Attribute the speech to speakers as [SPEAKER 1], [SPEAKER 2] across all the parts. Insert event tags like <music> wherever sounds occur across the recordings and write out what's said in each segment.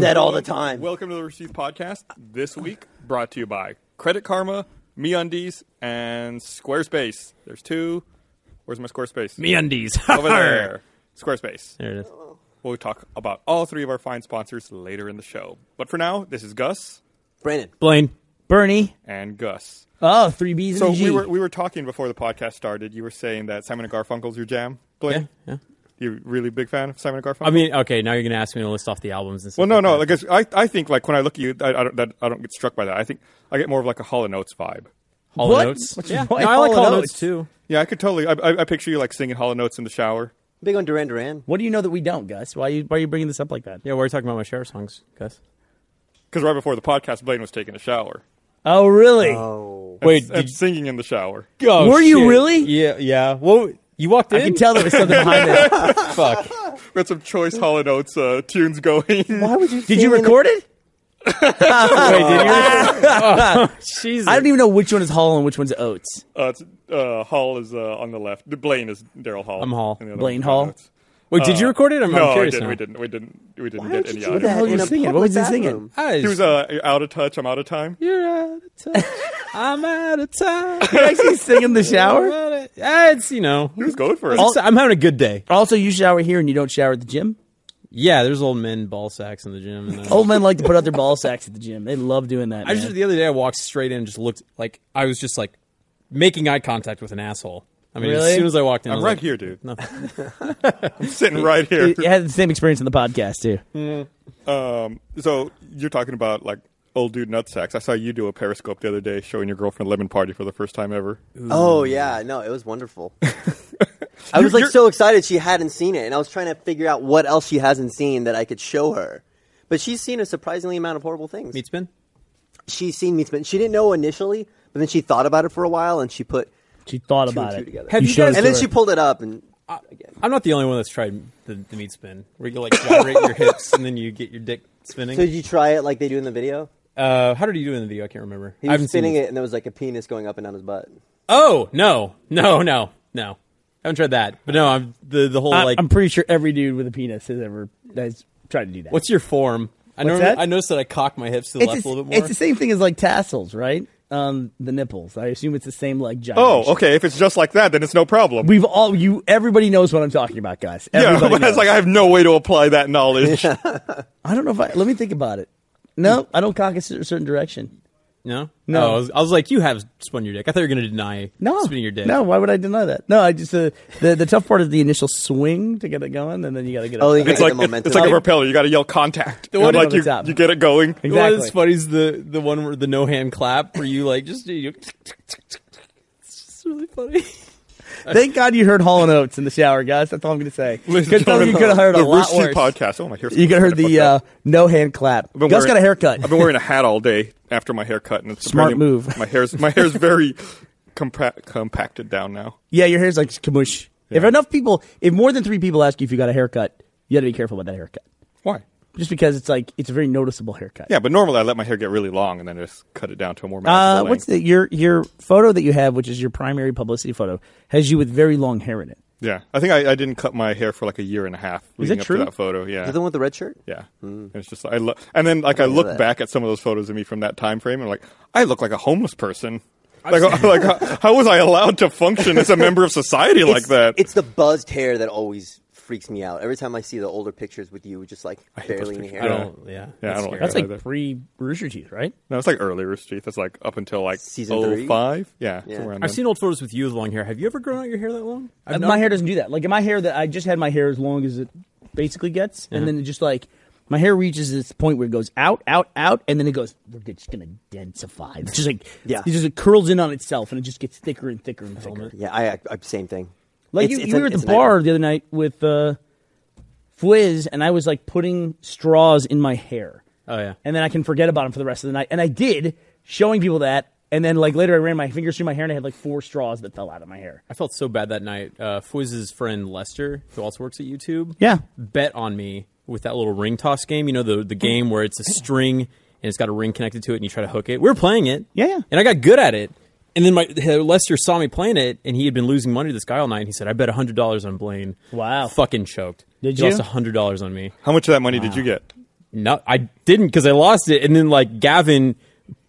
[SPEAKER 1] that all the time.
[SPEAKER 2] Welcome to the Receive Podcast. This week, brought to you by Credit Karma, MeUndies, and Squarespace. There's two. Where's my Squarespace?
[SPEAKER 3] Me undies. <laughs>
[SPEAKER 2] Over there. Squarespace.
[SPEAKER 3] There it is.
[SPEAKER 2] We'll talk about all three of our fine sponsors later in the show. But for now, this is Gus
[SPEAKER 1] Brandon.
[SPEAKER 3] Blaine.
[SPEAKER 4] Bernie.
[SPEAKER 2] and Gus.
[SPEAKER 4] Oh, three B's
[SPEAKER 2] So
[SPEAKER 4] and a G.
[SPEAKER 2] we were we were talking before the podcast started. You were saying that Simon and Garfunkel's your jam, Blaine.
[SPEAKER 3] Yeah, yeah.
[SPEAKER 2] You really big fan of Simon and Garfunkel?
[SPEAKER 3] I mean, okay, now you're going to ask me to list off the albums and stuff.
[SPEAKER 2] well, no,
[SPEAKER 3] like
[SPEAKER 2] no.
[SPEAKER 3] that.
[SPEAKER 2] Like it's- I, I think like when I look at you, I, I don't, that, I don't get struck by that. I think I get more of like a Hollow Notes vibe.
[SPEAKER 3] Hall
[SPEAKER 4] What?
[SPEAKER 3] Notes.
[SPEAKER 4] What's-
[SPEAKER 3] Yeah.
[SPEAKER 4] why
[SPEAKER 3] No, I like
[SPEAKER 4] Hall
[SPEAKER 3] Hall
[SPEAKER 4] Notes?
[SPEAKER 3] Notes too.
[SPEAKER 2] Yeah, I could totally. I, I, I picture you like singing Hollow Notes in the shower.
[SPEAKER 1] Big on Duran Duran.
[SPEAKER 4] What do you know that we don't, Gus? Why are you, why are you bringing this up like that?
[SPEAKER 3] Yeah, we're talking about my share songs, Gus.
[SPEAKER 2] Because right before the podcast, Blaine was taking a shower.
[SPEAKER 4] Oh, really?
[SPEAKER 1] Oh.
[SPEAKER 2] And-
[SPEAKER 3] Wait,
[SPEAKER 2] and
[SPEAKER 3] did-
[SPEAKER 2] singing in the shower.
[SPEAKER 3] Oh,
[SPEAKER 4] Were you
[SPEAKER 3] shit.
[SPEAKER 4] really?
[SPEAKER 3] Yeah, yeah. Well, you walked in.
[SPEAKER 4] I can tell there was something behind that.
[SPEAKER 3] Fuck.
[SPEAKER 2] We had some choice Hollow Notes uh, tunes going.
[SPEAKER 1] Why would you?
[SPEAKER 4] <laughs> Did you record it?
[SPEAKER 3] Wait, did you?
[SPEAKER 4] <laughs>
[SPEAKER 3] Oh, Jesus.
[SPEAKER 4] I don't even know which one is Hall and which one's <laughs> Oates.
[SPEAKER 2] <laughs> Uh, it's, uh, Hall is uh, on the left. Blaine is Daryl Hall.
[SPEAKER 3] I'm Hall.
[SPEAKER 2] And the other
[SPEAKER 4] Blaine
[SPEAKER 2] one's Hollow
[SPEAKER 4] Hall?
[SPEAKER 2] Notes.
[SPEAKER 3] Wait, did you
[SPEAKER 2] Uh,
[SPEAKER 3] record it? I'm,
[SPEAKER 2] no,
[SPEAKER 3] I'm curious
[SPEAKER 2] I didn't.
[SPEAKER 3] now.
[SPEAKER 2] We didn't. We didn't. We didn't
[SPEAKER 1] Why
[SPEAKER 2] get
[SPEAKER 1] would
[SPEAKER 2] any
[SPEAKER 1] you do
[SPEAKER 2] audio.
[SPEAKER 1] that
[SPEAKER 4] What
[SPEAKER 1] in
[SPEAKER 4] was
[SPEAKER 1] a
[SPEAKER 4] he singing? What
[SPEAKER 1] public
[SPEAKER 4] was he singing?
[SPEAKER 1] bathroom?
[SPEAKER 3] I
[SPEAKER 2] He was uh, out of touch. I'm out of time.
[SPEAKER 3] You're out of
[SPEAKER 4] <laughs>
[SPEAKER 3] touch. I'm out of time. <laughs>
[SPEAKER 4] You're actually singing in the <laughs> shower?
[SPEAKER 3] Uh, It's you know,
[SPEAKER 2] He was going
[SPEAKER 3] <laughs>
[SPEAKER 2] for it.
[SPEAKER 3] it's- I'm having a good day.
[SPEAKER 4] Also, you shower here and you don't shower at the gym?
[SPEAKER 3] Yeah, there's old men ball sacks in the gym.
[SPEAKER 4] <laughs>
[SPEAKER 3] And
[SPEAKER 4] Old men like to put out their ball sacks at the gym. They love doing that.
[SPEAKER 3] I
[SPEAKER 4] man.
[SPEAKER 3] just the other day I walked straight in and just looked like I was just like making eye contact with an asshole. I mean,
[SPEAKER 4] Really?
[SPEAKER 3] as soon as I walked in, I
[SPEAKER 2] I'm
[SPEAKER 3] was
[SPEAKER 2] right
[SPEAKER 3] like,
[SPEAKER 2] here, dude.
[SPEAKER 3] <laughs> No.
[SPEAKER 2] I'm sitting right here.
[SPEAKER 4] I had the same experience in the podcast, too.
[SPEAKER 2] Um, so you're talking about like old dude nut sacks. I saw you do a Periscope the other day, showing your girlfriend lemon party for the first time ever.
[SPEAKER 1] Oh yeah, no, it was wonderful. I was like
[SPEAKER 2] you're-
[SPEAKER 1] so excited she hadn't seen it, and I was trying to figure out what else she hasn't seen that I could show her. But she's seen a surprisingly amount of horrible things.
[SPEAKER 3] Meat spin.
[SPEAKER 1] She's seen meat spin. She didn't know initially, but then she thought about it for a while, and she put
[SPEAKER 4] She thought
[SPEAKER 1] two
[SPEAKER 4] about
[SPEAKER 1] and two
[SPEAKER 4] it.
[SPEAKER 1] together.
[SPEAKER 3] Have
[SPEAKER 4] You
[SPEAKER 3] you
[SPEAKER 4] showed
[SPEAKER 3] guys?
[SPEAKER 4] us
[SPEAKER 1] and then
[SPEAKER 4] Sure.
[SPEAKER 1] she pulled it up, and
[SPEAKER 3] I'm not the only one that's tried the, the meat spin, where you like gyrate your hips and then you get your dick spinning.
[SPEAKER 1] so did you try it like they do in the video?
[SPEAKER 3] uh, how did you do in the video? I can't remember.
[SPEAKER 1] He
[SPEAKER 3] I haven't
[SPEAKER 1] was spinning
[SPEAKER 3] seen
[SPEAKER 1] it, and there was like a penis going up and down his butt.
[SPEAKER 3] Oh no, no, no, no! I haven't tried that. But no, I'm the the whole
[SPEAKER 4] I,
[SPEAKER 3] like.
[SPEAKER 4] am pretty sure every dude with a penis has ever has tried to do that.
[SPEAKER 3] What's your form? I
[SPEAKER 4] What's
[SPEAKER 3] know.
[SPEAKER 4] that?
[SPEAKER 3] I noticed that I cock my hips to the
[SPEAKER 4] it's,
[SPEAKER 3] left a
[SPEAKER 4] the-
[SPEAKER 3] little bit more.
[SPEAKER 4] it's the same thing as like tassels, right? Um, the nipples. I assume it's the same like giant.
[SPEAKER 2] Oh, okay. If it's just like that, then it's no problem.
[SPEAKER 4] We've all you. Everybody knows what I'm talking about, guys.
[SPEAKER 2] yeah, <laughs>
[SPEAKER 4] Everybody
[SPEAKER 2] it's
[SPEAKER 4] knows.
[SPEAKER 2] like I have no way to apply that knowledge.
[SPEAKER 4] I don't know if I. Let me think about it. No, I don't cock a cer- certain direction.
[SPEAKER 3] No,
[SPEAKER 4] No.
[SPEAKER 3] Oh, I, was, I was like, you have spun your dick. I thought you were going to deny
[SPEAKER 4] No,
[SPEAKER 3] spinning your dick.
[SPEAKER 4] No, why would I deny that? No, I just uh, the the tough part is the initial swing to get it going, and then you got to get.
[SPEAKER 1] Oh,
[SPEAKER 4] it.
[SPEAKER 1] you gotta
[SPEAKER 2] it's
[SPEAKER 1] get
[SPEAKER 2] like
[SPEAKER 1] the <laughs> momentum.
[SPEAKER 2] it's like a propeller. You got to yell contact.
[SPEAKER 3] The one
[SPEAKER 2] like
[SPEAKER 4] on
[SPEAKER 2] you,
[SPEAKER 4] the top.
[SPEAKER 2] you get it going.
[SPEAKER 3] The one
[SPEAKER 4] exactly.
[SPEAKER 3] that's funny is the the one where the no hand clap where you like just do you. It's just really funny.
[SPEAKER 4] Thank God you heard Hall and Oates in the shower, guys. That's all I'm going to say.
[SPEAKER 2] Ladies and
[SPEAKER 4] Good thing you
[SPEAKER 2] gentlemen,
[SPEAKER 4] could have heard
[SPEAKER 2] the
[SPEAKER 4] a lot
[SPEAKER 2] Rooster Teeth
[SPEAKER 4] worse.
[SPEAKER 2] podcast. Oh my, hair's
[SPEAKER 4] You could have heard
[SPEAKER 2] kinda
[SPEAKER 4] the
[SPEAKER 2] fucked up.
[SPEAKER 4] uh, no hand clap.
[SPEAKER 2] I've been
[SPEAKER 4] Gus
[SPEAKER 2] wearing-
[SPEAKER 4] got a haircut.
[SPEAKER 2] I've been wearing a hat all day
[SPEAKER 4] <laughs>
[SPEAKER 2] after my haircut, and it's
[SPEAKER 4] Smart
[SPEAKER 2] apparently-
[SPEAKER 4] move.
[SPEAKER 2] My hair's my hair's very compa- compacted down now.
[SPEAKER 4] Yeah, your hair's like kamush. If
[SPEAKER 2] Yeah.
[SPEAKER 4] enough people, if more than three people ask you if you got a haircut, you got to be careful about that haircut.
[SPEAKER 2] Why?
[SPEAKER 4] Just because it's like it's a very noticeable haircut.
[SPEAKER 2] Yeah, but normally I let my hair get really long and then just cut it down to a more manageable
[SPEAKER 4] Uh,
[SPEAKER 2] length.
[SPEAKER 4] what's the your your photo that you have, which is your primary publicity photo, has you with very long hair in it.
[SPEAKER 2] Yeah, I think I, I didn't cut my hair for like a year and a half leading
[SPEAKER 4] that
[SPEAKER 2] up
[SPEAKER 4] true?
[SPEAKER 2] to that photo. Yeah,
[SPEAKER 1] Is it the one with the red shirt?
[SPEAKER 2] yeah. And it's just like, I lo- and then like I,
[SPEAKER 1] know
[SPEAKER 2] look
[SPEAKER 1] that.
[SPEAKER 2] back at some of those photos of me from that time frame, and I'm like, I look like a homeless person. Like, <laughs> like how, how was I allowed to function as a member of society <laughs>
[SPEAKER 1] <laughs>
[SPEAKER 2] like
[SPEAKER 1] it's,
[SPEAKER 2] that?
[SPEAKER 1] It's the buzzed hair that always freaks me out. Every time I see the older pictures with you, just like
[SPEAKER 2] those
[SPEAKER 1] barely any hair.
[SPEAKER 2] pictures.
[SPEAKER 3] I don't. Yeah,
[SPEAKER 2] Yeah, I don't
[SPEAKER 3] scary.
[SPEAKER 2] like
[SPEAKER 4] That's
[SPEAKER 2] that.
[SPEAKER 4] like
[SPEAKER 2] either.
[SPEAKER 4] pre Rooster Teeth, right?
[SPEAKER 2] no, it's like early Rooster Teeth. That's like up until like
[SPEAKER 1] Season
[SPEAKER 2] oh
[SPEAKER 1] three?
[SPEAKER 2] five. Yeah,
[SPEAKER 1] Yeah.
[SPEAKER 2] somewhere around
[SPEAKER 3] I've
[SPEAKER 2] then.
[SPEAKER 3] seen old photos with you with long hair. Have you ever grown out your Uh, hair that long? I've
[SPEAKER 4] Uh, my hair doesn't do that. Like my hair that I just had my hair as long as it basically gets, and then it just like my hair reaches this point where it goes out, out, out, and then it goes. We're just gonna densify. It's just like
[SPEAKER 1] Yeah.
[SPEAKER 4] it just like, curls in on itself, and it just gets thicker and thicker and thicker.
[SPEAKER 1] Yeah, I, I I- same thing.
[SPEAKER 4] Like
[SPEAKER 1] It's-
[SPEAKER 4] you,
[SPEAKER 1] it's
[SPEAKER 4] you
[SPEAKER 1] a-
[SPEAKER 4] were at
[SPEAKER 1] it's
[SPEAKER 4] the
[SPEAKER 1] a nightmare.
[SPEAKER 4] bar the other night with uh, Fwiz, and I was like putting straws in my hair,
[SPEAKER 3] Oh yeah.
[SPEAKER 4] and then I can forget about them for the rest of the night. And I did, showing people that. And then like later, I ran my fingers through my hair, and I had like four straws that fell out of my hair.
[SPEAKER 3] I felt so bad that night. Uh, Fwiz's friend Lester, who also works at YouTube,
[SPEAKER 4] Yeah.
[SPEAKER 3] bet on me with that little ring toss game. You know the the game where it's a string and it's got a ring connected to it, and you try to hook it. We were playing it,
[SPEAKER 4] Yeah, yeah.
[SPEAKER 3] and I got good at it. And then my Lester saw me playing it, and he had been losing money to this guy all night. And he said, "I bet hundred dollars on Blaine."
[SPEAKER 4] Wow.
[SPEAKER 3] fucking choked.
[SPEAKER 4] Did
[SPEAKER 3] he lost
[SPEAKER 4] you?
[SPEAKER 3] hundred dollars on me?
[SPEAKER 2] How much of that money did you get?
[SPEAKER 3] no, I didn't because I lost it. And then like Gavin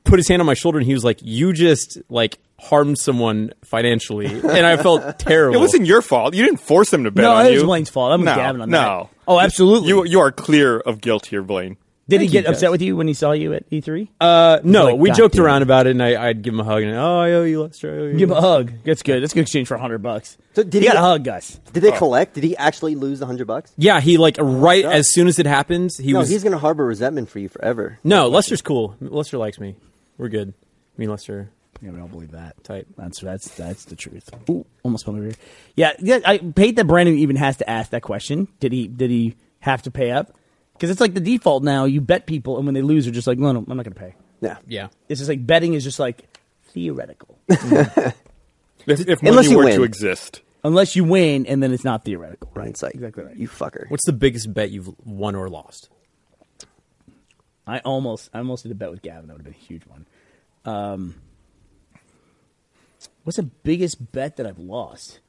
[SPEAKER 3] put his hand on my shoulder and he was like, "You just like harmed someone financially," and I
[SPEAKER 4] <laughs>
[SPEAKER 3] felt terrible.
[SPEAKER 2] It wasn't your fault. You didn't force them to bet
[SPEAKER 4] No,
[SPEAKER 2] on
[SPEAKER 4] it
[SPEAKER 2] you.
[SPEAKER 4] was Blaine's fault. I'm with
[SPEAKER 2] no,
[SPEAKER 4] Gavin on
[SPEAKER 2] no.
[SPEAKER 4] that. Oh, absolutely.
[SPEAKER 2] You you are clear of guilt here, Blaine.
[SPEAKER 4] Did he
[SPEAKER 3] Thank you,
[SPEAKER 4] get upset
[SPEAKER 3] guys.
[SPEAKER 4] with you when he saw you at E E3?
[SPEAKER 1] Oh,
[SPEAKER 3] Uh, no,
[SPEAKER 4] Like,
[SPEAKER 3] we
[SPEAKER 4] "God
[SPEAKER 3] joked
[SPEAKER 4] damn
[SPEAKER 3] around
[SPEAKER 4] it."
[SPEAKER 3] about it, and I, I'd give him a hug, and oh, I owe you, Lester. I owe you.
[SPEAKER 4] Give him a hug. That's good. That's a good exchange for hundred bucks.
[SPEAKER 1] So did
[SPEAKER 4] you
[SPEAKER 1] he-
[SPEAKER 4] got a hug, guys?
[SPEAKER 1] Did they collect? Did he actually lose the hundred bucks?
[SPEAKER 3] yeah, he like right as soon as it happens, he
[SPEAKER 1] No,
[SPEAKER 3] was
[SPEAKER 1] he's gonna harbor resentment for you forever.
[SPEAKER 3] no. Lester's cool. Lester likes me. We're good. Me and Lester
[SPEAKER 4] Yeah, I don't believe that.
[SPEAKER 3] tight.
[SPEAKER 4] That's that's that's the truth. Ooh, almost spilled my beer. Yeah, yeah. I hate that Brandon even has to ask that question. Did he? Did he have to pay up? Because it's like the default now. You bet people, and when they lose, they're just like, no, no, I'm not going to pay.
[SPEAKER 1] Yeah.
[SPEAKER 3] Yeah.
[SPEAKER 4] It's just like betting is just like
[SPEAKER 3] <laughs>
[SPEAKER 4] theoretical,
[SPEAKER 2] If,
[SPEAKER 1] Unless
[SPEAKER 2] if money
[SPEAKER 1] you
[SPEAKER 2] were
[SPEAKER 1] win.
[SPEAKER 2] to exist,
[SPEAKER 4] unless you win, and then it's not theoretical.
[SPEAKER 1] Hindsight.
[SPEAKER 4] Exactly right.
[SPEAKER 1] You fucker.
[SPEAKER 3] What's the biggest bet you've won or lost?
[SPEAKER 4] I almost, I almost did a bet with Gavin. That would have been a huge one. Um, what's the biggest bet that I've lost?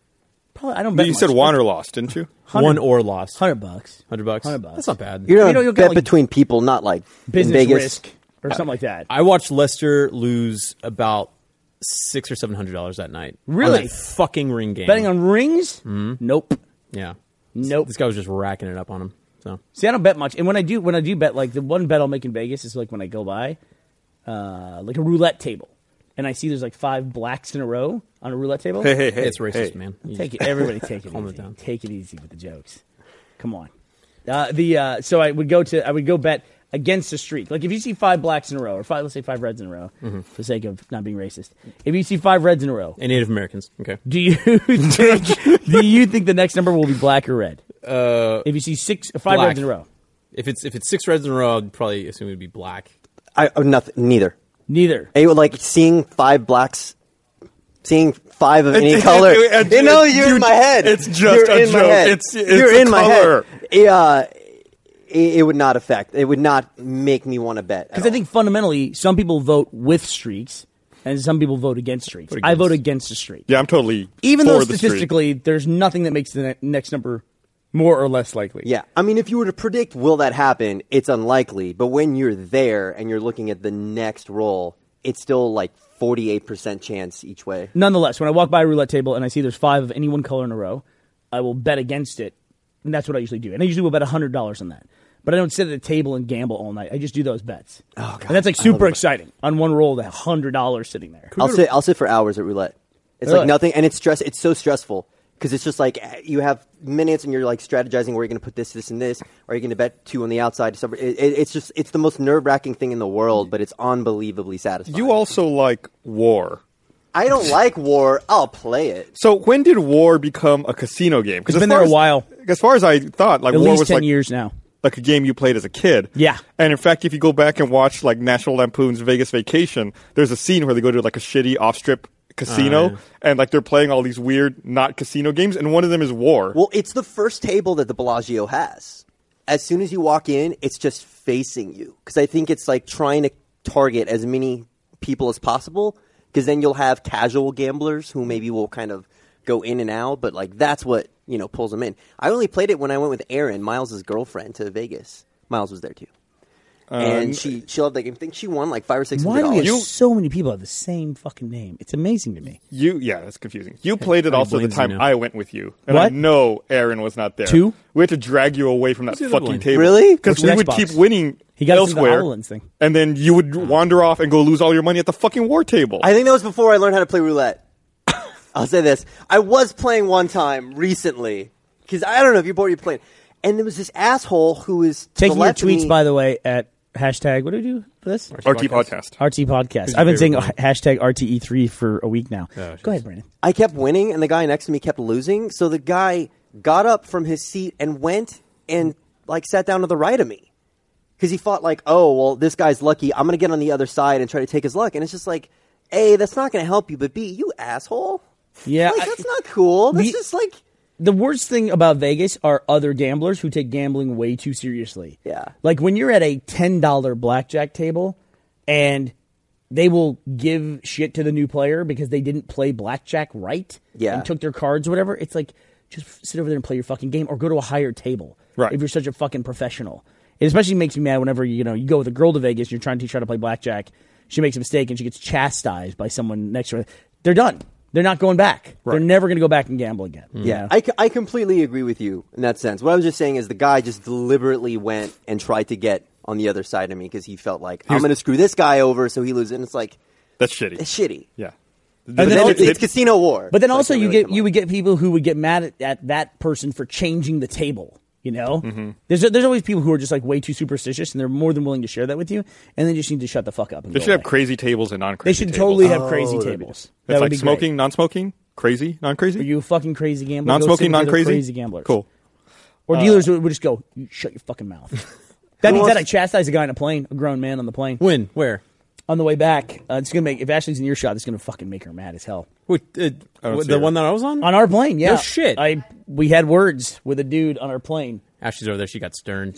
[SPEAKER 4] Probably I don't bet.
[SPEAKER 2] you
[SPEAKER 4] much.
[SPEAKER 2] said won or lost, didn't
[SPEAKER 4] <laughs>
[SPEAKER 2] you?
[SPEAKER 3] Won or lost?
[SPEAKER 4] hundred bucks.
[SPEAKER 3] Hundred bucks.
[SPEAKER 4] Hundred bucks.
[SPEAKER 3] That's not bad.
[SPEAKER 1] You're
[SPEAKER 4] You
[SPEAKER 1] not
[SPEAKER 4] don't-
[SPEAKER 1] a
[SPEAKER 4] you'll get,
[SPEAKER 1] bet
[SPEAKER 4] like,
[SPEAKER 1] between people, not like
[SPEAKER 4] Business
[SPEAKER 1] in Vegas.
[SPEAKER 4] risk or something like that.
[SPEAKER 3] I watched Lester lose about six or seven hundred dollars that night. on
[SPEAKER 4] Really?
[SPEAKER 3] that fucking ring game.
[SPEAKER 4] Betting on rings? Nope.
[SPEAKER 3] yeah.
[SPEAKER 4] Nope.
[SPEAKER 3] This guy was just racking it up on him. So
[SPEAKER 4] See, I don't bet much. And when I do, when I do bet, like the one bet I'll make in Vegas is like when I go by, uh, like a roulette table, and I see there's like five blacks in a row on a roulette table.
[SPEAKER 2] Hey, hey, hey.
[SPEAKER 3] it's racist,
[SPEAKER 2] hey.
[SPEAKER 3] man. You-
[SPEAKER 4] Take it, everybody, take it
[SPEAKER 3] Calm it
[SPEAKER 4] easy.
[SPEAKER 3] down.
[SPEAKER 4] Take it easy with the jokes. Come on. Uh, the uh, so I would go to I would go bet against the streak. Like if you see five blacks in a row, or five, let's say five reds in a row, for the sake of not being racist. If you see five reds in a row,
[SPEAKER 3] <laughs> And Native Americans. Okay.
[SPEAKER 4] do you <laughs> think do you think the next number will be black or red? Uh, if you see six five
[SPEAKER 3] black.
[SPEAKER 4] reds in a row,
[SPEAKER 3] If it's if it's six reds in a row, I'd probably assume it'd be black.
[SPEAKER 1] I oh, nothing. Neither.
[SPEAKER 4] neither.
[SPEAKER 1] And, like seeing five blacks, seeing five of any
[SPEAKER 2] it-
[SPEAKER 1] color.
[SPEAKER 2] it- it-
[SPEAKER 1] you know, you're in
[SPEAKER 2] dude,
[SPEAKER 1] my head.
[SPEAKER 2] it's just
[SPEAKER 1] you're
[SPEAKER 2] a
[SPEAKER 1] in My
[SPEAKER 2] joke.
[SPEAKER 1] head.
[SPEAKER 2] It's- it's
[SPEAKER 1] you're
[SPEAKER 2] a
[SPEAKER 1] in my
[SPEAKER 2] color.
[SPEAKER 1] head. Yeah, it, it would not affect. It would not make me want to bet.
[SPEAKER 4] Because I think fundamentally, some people vote with streaks, and some people vote against streaks.
[SPEAKER 3] Vote
[SPEAKER 4] I
[SPEAKER 3] against.
[SPEAKER 4] vote against the streak,
[SPEAKER 2] Yeah, I'm totally
[SPEAKER 4] even
[SPEAKER 2] for
[SPEAKER 4] though
[SPEAKER 2] the streak.
[SPEAKER 4] statistically, there's nothing that makes the ne- next number more or less likely.
[SPEAKER 1] Yeah, I mean, if you were to predict will that happen, it's unlikely. But when you're there and you're looking at the next roll, it's still like forty eight percent chance each way.
[SPEAKER 4] Nonetheless, when I walk by a roulette table and I see there's five of any one color in a row, I will bet against it, and that's what I usually do. And I usually will bet hundred dollars on that. But I don't sit at a table and gamble all night. I just do those bets.
[SPEAKER 1] Oh, God.
[SPEAKER 4] And that's like
[SPEAKER 1] I love
[SPEAKER 4] super
[SPEAKER 1] it.
[SPEAKER 4] exciting. On one roll, the hundred dollars sitting there.
[SPEAKER 1] I'll sit. I'll sit for hours at roulette. It's
[SPEAKER 4] Really?
[SPEAKER 1] like nothing, and it's stress. It's so stressful because it's just like eh, you have minutes, and you're like strategizing where you're going to put this, this, and this. Are you going to bet two on the outside? So- It, it, it's just it's the most nerve wracking thing in the world, but it's unbelievably satisfying.
[SPEAKER 2] You also like war.
[SPEAKER 1] I don't like war. I'll play it.
[SPEAKER 2] So when did war become a casino game? Because
[SPEAKER 4] It's been there a while.
[SPEAKER 2] As far as I thought, like
[SPEAKER 4] At
[SPEAKER 2] war
[SPEAKER 4] least
[SPEAKER 2] was
[SPEAKER 4] ten
[SPEAKER 2] like
[SPEAKER 4] years now.
[SPEAKER 2] like a game you played as a kid.
[SPEAKER 4] Yeah.
[SPEAKER 2] And in fact, if you go back and watch like National Lampoon's Vegas Vacation, there's a scene where they go to like a shitty off strip
[SPEAKER 4] Oh,
[SPEAKER 2] casino and like they're playing all these weird not casino games, and one of them is war.
[SPEAKER 1] Well, it's the first table that the Bellagio has. As soon as you walk in, it's just facing you because I think it's like trying to target as many people as possible because then you'll have casual gamblers who maybe will kind of go in and out, but like that's what you know pulls them in. I only played it when I went with Aaron, Miles's girlfriend, to Vegas. Miles was there too, and she she loved that game. I think she won like five or six
[SPEAKER 4] Um, Why
[SPEAKER 1] hundred
[SPEAKER 4] do we have
[SPEAKER 1] dollars.
[SPEAKER 4] so many people have the same fucking name? It's amazing to me.
[SPEAKER 2] you yeah, that's confusing. You played it also the
[SPEAKER 3] blames you
[SPEAKER 2] time
[SPEAKER 3] now?
[SPEAKER 2] I went with you, and I
[SPEAKER 4] What?
[SPEAKER 2] know Aaron was not there.
[SPEAKER 4] Two?
[SPEAKER 2] we had to drag you away from that
[SPEAKER 3] the other
[SPEAKER 2] fucking
[SPEAKER 3] one?
[SPEAKER 2] table.
[SPEAKER 1] Really?
[SPEAKER 2] Because
[SPEAKER 4] Which
[SPEAKER 2] we
[SPEAKER 4] is
[SPEAKER 2] would
[SPEAKER 4] Xbox.
[SPEAKER 2] keep winning
[SPEAKER 4] He got us into the
[SPEAKER 2] elsewhere,
[SPEAKER 4] HoloLens thing. Oh.
[SPEAKER 2] and then you would wander off and go lose all your money at the fucking war table.
[SPEAKER 1] I think that was before I learned how to play roulette. <coughs> I'll say this. I was playing one time recently because I don't know if you're bored, you're playing. And there was this asshole who was
[SPEAKER 4] Taking
[SPEAKER 1] to the
[SPEAKER 4] your
[SPEAKER 1] left of
[SPEAKER 4] tweets,
[SPEAKER 1] me-
[SPEAKER 4] by the way, at hashtag what do we do for this?
[SPEAKER 2] RT podcast.
[SPEAKER 4] RT podcast.
[SPEAKER 3] your
[SPEAKER 4] I've been
[SPEAKER 3] favorite
[SPEAKER 4] saying
[SPEAKER 3] one?
[SPEAKER 4] hashtag RTE3 for a week now.
[SPEAKER 3] Oh,
[SPEAKER 4] Go
[SPEAKER 3] jeez.
[SPEAKER 4] ahead, Brandon.
[SPEAKER 1] I kept winning, and the guy next to me kept losing. So the guy got up from his seat and went and like sat down to the right of me because he thought like, oh well, this guy's lucky. I'm gonna get on the other side and try to take his luck. And it's just like, a, that's not gonna help you, but b, you asshole.
[SPEAKER 4] Yeah,
[SPEAKER 1] like,
[SPEAKER 4] I-
[SPEAKER 1] that's not cool. That's
[SPEAKER 4] The-
[SPEAKER 1] just like,
[SPEAKER 4] The worst thing about Vegas are other gamblers who take gambling way too seriously.
[SPEAKER 1] Yeah.
[SPEAKER 4] Like when you're at a $10 blackjack table and they will give shit to the new player because they didn't play blackjack right
[SPEAKER 1] Yeah.
[SPEAKER 4] and took their cards or whatever. It's like just sit over there and play your fucking game or go to a higher table
[SPEAKER 2] Right.
[SPEAKER 4] if you're such a fucking professional. It especially makes me mad whenever you know you go with a girl to Vegas, you're trying to teach her how to play blackjack. She makes a mistake and she gets chastised by someone next to her. They're done. They're not going back. They're never going to go back and gamble again.
[SPEAKER 1] Yeah, I, c- I completely agree with you in that sense. What I was just saying is the guy just deliberately went and tried to get on the other side of me because he felt like I'm going to screw this guy over so he loses. And it's like
[SPEAKER 2] That's shitty.
[SPEAKER 1] it's shitty.
[SPEAKER 2] yeah.
[SPEAKER 1] But
[SPEAKER 4] then
[SPEAKER 1] then
[SPEAKER 4] al-
[SPEAKER 1] it's, it's casino war.
[SPEAKER 4] But then
[SPEAKER 1] It's like,
[SPEAKER 4] also
[SPEAKER 1] oh,
[SPEAKER 4] you
[SPEAKER 1] really?
[SPEAKER 4] get
[SPEAKER 1] Come
[SPEAKER 4] you
[SPEAKER 1] on.
[SPEAKER 4] would get people who would get mad at, at that person for changing the table. You know, there's there's always people who are just like way too superstitious, and they're more than willing to share that with you, and they just need to shut the fuck up. And
[SPEAKER 2] They
[SPEAKER 4] go
[SPEAKER 2] should have
[SPEAKER 4] away.
[SPEAKER 2] crazy tables and non
[SPEAKER 4] They
[SPEAKER 2] crazy
[SPEAKER 4] should totally
[SPEAKER 1] Oh,
[SPEAKER 4] have crazy tables. That
[SPEAKER 2] It's
[SPEAKER 4] would
[SPEAKER 2] like
[SPEAKER 4] be great.
[SPEAKER 2] smoking, non smoking, crazy, non crazy.
[SPEAKER 4] Are you a fucking crazy gambler? Go
[SPEAKER 2] non smoking,
[SPEAKER 4] sit with
[SPEAKER 2] non
[SPEAKER 4] other
[SPEAKER 2] crazy?
[SPEAKER 4] crazy gamblers.
[SPEAKER 2] Cool. Uh,
[SPEAKER 4] Or dealers would, would just go, "You shut your fucking
[SPEAKER 2] <laughs>
[SPEAKER 4] mouth. That means that I chastise a guy on a plane, a grown man on the plane,
[SPEAKER 3] When? Where?
[SPEAKER 4] on the way back. Uh, it's gonna make if Ashley's in your shot, it's gonna fucking make her mad as hell.
[SPEAKER 3] Wait, uh,
[SPEAKER 2] don't
[SPEAKER 3] what-
[SPEAKER 2] see
[SPEAKER 3] the
[SPEAKER 2] her.
[SPEAKER 3] one that I was on?
[SPEAKER 4] On our plane, yeah.
[SPEAKER 3] No shit.
[SPEAKER 4] I we had words with a dude on our plane.
[SPEAKER 3] Ashley's over there. She got stern.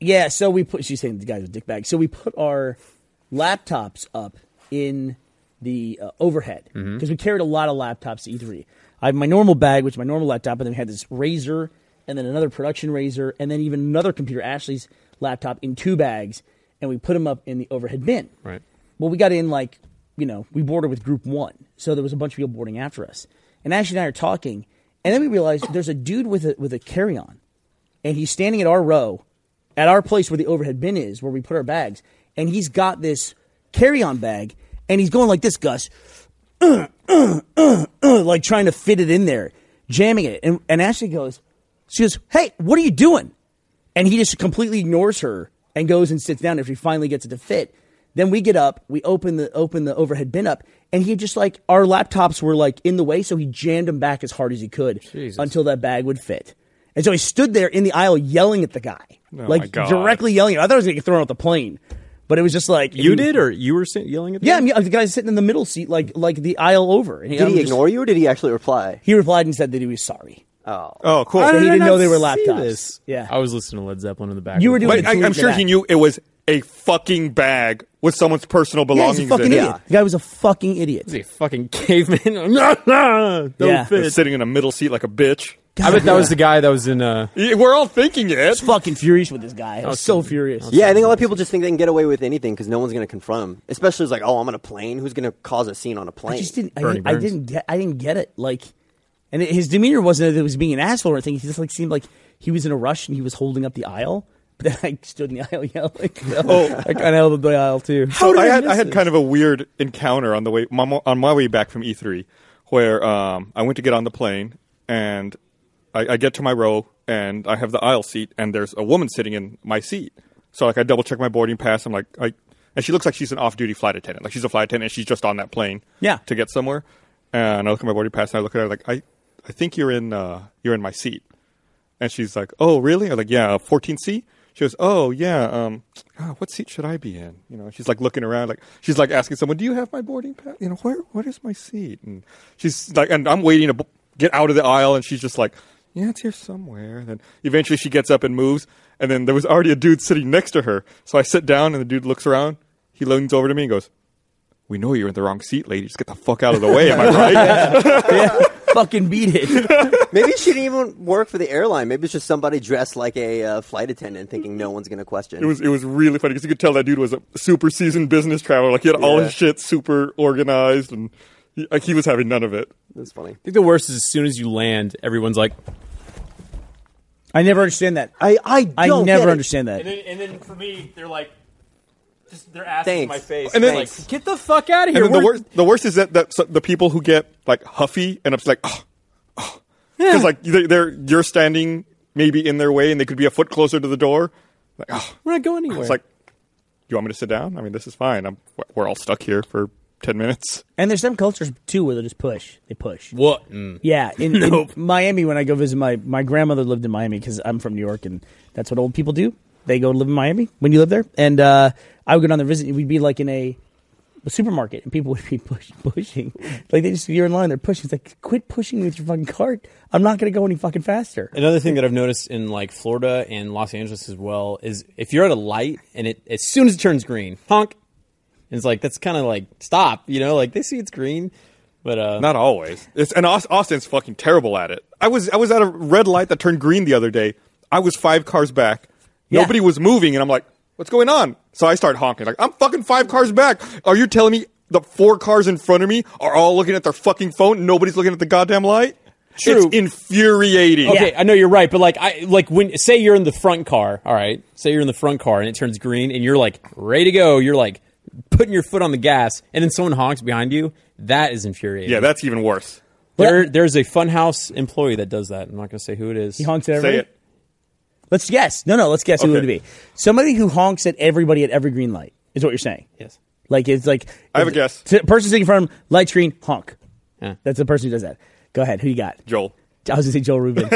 [SPEAKER 4] Yeah, so we put. She's saying the guy was a dickbag. So we put our laptops up in the uh, overhead because we carried a lot of laptops to E3. I have my normal bag, which is my normal laptop, and then we had this razor, and then another production razor, and then even another computer, Ashley's laptop, in two bags, and we put them up in the overhead bin.
[SPEAKER 3] Right.
[SPEAKER 4] Well, we got in like, you know, we boarded with group one. So there was a bunch of people boarding after us. And Ashley and I are talking. And then we realized there's a dude with a, with a carry on. And he's standing at our row, at our place where the overhead bin is, where we put our bags. And he's got this carry on bag. And he's going like this, Gus, like trying to fit it in there, jamming it. And, and Ashley goes, she goes, hey, what are you doing? And he just completely ignores her and goes and sits down after he finally gets it to fit. Then we get up, we open the open the overhead bin up, and he just like our laptops were like in the way, so he jammed them back as hard as he could until that bag would fit. And so he stood there in the aisle yelling at the guy,
[SPEAKER 2] my
[SPEAKER 4] like
[SPEAKER 2] God.
[SPEAKER 4] directly yelling. I thought I was gonna get thrown off the plane, but it was just like
[SPEAKER 3] You did, or you were sit- yelling at?
[SPEAKER 4] Yeah, I
[SPEAKER 3] them?
[SPEAKER 4] mean, the guy's sitting in the middle seat, like like the aisle over. And
[SPEAKER 1] Did
[SPEAKER 4] I'm
[SPEAKER 1] he
[SPEAKER 4] just-
[SPEAKER 1] ignore you or did he actually reply?
[SPEAKER 4] He replied and said that he was sorry.
[SPEAKER 1] Oh,
[SPEAKER 2] Oh, cool.
[SPEAKER 4] So he
[SPEAKER 3] did I
[SPEAKER 4] didn't know
[SPEAKER 3] not
[SPEAKER 4] they were
[SPEAKER 3] see
[SPEAKER 4] laptops.
[SPEAKER 3] this?
[SPEAKER 4] Yeah.
[SPEAKER 3] I was listening to Led Zeppelin in the back.
[SPEAKER 4] You
[SPEAKER 3] of
[SPEAKER 4] were
[SPEAKER 3] the plane.
[SPEAKER 4] doing
[SPEAKER 2] But I,
[SPEAKER 4] it's
[SPEAKER 2] I'm
[SPEAKER 4] weird
[SPEAKER 2] sure
[SPEAKER 4] that-
[SPEAKER 2] he knew it was a fucking bag with someone's personal
[SPEAKER 4] Yeah, he's
[SPEAKER 2] belongings
[SPEAKER 4] a fucking
[SPEAKER 2] in it.
[SPEAKER 4] idiot. The guy was a fucking idiot.
[SPEAKER 3] He's a fucking caveman. <laughs> No, no, don't
[SPEAKER 4] Yeah.
[SPEAKER 2] They're
[SPEAKER 3] fit.
[SPEAKER 2] Sitting in a middle seat like a bitch.
[SPEAKER 3] I bet that was the guy that was in. Uh,
[SPEAKER 2] Yeah, We're all thinking it.
[SPEAKER 4] was fucking furious with this guy. I was so furious.
[SPEAKER 1] yeah. I think a lot of people just think they can get away with anything because no one's going to confront him. Especially it's like, oh, I'm on a plane. Who's going to cause a scene on a plane?
[SPEAKER 4] I just didn't. I,
[SPEAKER 3] Bernie
[SPEAKER 4] didn't- I
[SPEAKER 3] Burns.
[SPEAKER 4] didn't get. I didn't get it. Like, and his demeanor wasn't that he was being an asshole or anything. He just like seemed like he was in a rush and he was holding up the aisle. But then <laughs> I stood in the aisle yelling. oh, I kind of held up the aisle too.
[SPEAKER 2] So I had I had kind of a weird encounter on the way my, mo- on my way back from E3, where um, I went to get on the plane and I, I get to my row and I have the aisle seat and there's a woman sitting in my seat. So like I double check my boarding pass. I'm like, I, and she looks like she's an off duty flight attendant. Like she's a flight attendant and she's just on that plane
[SPEAKER 4] Yeah.
[SPEAKER 2] to get somewhere. And I look at my boarding pass and I look at her like I I think you're in uh, you're in my seat. And she's like, "Oh, really?" I was like, "Yeah, 14C." She goes, "Oh, yeah. Um, ah, what seat should I be in?" You know, she's like looking around, like she's like asking someone, "Do you have my boarding pass? You know, where what is my seat?" And she's like, and I'm waiting to b- get out of the aisle, and she's just like, "Yeah, it's here somewhere." And then eventually she gets up and moves, and then there was already a dude sitting next to her. So I sit down, and the dude looks around. He leans over to me and goes, "We know you're in the wrong seat, lady. Just get the fuck out of the way." Am I right?
[SPEAKER 4] <laughs> fucking beat it.
[SPEAKER 1] Maybe she didn't even work for the airline. Maybe it's just somebody dressed like a uh, flight attendant, thinking no one's going to question.
[SPEAKER 2] It was it was really funny because you could tell that dude was a super seasoned business traveler. Like he had all
[SPEAKER 1] Yeah.
[SPEAKER 2] his shit super organized, and he, like he was having none of it.
[SPEAKER 1] That's funny.
[SPEAKER 3] I think the worst is as soon as you land, everyone's like,
[SPEAKER 4] I never understand that.
[SPEAKER 1] I I don't
[SPEAKER 4] I
[SPEAKER 1] get
[SPEAKER 4] never
[SPEAKER 1] it.
[SPEAKER 4] understand that.
[SPEAKER 5] And then, and then for me, they're like, just their ass
[SPEAKER 1] Thanks.
[SPEAKER 5] in my face.
[SPEAKER 2] And then-
[SPEAKER 5] like,
[SPEAKER 1] Thanks.
[SPEAKER 5] get the fuck out of
[SPEAKER 2] And
[SPEAKER 5] here.
[SPEAKER 2] then the
[SPEAKER 5] We're-
[SPEAKER 2] worst the worst is that, that so- the people who get like huffy and it's like oh, because like they, they're you're standing maybe in their way and they could be a foot closer to the door. Like oh,
[SPEAKER 3] "We're not going anywhere."
[SPEAKER 2] it's like you want me to sit down? I mean, this is fine. I'm we're all stuck here for ten minutes.
[SPEAKER 4] And there's some cultures too where they just push. They push.
[SPEAKER 3] "What?" Mm.
[SPEAKER 4] Yeah,
[SPEAKER 2] <laughs>
[SPEAKER 4] in, in Miami when I go visit my my grandmother lived in Miami because I'm from New York and that's what old people do. They go live in Miami when you live there, and uh, I would go down there visit. And we'd be like in a, a supermarket, and people <laughs> would be push, pushing. Like they just you're in line, they're pushing. It's like quit pushing me with your fucking cart. I'm not gonna go any fucking faster.
[SPEAKER 3] Another thing that I've noticed in like Florida and Los Angeles as well is if you're at a light and it as soon as it turns green, honk, and it's like that's kind of like stop, you know, like they see it's green, but uh,
[SPEAKER 2] Not always. It's, and Aus- Austin's fucking terrible at it. I was I was at a red light that turned green the other day. I was five cars back,
[SPEAKER 4] Yeah.
[SPEAKER 2] Nobody was moving, and I'm like, what's going on? So I start honking, like, I'm fucking five cars back. Are you telling me the four cars in front of me are all looking at their fucking phone? and Nobody's looking at the goddamn light?
[SPEAKER 3] True.
[SPEAKER 2] It's infuriating.
[SPEAKER 3] Okay, I know you're right, but like I like when say you're in the front car, all right. Say you're in the front car and it turns green and you're like ready to go, you're like putting your foot on the gas and then someone honks behind you, that is infuriating.
[SPEAKER 2] Yeah, that's even worse.
[SPEAKER 3] there there's a funhouse employee that does that. I'm not going to say who it is.
[SPEAKER 4] He honks at
[SPEAKER 2] Say
[SPEAKER 4] everybody.
[SPEAKER 2] it.
[SPEAKER 4] Let's guess. No, no. Let's guess who it
[SPEAKER 2] Okay.
[SPEAKER 4] would be. Somebody who honks at everybody at every green light is what you're saying.
[SPEAKER 3] Yes.
[SPEAKER 4] Like it's like
[SPEAKER 2] I have a guess.
[SPEAKER 4] T- person sitting in front of him, light screen honk.
[SPEAKER 3] Yeah.
[SPEAKER 4] That's the person who does that. Go ahead. Who you got?
[SPEAKER 2] Joel.
[SPEAKER 4] I was gonna say Joel <laughs> Rubin.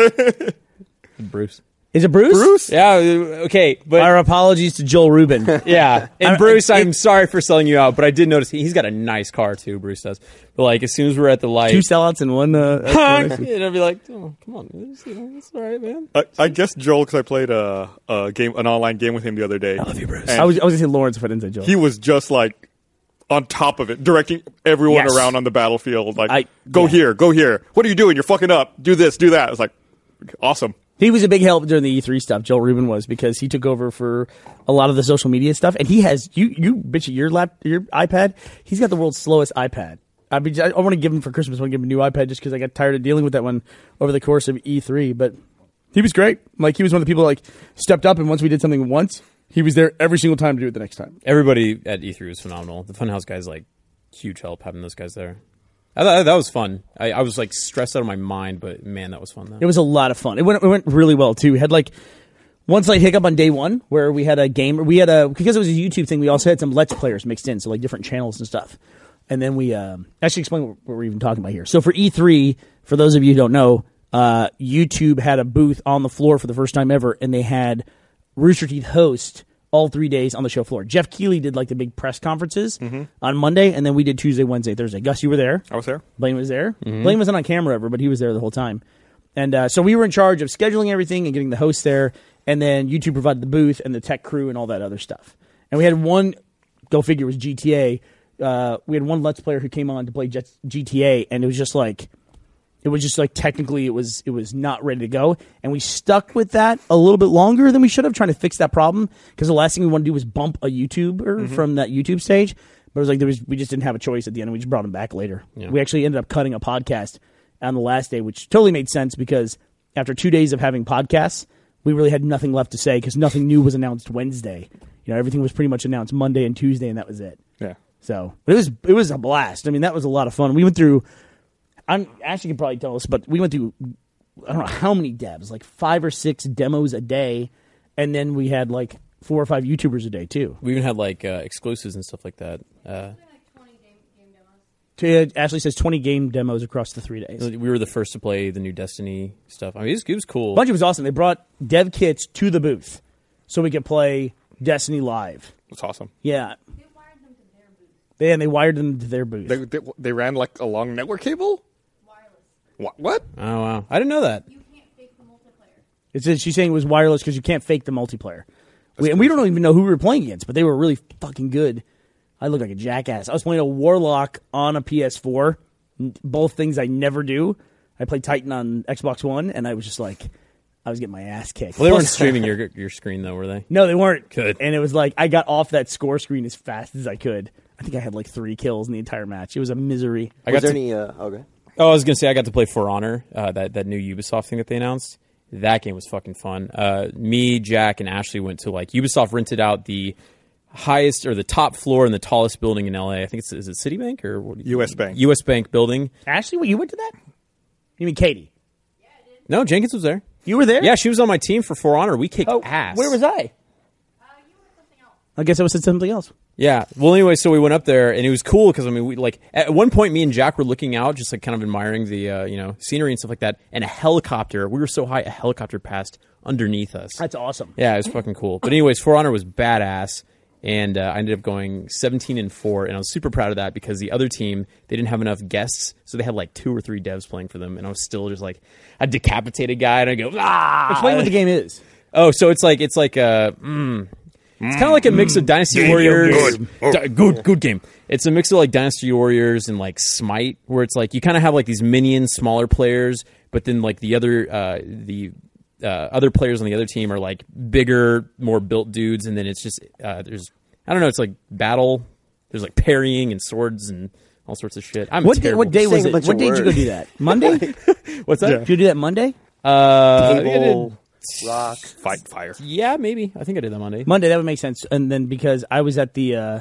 [SPEAKER 3] Bruce.
[SPEAKER 4] Is it Bruce?
[SPEAKER 2] Bruce?
[SPEAKER 3] Yeah, uh, okay, but
[SPEAKER 4] Our apologies to Joel <laughs> Rubin.
[SPEAKER 3] yeah. And
[SPEAKER 4] I-
[SPEAKER 3] Bruce,
[SPEAKER 4] it-
[SPEAKER 3] I'm sorry for selling you out, but I did notice he, he's got a nice car too, Bruce does. But like as soon as we're at the light,
[SPEAKER 4] Two sellouts and one. <laughs> Uh,
[SPEAKER 3] honk, <laughs> and I'd be like, oh, come on, man. It's, you know, it's all right, man.
[SPEAKER 2] I, I guess Joel, because I played a, a game, an online game with him the other day. I
[SPEAKER 3] love you, Bruce.
[SPEAKER 4] I was I was gonna say Lawrence, but I didn't say Joel.
[SPEAKER 2] he was just like on top of it, directing everyone
[SPEAKER 4] Yes.
[SPEAKER 2] around on the battlefield. Like,
[SPEAKER 4] I-
[SPEAKER 2] go
[SPEAKER 4] yeah.
[SPEAKER 2] here, go here. What are you doing? You're fucking up. Do this, do that. It's like, awesome.
[SPEAKER 4] He was a big help during the E3 stuff. Joel Rubin was because he took over for a lot of the social media stuff, and he has you you bitch at your lap your iPad. He's got the world's slowest iPad. I mean, I, want to give him for Christmas. I want to give him a new iPad just because I got tired of dealing with that one over the course of E3. But he was great. Like he was one of the people that, like stepped up, and once we did something once, he was there every single time to do it the next time.
[SPEAKER 3] everybody at E3 was phenomenal. The Funhouse guys like huge help having those guys there. I thought that was fun. I, I was like stressed out of my mind, but man, that was fun. Though.
[SPEAKER 4] It was a lot of fun. It went it went really well too. We had like one slight hiccup on day one where we had a game. We had a because it was a YouTube thing. We also had some Let's Players mixed in, so like different channels and stuff. And then we um, I should explain what we're even talking about here. So for E3, for those of you who don't know, uh, YouTube had a booth on the floor for the first time ever, and they had Rooster Teeth host all three days on the show floor. Jeff Keeley did like the big press conferences on Monday, and then we did Tuesday, Wednesday, Thursday. Gus, you were there.
[SPEAKER 2] Mm-hmm. I was there.
[SPEAKER 4] Blaine was there. Blaine wasn't on camera ever, but he was there the whole time. And uh, so we were in charge of scheduling everything and getting the host there. And then YouTube provided the booth and the tech crew and all that other stuff. And we had one, go figure, was GTA. Uh, we had one Let's Player who came on to play Jet- GTA, and it was just like, it was just like technically it was it was not ready to go, and we stuck with that a little bit longer than we should have trying to fix that problem because the last thing we wanted to do was bump a YouTuber from that YouTube stage. But it was like there was we just didn't have a choice at the end, and we just brought him back later. We actually ended up cutting a podcast on the last day, which totally made sense because after two days of having podcasts, we really had nothing left to say because nothing new was announced Wednesday. You know, everything was pretty much announced Monday and Tuesday, and that was it.
[SPEAKER 2] Yeah.
[SPEAKER 4] So but it was it was a blast. I mean, that was a lot of fun. We went through. I'm Ashley could probably tell us, but we went through. I don't know how many devs, like five or six demos a day, and then we had like four or five YouTubers a day too.
[SPEAKER 3] We even had like uh, exclusives and stuff like that. Uh,
[SPEAKER 4] T- uh, Ashley says twenty game demos across the three days.
[SPEAKER 3] we were the first to play the new Destiny stuff. I mean, it was, it was cool.
[SPEAKER 4] Bunch of it was awesome. They brought dev kits to the booth, so we could play Destiny live.
[SPEAKER 2] It's awesome.
[SPEAKER 4] Yeah, they and they wired them to their booth.
[SPEAKER 2] They, they, they ran like a long network cable? What? what?
[SPEAKER 3] oh wow, I didn't know that.
[SPEAKER 4] It's just, she's saying it was wireless because you can't fake the multiplayer. We, and we don't even know who we were playing against, but they were really fucking good. I look like a jackass. I was playing a Warlock on a PS4, n- both things I never do. I played Titan on Xbox One, and I was just like, I was getting my ass kicked.
[SPEAKER 3] Well, they weren't
[SPEAKER 4] Plus-
[SPEAKER 3] streaming your your screen though, were they?
[SPEAKER 4] <laughs> no, they weren't.
[SPEAKER 3] Good.
[SPEAKER 4] And it was like I got off that score screen as fast as I could. I think I had like three kills in the entire match. It was a misery.
[SPEAKER 3] I
[SPEAKER 1] was
[SPEAKER 3] got
[SPEAKER 1] there
[SPEAKER 3] to-
[SPEAKER 1] any? Uh, okay.
[SPEAKER 3] Oh, I was gonna say I got to play For Honor, uh, that that new Ubisoft thing that they announced. That game was fucking fun. Uh, me, Jack, and Ashley went to like Ubisoft rented out the highest or the top floor in the tallest building in LA. I think it's is it Citibank or what,
[SPEAKER 2] US Bank.
[SPEAKER 3] U.S. Bank building.
[SPEAKER 4] Ashley, what, you went to that? You mean Katie?
[SPEAKER 3] No, Jenkins was there.
[SPEAKER 4] You were there?
[SPEAKER 3] Yeah, she was on my team for For Honor. We kicked
[SPEAKER 4] Oh,
[SPEAKER 3] ass.
[SPEAKER 4] Where was I?
[SPEAKER 6] Uh,
[SPEAKER 4] I guess I was at something else.
[SPEAKER 3] Yeah. Well, anyway, so we went up there, and it was cool because I mean, we like at one point, me and Jack were looking out, just like kind of admiring the uh, you know scenery and stuff like that. And a helicopter. We were so high, a helicopter passed underneath us.
[SPEAKER 4] That's awesome.
[SPEAKER 3] Yeah, it was fucking cool. But anyways, For Honor was badass, and uh, I ended up going 17 and four, and I was super proud of that because the other team they didn't have enough guests, so they had like two or three devs playing for them, and I was still just like a decapitated guy, and I go ah.
[SPEAKER 4] Explain what the game is.
[SPEAKER 3] Oh, so it's like it's like uh, mm, it's kind of like a mix of Dynasty Warriors. Good. good, good game. It's a mix of like Dynasty Warriors and like Smite, where it's like you kind of have like these minions, smaller players, but then like the other uh, the uh, other players on the other team are like bigger, more built dudes, and then it's just uh, there's I don't know. It's like battle. There's like parrying and swords and all sorts of shit. I'm
[SPEAKER 4] What day,
[SPEAKER 3] terrible. Uh,
[SPEAKER 4] what day
[SPEAKER 1] You're
[SPEAKER 4] was
[SPEAKER 1] saying a
[SPEAKER 4] it?
[SPEAKER 1] bunch
[SPEAKER 4] What
[SPEAKER 1] of
[SPEAKER 4] day did you go
[SPEAKER 1] words.
[SPEAKER 4] do that? Monday?
[SPEAKER 1] <laughs>
[SPEAKER 3] What's
[SPEAKER 4] Did you do that Monday?
[SPEAKER 3] Uh, I think I did-
[SPEAKER 1] Table, rock.
[SPEAKER 2] Fight fire.
[SPEAKER 3] yeah, maybe. I think I did that Monday.
[SPEAKER 4] Monday, that would make sense. And then because I was at the, uh,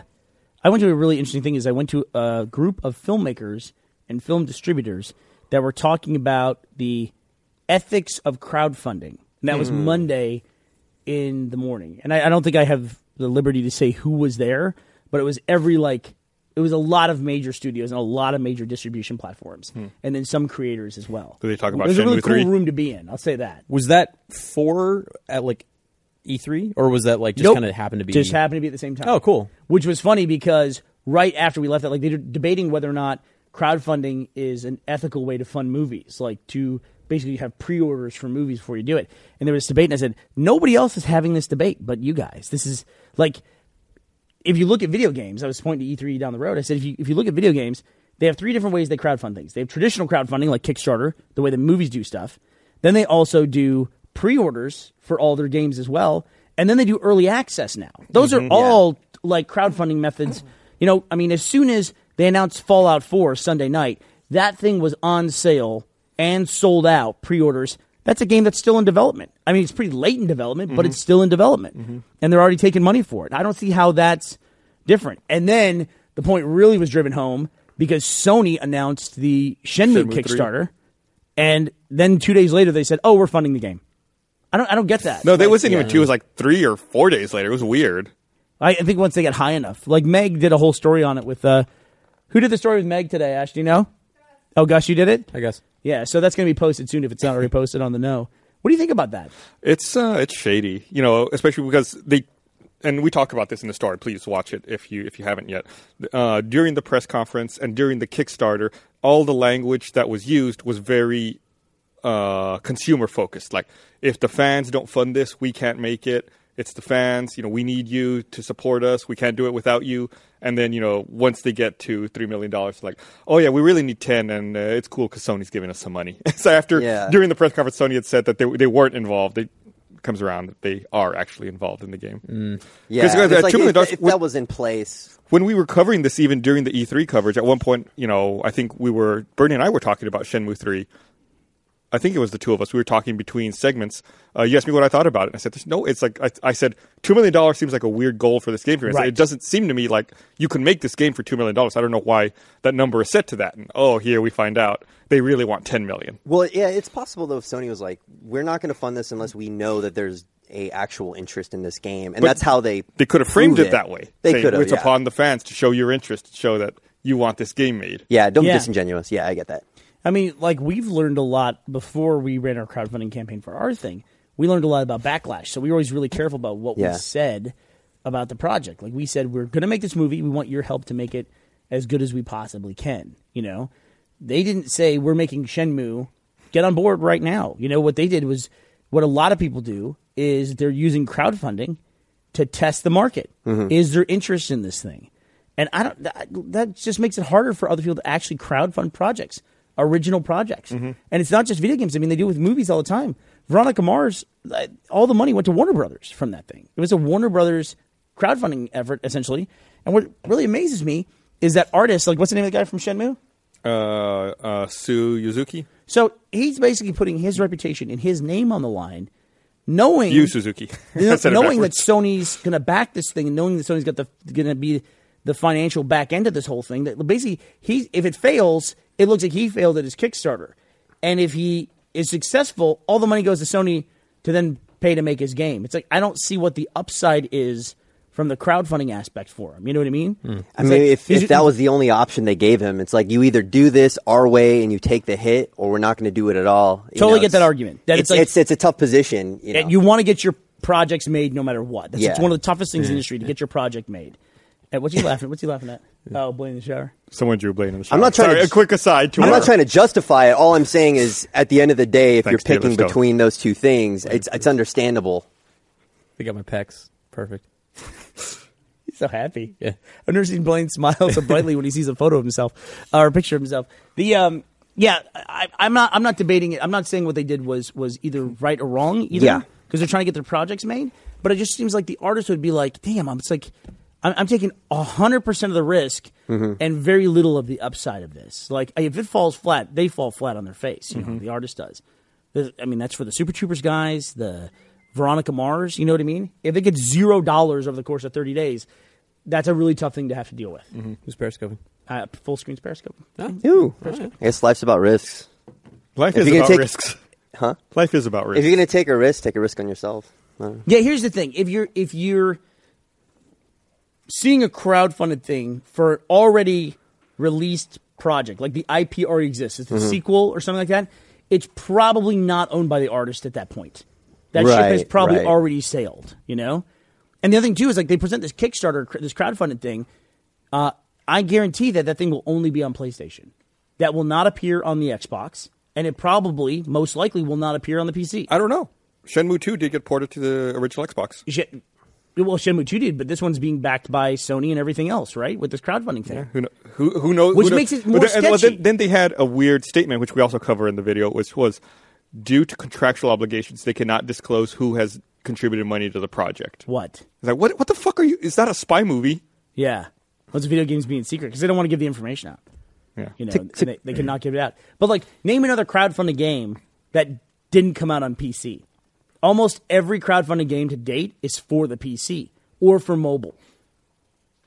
[SPEAKER 4] I went to a really interesting thing. Is I went to a group of filmmakers and film distributors that were talking about the ethics of crowdfunding, and that was
[SPEAKER 2] Hmm.
[SPEAKER 4] Monday in the morning. And I, I don't think I have the liberty to say who was there, but it was every like. It was a lot of major studios and a lot of major distribution platforms, and then some creators as well.
[SPEAKER 2] Hmm. Did they talk about
[SPEAKER 4] it was a really
[SPEAKER 2] Shenmue 3?
[SPEAKER 4] cool room to be in. I'll say that.
[SPEAKER 3] Was that for at like E3 or was that like just
[SPEAKER 4] Nope.
[SPEAKER 3] kind of happened to be?
[SPEAKER 4] just happened to be at the same time.
[SPEAKER 3] Oh, cool.
[SPEAKER 4] Which was funny because right after we left that, like they're debating whether or not crowdfunding is an ethical way to fund movies, like to basically have pre-orders for movies before you do it. And there was this debate, and I said, nobody else is having this debate but you guys. This is like if you look at video games, I was pointing to E3 down the road. I said, if you, if you look at video games, they have three different ways they crowdfund things. They have traditional crowdfunding, like Kickstarter, the way that movies do stuff. Then they also do pre orders for all their games as well. And then they do early access now. Those are all like crowdfunding methods. You know, I mean, as soon as they announced Fallout 4 Sunday night, that thing was on sale and sold out pre orders. That's a game that's still in development. I mean, it's pretty late in development, but it's still in development. And they're already taking money for it. I don't see how that's different. And then the point really was driven home because Sony announced the Shenmue,
[SPEAKER 2] Shenmue
[SPEAKER 4] Kickstarter, and then two days later they said, "Oh, we're funding the game." I don't, I don't get that.
[SPEAKER 2] No, that wasn't even two. It was like three or four days later. It was weird.
[SPEAKER 4] I, I think once they get high enough, like Meg did a whole story on it with uh, who did the story with Meg today? Ash, do you know? Oh, gosh, you did it.
[SPEAKER 3] I guess.
[SPEAKER 4] Yeah, so that's going to be posted soon if it's not already posted on the No. What do you think about that?
[SPEAKER 2] It's uh, it's shady, you know, especially because they and we talk about this in the story. Please watch it if you if you haven't yet. Uh, during the press conference and during the Kickstarter, all the language that was used was very uh, consumer focused. Like, if the fans don't fund this, we can't make it. It's the fans, you know, we need you to support us. We can't do it without you. And then, you know, once they get to $3 million, like, oh, yeah, we really need 10 and uh, it's cool because Sony's giving us some money. <laughs> so after,
[SPEAKER 1] Yeah.
[SPEAKER 2] during the press conference, Sony had said that they, they weren't involved. They, comes around that they are actually involved in the game.
[SPEAKER 1] Mm. Yeah,
[SPEAKER 2] 'Cause, guys,
[SPEAKER 1] it's
[SPEAKER 2] at
[SPEAKER 1] like,
[SPEAKER 2] $2 million
[SPEAKER 1] if- if
[SPEAKER 2] would-
[SPEAKER 1] that was in place.
[SPEAKER 2] when we were covering this even during the E3 coverage, at one point, you know, I think we were Bernie and I were talking about Shenmue 3. I think it was the two of us. We were talking between segments. Uh, you asked me what I thought about it. And I said, "There's no." It's like I, I said, two million dollars seems like a weird goal for this game for me. I said,
[SPEAKER 4] Right.
[SPEAKER 2] It doesn't seem to me like you can make this game for two million dollars. I don't know why that number is set to that. And oh, here we find out they really want ten million.
[SPEAKER 1] Well, yeah, it's possible though. If Sony was like, "We're not going to fund this unless we know that there's a actual interest in this game," and
[SPEAKER 2] But
[SPEAKER 1] that's how they
[SPEAKER 2] They could have framed
[SPEAKER 1] proved
[SPEAKER 2] it that way.
[SPEAKER 1] They
[SPEAKER 2] saying
[SPEAKER 1] could have.
[SPEAKER 2] It's
[SPEAKER 1] yeah.
[SPEAKER 2] upon the fans to show your interest, to show that you want this game made.
[SPEAKER 1] Yeah, don't
[SPEAKER 4] Yeah.
[SPEAKER 1] be disingenuous. Yeah, I get that.
[SPEAKER 4] I mean, like we've learned a lot before we ran our crowdfunding campaign for our thing. We learned a lot about backlash, so we were always really careful about what
[SPEAKER 1] Yeah.
[SPEAKER 4] we said about the project. Like we said, we're going to make this movie. We want your help to make it as good as we possibly can. You know, they didn't say we're making Shenmue. Get on board right now. You know what they did was what a lot of people do is they're using crowdfunding to test the market. Is there interest in this thing? And I don't. That, that just makes it harder for other people to actually crowdfund projects, original projects. And it's not just video games. I mean, they do it with movies all the time. Veronica Mars, like, all the money went to Warner Brothers from that thing. It was a Warner Brothers crowdfunding effort essentially. And what really amazes me is that artist, like what's the name of the guy from Shenmue?
[SPEAKER 2] Uh, uh, Sue Yuzuki.
[SPEAKER 4] So he's basically putting his reputation and his name on the line, knowing
[SPEAKER 1] Mm.
[SPEAKER 2] You, Suzuki.
[SPEAKER 1] <laughs>
[SPEAKER 4] You
[SPEAKER 2] <laughs>
[SPEAKER 4] know,
[SPEAKER 2] I said it
[SPEAKER 4] knowing that
[SPEAKER 2] backwards.
[SPEAKER 4] Sony's going to back this thing, and knowing that Sony's got the going to be the financial back end of this whole thing. That basically, he if it fails, it looks like he failed at his Kickstarter, and if he is successful, all the money goes to Sony to then pay to make his game. It's like I don't see what the upside is from the crowdfunding aspect for him. You know what I mean?
[SPEAKER 1] Hmm. I mean, if, if that was the only option they gave him, it's like you either do this our way and you take the hit, or we're not going to do it at all. You
[SPEAKER 4] Totally
[SPEAKER 1] know,
[SPEAKER 4] get that
[SPEAKER 1] it's-
[SPEAKER 4] argument. That it's
[SPEAKER 1] it's,
[SPEAKER 4] like-
[SPEAKER 1] it's it's a tough position. You, know?
[SPEAKER 4] And you want to get your projects made no matter what. That's it's
[SPEAKER 1] Yeah.
[SPEAKER 4] one of the toughest things in the industry to get your project made. And what's
[SPEAKER 1] <laughs>
[SPEAKER 4] he laughing? What's he laughing at? Oh, Blaine in the shower.
[SPEAKER 2] Someone drew Blaine in the show.
[SPEAKER 1] I'm not trying
[SPEAKER 2] Sorry,
[SPEAKER 1] to-
[SPEAKER 2] a quick aside to
[SPEAKER 1] I'm
[SPEAKER 2] her.
[SPEAKER 1] not trying to justify it. All I'm saying is, at the end of the day, if
[SPEAKER 2] Thanks,
[SPEAKER 1] you're
[SPEAKER 2] Taylor
[SPEAKER 1] picking
[SPEAKER 2] Stone.
[SPEAKER 1] between those two things, it's it's understandable.
[SPEAKER 3] They got my pecs. Perfect.
[SPEAKER 4] He's <laughs> so happy.
[SPEAKER 3] Yeah.
[SPEAKER 4] I've never seen Blaine smile so brightly when he sees a photo of himself or a picture of himself. The um, Yeah, I, I'm not. I'm not debating it. I'm not saying what they did was was either right or wrong. Either,
[SPEAKER 1] Yeah.
[SPEAKER 4] because they're trying to get their projects made. But it just seems like the artist would be like, "Damn, I'm. It's like, I'm, I'm taking hundred percent of the risk and very little of the upside of this. Like, if it falls flat, they fall flat on their face. You know, the artist does. The- I mean, that's for the Super Troopers guys, the Veronica Mars. You know what I mean? If they get zero dollars over the course of 30 days, that's a really tough thing to have to deal with.
[SPEAKER 3] Who's periscoping?
[SPEAKER 4] Uh, full screen's Periscope.
[SPEAKER 1] Ooh. I guess life's about risks.
[SPEAKER 2] Life
[SPEAKER 1] If
[SPEAKER 2] is
[SPEAKER 1] you're gonna
[SPEAKER 2] about
[SPEAKER 1] take-
[SPEAKER 2] risks.
[SPEAKER 1] Huh?
[SPEAKER 2] Life is about
[SPEAKER 1] If
[SPEAKER 2] risks.
[SPEAKER 1] you're going to take a risk, take a risk on yourself. I don't know.
[SPEAKER 4] Yeah, here's the thing. If you're if you're seeing a crowdfunded thing for an already released project, like the IP already exists, it's a
[SPEAKER 1] Mm-hmm.
[SPEAKER 4] sequel or something like that, it's probably not owned by the artist at that point. That ship has
[SPEAKER 1] Right,
[SPEAKER 4] probably
[SPEAKER 1] right.
[SPEAKER 4] already sailed, you know? And the other thing too is like they present this Kickstarter cr- this crowdfunded thing. Uh, I guarantee that that thing will only be on PlayStation. That will not appear on the Xbox, and it probably most likely will not appear on the PC.
[SPEAKER 2] I don't know. Shenmue 2 did get ported to the original Xbox.
[SPEAKER 4] Shen- well, Shenmue 2 did, but this one's being backed by Sony and everything else, right? With this crowdfunding thing.
[SPEAKER 2] Who, kno- who, who knows?
[SPEAKER 4] Which
[SPEAKER 2] who kno-
[SPEAKER 4] makes it
[SPEAKER 2] But
[SPEAKER 4] more
[SPEAKER 2] then, and- well,
[SPEAKER 4] sketchy.
[SPEAKER 2] then, then they had a weird statement, which we also cover in the video, which was due to contractual obligations, they cannot disclose who has contributed money to the project.
[SPEAKER 4] What?
[SPEAKER 2] It's like, what, what the fuck are you? Is that a spy movie?
[SPEAKER 4] Yeah. Those video games being secret because they don't want to give the information out.
[SPEAKER 2] Yeah.
[SPEAKER 4] You know, and they, they cannot give it out. But, like, name another crowdfunded game that didn't come out on PC. Almost every crowdfunded game to date is for the PC or for mobile.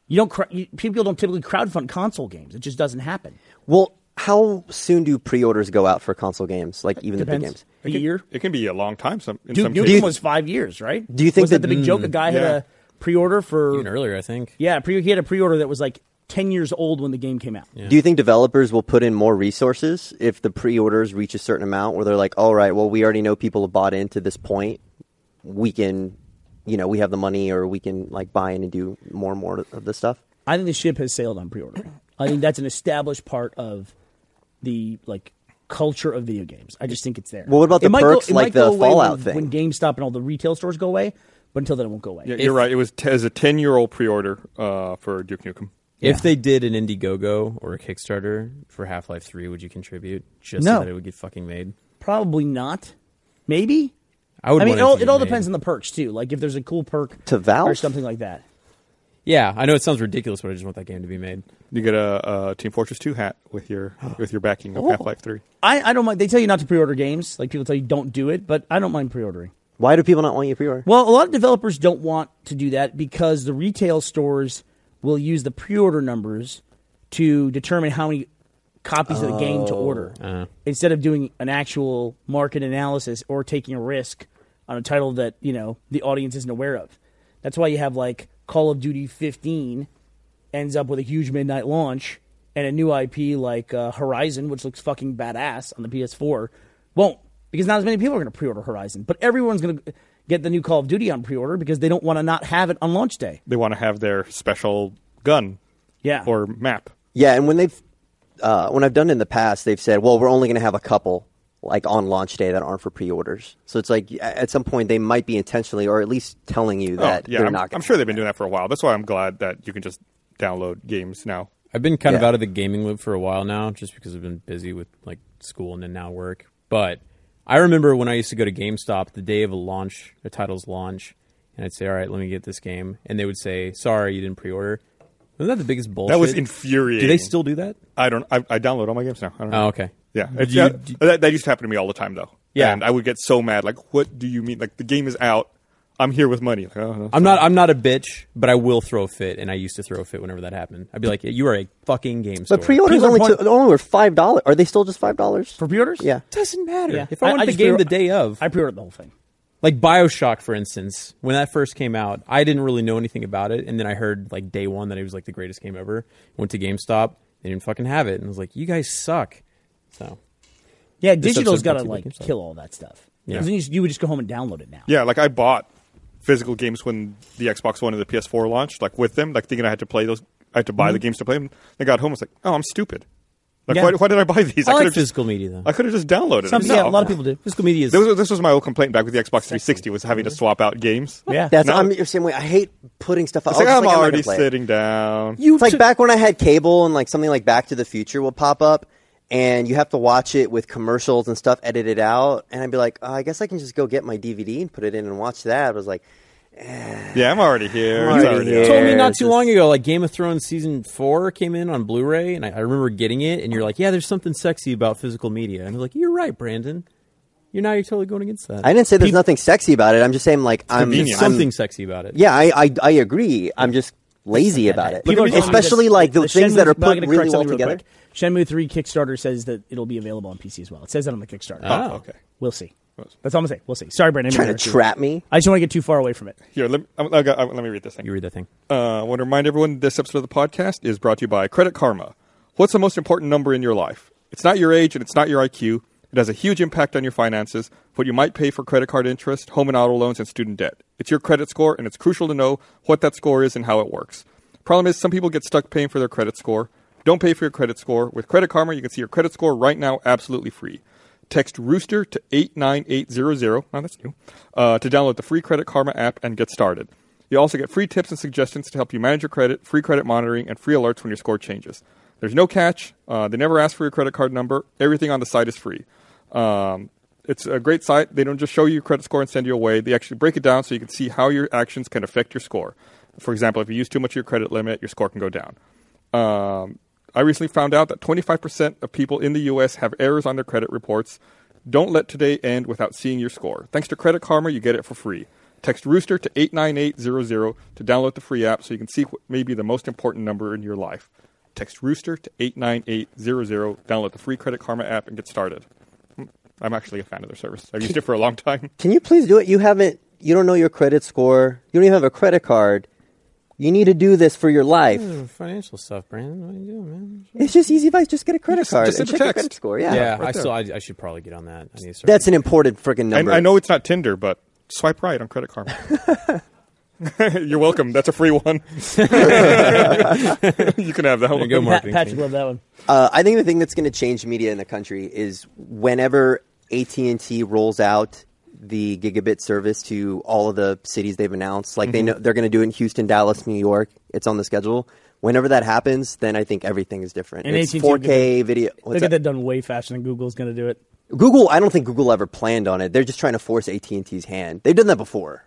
[SPEAKER 4] You don't cr- you, people don't typically crowdfund console games. It just doesn't happen.
[SPEAKER 1] Well, how soon do pre-orders go out for console games, like even the big games?
[SPEAKER 4] Depends. A
[SPEAKER 2] It can-
[SPEAKER 4] year.
[SPEAKER 2] It can be a long time. Some in
[SPEAKER 4] Duke
[SPEAKER 2] some
[SPEAKER 4] Nukem
[SPEAKER 2] cases.
[SPEAKER 4] was five years, right?
[SPEAKER 1] Do you think
[SPEAKER 4] was that,
[SPEAKER 1] that-
[SPEAKER 4] the big joke? A guy had
[SPEAKER 2] yeah.
[SPEAKER 4] a pre-order for
[SPEAKER 3] Even earlier, I think.
[SPEAKER 4] yeah, pre- he had a pre-order that was like ten years old when the game came out.
[SPEAKER 1] Do you think developers will put in more resources if the pre-orders reach a certain amount where they're like, "All right, well, we already know people have bought in to this point. We can, you know, we have the money, or we can like buy in and do more and more of this stuff."
[SPEAKER 4] I think the ship has sailed on pre-ordering. I think that's an established part of the like culture of video games. I just think it's there.
[SPEAKER 1] Well, what about
[SPEAKER 4] It
[SPEAKER 1] the
[SPEAKER 4] might go-
[SPEAKER 1] perks
[SPEAKER 4] it
[SPEAKER 1] like
[SPEAKER 4] might
[SPEAKER 1] the
[SPEAKER 4] go away
[SPEAKER 1] Fallout
[SPEAKER 4] when,
[SPEAKER 1] thing?
[SPEAKER 4] when GameStop and all the retail stores go away? But until then, it won't go away.
[SPEAKER 2] Yeah, you're right. It was t- as a ten-year-old pre-order uh, for Duke Nukem.
[SPEAKER 3] If they did an Indiegogo or a Kickstarter for Half Life Three, would you contribute just
[SPEAKER 4] No.
[SPEAKER 3] so that it would get fucking made?
[SPEAKER 4] Probably not. Maybe.
[SPEAKER 3] I would.
[SPEAKER 4] I mean,
[SPEAKER 3] want
[SPEAKER 4] it all,
[SPEAKER 3] to get
[SPEAKER 4] it all
[SPEAKER 3] made.
[SPEAKER 4] depends on the perks too. Like if there's a cool perk
[SPEAKER 1] To Valve?
[SPEAKER 4] or something like that.
[SPEAKER 3] Yeah, I know it sounds ridiculous, but I just want that game to be made.
[SPEAKER 2] You get a, a Team Fortress 2 hat with
[SPEAKER 4] <gasps>
[SPEAKER 2] your with your backing of
[SPEAKER 4] Oh.
[SPEAKER 2] Half-Life 3.
[SPEAKER 4] I, I don't mind. They tell you not to pre-order games. Like people tell you don't do it, but I don't mind pre-ordering.
[SPEAKER 1] Why do people not want you to pre-order?
[SPEAKER 4] Well, a lot of developers don't want to do that because the retail stores will use the pre-order numbers to determine how many copies of the game to order instead of doing an actual market analysis or taking a risk on a title that you know the audience isn't aware of. That's why you have like Call of Duty 15 ends up with a huge midnight launch and a new IP like uh, Horizon, which looks fucking badass on the PS4, won't because not as many people are going to pre-order Horizon, but everyone's going to get the new Call of Duty on pre-order because they don't want to not have it on launch day.
[SPEAKER 2] They want to have their special gun
[SPEAKER 4] Yeah.
[SPEAKER 2] or map.
[SPEAKER 1] Yeah, and when they've uh, when I've done it in the past, they've said, "Well, we're only going to have a couple like on launch day that aren't for pre-orders." So it's like a- at some point they might be intentionally or at least telling you that
[SPEAKER 2] oh, yeah,
[SPEAKER 1] they're
[SPEAKER 2] I'm,
[SPEAKER 1] not. Gonna
[SPEAKER 2] I'm sure they've been doing that for a while. That's why I'm glad that you can just download games now.
[SPEAKER 3] I've been kind of
[SPEAKER 1] Yeah.
[SPEAKER 3] out of the gaming loop for a while now, just because I've been busy with like school and then now work. But I remember when I used to go to GameStop the day of a launch, a title's launch, and I'd say, "All right, let me get this game," and they would say, "Sorry, you didn't pre-order." Isn't that the biggest bullshit?
[SPEAKER 2] That was infuriating.
[SPEAKER 3] Do they still do that?
[SPEAKER 2] I don't. I, I download all my games now. I don't know.
[SPEAKER 3] Oh, okay.
[SPEAKER 2] Yeah,
[SPEAKER 3] Do
[SPEAKER 2] it's,
[SPEAKER 3] you-
[SPEAKER 2] yeah,
[SPEAKER 3] do-
[SPEAKER 2] that, that used to happen to me all the time though.
[SPEAKER 3] Yeah.
[SPEAKER 2] and I would get so mad. Like, what do you mean? Like, the game is out. I'm here with money. Like, oh, no,
[SPEAKER 3] I'm not. I'm not a bitch, but I will throw a fit, and I used to throw a fit whenever that happened. I'd be like, "You are a fucking game store."
[SPEAKER 1] But pre-orders
[SPEAKER 4] People
[SPEAKER 1] only
[SPEAKER 4] want-
[SPEAKER 1] to, only were five dollars. Are they still just five dollars
[SPEAKER 4] For pre-orders?
[SPEAKER 1] Yeah.
[SPEAKER 3] doesn't matter.
[SPEAKER 4] Yeah.
[SPEAKER 3] If I, want the
[SPEAKER 4] just
[SPEAKER 3] game
[SPEAKER 4] pre-
[SPEAKER 3] the day of,
[SPEAKER 4] I pre-ordered the whole thing.
[SPEAKER 3] like Bioshock, for instance, when that first came out, I didn't really know anything about it, and then I heard like day one that it was like the greatest game ever. Went to GameStop, they didn't fucking have it, and I was like, "You guys suck." So
[SPEAKER 4] Yeah,
[SPEAKER 3] This
[SPEAKER 4] digital's
[SPEAKER 3] episode's
[SPEAKER 4] got to
[SPEAKER 3] brought to you by
[SPEAKER 4] like
[SPEAKER 3] GameStop.
[SPEAKER 4] kill all that stuff.
[SPEAKER 3] Yeah.
[SPEAKER 4] 'Cause Then you, just- you would just go home and download it now.
[SPEAKER 2] Yeah, like I bought physical games when the Xbox One and the PS4 launched, like with them, like thinking I had to play those, I had to buy the games to play them. I got home, I was like, oh, I'm stupid. Like,
[SPEAKER 4] Yeah.
[SPEAKER 2] why, why did I buy these?
[SPEAKER 3] I, like
[SPEAKER 2] could've just-
[SPEAKER 3] physical media though.
[SPEAKER 2] I could have just downloaded
[SPEAKER 4] Some,
[SPEAKER 2] it.
[SPEAKER 4] yeah,
[SPEAKER 2] No.
[SPEAKER 4] a lot of people do.
[SPEAKER 3] physical media is
[SPEAKER 2] This was, this was my old complaint back with the Xbox 360 was having to swap out games.
[SPEAKER 4] Yeah.
[SPEAKER 1] That's
[SPEAKER 2] No.
[SPEAKER 1] I'm the same way. I hate putting stuff out.
[SPEAKER 2] It's like,
[SPEAKER 1] Oh,
[SPEAKER 2] I'm
[SPEAKER 1] it's not gonna
[SPEAKER 2] already
[SPEAKER 1] play it.
[SPEAKER 2] sitting down.
[SPEAKER 1] It's like back when I had cable and like something like Back to the Future would pop up, and you have to watch it with commercials and stuff edited out. And I'd be like, oh, I guess I can just go get my DVD and put it in and watch that. I was like,
[SPEAKER 2] Yeah, I'm already here.
[SPEAKER 1] I'm
[SPEAKER 2] It's
[SPEAKER 1] already here.
[SPEAKER 3] told me
[SPEAKER 1] Yeah,
[SPEAKER 3] not
[SPEAKER 1] it's
[SPEAKER 3] too
[SPEAKER 1] just-
[SPEAKER 3] long ago, like Game of Thrones season four came in on Blu-ray, and I, I remember getting it, and you're like, "Yeah, there's something sexy about physical media," and I'm like, "You're right, Brandon. You're now you're totally going against that.
[SPEAKER 1] I didn't say there's
[SPEAKER 3] People-
[SPEAKER 1] nothing sexy about it. I'm just saying like I'm,
[SPEAKER 3] There's
[SPEAKER 2] convenient.
[SPEAKER 1] I'm-
[SPEAKER 3] something sexy about it.
[SPEAKER 1] yeah, I, I I agree. I'm just lazy about it.
[SPEAKER 4] People are telling me
[SPEAKER 1] especially
[SPEAKER 4] this-
[SPEAKER 1] like the
[SPEAKER 4] Shenmue-
[SPEAKER 1] things that are
[SPEAKER 4] I'm
[SPEAKER 1] put
[SPEAKER 4] gonna
[SPEAKER 1] really
[SPEAKER 4] correct
[SPEAKER 1] well
[SPEAKER 4] something real
[SPEAKER 1] together.
[SPEAKER 4] quick. Shenmue Three Kickstarter says that it'll be available on PC as well. It says that on the Kickstarter.
[SPEAKER 3] Ah.
[SPEAKER 2] Oh, okay.
[SPEAKER 4] We'll see. That's all I'm gonna say. We'll see. Sorry, Brandon. I didn't
[SPEAKER 1] Trying to
[SPEAKER 4] mean interrupt you.
[SPEAKER 1] trap me.
[SPEAKER 4] I just want to get too far
[SPEAKER 1] <laughs>
[SPEAKER 4] away from it.
[SPEAKER 2] Here, let me, I, I got, I, let me read this thing.
[SPEAKER 3] You read that thing.
[SPEAKER 1] Oh,
[SPEAKER 2] Uh, I want to remind everyone this episode of the podcast is brought to you by Credit Karma. What's the most important number in your life? It's not your age and it's not your IQ. It has a huge impact on your finances, what you might pay for credit card interest, home and auto loans, and student debt. It's your credit score, and it's crucial to know what that score is and how it works. Problem is, some people get stuck paying for their credit score. Don't pay for your credit score. With Credit Karma, you can see your credit score right now absolutely free. Text Rooster to 89800. Now that's new. Uh, to download the free Credit Karma app and get started. You also get free tips and suggestions to help you manage your credit, free credit monitoring, and free alerts when your score changes. There's no catch. Uh, they never ask for your credit card number. Everything on the site is free. Um, it's a great site. They don't just show you your credit score and send you away. They actually break it down so you can see how your actions can affect your score. For example, if you use too much of your credit limit, your score can go down. Um, I recently found out that 25% of people in the U.S. have errors on their credit reports. Don't let today end without seeing your score. Thanks to Credit Karma, you get it for free. Text Rooster to 89800 to download the free app so you can see what may be the most important number in your life. Text Rooster to 89800, download the free Credit Karma app and get started. Hmm, I'm actually a fan of their service. I've used it for a long time.
[SPEAKER 1] Can you please do it? You haven't. You don't know your credit score. You don't even have a credit card. You need to do this for your life.
[SPEAKER 3] Hmm. Financial stuff, Brandon. What are you doing, man?
[SPEAKER 1] It's just easy advice. Just get a credit
[SPEAKER 2] Just-
[SPEAKER 1] card
[SPEAKER 2] just
[SPEAKER 1] and
[SPEAKER 2] send a
[SPEAKER 1] check your
[SPEAKER 2] text.
[SPEAKER 1] credit score. Yeah.
[SPEAKER 3] Yeah, I
[SPEAKER 2] right there.
[SPEAKER 3] still I, I should probably get on that. I need to start
[SPEAKER 1] That's an important freaking
[SPEAKER 2] And
[SPEAKER 1] number.
[SPEAKER 2] I know it's not Tinder, but swipe right on Credit Karma. <laughs> You're welcome. That's a free one. <laughs> you can have that one.
[SPEAKER 3] you go, Mark. Marketing
[SPEAKER 4] Pat, Patrick
[SPEAKER 3] team.
[SPEAKER 4] loved that one.
[SPEAKER 1] Uh, I think the thing that's going to change media in the country is whenever AT and T rolls out the gigabit service to all of the cities they've announced. Like they
[SPEAKER 2] Mm-hmm.
[SPEAKER 1] know they're going to do it in Houston, Dallas, New York. It's on the schedule. Whenever that happens, then I think everything is different.
[SPEAKER 4] And
[SPEAKER 1] it's
[SPEAKER 4] AT&T will
[SPEAKER 1] 4K
[SPEAKER 4] get the-
[SPEAKER 1] video.
[SPEAKER 4] They'll
[SPEAKER 1] What's
[SPEAKER 4] get
[SPEAKER 1] that?
[SPEAKER 4] that done way faster than Google's gonna do it.
[SPEAKER 1] Google. I don't think Google ever planned on it. They're just trying to force AT and T's hand. They've done that before.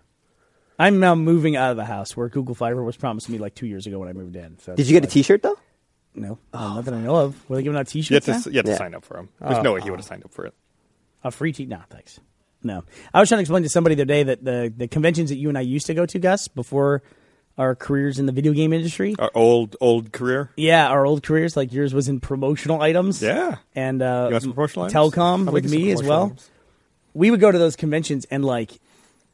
[SPEAKER 4] I'm now moving out of the house where Google Fiber was promised to me like two years ago when I moved in. So
[SPEAKER 1] Did you get a T-shirt Oh. though?
[SPEAKER 4] No, not that I know of. Were they giving out T-shirts?
[SPEAKER 2] You have to,
[SPEAKER 4] now?
[SPEAKER 2] s- you have to
[SPEAKER 1] Yeah.
[SPEAKER 2] sign up for him. There's no way he would have signed up for it.
[SPEAKER 4] A free tea? Nah, thanks. No. I was trying to explain to somebody the other day that the, the conventions that you and I used to go to, Gus, before our careers in the video game industry.
[SPEAKER 2] Our Uh, old old career.
[SPEAKER 4] yeah, our old careers, like yours was in promotional items.
[SPEAKER 2] Yeah.
[SPEAKER 4] And uh,
[SPEAKER 2] You want some promotional items? I'll
[SPEAKER 4] Telcom
[SPEAKER 2] make
[SPEAKER 4] with
[SPEAKER 2] you some
[SPEAKER 4] me as
[SPEAKER 2] promotional
[SPEAKER 4] well.
[SPEAKER 2] items.
[SPEAKER 4] We would go to those conventions and like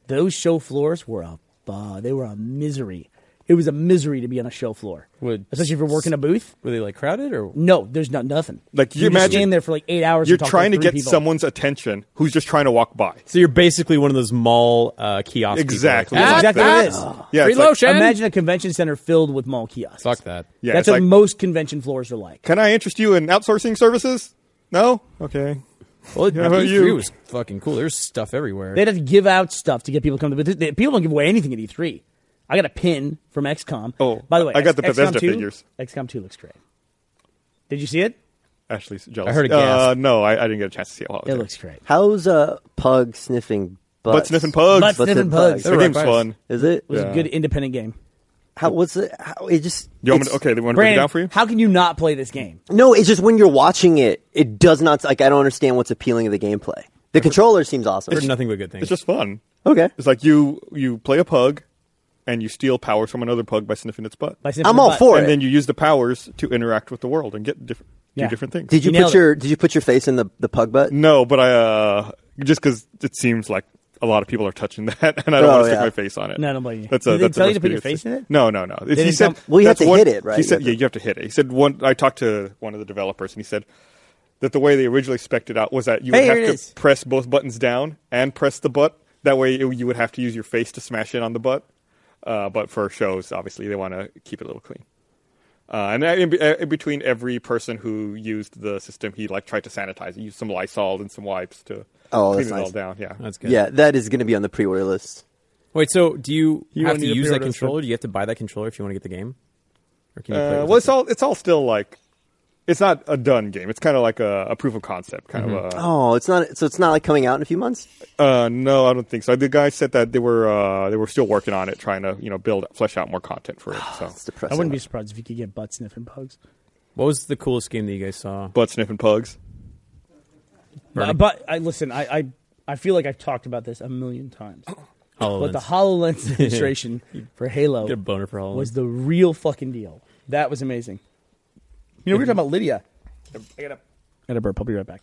[SPEAKER 4] those show floors were a bah, they were a misery. It was a misery to be on a show floor.
[SPEAKER 3] Would-
[SPEAKER 4] Especially if you're working a booth.
[SPEAKER 3] Were they like crowded or?
[SPEAKER 4] No, there's not nothing.
[SPEAKER 2] Like, you
[SPEAKER 4] you just
[SPEAKER 2] imagine-
[SPEAKER 4] stand there for like eight hours.
[SPEAKER 2] You're
[SPEAKER 4] and talk
[SPEAKER 2] trying to
[SPEAKER 4] three
[SPEAKER 2] get
[SPEAKER 4] people.
[SPEAKER 2] someone's attention who's just trying to walk by.
[SPEAKER 3] So you're basically one of those mall uh, kiosk. people,
[SPEAKER 2] Exactly.
[SPEAKER 3] like,
[SPEAKER 2] Fuck
[SPEAKER 4] That's exactly
[SPEAKER 2] that.
[SPEAKER 4] what it is.
[SPEAKER 2] Yeah, it's like,
[SPEAKER 3] Relotion.
[SPEAKER 4] Imagine a convention center filled with mall kiosks.
[SPEAKER 3] Fuck that.
[SPEAKER 2] Yeah,
[SPEAKER 4] That's
[SPEAKER 2] it's
[SPEAKER 4] what
[SPEAKER 2] like-
[SPEAKER 4] most convention floors are like.
[SPEAKER 2] Can I interest you in outsourcing services? No? Okay.
[SPEAKER 3] Well,
[SPEAKER 2] How about
[SPEAKER 3] E3
[SPEAKER 2] you?
[SPEAKER 3] was fucking cool. There's stuff everywhere.
[SPEAKER 4] They'd have to give out stuff to get people to come to. But they- people don't give away anything at E3. I got a pin from XCOM.
[SPEAKER 2] Oh,
[SPEAKER 4] by the way,
[SPEAKER 2] I got the
[SPEAKER 4] X-
[SPEAKER 2] Bethesda
[SPEAKER 4] XCOM 2,
[SPEAKER 2] figures.
[SPEAKER 4] XCOM 2 looks great. Did you see it?
[SPEAKER 2] Ashley's jealous.
[SPEAKER 3] I heard a
[SPEAKER 2] Uh,
[SPEAKER 3] gasp.
[SPEAKER 2] no, I, I didn't get a chance to see it. while I was
[SPEAKER 4] It
[SPEAKER 2] there.
[SPEAKER 4] looks great.
[SPEAKER 1] How's uh pug sniffing? Butts?
[SPEAKER 2] Butt sniffing pugs.
[SPEAKER 4] Butt sniffing pugs.
[SPEAKER 2] The game's fun.
[SPEAKER 1] Is it?
[SPEAKER 4] It was
[SPEAKER 2] Yeah.
[SPEAKER 4] a good independent game.
[SPEAKER 1] How what's it? How it just?
[SPEAKER 2] You want me
[SPEAKER 1] it's-
[SPEAKER 2] to- okay, they want to break it
[SPEAKER 4] Brandon,
[SPEAKER 2] down for you?
[SPEAKER 4] how can you not play this game?
[SPEAKER 1] No, it's just when you're watching it, it does not like I don't understand what's appealing to the gameplay. The controller seems
[SPEAKER 3] Heard
[SPEAKER 1] awesome.
[SPEAKER 3] nothing but good things.
[SPEAKER 2] It's just fun.
[SPEAKER 1] Okay,
[SPEAKER 2] It's like you you play a pug, and you steal powers from another pug by sniffing its butt,
[SPEAKER 4] By sniffing
[SPEAKER 1] I'm
[SPEAKER 4] the
[SPEAKER 1] all
[SPEAKER 4] butt?
[SPEAKER 1] for
[SPEAKER 2] and
[SPEAKER 1] it.
[SPEAKER 2] then you use the powers to interact with the world and get different
[SPEAKER 4] Yeah.
[SPEAKER 2] do different things.
[SPEAKER 1] did you,
[SPEAKER 4] You nailed Mm,
[SPEAKER 1] put your did you put your face in the the pug butt?
[SPEAKER 2] No, but I uh, just because it seems like a lot of people are touching <laughs> that, and I don't
[SPEAKER 1] Oh,
[SPEAKER 2] want to
[SPEAKER 1] yeah.
[SPEAKER 2] stick my face on it.
[SPEAKER 4] No, I don't blame you.
[SPEAKER 2] That's
[SPEAKER 4] Did
[SPEAKER 2] a,
[SPEAKER 4] they
[SPEAKER 2] that's a
[SPEAKER 4] tell you to put your
[SPEAKER 2] recipe that's-
[SPEAKER 4] face in it?
[SPEAKER 2] No, no, no. It's-
[SPEAKER 4] didn't
[SPEAKER 2] he said,
[SPEAKER 4] tell-
[SPEAKER 1] Well, you have
[SPEAKER 2] that's
[SPEAKER 1] to
[SPEAKER 2] one-
[SPEAKER 1] hit it, right?
[SPEAKER 2] He
[SPEAKER 1] You
[SPEAKER 2] said,
[SPEAKER 1] have
[SPEAKER 2] yeah,
[SPEAKER 1] to-
[SPEAKER 2] you have to hit it. He said one. I talked to one of the developers, and he said that the way they originally spec'd it out was that you
[SPEAKER 4] Hey,
[SPEAKER 2] would
[SPEAKER 4] here it
[SPEAKER 2] have to
[SPEAKER 4] is.
[SPEAKER 2] press both buttons down and press the butt. That way, you you would have to use your face to smash in on the butt. Uh, but for shows, obviously, they want to keep it a little clean. Uh, and in, be- in between every person who used the system, he like tried to sanitize it, used some Lysol and some wipes to
[SPEAKER 1] Oh,
[SPEAKER 2] clean
[SPEAKER 1] that's
[SPEAKER 2] it all
[SPEAKER 1] nice.
[SPEAKER 2] down. Yeah,
[SPEAKER 3] That's good.
[SPEAKER 1] Yeah, that is going to be on the pre-order list.
[SPEAKER 3] Wait, so do you,
[SPEAKER 2] You
[SPEAKER 3] have
[SPEAKER 2] don't
[SPEAKER 3] to
[SPEAKER 2] need to
[SPEAKER 3] use that
[SPEAKER 2] pre-order this
[SPEAKER 3] controller? Do you have to buy that controller if you want to get the game? Or can you play
[SPEAKER 2] Uh,
[SPEAKER 3] with it?
[SPEAKER 2] well, it's all it's all still like It's not a done game. It's kind of like a, a proof of concept, kind of
[SPEAKER 3] Mm-hmm.
[SPEAKER 2] a.
[SPEAKER 1] Oh, it's not. So it's not like coming out in a few months.
[SPEAKER 2] Uh, no, I don't think so. The guy said that they were uh, they were still working on it, trying to you know build flesh out more
[SPEAKER 1] <sighs>
[SPEAKER 2] content for it. So
[SPEAKER 1] It's depressing.
[SPEAKER 4] I wouldn't be surprised if you could get butt sniffing bugs.
[SPEAKER 3] What was the coolest game that you guys saw?
[SPEAKER 2] butt sniffing pugs.
[SPEAKER 3] Bernie.
[SPEAKER 4] Uh, But, but I listen. I, I I feel like I've talked about this a million times.
[SPEAKER 3] HoloLens.
[SPEAKER 4] But the <laughs> Hololens demonstration for Halo
[SPEAKER 3] Get a boner for HoloLens.
[SPEAKER 4] was the real fucking deal. That was amazing. You know, we were talking about Lydia. I gotta, gotta burp. I'll be right back.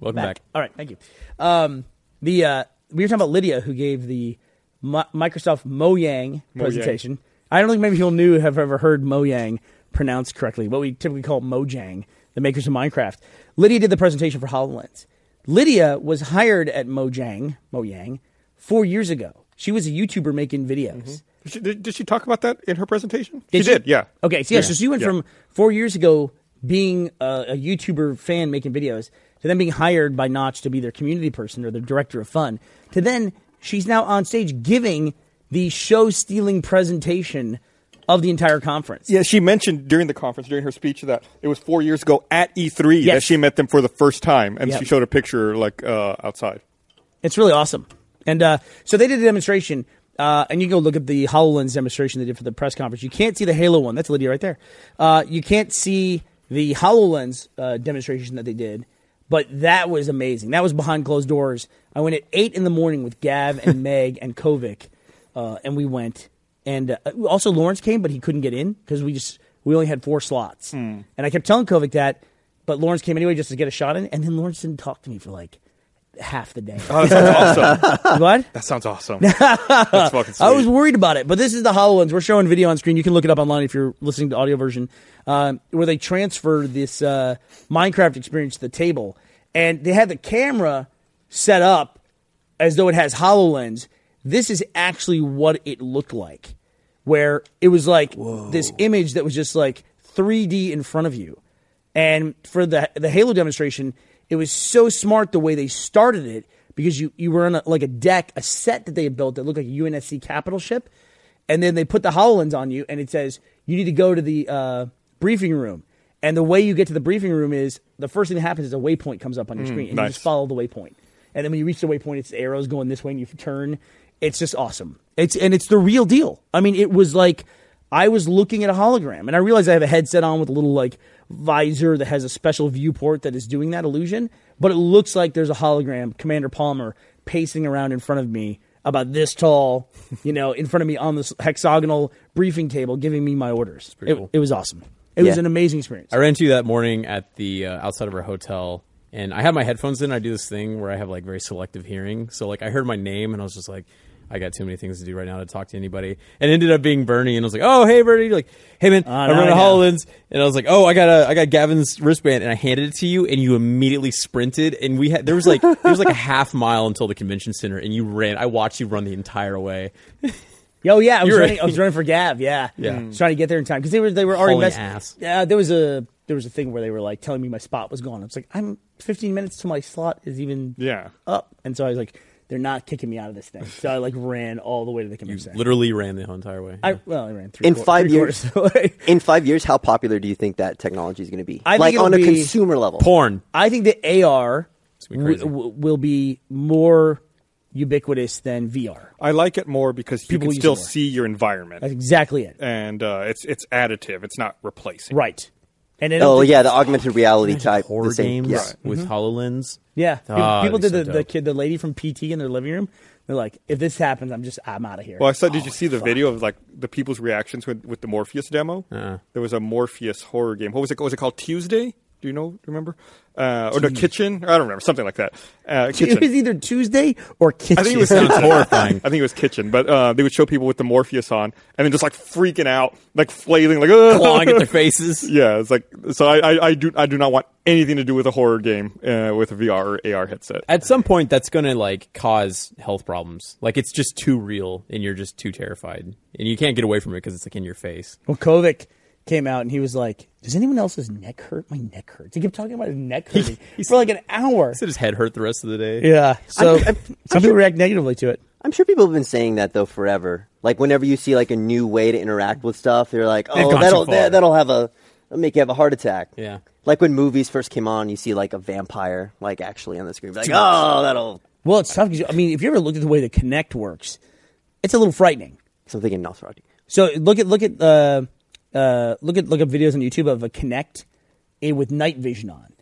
[SPEAKER 3] Welcome
[SPEAKER 4] Back.
[SPEAKER 3] back.
[SPEAKER 4] All right, thank you. Um, the uh, we were talking about Lydia, who gave the Mi- Microsoft Mojang presentation. I don't think many people knew have ever heard Mojang pronounced correctly. What we typically call Mojang, the makers of Minecraft. Lydia did the presentation for Hololens. Lydia was hired at Mojang, Mojang, four years ago. She was a YouTuber making videos.
[SPEAKER 2] Did she, did, did she talk about that in her presentation?
[SPEAKER 4] Did
[SPEAKER 2] she,
[SPEAKER 4] she?
[SPEAKER 2] did. Yeah.
[SPEAKER 4] Okay, so yeah, so she went
[SPEAKER 2] Yeah.
[SPEAKER 4] from four years ago being a, a YouTuber fan making videos to then being hired by Notch to be their community person or their director of fun to then she's now on stage giving the show stealing presentation of the entire conference.
[SPEAKER 2] Yeah, she mentioned during the conference, during her speech, that it was four years ago at E3 that
[SPEAKER 4] Yes.
[SPEAKER 2] she met them for the first time, and
[SPEAKER 4] Yep.
[SPEAKER 2] she showed a picture like uh, outside.
[SPEAKER 4] It's really awesome. And uh, so they did a demonstration, uh, and you can go look at the HoloLens demonstration they did for the press conference. You can't see the Halo one. That's Lydia right there. Uh, you can't see the HoloLens uh, demonstration that they did, but that was amazing. That was behind closed doors. I went at 8 in the morning with Gav and Meg and Kovic, uh, and we went. And uh, also Lawrence came, but he couldn't get in because we just we only had four slots. And I kept telling Kovic that, but Lawrence came anyway just to get a shot in. And then Lawrence didn't talk to me for like half the day.
[SPEAKER 2] Oh, that sounds awesome.
[SPEAKER 4] <laughs> What?
[SPEAKER 2] That sounds awesome. <laughs> That's fucking sweet.
[SPEAKER 4] I was worried about it, but this is the HoloLens. We're showing video on screen. You can look it up online if you're listening to audio version, um, where they transfer this uh, Minecraft experience to the table. And they had the camera set up as though it has HoloLens. This is actually what it looked like, where it was like this image that was just like 3D in front of you. And for the the Halo demonstration, it was so smart the way they started it because you you were on a, like a deck, a set that they had built that looked like a UNSC Capital ship, and then they put the Hololens on you, and it says you need to go to the uh, briefing room. And the way you get to the briefing room is the first thing that happens is a waypoint comes up on your screen, and you
[SPEAKER 2] nice.
[SPEAKER 4] just follow the waypoint. And then when you reach the waypoint, it's arrows going this way, and you turn. It's just awesome. It's and it's the real deal. I mean, it was like I was looking at a hologram, and I realized I have a headset on with a little like visor that has a special viewport that is doing that illusion. But it looks like there's a hologram, Commander Palmer, pacing around in front of me, about this tall, <laughs> you know, in front of me on this hexagonal briefing table, giving me my orders. It,
[SPEAKER 3] cool.
[SPEAKER 4] it was awesome. It was
[SPEAKER 1] Yeah.
[SPEAKER 4] an amazing experience.
[SPEAKER 3] I ran into you that morning at the uh, outside of our hotel, and I had my headphones in. I do this thing where I have like very selective hearing, so like I heard my name, and I was just like, I got too many things to do right now to talk to anybody, and it ended up being Bernie, and I was like, Oh, hey Bernie, You're like, hey man, I
[SPEAKER 4] Ah, now
[SPEAKER 3] run a
[SPEAKER 4] I know.
[SPEAKER 3] Hololens, and I was like, Oh, I got a, I got Gavin's wristband, and I handed it to you, and you immediately sprinted, and we had there was like there was like a <laughs> half mile until the convention center, and you ran. I watched you run the entire way.
[SPEAKER 4] Yo, Oh, yeah, I was
[SPEAKER 3] You're
[SPEAKER 4] running.
[SPEAKER 3] right.
[SPEAKER 4] I was running for Gav. Yeah,
[SPEAKER 3] Yeah.
[SPEAKER 4] Just trying to get there in time because they were they were already
[SPEAKER 3] Hauling
[SPEAKER 4] messing.
[SPEAKER 3] ass.
[SPEAKER 4] Yeah, there was a there was a thing where they were like telling me my spot was gone. I was like, I'm 15 minutes to my slot is even
[SPEAKER 2] Yeah.
[SPEAKER 4] up, and so I was like, they're not kicking me out of this thing. So I like ran all the way to the
[SPEAKER 3] You
[SPEAKER 4] convention. center.
[SPEAKER 3] literally ran the whole entire way.
[SPEAKER 4] I well, I ran three
[SPEAKER 1] In
[SPEAKER 4] quar-
[SPEAKER 1] five
[SPEAKER 4] three
[SPEAKER 1] years.
[SPEAKER 4] quarters of the way. <laughs>
[SPEAKER 1] In five years, how popular do you think that technology is going to be?
[SPEAKER 4] I think
[SPEAKER 1] like
[SPEAKER 4] it'll
[SPEAKER 1] on a
[SPEAKER 4] be-
[SPEAKER 1] consumer level.
[SPEAKER 3] Porn.
[SPEAKER 4] I think the AR
[SPEAKER 3] gonna be crazy.
[SPEAKER 4] w- w- will be more ubiquitous than VR.
[SPEAKER 2] I like it more because
[SPEAKER 4] People
[SPEAKER 2] you
[SPEAKER 4] use
[SPEAKER 2] can
[SPEAKER 4] it
[SPEAKER 2] still
[SPEAKER 4] more.
[SPEAKER 2] see your environment,
[SPEAKER 4] That's exactly it.
[SPEAKER 2] and uh, it's it's additive. It's not replacing.
[SPEAKER 4] Right. And I don't
[SPEAKER 1] Oh
[SPEAKER 4] think-
[SPEAKER 1] yeah, the augmented reality type.
[SPEAKER 3] horror
[SPEAKER 1] the same,
[SPEAKER 3] games
[SPEAKER 1] yeah. Mm-hmm.
[SPEAKER 3] with Hololens.
[SPEAKER 4] Yeah, Pe-
[SPEAKER 3] Ah,
[SPEAKER 4] people
[SPEAKER 3] that'd be
[SPEAKER 4] did the,
[SPEAKER 3] so
[SPEAKER 4] the
[SPEAKER 3] dope.
[SPEAKER 4] kid, the lady from PT in their living room. They're like, if this happens, I'm just I'm out of here. Oh,
[SPEAKER 2] Well, I saw. Did you see the video of like the people's reactions with, with the Morpheus demo?
[SPEAKER 3] Uh-uh.
[SPEAKER 2] There was a Morpheus horror game. What was it? Was it called Tuesday? Do you know? Remember? Uh, or the kitchen? I don't remember. Something like that. Uh,
[SPEAKER 4] it
[SPEAKER 2] <laughs>
[SPEAKER 4] was
[SPEAKER 2] kitchen.
[SPEAKER 4] either Tuesday or kitchen.
[SPEAKER 2] I think it was
[SPEAKER 3] Sounds
[SPEAKER 2] kitchen.
[SPEAKER 3] horrifying.
[SPEAKER 4] <laughs>
[SPEAKER 2] I think it was kitchen. But uh, they would show people with the Morpheus on, and then just like freaking out, like flailing, like "Ugh."
[SPEAKER 3] clawing at their <laughs> faces.
[SPEAKER 2] <laughs> Yeah, it's like so. I, I, I do I do not want anything to do with a horror game uh, with a VR or AR headset.
[SPEAKER 3] At some point, that's going to like cause health problems. Like it's just too real, and you're just too terrified, and you can't get away from it because it's like in your face.
[SPEAKER 4] well, Kovic came out and he was like, "Does anyone else's neck hurt? My neck hurts." He kept talking about his neck hurting for like an
[SPEAKER 2] <laughs>
[SPEAKER 4] hour.
[SPEAKER 3] He said his head hurt the rest of the day.
[SPEAKER 4] Yeah, so
[SPEAKER 1] I'm- I'm-
[SPEAKER 4] some people react negatively to it.
[SPEAKER 1] I'm sure people have been saying that though forever. Like whenever you see like a new way to interact with stuff, they're like,
[SPEAKER 3] gone
[SPEAKER 1] "Oh,
[SPEAKER 3] too
[SPEAKER 1] that'll
[SPEAKER 3] far.
[SPEAKER 1] that, that'll have a It'll make you have a heart attack.
[SPEAKER 3] Yeah.
[SPEAKER 1] Like when movies first came on, you see like a vampire like actually on the screen. Like, oh, that'll.
[SPEAKER 4] Well, it's tough because I mean, if you ever looked at the way the Connect works, it's a little frightening.
[SPEAKER 1] So I'm thinking Nosferatu.
[SPEAKER 4] So look at look at uh, uh, look at look up videos on YouTube of a Kinect eh, with night vision on,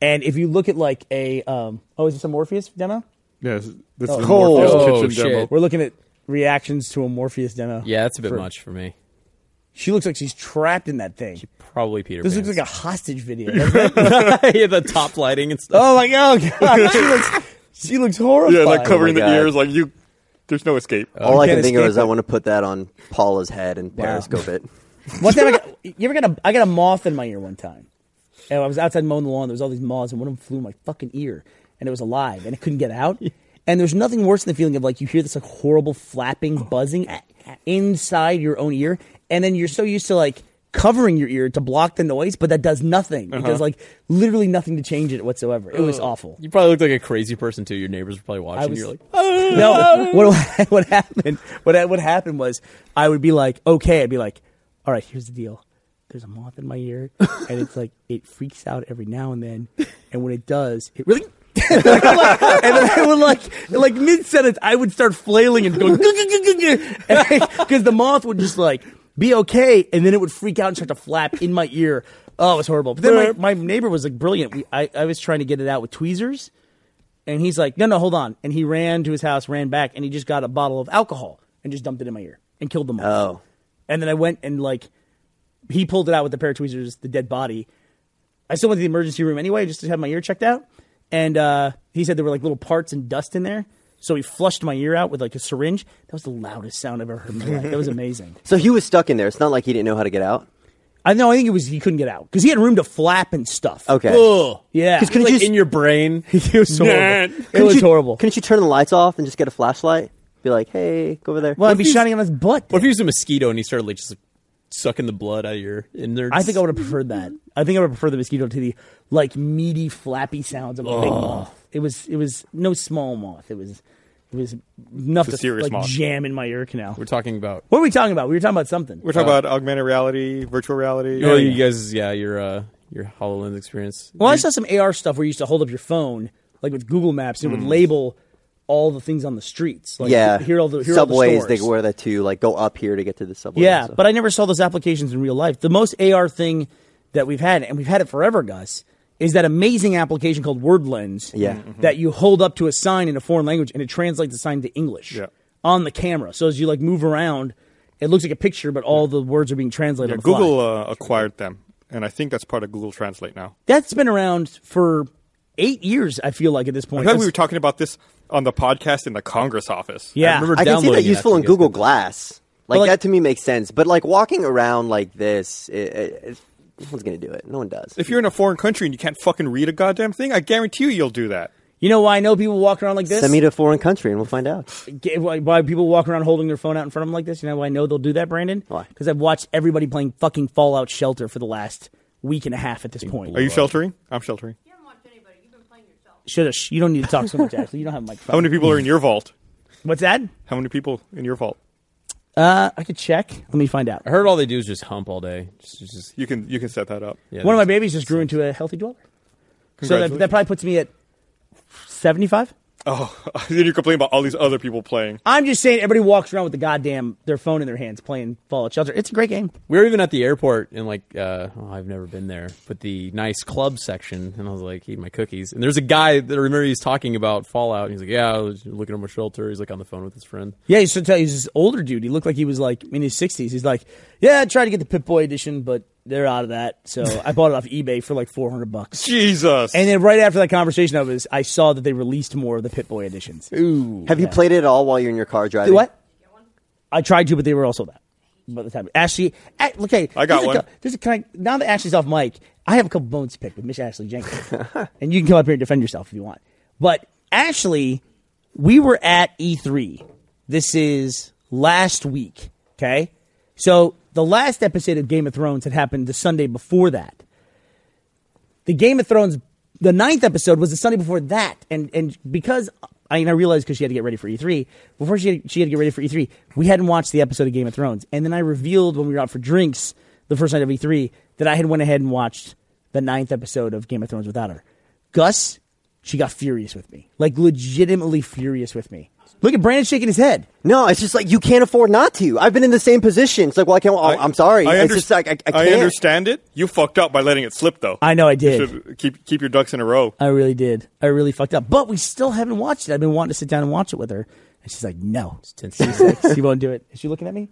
[SPEAKER 4] and if you look at like a um, oh is this a Morpheus demo?
[SPEAKER 2] Yeah, this, this is
[SPEAKER 1] Cold.
[SPEAKER 2] Morpheus
[SPEAKER 3] Oh,
[SPEAKER 2] kitchen
[SPEAKER 3] shit.
[SPEAKER 2] demo.
[SPEAKER 4] We're looking at reactions to a Morpheus demo.
[SPEAKER 3] Yeah, that's a bit
[SPEAKER 4] For-
[SPEAKER 3] much for me.
[SPEAKER 4] She looks like she's trapped in that thing.
[SPEAKER 3] Probably Peter.
[SPEAKER 4] This
[SPEAKER 3] Pan.
[SPEAKER 4] looks like a hostage video. <laughs> doesn't it?
[SPEAKER 3] <laughs> yeah, the top lighting and stuff.
[SPEAKER 4] oh my god, <laughs> god, she looks she looks horrified.
[SPEAKER 2] Yeah, like covering
[SPEAKER 1] Oh
[SPEAKER 2] the
[SPEAKER 1] my God.
[SPEAKER 2] ears. Like you, there's no escape.
[SPEAKER 1] All I
[SPEAKER 4] can't
[SPEAKER 1] can think of
[SPEAKER 4] escape
[SPEAKER 1] is I
[SPEAKER 4] it.
[SPEAKER 1] want to put that on Paula's head and periscope it.
[SPEAKER 4] One time, I got, you ever got a? I got a moth in my ear one time. And I was outside mowing the lawn. There was all these moths, and one of them flew in my fucking ear, and it was alive, and it couldn't get out. And there's nothing worse than the feeling of like you hear this like horrible flapping, buzzing inside your own ear, and then you're so used to like covering your ear to block the noise, but that does nothing because like literally nothing to change it whatsoever. It was awful.
[SPEAKER 3] You probably look like a crazy person too. Your neighbors were probably watching.
[SPEAKER 4] Oh. I was-
[SPEAKER 3] You're like,
[SPEAKER 4] <laughs> no, what what happened? What what happened was I would be like, okay, I'd be like, all right, here's the deal. There's a moth in my ear, and it's like it freaks out every now and then, and when it does, it really. <laughs> and then I would like, like mid sentence, I would start flailing and going <laughs> because the moth would just like be okay, and then it would freak out and start to flap in my ear. Oh, it was horrible. But then my, my neighbor was like brilliant. We, I, I was trying to get it out with tweezers, and he's like, no, no, hold on. And he ran to his house, ran back, and he just got a bottle of alcohol and just dumped it in my ear and killed them all.
[SPEAKER 1] Oh.
[SPEAKER 4] And then I went and like, he pulled it out with a pair of tweezers, the dead body. I still went to the emergency room anyway, just to have my ear checked out. And uh, he said there were like little parts and dust in there. So he flushed my ear out with like a syringe. That was the loudest sound I've ever heard in my life. That was <laughs> amazing.
[SPEAKER 1] So he was stuck in there. It's not like he didn't know how to get out.
[SPEAKER 4] I know. I think it was he couldn't get out because he had room to flap and stuff.
[SPEAKER 1] Okay.
[SPEAKER 3] oh,
[SPEAKER 4] Yeah.
[SPEAKER 3] It's like
[SPEAKER 1] you s-
[SPEAKER 3] in your
[SPEAKER 4] <laughs>
[SPEAKER 3] brain.
[SPEAKER 4] it was horrible. It
[SPEAKER 1] Couldn't
[SPEAKER 4] was
[SPEAKER 1] you-
[SPEAKER 4] horrible.
[SPEAKER 1] Couldn't you turn the lights off and just get a flashlight? Be like, hey, go over there.
[SPEAKER 4] Well, I'd
[SPEAKER 1] What
[SPEAKER 4] be
[SPEAKER 1] if you-
[SPEAKER 4] shining on his butt.
[SPEAKER 3] What if he was a mosquito and he started like just like, sucking the blood out of your? And they're
[SPEAKER 4] I think I would have preferred that. I think I would prefer the mosquito to the like meaty, flappy sounds of a big moth. It was it was no small moth. It was it was enough
[SPEAKER 2] It's a
[SPEAKER 4] to
[SPEAKER 2] serious
[SPEAKER 4] like
[SPEAKER 2] moth.
[SPEAKER 4] jam in my ear canal.
[SPEAKER 3] We're talking about.
[SPEAKER 4] What were we talking about? We were talking about something.
[SPEAKER 2] We're talking about augmented reality, virtual reality.
[SPEAKER 3] Oh, you guys, yeah, your uh, your Hololens experience.
[SPEAKER 4] Well, I saw some AR stuff where you used to hold up your phone like with Google Maps and it would
[SPEAKER 2] Mm.
[SPEAKER 4] label all the things on the streets. Like,
[SPEAKER 1] yeah,
[SPEAKER 4] here are all the here are all the
[SPEAKER 1] subways.
[SPEAKER 4] stores.
[SPEAKER 1] they wear that too. Like go up here to get to the subway.
[SPEAKER 4] Yeah,
[SPEAKER 1] and stuff.
[SPEAKER 4] but I never saw those applications in real life. The most AR thing that we've had, and we've had it forever, Gus, is that amazing application called Word Lens.
[SPEAKER 1] Yeah.
[SPEAKER 2] Mm-hmm.
[SPEAKER 1] Mhm.
[SPEAKER 4] That you hold up to a sign in a foreign language and it translates the sign to English
[SPEAKER 2] Yeah.
[SPEAKER 4] on the camera. So as you like move around, it looks like a picture, but all the words are being translated.
[SPEAKER 2] Yeah,
[SPEAKER 4] on the
[SPEAKER 2] Google
[SPEAKER 4] fly.
[SPEAKER 2] uh, acquired them, and I think that's part of Google Translate now.
[SPEAKER 4] That's been around for eight years. I feel like at this
[SPEAKER 2] I
[SPEAKER 4] point.
[SPEAKER 2] thought we
[SPEAKER 4] That's-
[SPEAKER 2] were talking about this on the podcast in the Congress office.
[SPEAKER 4] yeah.
[SPEAKER 3] remember
[SPEAKER 1] I can see
[SPEAKER 3] downloading
[SPEAKER 1] that
[SPEAKER 3] it
[SPEAKER 1] useful
[SPEAKER 3] after
[SPEAKER 1] in
[SPEAKER 3] you guys
[SPEAKER 1] Google
[SPEAKER 3] got-
[SPEAKER 1] Glass. Like,
[SPEAKER 4] Well, like-
[SPEAKER 1] that to me makes sense. But like walking around like this, it, it, it, no one's gonna do it. No one does.
[SPEAKER 2] If you're in a foreign country and you can't fucking read a goddamn thing, I guarantee you you'll do that.
[SPEAKER 4] you know why I know people walk around like this?
[SPEAKER 1] Send me to a foreign country and we'll find out.
[SPEAKER 4] Ga- why, why people walk around holding their phone out in front of them like this. You know why I know they'll do that, Brandon?
[SPEAKER 1] Why?
[SPEAKER 4] Because I've watched everybody playing fucking Fallout Shelter for the last week and a half at this point.
[SPEAKER 2] Are you sheltering? I'm sheltering.
[SPEAKER 6] You haven't watched anybody. You've been playing yourself.
[SPEAKER 4] Shut up. You don't need to talk so much, actually. You don't have
[SPEAKER 2] <laughs>
[SPEAKER 4] a
[SPEAKER 2] How
[SPEAKER 4] microphone.
[SPEAKER 2] many people are in your vault?
[SPEAKER 4] What's that?
[SPEAKER 2] How many people in your vault?
[SPEAKER 4] Uh, I could check. Let me find out.
[SPEAKER 3] I heard all they do is just hump all day. Just, just, just-
[SPEAKER 2] You can you can set that up.
[SPEAKER 3] yeah,
[SPEAKER 4] One of my
[SPEAKER 3] they-
[SPEAKER 4] babies just grew into a healthy dweller. So that, that probably puts me at 75?
[SPEAKER 2] Oh, <laughs> then you complain about all these other people playing.
[SPEAKER 4] I'm just saying everybody walks around with the goddamn their phone in their hands playing Fallout Shelter. It's a great game.
[SPEAKER 3] we were even at the airport and like uh, oh, I've never been there, but the nice club section, and I was like eating my cookies, and there's a guy that I remember he's talking about Fallout, and he's like, yeah, I was looking at my shelter. He's like on the phone with his friend.
[SPEAKER 4] Yeah, he should tell you he's this older dude. He looked like he was like in his sixties. He's like, Yeah, I tried to get the Pip Boy edition, but they're out of that. So I bought it off eBay for like four hundred bucks.
[SPEAKER 2] Jesus.
[SPEAKER 4] And then right after that conversation I was I saw that they released more of the Pip Boy editions.
[SPEAKER 1] Have you played it at all while you're in your car driving?
[SPEAKER 4] What? I tried to, but they were also that. By the time Ashley, A- okay,
[SPEAKER 2] I got
[SPEAKER 4] there's a
[SPEAKER 2] one.
[SPEAKER 4] cou- there's a kind. Now that Ashley's off mic, I have a couple bones to pick with Miss
[SPEAKER 2] <laughs>
[SPEAKER 4] Ashley Jenkins, and you can come up here and defend yourself if you want. But Ashley, we were at E3. This is last week. Okay, so the last episode of Game of Thrones had happened the Sunday before that the Game of Thrones, the ninth episode was the Sunday before that, and and because I mean I realized because she had to get ready for E three before she had, she had to get ready for E three, we hadn't watched the episode of Game of Thrones, and then I revealed when we were out for drinks the first night of E three that I had went ahead and watched the ninth episode of Game of Thrones without her. Gus, she got furious with me, like legitimately furious with me. Look at Brandon shaking his head.
[SPEAKER 1] No, it's just like you can't afford not to. I've been in the same position. It's like, well, I can't. I, am sorry.
[SPEAKER 2] I,
[SPEAKER 1] it's
[SPEAKER 2] underst-
[SPEAKER 1] just like I, I can't.
[SPEAKER 2] understand it. You fucked up by letting it slip, though.
[SPEAKER 4] I know I
[SPEAKER 2] You
[SPEAKER 4] did. Uh,
[SPEAKER 2] should keep keep your ducks in a row.
[SPEAKER 4] I really did. I really fucked up. But we still haven't watched it. I've been wanting to sit down and watch it with her, and she's like, "No, she won't do it." Is she looking at me?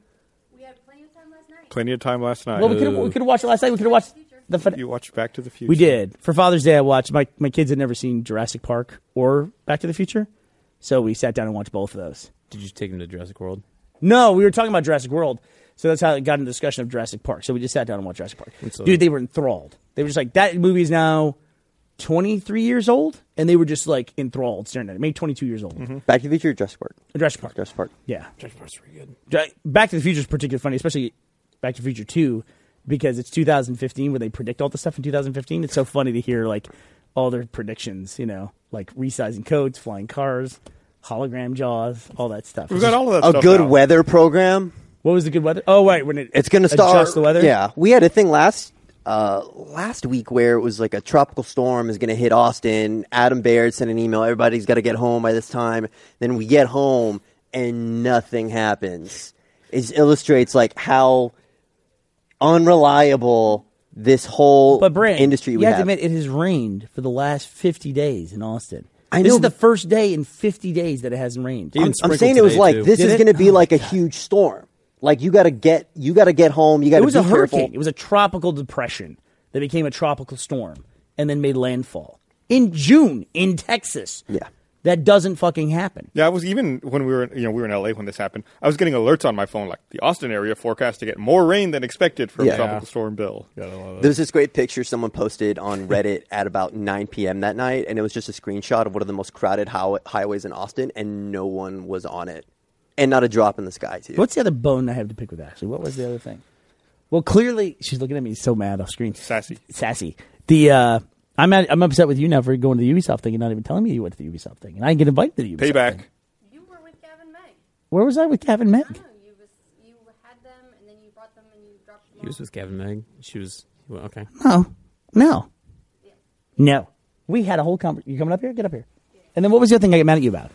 [SPEAKER 6] We had plenty of time last night.
[SPEAKER 2] Plenty of time last night. Uh,
[SPEAKER 4] Well, we could we could have watched it last night. We could have watched the. Fin-
[SPEAKER 2] you watched Back to the Future.
[SPEAKER 4] We did. For Father's Day, I watched. My, my kids had never seen Jurassic Park or Back to the Future. So we sat down and watched both of those.
[SPEAKER 3] <laughs> Did you take him to Jurassic World?
[SPEAKER 4] No, we were talking about Jurassic World. So that's how it got into the discussion of Jurassic Park. So we just sat down and watched Jurassic Park.
[SPEAKER 3] so-
[SPEAKER 4] Dude, they were enthralled. They were just like, that movie is now 23 years old. And they were just like enthralled staring at it. Maybe 22 years old.
[SPEAKER 1] Back to the Future, Jurassic Park.
[SPEAKER 4] Jurassic Park.
[SPEAKER 1] Jurassic Park.
[SPEAKER 4] Yeah.
[SPEAKER 3] Jurassic Park's pretty good.
[SPEAKER 4] Dra- Back to the Future is particularly funny, especially Back to the Future Two, because it's 2015 where they predict all the stuff in 2015. It's so funny to hear like all their predictions, you know, like resizing coats, flying cars, hologram jaws, all that stuff.
[SPEAKER 2] We've got all of that.
[SPEAKER 1] A
[SPEAKER 2] stuff
[SPEAKER 1] good
[SPEAKER 2] now.
[SPEAKER 1] weather program.
[SPEAKER 4] What was the good weather? Oh, right, when it
[SPEAKER 1] It's going to start.
[SPEAKER 4] adjusts the weather.
[SPEAKER 1] Yeah, we had a thing last uh, last week where it was like a tropical storm is going to hit Austin. Adam Baird sent an email. Everybody's got to get home by this time. Then we get home and nothing happens. It just illustrates like how unreliable this whole
[SPEAKER 4] But Brent,
[SPEAKER 1] industry
[SPEAKER 4] you
[SPEAKER 1] we
[SPEAKER 4] have,
[SPEAKER 1] have.
[SPEAKER 4] to admit it has rained for the last 50 days in Austin.
[SPEAKER 1] I
[SPEAKER 4] This
[SPEAKER 1] know,
[SPEAKER 4] is the
[SPEAKER 1] but-
[SPEAKER 4] first day in 50 days that it hasn't rained.
[SPEAKER 3] Even
[SPEAKER 1] I'm, I'm
[SPEAKER 3] sprinkled
[SPEAKER 1] saying it was
[SPEAKER 3] today,
[SPEAKER 1] like
[SPEAKER 3] too.
[SPEAKER 1] this
[SPEAKER 4] Did
[SPEAKER 1] is
[SPEAKER 4] it? Oh,
[SPEAKER 1] going to be like a huge storm. Like you got to get you got to get home. You got
[SPEAKER 4] It
[SPEAKER 1] to
[SPEAKER 4] was
[SPEAKER 1] be
[SPEAKER 4] a
[SPEAKER 1] careful.
[SPEAKER 4] hurricane. It was a tropical depression that became a tropical storm and then made landfall in June in Texas.
[SPEAKER 1] Yeah.
[SPEAKER 4] That doesn't fucking happen.
[SPEAKER 2] Yeah, I was even when we were you know we were in LA when this happened. I was getting alerts on my phone like the Austin area forecast to get more rain than expected from
[SPEAKER 1] Yeah.
[SPEAKER 2] Tropical Storm Bill.
[SPEAKER 1] There's this great picture someone posted <laughs> on Reddit at about 9 p.m. that night, and it was just a screenshot of one of the most crowded how- highways in Austin, and no one was on it, and not a drop in the sky too.
[SPEAKER 4] What's the other bone I have to pick with Ashley? What was the other thing? Well, clearly she's looking at me so mad off screen.
[SPEAKER 2] Sassy.
[SPEAKER 4] Sassy. The uh, I'm at, I'm upset with you now for going to the Ubisoft thing and not even telling me you went to the Ubisoft thing, and I didn't get invited to the Ubisoft
[SPEAKER 2] Payback.
[SPEAKER 4] thing.
[SPEAKER 6] You were with Gavin May.
[SPEAKER 4] Where was I with Gavin
[SPEAKER 6] I
[SPEAKER 4] Meg?
[SPEAKER 6] don't know. You was you had them and then you brought them and you dropped them.
[SPEAKER 3] He was
[SPEAKER 6] off.
[SPEAKER 3] with Gavin Meg. She was well, okay.
[SPEAKER 4] No, no, no. We had a whole conversation. You coming up here? Get up here. And then what was the other thing I get mad at you about?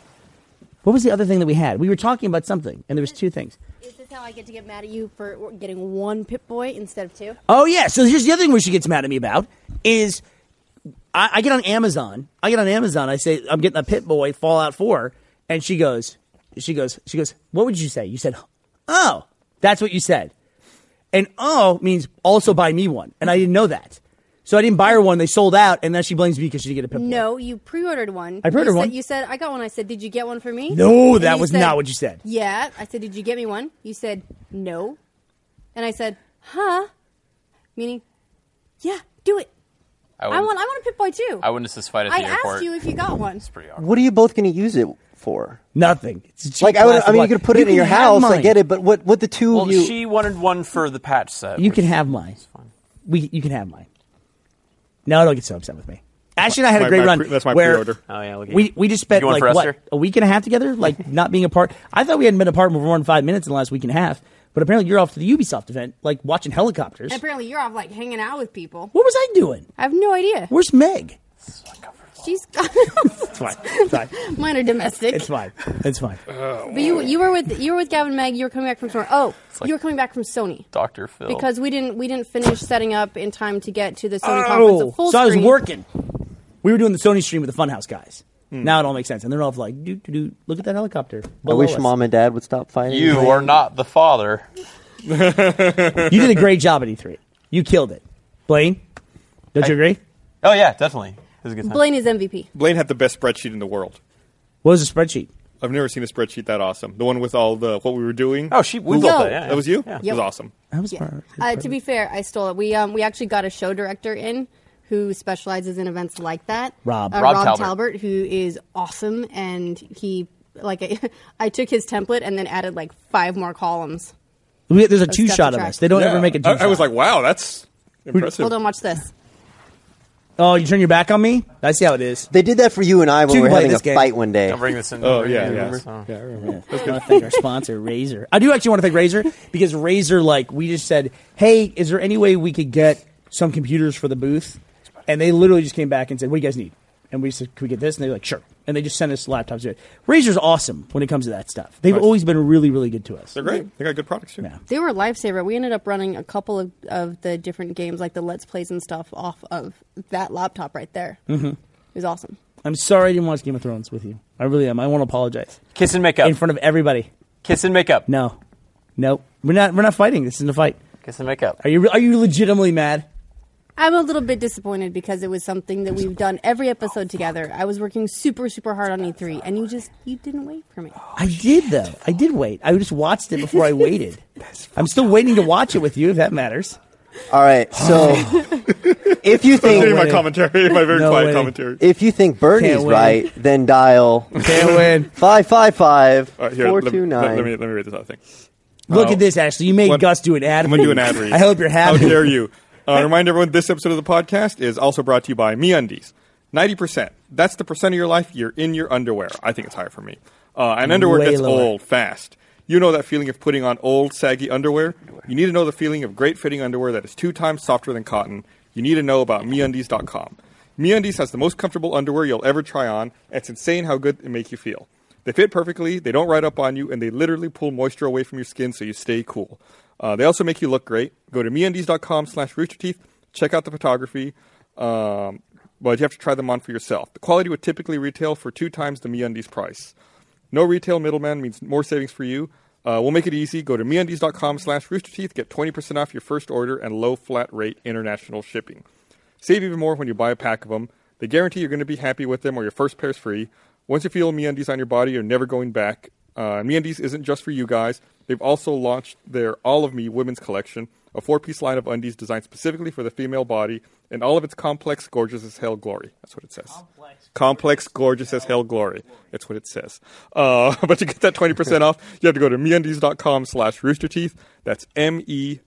[SPEAKER 4] What was the other thing that we had? We were talking about something, and there was two things.
[SPEAKER 6] Is this how I get to get mad at you for getting one Pip Boy instead of two?
[SPEAKER 4] Oh yeah. So here's the other thing where she gets mad at me about is I, I get on Amazon. I get on Amazon. I say I'm getting a Pit Boy Fallout Four, and she goes, she goes, she goes. What would you say? You said, oh, that's what you said, and oh means also buy me one, and I didn't know that, so I didn't buy her one. They sold out, and now she blames me because she didn't get a Pit Boy.
[SPEAKER 6] No, you pre-ordered one.
[SPEAKER 4] I pre-ordered
[SPEAKER 6] You said-
[SPEAKER 4] one.
[SPEAKER 6] You said I got one. I said, did you get one for me?
[SPEAKER 4] No,
[SPEAKER 6] And
[SPEAKER 4] that
[SPEAKER 6] you
[SPEAKER 4] was
[SPEAKER 6] said,
[SPEAKER 4] not what you said.
[SPEAKER 6] Yeah, I said, did you get me one? You said no, and I said, huh, meaning, yeah, do it. I
[SPEAKER 7] wouldn't-
[SPEAKER 6] want. I want a Pip Boy too.
[SPEAKER 7] I witnessed this fight at the
[SPEAKER 6] I
[SPEAKER 7] airport.
[SPEAKER 6] asked you if you got one.
[SPEAKER 7] It's pretty awkward.
[SPEAKER 1] What are you both going to use it for?
[SPEAKER 4] Nothing. It's a cheap
[SPEAKER 1] Like I, would,
[SPEAKER 4] plastic
[SPEAKER 1] I mean, you
[SPEAKER 4] watch.
[SPEAKER 1] could put it in
[SPEAKER 4] can
[SPEAKER 1] your
[SPEAKER 4] have
[SPEAKER 1] house. I
[SPEAKER 4] mine.
[SPEAKER 1] get it, but what? What the two
[SPEAKER 7] Well,
[SPEAKER 1] of you?
[SPEAKER 7] she wanted one for the patch set.
[SPEAKER 4] You
[SPEAKER 7] which
[SPEAKER 4] can have mine.
[SPEAKER 7] is fine.
[SPEAKER 4] We, you can have mine. No, don't get so upset with me. Ashley and I had a
[SPEAKER 2] my-
[SPEAKER 4] great
[SPEAKER 2] my
[SPEAKER 4] run.
[SPEAKER 2] pre- that's my
[SPEAKER 4] where
[SPEAKER 2] pre-order.
[SPEAKER 7] Oh, yeah, look at
[SPEAKER 4] we
[SPEAKER 7] you.
[SPEAKER 4] we just spent
[SPEAKER 7] You going
[SPEAKER 4] like
[SPEAKER 7] for
[SPEAKER 4] what
[SPEAKER 7] Esther?
[SPEAKER 4] a week and a half
[SPEAKER 7] <laughs>
[SPEAKER 4] together, like not being apart. I thought we hadn't been apart for more than five minutes in the last week and a half, but apparently you're off to the Ubisoft event, like watching helicopters.
[SPEAKER 6] And apparently, you're off like hanging out with people.
[SPEAKER 4] What was I doing?
[SPEAKER 6] I have no idea.
[SPEAKER 4] Where's Meg?
[SPEAKER 6] She's <laughs> got
[SPEAKER 4] It's fine. It's fine.
[SPEAKER 6] mine are domestic.
[SPEAKER 4] It's fine. It's fine.
[SPEAKER 6] But you you were with you were with Gavin Meg. You were coming back from somewhere. Oh,
[SPEAKER 7] like-
[SPEAKER 6] you were coming back from Sony
[SPEAKER 7] Dr. Phil.
[SPEAKER 6] because we didn't we didn't finish setting up in time to get to the Sony conference.
[SPEAKER 4] Oh,
[SPEAKER 6] Of full
[SPEAKER 4] so I was
[SPEAKER 6] screen.
[SPEAKER 4] working. We were doing the Sony stream with the Funhouse guys.
[SPEAKER 2] Hmm.
[SPEAKER 4] Now it all makes sense, and they're all like, "Do do do! Look at that helicopter!"
[SPEAKER 1] I
[SPEAKER 4] below
[SPEAKER 1] wish
[SPEAKER 4] us."
[SPEAKER 1] mom and dad would stop fighting.
[SPEAKER 7] you
[SPEAKER 1] Like,
[SPEAKER 7] are not the father.
[SPEAKER 4] You did a great job at E3. You killed it, Blaine. Don't you agree?
[SPEAKER 7] Oh, yeah, definitely. It was a good time.
[SPEAKER 6] Blaine is MVP.
[SPEAKER 2] Blaine had the best spreadsheet in the world.
[SPEAKER 4] What was the spreadsheet?
[SPEAKER 2] I've never seen a spreadsheet that awesome. The one with all the what we were doing.
[SPEAKER 7] Oh, she, we
[SPEAKER 2] Who-
[SPEAKER 7] built
[SPEAKER 6] No.
[SPEAKER 7] that. Yeah,
[SPEAKER 2] That was you.
[SPEAKER 7] Yeah.
[SPEAKER 2] It was awesome.
[SPEAKER 4] I was
[SPEAKER 6] Yeah. Uh, to be fair, I stole it. We um we actually got a show director in who specializes in events like that.
[SPEAKER 4] Rob.
[SPEAKER 6] Uh,
[SPEAKER 7] Rob
[SPEAKER 6] Rob,
[SPEAKER 7] Talbert.
[SPEAKER 6] Talbert. who is awesome, and he like <laughs> I, I took his template and then added like five more columns.
[SPEAKER 4] We, there's a two
[SPEAKER 6] got
[SPEAKER 4] shot
[SPEAKER 6] the
[SPEAKER 4] of
[SPEAKER 6] track.
[SPEAKER 4] us. They don't
[SPEAKER 2] Yeah.
[SPEAKER 4] ever make a two
[SPEAKER 2] I, I was
[SPEAKER 4] shot.
[SPEAKER 2] like, wow, that's impressive.
[SPEAKER 6] Hold on, watch this.
[SPEAKER 4] oh, you turn your back on me? I see how it is.
[SPEAKER 1] They did that for you and I when we
[SPEAKER 4] Two
[SPEAKER 1] were
[SPEAKER 4] can play
[SPEAKER 1] having a
[SPEAKER 4] this game.
[SPEAKER 1] fight one day.
[SPEAKER 7] Don't bring this in.
[SPEAKER 2] Oh yeah,
[SPEAKER 7] You
[SPEAKER 2] yeah.
[SPEAKER 7] remember? Oh.
[SPEAKER 2] yeah I remember.
[SPEAKER 4] I want to thank our sponsor, Razor. I do actually want to thank Razor because Razor, like, we just said, hey, is there any way we could get some computers for the booth, and they literally just came back and said, "What do you guys need?" And we said, "Can we get this?" And they're like, "Sure." And they just sent us laptops. Razor's awesome when it comes to that stuff. They've
[SPEAKER 2] Nice.
[SPEAKER 4] always been really, really good to us.
[SPEAKER 2] They're great. They got good products too.
[SPEAKER 4] Yeah.
[SPEAKER 6] They were a lifesaver. We ended up running a couple of, of the different games, like the Let's Plays and stuff, off of that laptop right there. Mm-hmm. It was awesome.
[SPEAKER 4] I'm sorry I didn't watch Game of Thrones with you. I really am. I want to apologize
[SPEAKER 7] Kiss and make up.
[SPEAKER 4] in front of everybody.
[SPEAKER 7] Kiss and make up.
[SPEAKER 4] No, no, we're not. We're not fighting. This isn't a fight.
[SPEAKER 7] Kiss and make up.
[SPEAKER 4] Are you? Are you legitimately mad?
[SPEAKER 6] I'm a little bit disappointed because it was something that we've done every episode together. I was working super, super hard on E3, and you just you didn't wait for me.
[SPEAKER 4] I did though. I did wait. I just watched it before
[SPEAKER 1] <laughs>
[SPEAKER 4] I waited. I'm still waiting to watch it with you if that matters.
[SPEAKER 1] All right,
[SPEAKER 2] <laughs>
[SPEAKER 1] so if you
[SPEAKER 2] I'm doing
[SPEAKER 1] think
[SPEAKER 2] my commentary, <laughs> my very
[SPEAKER 4] No
[SPEAKER 2] quiet
[SPEAKER 4] way.
[SPEAKER 2] commentary.
[SPEAKER 1] if you think
[SPEAKER 4] Can't
[SPEAKER 1] Bernie's
[SPEAKER 4] win.
[SPEAKER 1] right, then
[SPEAKER 2] <laughs>
[SPEAKER 1] dial
[SPEAKER 4] Can't win.
[SPEAKER 1] five five five
[SPEAKER 2] All right, here,
[SPEAKER 1] four
[SPEAKER 2] let,
[SPEAKER 1] two
[SPEAKER 2] Let, let
[SPEAKER 1] nine.
[SPEAKER 2] me let me read this other thing.
[SPEAKER 4] Look
[SPEAKER 2] Oh.
[SPEAKER 4] at this, Ashley. You made
[SPEAKER 2] What-
[SPEAKER 4] Gus do an ad.
[SPEAKER 2] I'm gonna do an
[SPEAKER 4] read.
[SPEAKER 2] ad read.
[SPEAKER 4] I hope you're happy.
[SPEAKER 2] How dare you? Uh, remind everyone this episode of the podcast is also brought to you by MeUndies. Ninety percent. That's the percent of your life you're in your underwear. I think it's higher for me. Uh, and underwear
[SPEAKER 4] Way
[SPEAKER 2] that's
[SPEAKER 4] lower.
[SPEAKER 2] old, fast. You know that feeling of putting on old, saggy underwear. You need to know the feeling of great fitting underwear that is two times softer than cotton. You need to know about MeUndies.com. MeUndies has the most comfortable underwear you'll ever try on. and It's insane how good they make you feel. They fit perfectly, they don't ride up on you, and they literally pull moisture away from your skin so you stay cool. Uh, they also make you look great. Go to MeUndies.com slash roosterteeth. Check out the photography. Um, but you have to try them on for yourself. The quality would typically retail for two times the MeUndies price. No retail middleman means more savings for you. Uh, we'll make it easy. Go to meundies.com slash roosterteeth. Get 20% off your first order and low flat rate international shipping. Save even more when you buy a pack of them. They guarantee you're going to be happy with them or your first pair's free. Once you feel MeUndies on your body, you're never going back. Uh, MeUndies isn't just for you guys. They've also launched their All of Me women's collection, a four-piece line of undies designed specifically for the female body in all of its complex, gorgeous as hell glory. That's what it says. Complex, gorgeous as hell glory. That's what it says. Uh, <laughs> but to get that 20% off, you have to go to MeUndies.com slash roosterteeth. That's M-E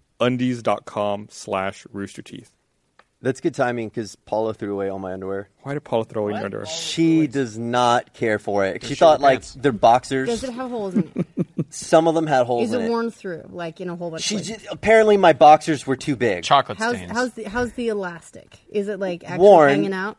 [SPEAKER 2] undies.com slash roosterteeth.
[SPEAKER 1] That's good timing because Paula threw away all my underwear.
[SPEAKER 2] Why did Paula throw in your underwear?
[SPEAKER 1] She does not care for it. She thought like they're boxers.
[SPEAKER 6] Does it have
[SPEAKER 7] <laughs>
[SPEAKER 6] holes in it?
[SPEAKER 1] Some of them had holes
[SPEAKER 6] Is
[SPEAKER 1] in
[SPEAKER 6] it
[SPEAKER 1] it.
[SPEAKER 6] worn through, like in a whole bunch?
[SPEAKER 1] She
[SPEAKER 6] of places?
[SPEAKER 1] just, apparently my boxers were too big.
[SPEAKER 7] Chocolate
[SPEAKER 6] how's
[SPEAKER 7] stains.
[SPEAKER 6] how's the, how's the elastic? Is it like actually
[SPEAKER 1] Worn.
[SPEAKER 6] hanging out?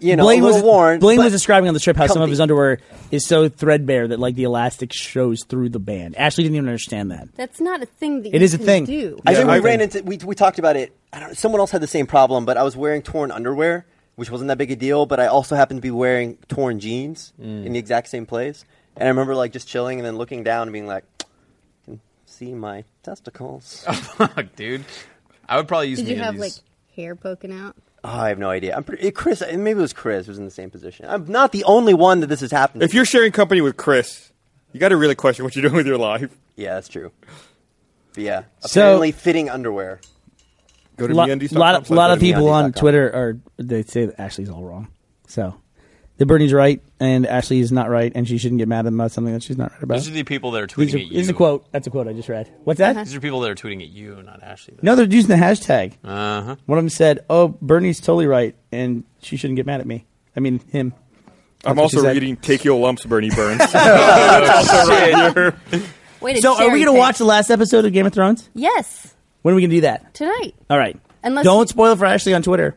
[SPEAKER 1] You know,
[SPEAKER 4] Blaine
[SPEAKER 1] a little
[SPEAKER 4] was
[SPEAKER 1] worn.
[SPEAKER 4] Blaine
[SPEAKER 1] but-
[SPEAKER 4] was describing on the trip how some of
[SPEAKER 1] comfy.
[SPEAKER 4] his underwear is so threadbare that like the elastic shows through the band. Ashley didn't even understand that.
[SPEAKER 6] That's not a thing that
[SPEAKER 4] It
[SPEAKER 6] you
[SPEAKER 4] is a
[SPEAKER 6] can
[SPEAKER 4] thing.
[SPEAKER 6] do.
[SPEAKER 1] I think
[SPEAKER 2] Yeah,
[SPEAKER 1] we
[SPEAKER 2] I-
[SPEAKER 1] ran into we we talked about it. I don't. Someone else had the same problem, but I was wearing torn underwear, which wasn't that big a deal. But I also happened to be wearing torn jeans in the exact same place, and I remember like just chilling and then looking down and being like, I can "See my testicles."
[SPEAKER 7] <laughs>
[SPEAKER 1] oh,
[SPEAKER 7] Fuck, dude. I would probably use
[SPEAKER 6] Did you have
[SPEAKER 7] MeUndies.
[SPEAKER 6] like hair poking out?
[SPEAKER 1] I have no idea. I'm pretty, Chris. Maybe it was Chris who was in the same position. I'm not the only one that this has happened.
[SPEAKER 2] If
[SPEAKER 1] to.
[SPEAKER 2] you're sharing company with Chris, you got to really question what you're doing with your life.
[SPEAKER 1] yeah, that's true. But yeah,
[SPEAKER 4] So-
[SPEAKER 1] apparently fitting underwear.
[SPEAKER 2] Go to
[SPEAKER 4] A lot,
[SPEAKER 2] MeUndies.com
[SPEAKER 4] lot,
[SPEAKER 2] slash
[SPEAKER 4] lot of
[SPEAKER 2] Bernie.
[SPEAKER 4] people on
[SPEAKER 1] MeUndies.com.
[SPEAKER 4] Twitter are they say that Ashley's all wrong. So the Bernie's right and Ashley is not right, and she shouldn't get mad about something that she's not right about.
[SPEAKER 7] These are the people that are tweeting
[SPEAKER 4] These are-
[SPEAKER 7] at you.
[SPEAKER 4] here's a quote. That's a quote I just read. What's
[SPEAKER 1] Uh-huh.
[SPEAKER 4] that?
[SPEAKER 7] These are people that are tweeting at you, not Ashley.
[SPEAKER 4] No, they're using the hashtag.
[SPEAKER 7] Uh huh.
[SPEAKER 4] One of them said, "Oh, Bernie's totally right, and she shouldn't get mad at me." I mean, him.
[SPEAKER 2] I'm
[SPEAKER 4] That's what
[SPEAKER 2] also
[SPEAKER 4] she said.
[SPEAKER 2] reading Take Your Lumps, Bernie
[SPEAKER 4] <laughs>
[SPEAKER 2] Burns.
[SPEAKER 6] Wait,
[SPEAKER 4] So, are we going to watch the last episode of Game of Thrones?
[SPEAKER 6] Yes,
[SPEAKER 4] When are we going to do that?
[SPEAKER 6] tonight.
[SPEAKER 4] All right.
[SPEAKER 6] Unless-
[SPEAKER 4] Don't spoil it for Ashley on Twitter.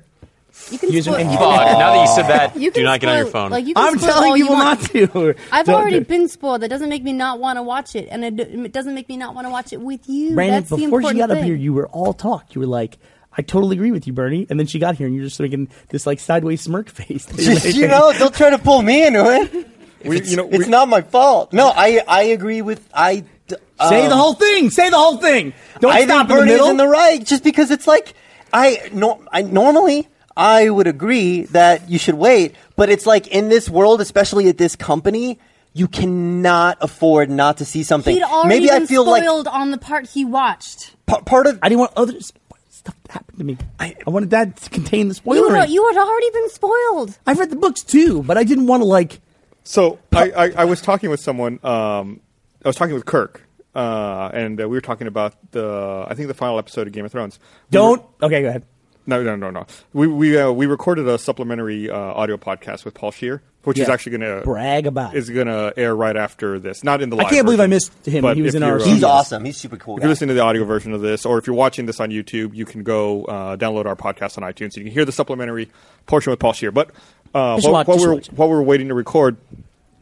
[SPEAKER 6] You can
[SPEAKER 4] User-
[SPEAKER 6] spoil. you
[SPEAKER 7] Fuck,
[SPEAKER 6] can-
[SPEAKER 7] now that you said that,
[SPEAKER 6] You
[SPEAKER 7] do
[SPEAKER 6] can
[SPEAKER 7] not get on
[SPEAKER 6] spoil-
[SPEAKER 7] your phone.
[SPEAKER 6] Like you can
[SPEAKER 4] I'm
[SPEAKER 6] spoil
[SPEAKER 4] telling
[SPEAKER 6] all you
[SPEAKER 4] people
[SPEAKER 6] want.
[SPEAKER 4] not to.
[SPEAKER 6] I've
[SPEAKER 4] Don't
[SPEAKER 6] already
[SPEAKER 4] do-
[SPEAKER 6] been spoiled. That doesn't make me not want to watch it, and it, d- it doesn't make me not want to watch it with you.
[SPEAKER 4] Brandon,
[SPEAKER 6] That's the
[SPEAKER 4] before
[SPEAKER 6] important
[SPEAKER 4] she got
[SPEAKER 6] thing.
[SPEAKER 4] up here, you were all talk. You were like, "I totally agree with you, Bernie," and then she got here, and you're just making this like sideways smirk <laughs> face.
[SPEAKER 1] Just, <laughs> you know, don't try to pull me into it.
[SPEAKER 2] we, you know, we,
[SPEAKER 1] It's not my fault. No, I I agree with I. d-
[SPEAKER 4] say
[SPEAKER 1] um,
[SPEAKER 4] the whole thing. Say the whole thing. Don't
[SPEAKER 1] I
[SPEAKER 4] stop
[SPEAKER 1] think
[SPEAKER 4] in the
[SPEAKER 1] Bernie is
[SPEAKER 4] middle.
[SPEAKER 1] in the right just because it's like I no I normally I would agree that you should wait, but it's like in this world, especially at this company, you cannot afford not to see something.
[SPEAKER 6] He'd already
[SPEAKER 1] Maybe
[SPEAKER 6] been
[SPEAKER 1] I feel
[SPEAKER 6] spoiled on the part he watched.
[SPEAKER 1] like p- part of
[SPEAKER 4] I didn't want other sp- stuff to happen to me. I, wanted that to contain the
[SPEAKER 6] You
[SPEAKER 4] spoiler.
[SPEAKER 6] were, you had already been spoiled.
[SPEAKER 4] I've read the books too, but I didn't want to like.
[SPEAKER 2] So I, I, I was talking with someone. Um, I was talking with Kirk, uh, and uh, we were talking about the I think the final episode of Game of Thrones. We were-
[SPEAKER 4] Don't. Okay, go ahead.
[SPEAKER 2] No, no, no, no. We we uh, we recorded a supplementary uh, audio podcast with Paul Shear, which is
[SPEAKER 4] Yeah.
[SPEAKER 2] actually going to
[SPEAKER 4] Brag about
[SPEAKER 2] Uh,
[SPEAKER 4] it.
[SPEAKER 2] is going to air right after this. Not in the.
[SPEAKER 4] I
[SPEAKER 2] Live
[SPEAKER 4] can't believe I
[SPEAKER 2] version,
[SPEAKER 4] missed him.
[SPEAKER 2] but
[SPEAKER 4] He was
[SPEAKER 2] if
[SPEAKER 4] in our
[SPEAKER 2] you're, uh,
[SPEAKER 4] studio.
[SPEAKER 1] He's awesome. He's super cool.
[SPEAKER 2] If
[SPEAKER 1] guy.
[SPEAKER 2] you're listening to the audio version of this, or if you're watching this on YouTube, you can go uh, download our podcast on iTunes. You can hear the supplementary portion with Paul Shear. But uh,
[SPEAKER 4] Just
[SPEAKER 2] while,
[SPEAKER 4] watch-
[SPEAKER 2] while
[SPEAKER 4] just
[SPEAKER 2] we were,
[SPEAKER 4] watch.
[SPEAKER 2] while we were waiting to record,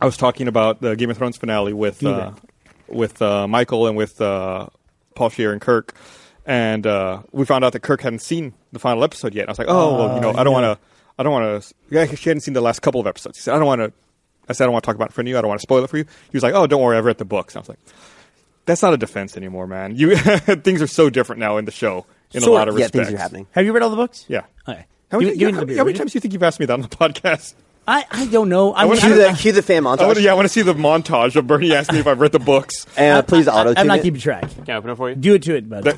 [SPEAKER 2] I was talking about the Game of Thrones finale with
[SPEAKER 4] Give me
[SPEAKER 2] uh, with uh, Michael and with uh, Paul Shear and Kirk, and uh, we found out that Kirk hadn't seen the final episode yet. I was like, oh, well, you know, I don't want to. I don't want to. Yeah, she hadn't seen the last couple of episodes. She said, I don't want to. I said, I don't want to talk about it for you. I don't want to spoil it for you. He was like, oh, don't worry, I've read the books. And I was like, that's not a defense anymore, man. You <laughs> things are so different now in the show in a
[SPEAKER 4] Sort-
[SPEAKER 2] lot of
[SPEAKER 1] yeah,
[SPEAKER 2] respects.
[SPEAKER 1] things are happening.
[SPEAKER 4] Have you read all the books?
[SPEAKER 2] Yeah.
[SPEAKER 4] Okay.
[SPEAKER 2] How
[SPEAKER 4] Uh, Give
[SPEAKER 2] many,
[SPEAKER 4] me- give me
[SPEAKER 2] how many-
[SPEAKER 4] the beer,
[SPEAKER 2] how many
[SPEAKER 4] would you?
[SPEAKER 2] times do you think you've asked me that on the <laughs> podcast?
[SPEAKER 4] I, I don't know. I mean, I
[SPEAKER 1] Cue
[SPEAKER 4] don't-
[SPEAKER 1] the, cue the fan
[SPEAKER 2] I want
[SPEAKER 1] montage.
[SPEAKER 2] to, Oh, yeah, I want to see the montage of Bernie asking me if I've read the books.
[SPEAKER 1] And please
[SPEAKER 4] I-
[SPEAKER 1] auto
[SPEAKER 4] I'm
[SPEAKER 1] tune
[SPEAKER 4] not
[SPEAKER 1] it.
[SPEAKER 4] keeping track.
[SPEAKER 3] Can I open it for you?
[SPEAKER 4] Do it to it, bud.
[SPEAKER 2] That,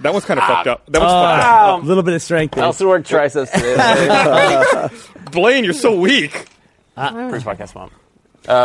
[SPEAKER 2] that was kind of fucked up. That was
[SPEAKER 4] Ah, a little bit of strength. There.
[SPEAKER 3] Also, work triceps
[SPEAKER 6] <laughs>
[SPEAKER 3] today.
[SPEAKER 2] fucked up. Blaine, you're so weak.
[SPEAKER 3] Free podcast mom.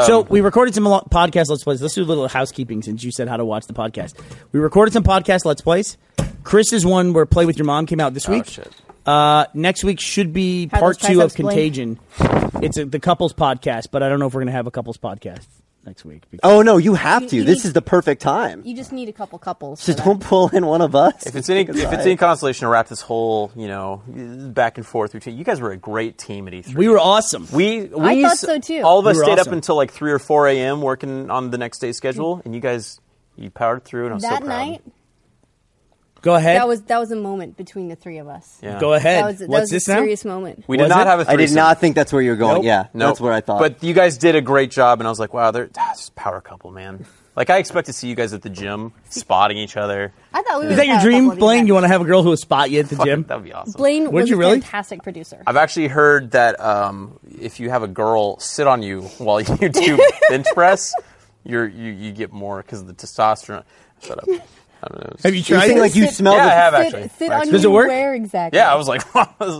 [SPEAKER 4] so we recorded some lo- podcast let's plays. Let's do a little housekeeping since you said how to watch the podcast. We recorded some podcast let's plays. Chris's one where Play with Your Mom came out
[SPEAKER 1] Oh,
[SPEAKER 4] this
[SPEAKER 7] Oh,
[SPEAKER 4] week.
[SPEAKER 3] shit.
[SPEAKER 4] Uh, next week should be
[SPEAKER 6] How
[SPEAKER 4] part
[SPEAKER 6] those
[SPEAKER 4] two of
[SPEAKER 6] triceps blink.
[SPEAKER 4] Contagion. It's a, the couples podcast, but I don't know if we're going to have a couples podcast next week. because-
[SPEAKER 1] Oh no, you have to.
[SPEAKER 6] You- you
[SPEAKER 1] This
[SPEAKER 6] need-
[SPEAKER 1] is the perfect time.
[SPEAKER 6] You just need a couple couples.
[SPEAKER 1] Just
[SPEAKER 6] for
[SPEAKER 1] don't
[SPEAKER 6] that.
[SPEAKER 1] pull in one of us.
[SPEAKER 3] If it's any, if it's any consolation to wrap this whole, you know, back and forth between you guys were a great team at
[SPEAKER 7] E
[SPEAKER 3] E3.
[SPEAKER 4] We were awesome.
[SPEAKER 3] We, we
[SPEAKER 6] thought
[SPEAKER 3] s-
[SPEAKER 6] so, too.
[SPEAKER 3] All of
[SPEAKER 4] We
[SPEAKER 3] us
[SPEAKER 4] were
[SPEAKER 3] stayed up
[SPEAKER 4] awesome.
[SPEAKER 3] until like three or four a.m. working on the next day's schedule, and you guys you powered through, and I was so
[SPEAKER 6] that
[SPEAKER 3] proud.
[SPEAKER 6] night,
[SPEAKER 4] Go ahead.
[SPEAKER 6] that was that was a moment between the three of us.
[SPEAKER 3] Yeah.
[SPEAKER 4] Go ahead.
[SPEAKER 6] That was, that
[SPEAKER 4] What's
[SPEAKER 6] was a
[SPEAKER 4] this now?
[SPEAKER 6] serious moment.
[SPEAKER 3] We did
[SPEAKER 1] Was
[SPEAKER 3] not
[SPEAKER 1] it?
[SPEAKER 3] have a
[SPEAKER 1] I
[SPEAKER 3] threesome.
[SPEAKER 1] did not think that's where you were going.
[SPEAKER 4] Nope.
[SPEAKER 1] Yeah,
[SPEAKER 3] Nope.
[SPEAKER 1] that's what I thought.
[SPEAKER 3] But you guys did a great job, and I was like, wow, they're ah, it's a power couple, man. Like I expect to see you guys at the
[SPEAKER 6] <laughs>
[SPEAKER 3] gym spotting each other.
[SPEAKER 6] I thought we
[SPEAKER 4] Is that
[SPEAKER 6] <laughs>
[SPEAKER 4] your dream, Blaine? You want to have a girl who will spot you at the
[SPEAKER 3] Fuck,
[SPEAKER 4] gym?
[SPEAKER 3] That would be awesome.
[SPEAKER 6] Blaine
[SPEAKER 4] Would
[SPEAKER 6] was
[SPEAKER 4] you
[SPEAKER 6] a
[SPEAKER 4] really?
[SPEAKER 6] fantastic producer.
[SPEAKER 3] I've actually heard that um, if you have a girl sit on you while <laughs> you do bench press, you're, you you get more because of the testosterone. Shut up. I don't know.
[SPEAKER 4] Have you
[SPEAKER 1] you're
[SPEAKER 4] tried?
[SPEAKER 1] saying
[SPEAKER 4] it?
[SPEAKER 1] like you
[SPEAKER 6] Sit-
[SPEAKER 1] smell
[SPEAKER 3] Yeah, I
[SPEAKER 1] the
[SPEAKER 3] have
[SPEAKER 6] sit,
[SPEAKER 3] actually.
[SPEAKER 6] sit
[SPEAKER 3] Actually.
[SPEAKER 6] on
[SPEAKER 4] Does
[SPEAKER 6] you
[SPEAKER 4] it work?
[SPEAKER 6] Where exactly?
[SPEAKER 3] Yeah, I was like,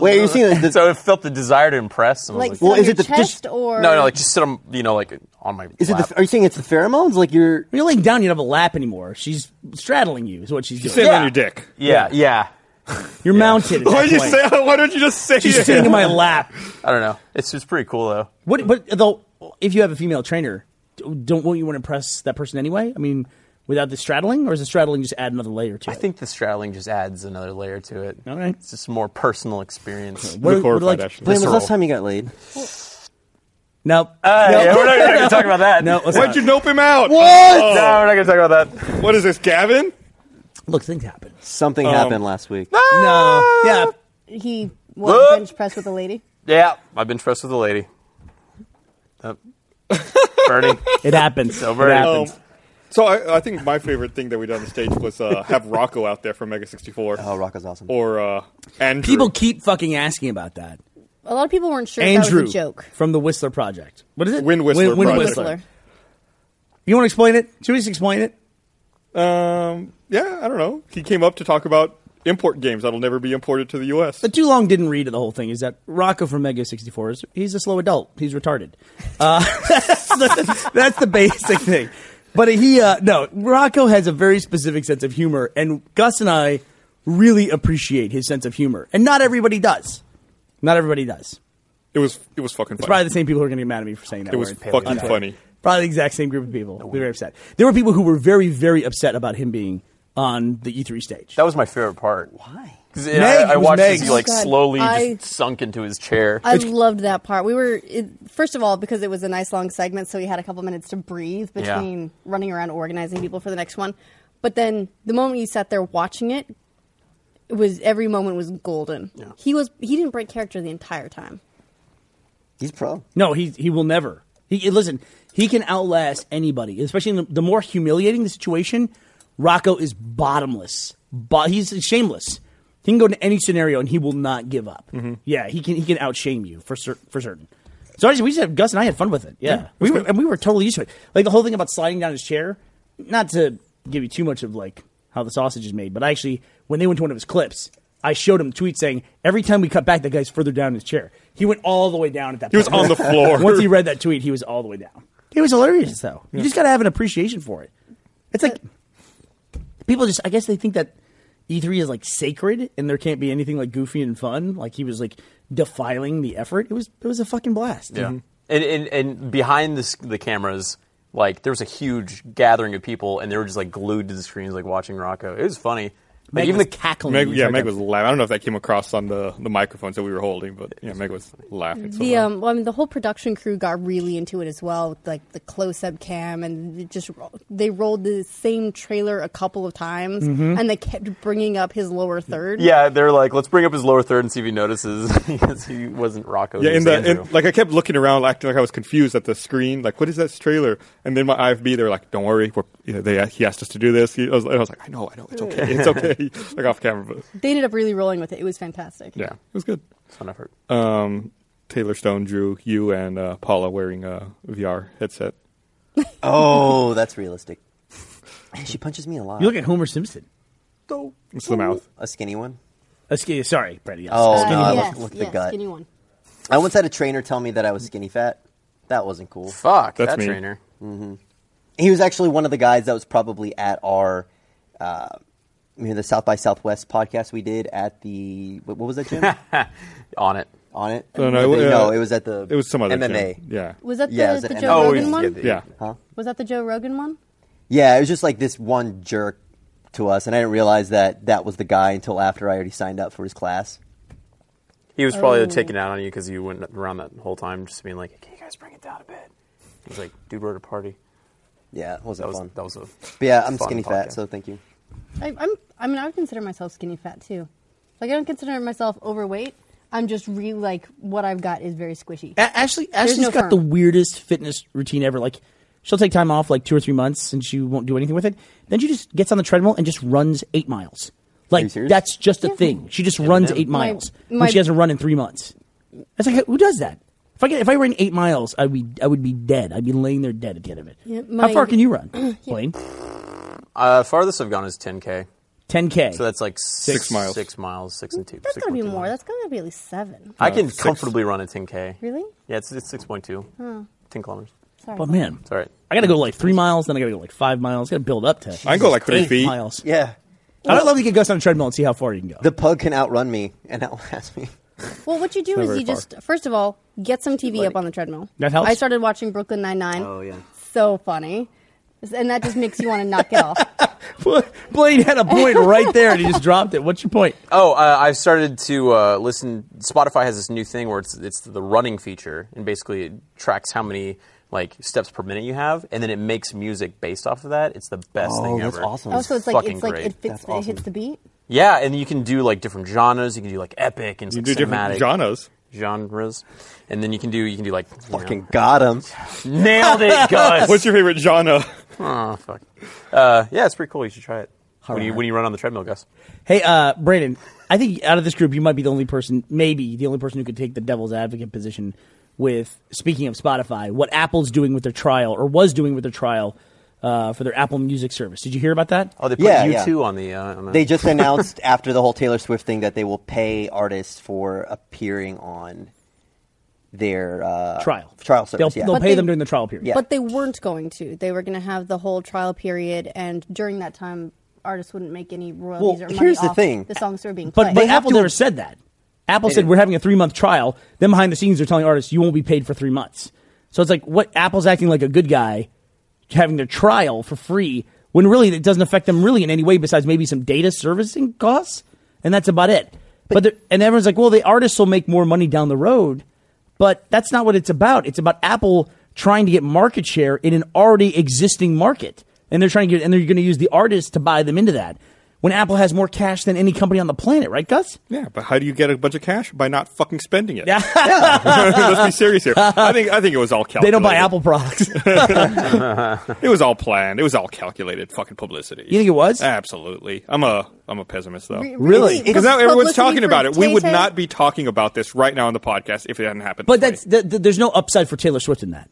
[SPEAKER 3] <laughs>
[SPEAKER 1] Wait, you're seeing that the-
[SPEAKER 3] so it felt the desire to impress. And I
[SPEAKER 6] like,
[SPEAKER 3] was
[SPEAKER 6] sit
[SPEAKER 3] like,
[SPEAKER 1] Well,
[SPEAKER 6] on
[SPEAKER 1] is
[SPEAKER 6] your
[SPEAKER 1] it the-
[SPEAKER 6] chest
[SPEAKER 1] just-
[SPEAKER 6] or
[SPEAKER 3] no, no, like just sit on, you know, like on my.
[SPEAKER 1] Is it?
[SPEAKER 3] lap.
[SPEAKER 1] The, are you saying it's the pheromones? Like you're
[SPEAKER 4] When you're laying down, you don't have a lap anymore. She's straddling you, is what she's doing.
[SPEAKER 2] Sit
[SPEAKER 3] Yeah.
[SPEAKER 2] on your
[SPEAKER 4] Mm.
[SPEAKER 2] dick.
[SPEAKER 3] yeah, yeah.
[SPEAKER 4] You're mounted. At that
[SPEAKER 2] Why did you
[SPEAKER 4] point.
[SPEAKER 2] say? Why don't you just say
[SPEAKER 4] She's
[SPEAKER 2] it?
[SPEAKER 4] sitting in my lap.
[SPEAKER 3] I don't know. It's just pretty cool though.
[SPEAKER 4] What? But though, if you have a female trainer, don't won't you want to impress that person anyway? I mean, without the straddling, or is the straddling just add another layer to it?
[SPEAKER 3] I think the straddling just adds another layer to it.
[SPEAKER 4] All right.
[SPEAKER 3] It's just a more personal experience.
[SPEAKER 4] What-
[SPEAKER 2] Look
[SPEAKER 4] what,
[SPEAKER 2] horrified,
[SPEAKER 4] like,
[SPEAKER 2] actually.
[SPEAKER 1] Blaine, was the
[SPEAKER 3] Visceral.
[SPEAKER 1] last time you got laid?
[SPEAKER 4] no,
[SPEAKER 3] Uh,
[SPEAKER 4] no,
[SPEAKER 3] yeah, we're not
[SPEAKER 4] <laughs>
[SPEAKER 3] going to talk about that.
[SPEAKER 4] no. let's
[SPEAKER 2] Why'd
[SPEAKER 4] not.
[SPEAKER 2] you nope him out? Oh.
[SPEAKER 3] No, we're not going to talk about that.
[SPEAKER 2] What is this, Gavin?
[SPEAKER 4] Look, things happen.
[SPEAKER 1] Something
[SPEAKER 3] Um,
[SPEAKER 1] happened last week.
[SPEAKER 4] No, yeah,
[SPEAKER 6] he what,
[SPEAKER 3] Whoop.
[SPEAKER 6] bench press with a lady?
[SPEAKER 3] Yeah, I've been trusted with a lady. Uh, Bernie.
[SPEAKER 4] it happens.
[SPEAKER 3] So
[SPEAKER 4] it
[SPEAKER 3] very-
[SPEAKER 2] Um,
[SPEAKER 4] happens.
[SPEAKER 2] so I, I think my favorite thing that we did on the stage was uh, have Rocco out there from Mega 64.
[SPEAKER 1] Oh, Rocco's awesome.
[SPEAKER 2] Or uh, Andrew.
[SPEAKER 4] People keep fucking asking about that.
[SPEAKER 6] A lot of people weren't sure if that
[SPEAKER 4] Andrew
[SPEAKER 6] was a joke.
[SPEAKER 4] from the Whistler Project. What is it?
[SPEAKER 2] Wind Whistler
[SPEAKER 4] Wind
[SPEAKER 2] Project.
[SPEAKER 4] Whistler. You want to explain it? Should we just explain it?
[SPEAKER 2] Um, yeah, I don't know. He came up to talk about import games that'll never be imported to the U.S.
[SPEAKER 4] the too long didn't read of the whole thing is that Rocco from Mega 64 is he's a slow adult. He's retarded. Uh, <laughs> that's, the, that's the basic thing. But he uh, no Rocco has a very specific sense of humor, and Gus and I really appreciate his sense of humor, and not everybody does. Not everybody does.
[SPEAKER 2] It was it was fucking
[SPEAKER 4] It's
[SPEAKER 2] funny.
[SPEAKER 4] probably the same people who are going to get mad at me for saying that.
[SPEAKER 2] It was
[SPEAKER 4] word.
[SPEAKER 2] fucking
[SPEAKER 4] Unfair.
[SPEAKER 2] funny.
[SPEAKER 4] Probably the exact same group of people. We were upset. There were people who were very, very upset about him being on the E3 stage.
[SPEAKER 3] That was my favorite part.
[SPEAKER 1] Why?
[SPEAKER 3] 'Cause,
[SPEAKER 4] Meg,
[SPEAKER 3] yeah, I, I
[SPEAKER 4] it was
[SPEAKER 3] watched
[SPEAKER 4] Meg.
[SPEAKER 3] as he like
[SPEAKER 6] Oh, God.
[SPEAKER 3] slowly
[SPEAKER 6] I-
[SPEAKER 3] just sunk into his chair.
[SPEAKER 6] I loved that part. We were it, first of all because it was a nice long segment, so we had a couple minutes to breathe
[SPEAKER 3] Yeah.
[SPEAKER 6] between running around organizing people for the next one. But then the moment you sat there watching it, it was every moment was golden. He was he didn't break character the entire time.
[SPEAKER 1] He's pro.
[SPEAKER 4] No, he he will never. He listen. He can outlast anybody, especially in the, the more humiliating the situation. Rocco is bottomless. Bo- he's shameless. He can go to any scenario and he will not give up. Yeah, he can. He can outshame you for cer- for certain. So I just, we just Gus and I had fun with it. Yeah, we were, and we were totally used to it. Like the whole thing about sliding down his chair. Not to give you too much of like how the sausage is made, but I actually when they went to one of his clips, I showed him tweets saying every time we cut back, that guy's further down his chair. He went all the way down at that.
[SPEAKER 2] He was
[SPEAKER 4] <laughs>
[SPEAKER 2] on the floor.
[SPEAKER 4] Once he read that tweet, he was all the way down. It was hilarious, though. You just got to have an appreciation for it. It's like people just, I guess they think that E3 is like sacred and there can't be anything like goofy and fun. Like he was like defiling the effort. It was it was a fucking blast.
[SPEAKER 2] Mm-hmm.
[SPEAKER 4] Mm-hmm.
[SPEAKER 3] Yeah. And, and and behind this, the cameras, like there was a huge gathering of people, and they were just like glued to the screens, like watching Rocco. It was funny. Like,
[SPEAKER 4] Meg
[SPEAKER 3] even
[SPEAKER 4] was
[SPEAKER 3] the
[SPEAKER 4] cackling.
[SPEAKER 2] Meg,
[SPEAKER 4] It
[SPEAKER 2] yeah,
[SPEAKER 4] like
[SPEAKER 2] Meg
[SPEAKER 4] a-
[SPEAKER 2] was laughing. I don't know if that came across on the, the microphones that we were holding, but yeah, Meg was laughing. So
[SPEAKER 6] The
[SPEAKER 3] Uh-huh.
[SPEAKER 2] hard.
[SPEAKER 6] um, well, I mean, the whole production crew got really into it as well, with, like the close-up cam, and it just ro- they rolled the same trailer a couple of times, and they kept bringing up his lower third.
[SPEAKER 3] Mm-hmm. yeah, they're like, let's bring up his lower third and see if he notices <laughs> because he wasn't Rocco.
[SPEAKER 2] yeah,
[SPEAKER 3] he was
[SPEAKER 2] in the in,
[SPEAKER 3] Andrew.
[SPEAKER 2] like I kept looking around, acting like I was confused at the screen. Like, what is that trailer? And then my IFB, they were like, "Don't worry, we're, you know, they, he asked us to do this." He, I, was, I was like, "I know, I know, it's
[SPEAKER 4] <laughs>
[SPEAKER 2] okay, it's okay." <laughs> like off camera, but
[SPEAKER 6] they ended up really rolling with it. It was fantastic.
[SPEAKER 2] yeah, it was good.
[SPEAKER 3] That's what I've heard.
[SPEAKER 2] Um, Taylor Stone drew you and uh, Paula wearing a VR headset.
[SPEAKER 1] Oh, that's realistic. She punches me a lot.
[SPEAKER 4] You look at Homer Simpson.
[SPEAKER 2] It's the mouth.
[SPEAKER 1] a skinny one.
[SPEAKER 4] Uh, skinny- sorry, Brady. Yes.
[SPEAKER 1] Oh,
[SPEAKER 6] Uh,
[SPEAKER 1] no, I
[SPEAKER 6] yes,
[SPEAKER 1] look, look at
[SPEAKER 6] yes,
[SPEAKER 1] the gut.
[SPEAKER 6] skinny one.
[SPEAKER 1] I once had a trainer tell me that I was skinny fat. That wasn't cool.
[SPEAKER 3] Fuck
[SPEAKER 2] That's
[SPEAKER 3] that
[SPEAKER 2] me.
[SPEAKER 3] trainer.
[SPEAKER 1] He was actually one of the guys that was probably at our, uh, you know, the South by Southwest podcast we did at the what what was
[SPEAKER 2] <laughs>
[SPEAKER 1] that gym
[SPEAKER 3] On it.
[SPEAKER 1] on it?
[SPEAKER 2] No, no, it-
[SPEAKER 1] no,
[SPEAKER 2] uh,
[SPEAKER 1] it was at the
[SPEAKER 2] It was some other gym.
[SPEAKER 1] MMA.
[SPEAKER 2] Yeah,
[SPEAKER 6] Was that the,
[SPEAKER 1] Yeah, it was
[SPEAKER 6] the
[SPEAKER 1] the
[SPEAKER 6] Joe
[SPEAKER 1] Oh,
[SPEAKER 6] Rogan
[SPEAKER 1] yeah,
[SPEAKER 6] one?
[SPEAKER 2] yeah.
[SPEAKER 1] Huh?
[SPEAKER 6] Was that the Joe Rogan one?
[SPEAKER 1] Yeah, it was just like this one jerk to us, and I didn't realize that that was the guy until after I already signed up for his class.
[SPEAKER 3] He was probably
[SPEAKER 6] Oh.
[SPEAKER 3] taking it out on you because you went around that whole time just being like, "Can you guys bring it down a bit?" He was like, "Dude, we're at a party."
[SPEAKER 1] Yeah, it
[SPEAKER 3] That
[SPEAKER 1] wasn't
[SPEAKER 3] was
[SPEAKER 1] fun.
[SPEAKER 3] that was a.
[SPEAKER 1] but yeah, I'm
[SPEAKER 3] fun
[SPEAKER 1] skinny
[SPEAKER 3] podcast.
[SPEAKER 1] fat, so thank you.
[SPEAKER 6] I, I'm. I mean, I would consider myself skinny fat too. Like I don't consider myself overweight. I'm just really like what I've got is very squishy.
[SPEAKER 1] Eh,
[SPEAKER 4] A- Ashley, Ashley's
[SPEAKER 6] no
[SPEAKER 4] got
[SPEAKER 6] firm.
[SPEAKER 4] the weirdest fitness routine ever. Like, she'll take time off like two or three months, and she won't do anything with it. Then she just gets on the treadmill and just runs eight miles. Like,
[SPEAKER 1] serious?
[SPEAKER 4] that's just a thing. She just runs eight
[SPEAKER 6] My-
[SPEAKER 4] miles,
[SPEAKER 6] my-
[SPEAKER 4] when she hasn't run in three months. That's like, who does that? If I get, if I ran eight miles, I'd be I would be dead. I'd be laying there dead at the end of it.
[SPEAKER 6] Yeah,
[SPEAKER 4] How
[SPEAKER 6] my-
[SPEAKER 4] far can you
[SPEAKER 6] <clears throat>
[SPEAKER 4] run, Blaine?
[SPEAKER 3] Uh, farthest I've gone is 10k.
[SPEAKER 4] Ten k.
[SPEAKER 3] So that's like six,
[SPEAKER 2] miles.
[SPEAKER 3] Six miles, six and two.
[SPEAKER 6] That's
[SPEAKER 3] six
[SPEAKER 6] gotta
[SPEAKER 3] point
[SPEAKER 6] be
[SPEAKER 3] two
[SPEAKER 6] more.
[SPEAKER 3] miles.
[SPEAKER 6] That's gotta be at least seven.
[SPEAKER 3] I can
[SPEAKER 2] six.
[SPEAKER 3] comfortably run a 10k.
[SPEAKER 6] Really?
[SPEAKER 3] Yeah, it's, it's 6.2. 10 kilometers.
[SPEAKER 6] Sorry.
[SPEAKER 4] But Oh, man,
[SPEAKER 3] It's all right.
[SPEAKER 4] I gotta go like three miles, then I gotta go like five miles. Gotta build up to.
[SPEAKER 2] I can go, like, three
[SPEAKER 4] eight
[SPEAKER 2] feet.
[SPEAKER 4] miles.
[SPEAKER 1] Yeah,
[SPEAKER 4] I would love to get Gus on a treadmill and see how far you can go.
[SPEAKER 1] the pug can outrun me and outlast me.
[SPEAKER 6] Well, what you do
[SPEAKER 2] not
[SPEAKER 6] is
[SPEAKER 2] very
[SPEAKER 6] you
[SPEAKER 2] far.
[SPEAKER 6] just first of all get some TV up on the treadmill.
[SPEAKER 4] That helps.
[SPEAKER 6] I started watching Brooklyn Nine Nine.
[SPEAKER 1] Oh, yeah.
[SPEAKER 6] So funny, and that just makes you want to knock
[SPEAKER 1] <laughs>
[SPEAKER 6] it off.
[SPEAKER 4] <laughs> Blaine had a point right there, and he just dropped it. What's your point?
[SPEAKER 3] Oh, uh, I've started to uh, listen. Spotify has this new thing where it's it's the running feature, and basically it tracks how many like steps per minute you have, and then it makes music based off of that. It's the best
[SPEAKER 2] Oh,
[SPEAKER 3] thing ever.
[SPEAKER 6] Also, Oh, it's like
[SPEAKER 3] fucking
[SPEAKER 6] it's like
[SPEAKER 3] great.
[SPEAKER 6] it fits.
[SPEAKER 1] That's awesome.
[SPEAKER 6] It hits the beat.
[SPEAKER 3] Yeah, and you can do like different genres. You can do like epic and
[SPEAKER 2] you
[SPEAKER 3] like,
[SPEAKER 2] do different
[SPEAKER 3] cinematic
[SPEAKER 2] genres.
[SPEAKER 3] genres, and then you can do you can do like you know-
[SPEAKER 1] Fucking got him.
[SPEAKER 3] nailed it, Gus.
[SPEAKER 2] <laughs> What's your favorite genre?
[SPEAKER 3] oh fuck. Uh, yeah, it's pretty cool. You should try it when you when you run on the treadmill, Gus.
[SPEAKER 4] Hey, uh, Brandon, I think out of this group, you might be the only person, maybe the only person who could take the devil's advocate position with speaking of Spotify, what Apple's doing with their trial or was doing with their trial uh, for their Apple Music service. Did you hear about that?
[SPEAKER 3] Oh, they put
[SPEAKER 1] Yeah,
[SPEAKER 3] you
[SPEAKER 1] yeah.
[SPEAKER 3] two on the. Uh, on the
[SPEAKER 1] They just announced <laughs> after the whole Taylor Swift thing that they will pay artists for appearing on their uh,
[SPEAKER 4] trial.
[SPEAKER 1] trial
[SPEAKER 4] They'll,
[SPEAKER 1] service. yeah.
[SPEAKER 4] they'll
[SPEAKER 6] But
[SPEAKER 4] pay
[SPEAKER 6] they-
[SPEAKER 4] them during the trial period.
[SPEAKER 1] Yeah.
[SPEAKER 6] But they weren't going to. They were going to have the whole trial period, and during that time, artists wouldn't make any royalties
[SPEAKER 1] Well,
[SPEAKER 6] or money
[SPEAKER 1] here's the
[SPEAKER 6] off
[SPEAKER 1] thing.
[SPEAKER 6] the songs that were being
[SPEAKER 4] But,
[SPEAKER 6] played.
[SPEAKER 4] but
[SPEAKER 1] have
[SPEAKER 4] Apple
[SPEAKER 1] to-
[SPEAKER 4] never said that. Apple said we're having a three month trial. Then behind the scenes, they're telling artists you won't be paid for three months. So it's like what Apple's acting like a good guy, having their trial for free when really it doesn't affect them really in any way besides maybe some data servicing costs, and that's about it. But, they're and everyone's like, well, the artists will make more money down the road, but that's not what it's about. It's about Apple trying to get market share in an already existing market, and they're trying to get and they're going to use the artists to buy them into that. When Apple has more cash than any company on the planet, right, Gus?
[SPEAKER 2] Yeah, but how do you get a bunch of cash by not fucking spending it?
[SPEAKER 4] <laughs>
[SPEAKER 2] Yeah, <laughs> let's be serious here. I think I think it was all calculated.
[SPEAKER 4] They don't buy
[SPEAKER 1] <laughs>
[SPEAKER 4] Apple products.
[SPEAKER 2] It was all planned. It was all calculated. Fucking publicity.
[SPEAKER 4] You think it was?
[SPEAKER 2] Absolutely. I'm a I'm a pessimist though.
[SPEAKER 6] Re-
[SPEAKER 4] Really?
[SPEAKER 2] Because now
[SPEAKER 6] Pub-
[SPEAKER 2] everyone's
[SPEAKER 6] publicity
[SPEAKER 2] talking
[SPEAKER 6] for
[SPEAKER 2] about it. We would
[SPEAKER 6] Tay-Tay?
[SPEAKER 2] not be talking about this right now on the podcast if it hadn't happened.
[SPEAKER 4] but
[SPEAKER 2] this
[SPEAKER 4] that's
[SPEAKER 2] way.
[SPEAKER 4] th- th- there's no upside for Taylor Swift in that.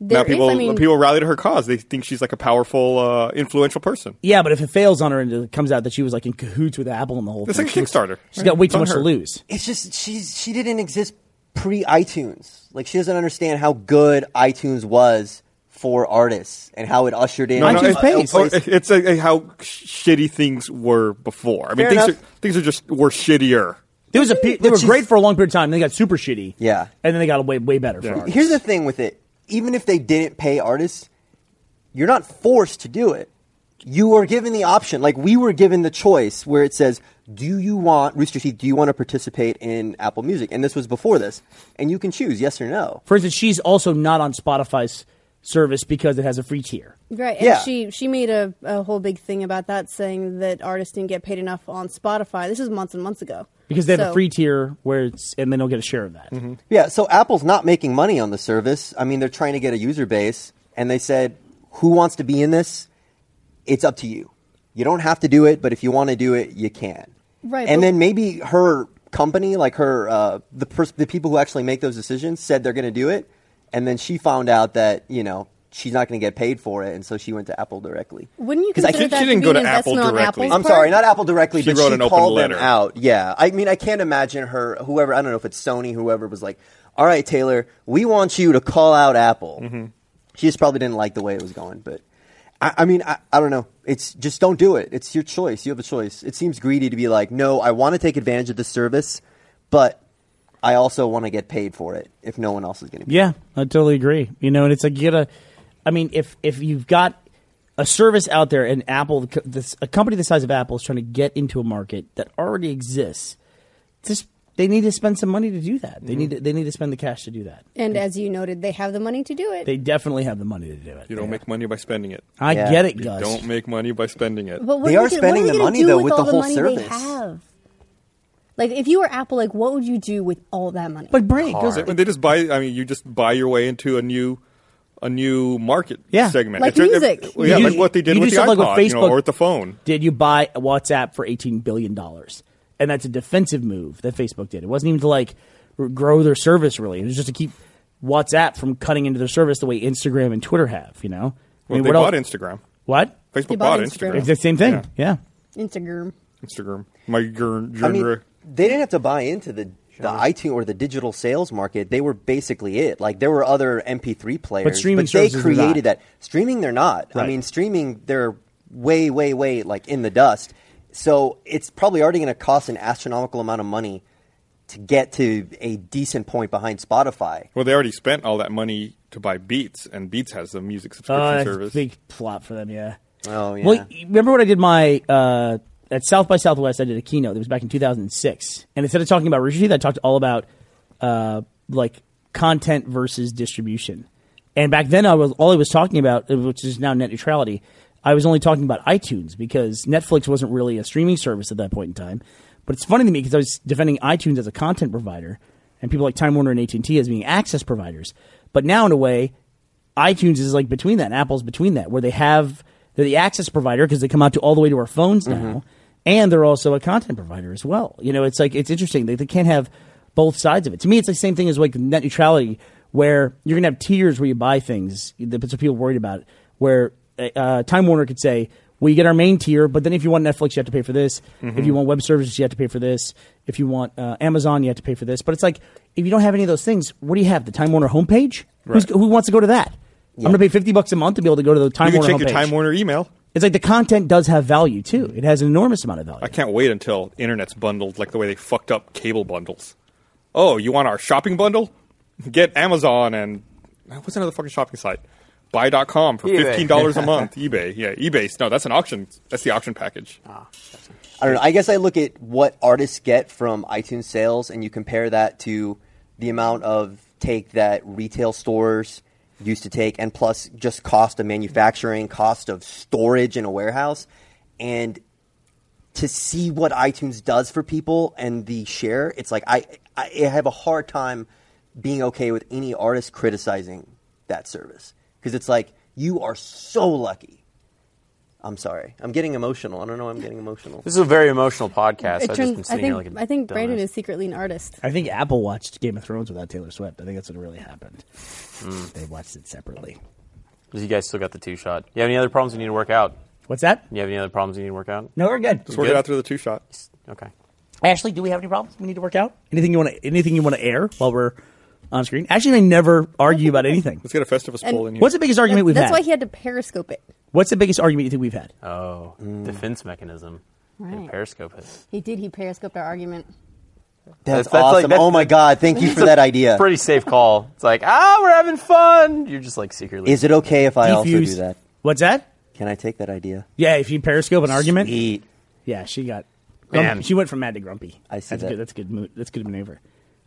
[SPEAKER 6] There
[SPEAKER 2] now
[SPEAKER 6] is-
[SPEAKER 2] people
[SPEAKER 6] I mean,
[SPEAKER 2] people rally to her cause. They think she's like a powerful, uh, influential person.
[SPEAKER 4] Yeah, but if it fails on her and it comes out that she was like in cahoots with Apple and the whole
[SPEAKER 2] It's
[SPEAKER 4] thing,
[SPEAKER 2] like a
[SPEAKER 4] she was-
[SPEAKER 2] Kickstarter.
[SPEAKER 4] she's got way too
[SPEAKER 2] On
[SPEAKER 4] much to
[SPEAKER 2] her.
[SPEAKER 4] lose.
[SPEAKER 1] it's just she's she didn't exist pre iTunes. Like she doesn't understand how good iTunes was for artists and how it ushered in.
[SPEAKER 2] No, no,
[SPEAKER 4] Mind
[SPEAKER 2] it's,
[SPEAKER 4] your pace.
[SPEAKER 2] oh, it- it's uh, how shitty things were before. I mean,
[SPEAKER 1] Fair
[SPEAKER 2] things
[SPEAKER 1] enough.
[SPEAKER 2] are, things are just were shittier.
[SPEAKER 4] There was a pe- they
[SPEAKER 1] But
[SPEAKER 4] were
[SPEAKER 1] she's-
[SPEAKER 4] great for a long period of time. and They got super shitty.
[SPEAKER 1] Yeah.
[SPEAKER 4] and then they got way way better.
[SPEAKER 2] Yeah.
[SPEAKER 4] For artists.
[SPEAKER 1] Here's the thing with it: even if they didn't pay artists, you're not forced to do it. You are given the option. Like we were given the choice where it says, "Do you want Rooster Teeth? Do you want to participate in Apple Music?" And this was before this, and you can choose yes or no.
[SPEAKER 4] For instance, she's also not on Spotify's service because it has a free tier.
[SPEAKER 6] Right, and
[SPEAKER 1] Yeah.
[SPEAKER 6] she she made a, a whole big thing about that, saying that artists didn't get paid enough on Spotify. This is months and months ago.
[SPEAKER 4] Because they have
[SPEAKER 6] So-
[SPEAKER 4] a free tier where it's and they don't get a share of
[SPEAKER 1] Mm-hmm.
[SPEAKER 4] that.
[SPEAKER 1] Yeah, so Apple's not making money on the service. I mean, they're trying to get a user base, and they said, "Who wants to be in this? It's up to you. You don't have to do it, but if you want to do it, you can."
[SPEAKER 6] Right,
[SPEAKER 1] And
[SPEAKER 6] but-
[SPEAKER 1] then maybe her company, like her, uh, the pers- the people who actually make those decisions, said they're going to do it, and then she found out that you know she's not going to get paid for it, and so she went to Apple directly.
[SPEAKER 6] Wouldn't you
[SPEAKER 1] 'Cause I
[SPEAKER 6] consider
[SPEAKER 2] think
[SPEAKER 6] that
[SPEAKER 2] she
[SPEAKER 6] to
[SPEAKER 2] didn't
[SPEAKER 6] be
[SPEAKER 2] go
[SPEAKER 6] an
[SPEAKER 2] to Apple
[SPEAKER 6] investment on
[SPEAKER 2] directly.
[SPEAKER 6] Apple's
[SPEAKER 1] I'm
[SPEAKER 6] part?
[SPEAKER 1] sorry, not Apple directly,
[SPEAKER 2] She
[SPEAKER 1] but
[SPEAKER 2] wrote
[SPEAKER 1] she
[SPEAKER 2] an open
[SPEAKER 1] called
[SPEAKER 2] letter.
[SPEAKER 1] them out. Yeah, I mean, I can't imagine her, whoever, I don't know if it's Sony, whoever was like, "All right, Taylor, we want you to call out Apple."
[SPEAKER 2] Mm-hmm.
[SPEAKER 1] She just probably didn't like the way it was going, but I, I mean, I, I don't know. It's just don't do it. It's your choice. You have a choice. It seems greedy to be like, "No, I want to take advantage of this service, but I also want to get paid for it if no one else is going to." be.
[SPEAKER 4] Yeah, I totally agree. You know, and it's like you gotta. I mean, if if you've got a service out there and Apple, this, a company the size of Apple is trying to get into a market that already exists, just they need to spend some money to do that. They need to, they need to spend the cash to do that.
[SPEAKER 6] And as you noted, they have the money to do it.
[SPEAKER 4] They definitely have the money to do it.
[SPEAKER 2] You don't make money by spending it.
[SPEAKER 4] I
[SPEAKER 1] Yeah.
[SPEAKER 4] get it,
[SPEAKER 2] You
[SPEAKER 4] Gus.
[SPEAKER 2] don't make money by spending it.
[SPEAKER 6] But what
[SPEAKER 1] They
[SPEAKER 6] are
[SPEAKER 1] are
[SPEAKER 6] they,
[SPEAKER 1] spending
[SPEAKER 6] what
[SPEAKER 1] the
[SPEAKER 6] are they gonna
[SPEAKER 1] money,
[SPEAKER 6] do
[SPEAKER 1] though,
[SPEAKER 6] with,
[SPEAKER 1] with
[SPEAKER 6] all
[SPEAKER 1] the
[SPEAKER 6] the,
[SPEAKER 1] whole
[SPEAKER 6] money they
[SPEAKER 1] service.
[SPEAKER 6] have? Like, if you were Apple, like, what would you do with all that money?
[SPEAKER 4] but Brian, it goes-
[SPEAKER 2] When they just buy, I mean, you just buy your way into a new, a new market
[SPEAKER 4] Yeah.
[SPEAKER 2] segment,
[SPEAKER 6] Like
[SPEAKER 2] It's- it-
[SPEAKER 6] music.
[SPEAKER 2] yeah,
[SPEAKER 4] You
[SPEAKER 2] like
[SPEAKER 4] do-
[SPEAKER 2] what they did
[SPEAKER 4] you
[SPEAKER 2] with
[SPEAKER 4] do
[SPEAKER 2] the
[SPEAKER 4] something
[SPEAKER 2] iPod,
[SPEAKER 4] like with
[SPEAKER 2] you know,
[SPEAKER 4] Facebook.
[SPEAKER 2] or with the phone.
[SPEAKER 4] did you buy WhatsApp for eighteen billion dollars? And that's a defensive move that Facebook did. It wasn't even to like r- grow their service really. It was just to keep WhatsApp from cutting into their service the way Instagram and Twitter have. You know, I
[SPEAKER 2] Well,
[SPEAKER 4] mean,
[SPEAKER 2] they
[SPEAKER 4] what
[SPEAKER 2] bought
[SPEAKER 4] else-
[SPEAKER 2] Instagram.
[SPEAKER 4] What?
[SPEAKER 6] They
[SPEAKER 2] Facebook
[SPEAKER 6] bought
[SPEAKER 2] bought
[SPEAKER 6] Instagram.
[SPEAKER 2] Instagram.
[SPEAKER 4] It's the same thing. Yeah.
[SPEAKER 6] Instagram.
[SPEAKER 2] Instagram. My ger-
[SPEAKER 1] I mean,
[SPEAKER 2] genre.
[SPEAKER 1] they didn't have to buy into the the iTunes or the digital sales market. They were basically it. Like there were other MP3 players, they
[SPEAKER 4] streaming services are not.
[SPEAKER 1] created that. Streaming, they're not. I
[SPEAKER 4] Right.
[SPEAKER 1] mean, streaming, they're way, way, way like in the dust. So it's probably already going to cost an astronomical amount of money to get to a decent point behind Spotify.
[SPEAKER 2] Well, they already spent all that money to buy Beats, and Beats has the music subscription
[SPEAKER 4] Uh, that's a
[SPEAKER 2] service.
[SPEAKER 4] big plot for them. Yeah.
[SPEAKER 1] Oh yeah.
[SPEAKER 4] Well, y- remember when I did my uh, at South by Southwest? I did a keynote. That was back in 2006, and instead of talking about Rooster Teeth, I talked all about uh, like content versus distribution. And back then, I was all I was talking about, uh, which is now net neutrality. I was only talking about iTunes because Netflix wasn't really a streaming service at that point in time. But it's funny to me because I was defending iTunes as a content provider, and people like Time Warner and AT and T as being access providers. But now, in a way, iTunes is like between that, and Apple's between that, where they have they're the access provider because they come out to all the way to our phones now, and they're also a content provider as well. You know, it's like it's interesting. They, they can't have both sides of it. To me, it's the same thing as like net neutrality, where you're gonna have tiers where you buy things. That's what people are worried about. Where uh, Time Warner could say, "Well, you get our main tier, but then if you want Netflix, you have to pay for this. If
[SPEAKER 2] Mhm.
[SPEAKER 4] you want web services, you have to pay for this. If you want uh, Amazon, you have to pay for this." But it's like if you don't have any of those things, what do you have? The Time Warner homepage? Who's,
[SPEAKER 2] Right.
[SPEAKER 4] who wants to go to that? I'm going to pay 50 bucks a month to be able to go to the Time
[SPEAKER 2] you can
[SPEAKER 4] Warner
[SPEAKER 2] check your
[SPEAKER 4] homepage.
[SPEAKER 2] Time Warner email.
[SPEAKER 4] It's like the content does have value too. It has an enormous amount of value.
[SPEAKER 2] I can't wait until internet's bundled like the way they fucked up cable bundles. Oh, you want our shopping bundle? Get Amazon and uh, what's another fucking shopping site? Buy.com for
[SPEAKER 7] eBay.
[SPEAKER 2] fifteen
[SPEAKER 7] <laughs>
[SPEAKER 2] dollars a month. eBay, yeah, eBay. No, that's an auction. That's the auction package.
[SPEAKER 7] Ah.
[SPEAKER 1] I don't know. I guess I look at what artists get from iTunes sales and you compare that to the amount of take that retail stores used to take and plus just cost of manufacturing, cost of storage in a warehouse and to see what iTunes does for people and the share, it's like I I, I have a hard time being okay with any artist criticizing that service because it's like you are so lucky. I'm sorry. I'm getting emotional. I don't know. why I'm getting emotional.
[SPEAKER 7] This is a very emotional podcast. I've just been
[SPEAKER 6] I
[SPEAKER 7] sitting
[SPEAKER 6] think
[SPEAKER 7] here like a
[SPEAKER 6] I think
[SPEAKER 7] dumbass.
[SPEAKER 6] Brandon is secretly an artist.
[SPEAKER 4] I think Apple watched Game of Thrones without Taylor Swift. I think that's what really happened.
[SPEAKER 2] Hmm.
[SPEAKER 4] They watched it separately.
[SPEAKER 7] You guys still got the two shot. You have any other problems you need to work out?
[SPEAKER 4] What's that?
[SPEAKER 7] You have any other problems you need to work out?
[SPEAKER 4] No, we're good.
[SPEAKER 2] Let's work
[SPEAKER 7] Good.
[SPEAKER 2] it out through the two shot.
[SPEAKER 7] Okay.
[SPEAKER 4] Ashley, do we have any problems we need to work out? Anything you want to anything you want to air while we're on screen. Actually, they never argue about anything.
[SPEAKER 2] Let's get a Festivus poll in here.
[SPEAKER 4] What's the biggest argument we've
[SPEAKER 6] That's
[SPEAKER 4] had?
[SPEAKER 6] why he had to periscope it.
[SPEAKER 4] What's the biggest argument you think we've had?
[SPEAKER 7] Oh,
[SPEAKER 1] Mm.
[SPEAKER 7] defense mechanism. And Periscope
[SPEAKER 1] <laughs>
[SPEAKER 7] is
[SPEAKER 6] He did. He periscoped our argument.
[SPEAKER 7] That's-
[SPEAKER 1] That's,
[SPEAKER 7] that's like-
[SPEAKER 1] awesome.
[SPEAKER 7] that's-
[SPEAKER 1] oh my god, thank
[SPEAKER 7] <laughs>
[SPEAKER 1] you for that idea.
[SPEAKER 7] pretty safe call. It's like ah, we're having fun. You're just like secretly.
[SPEAKER 1] Is it okay if I also do
[SPEAKER 4] Defuse.
[SPEAKER 1] that?
[SPEAKER 4] What's that?
[SPEAKER 1] Can I take that idea?
[SPEAKER 4] Yeah, if you periscope an argument.
[SPEAKER 1] Sweet.
[SPEAKER 4] Yeah, she got.
[SPEAKER 7] Man.
[SPEAKER 4] grumpy. she went from mad to grumpy.
[SPEAKER 1] I see
[SPEAKER 4] that's
[SPEAKER 1] that.
[SPEAKER 4] Good, that's good. mo- That's good maneuver.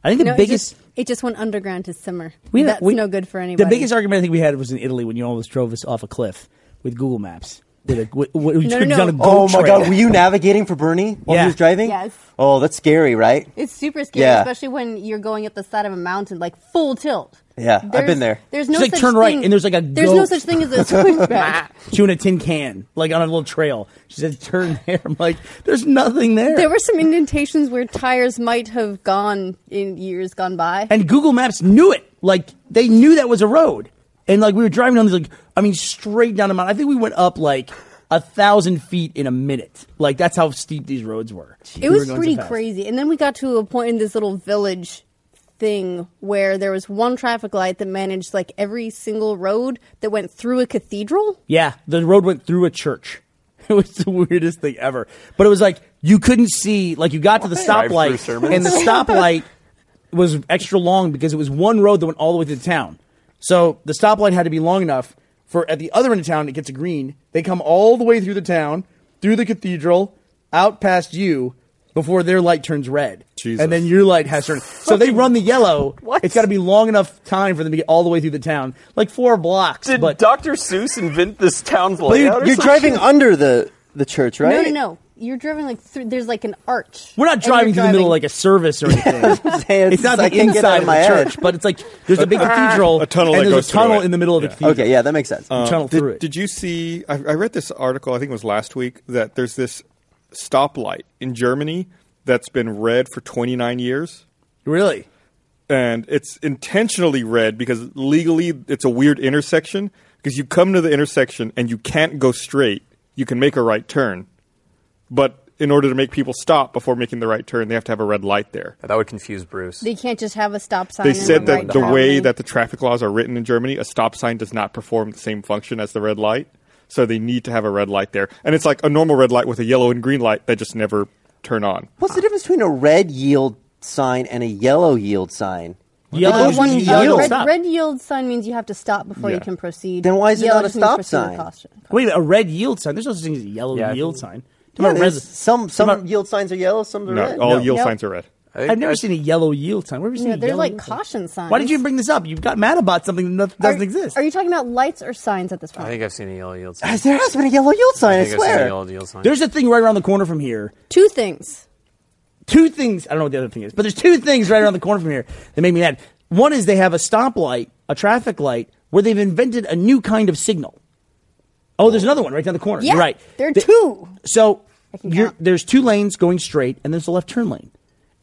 [SPEAKER 4] I think the
[SPEAKER 6] No,
[SPEAKER 4] biggest.
[SPEAKER 6] it, just, it just went underground to simmer.
[SPEAKER 4] we-
[SPEAKER 6] That's
[SPEAKER 4] we-
[SPEAKER 6] no good for anybody.
[SPEAKER 4] The biggest argument I think we had was in Italy when you almost drove us off a cliff with Google Maps. With a, with, with, you
[SPEAKER 6] no,
[SPEAKER 4] couldn't
[SPEAKER 6] no.
[SPEAKER 4] get on a goat
[SPEAKER 1] Oh my
[SPEAKER 4] trail.
[SPEAKER 1] god, were you navigating for Bernie while
[SPEAKER 4] Yeah.
[SPEAKER 1] he was driving?
[SPEAKER 6] Yes.
[SPEAKER 1] Oh, that's scary, right?
[SPEAKER 6] It's super scary,
[SPEAKER 1] Yeah.
[SPEAKER 6] especially when you're going up the side of a mountain like full tilt.
[SPEAKER 1] Yeah, I've
[SPEAKER 6] There's-
[SPEAKER 1] been there.
[SPEAKER 6] There's no
[SPEAKER 4] Just, like,
[SPEAKER 6] such
[SPEAKER 4] turn
[SPEAKER 6] thing,
[SPEAKER 4] right, and there's, like, a
[SPEAKER 6] there's
[SPEAKER 4] goat.
[SPEAKER 6] no such thing
[SPEAKER 4] <laughs>
[SPEAKER 6] as a switchback.
[SPEAKER 4] Chewing a tin can, like on a little trail. She said, "Turn <laughs> there." I'm like, "There's nothing there."
[SPEAKER 6] there were some indentations where tires might have gone in years gone by.
[SPEAKER 4] and Google Maps knew it. Like they knew that was a road, and like we were driving down this, like I mean, straight down the mountain. I think we went up like a thousand feet in a minute. Like that's how steep these roads were.
[SPEAKER 6] it
[SPEAKER 4] We were
[SPEAKER 6] was
[SPEAKER 4] going so
[SPEAKER 6] pretty
[SPEAKER 4] fast.
[SPEAKER 6] crazy. And then we got to a point in this little village thing where there was one traffic light that managed like every single road that went through a cathedral.
[SPEAKER 4] Yeah, the road went through a church. <laughs> It was the weirdest thing ever. But it was like you couldn't see. Like you got to the
[SPEAKER 7] Drive-through
[SPEAKER 4] stoplight,
[SPEAKER 7] sermons. <laughs>
[SPEAKER 4] and the stoplight was extra long because it was one road that went all the way to the town. So the stoplight had to be long enough for at the other end of town it gets a green. They come all the way through the town, through the cathedral, out past you before their light turns red.
[SPEAKER 2] Jesus.
[SPEAKER 4] And then your light has turned. So
[SPEAKER 7] <laughs>
[SPEAKER 4] they run the yellow.
[SPEAKER 7] What?
[SPEAKER 4] It's got to be long enough time for them to get all the way through the town, like four blocks.
[SPEAKER 7] Did
[SPEAKER 4] but
[SPEAKER 7] Dr. Seuss invent this town's layout?
[SPEAKER 1] You're,
[SPEAKER 7] or
[SPEAKER 1] you're
[SPEAKER 7] some
[SPEAKER 1] driving
[SPEAKER 7] shit?
[SPEAKER 1] under the the church, right?
[SPEAKER 6] No,
[SPEAKER 1] <laughs>
[SPEAKER 6] no, no. You're driving like through. There's like an arch.
[SPEAKER 4] We're not
[SPEAKER 6] And
[SPEAKER 4] driving
[SPEAKER 6] you're
[SPEAKER 4] through the middle of like a service or
[SPEAKER 1] <laughs>
[SPEAKER 4] anything.
[SPEAKER 1] I'm saying,
[SPEAKER 4] it's not
[SPEAKER 1] I
[SPEAKER 4] the
[SPEAKER 1] can't get out of
[SPEAKER 4] inside of the
[SPEAKER 1] my head.
[SPEAKER 4] church, but it's like there's a big
[SPEAKER 1] <laughs>
[SPEAKER 4] cathedral
[SPEAKER 2] a tunnel
[SPEAKER 4] and
[SPEAKER 2] that
[SPEAKER 4] there's
[SPEAKER 2] goes
[SPEAKER 4] a
[SPEAKER 2] through
[SPEAKER 4] tunnel
[SPEAKER 2] it.
[SPEAKER 4] in the middle of the
[SPEAKER 2] Yeah.
[SPEAKER 4] cathedral.
[SPEAKER 1] Okay, yeah, that makes sense.
[SPEAKER 4] You tunnel
[SPEAKER 2] did,
[SPEAKER 4] through it.
[SPEAKER 2] did you see? I, I read this article. I think it was last week that there's this stoplight in Germany that's been red for 29 years,
[SPEAKER 4] really?
[SPEAKER 2] and it's intentionally red because legally it's a weird intersection. Because you come to the intersection and you can't go straight. You can make a right turn, but in order to make people stop before making the right turn, they have to have a red light there.
[SPEAKER 7] That would confuse Bruce.
[SPEAKER 6] They can't just have a stop sign.
[SPEAKER 2] They
[SPEAKER 6] and
[SPEAKER 2] said
[SPEAKER 6] a
[SPEAKER 2] that
[SPEAKER 6] right
[SPEAKER 2] the
[SPEAKER 6] turn
[SPEAKER 2] way
[SPEAKER 6] lane.
[SPEAKER 2] that the traffic laws are written in Germany, a stop sign does not perform the same function as the red light, so they need to have a red light there. And it's like a normal red light with a yellow and green light that just never turn on.
[SPEAKER 1] What's the difference between a red yield sign and a yellow yield sign?
[SPEAKER 4] Yellow,
[SPEAKER 1] Those
[SPEAKER 6] One
[SPEAKER 1] mean
[SPEAKER 4] yellow,
[SPEAKER 1] yield.
[SPEAKER 6] Oh, red,
[SPEAKER 4] stop.
[SPEAKER 6] red yield sign means you have to stop before you
[SPEAKER 2] Yeah.
[SPEAKER 6] can proceed.
[SPEAKER 1] Then why is it
[SPEAKER 6] Yellow
[SPEAKER 1] not a
[SPEAKER 6] just means
[SPEAKER 1] stop
[SPEAKER 6] pursue the
[SPEAKER 1] sign?
[SPEAKER 6] caution.
[SPEAKER 4] Wait, a red yield sign. There's no such thing as a yellow
[SPEAKER 7] Yeah, I
[SPEAKER 4] yield
[SPEAKER 7] think-
[SPEAKER 4] sign. Come
[SPEAKER 1] Yeah,
[SPEAKER 4] on,
[SPEAKER 1] there's
[SPEAKER 4] res-
[SPEAKER 1] some some
[SPEAKER 4] about-
[SPEAKER 1] yield signs are yellow, some are
[SPEAKER 2] No,
[SPEAKER 1] red.
[SPEAKER 2] all
[SPEAKER 1] No.
[SPEAKER 2] yield
[SPEAKER 6] Nope.
[SPEAKER 2] signs are red.
[SPEAKER 4] I've never seen a yellow yield sign. Where have you seen
[SPEAKER 6] No,
[SPEAKER 4] a
[SPEAKER 6] they're
[SPEAKER 4] yellow
[SPEAKER 6] like
[SPEAKER 4] yield sign?
[SPEAKER 6] caution signs.
[SPEAKER 4] Why did you bring this up? You got mad about something that noth- doesn't
[SPEAKER 6] are,
[SPEAKER 4] exist.
[SPEAKER 6] Are you talking about lights or signs at this point?
[SPEAKER 7] I think I've seen E a yellow yield sign.
[SPEAKER 1] Has there has been a yellow yield sign? I,
[SPEAKER 7] think I've seen E a
[SPEAKER 1] swear.
[SPEAKER 7] yellow yield sign.
[SPEAKER 4] there's a thing right around the corner from here.
[SPEAKER 6] Two things.
[SPEAKER 4] two things. I don't know what the other thing is, but there's two things right around the corner from here that make me mad. One is they have a stoplight, a traffic light, where they've invented a new kind of signal. Oh, there's another one right down the corner.
[SPEAKER 6] Yeah,
[SPEAKER 4] You're right.
[SPEAKER 6] there are
[SPEAKER 4] They-
[SPEAKER 6] two.
[SPEAKER 4] So
[SPEAKER 6] can
[SPEAKER 4] you're,
[SPEAKER 6] count.
[SPEAKER 4] there's two lanes going straight, and there's a left turn lane,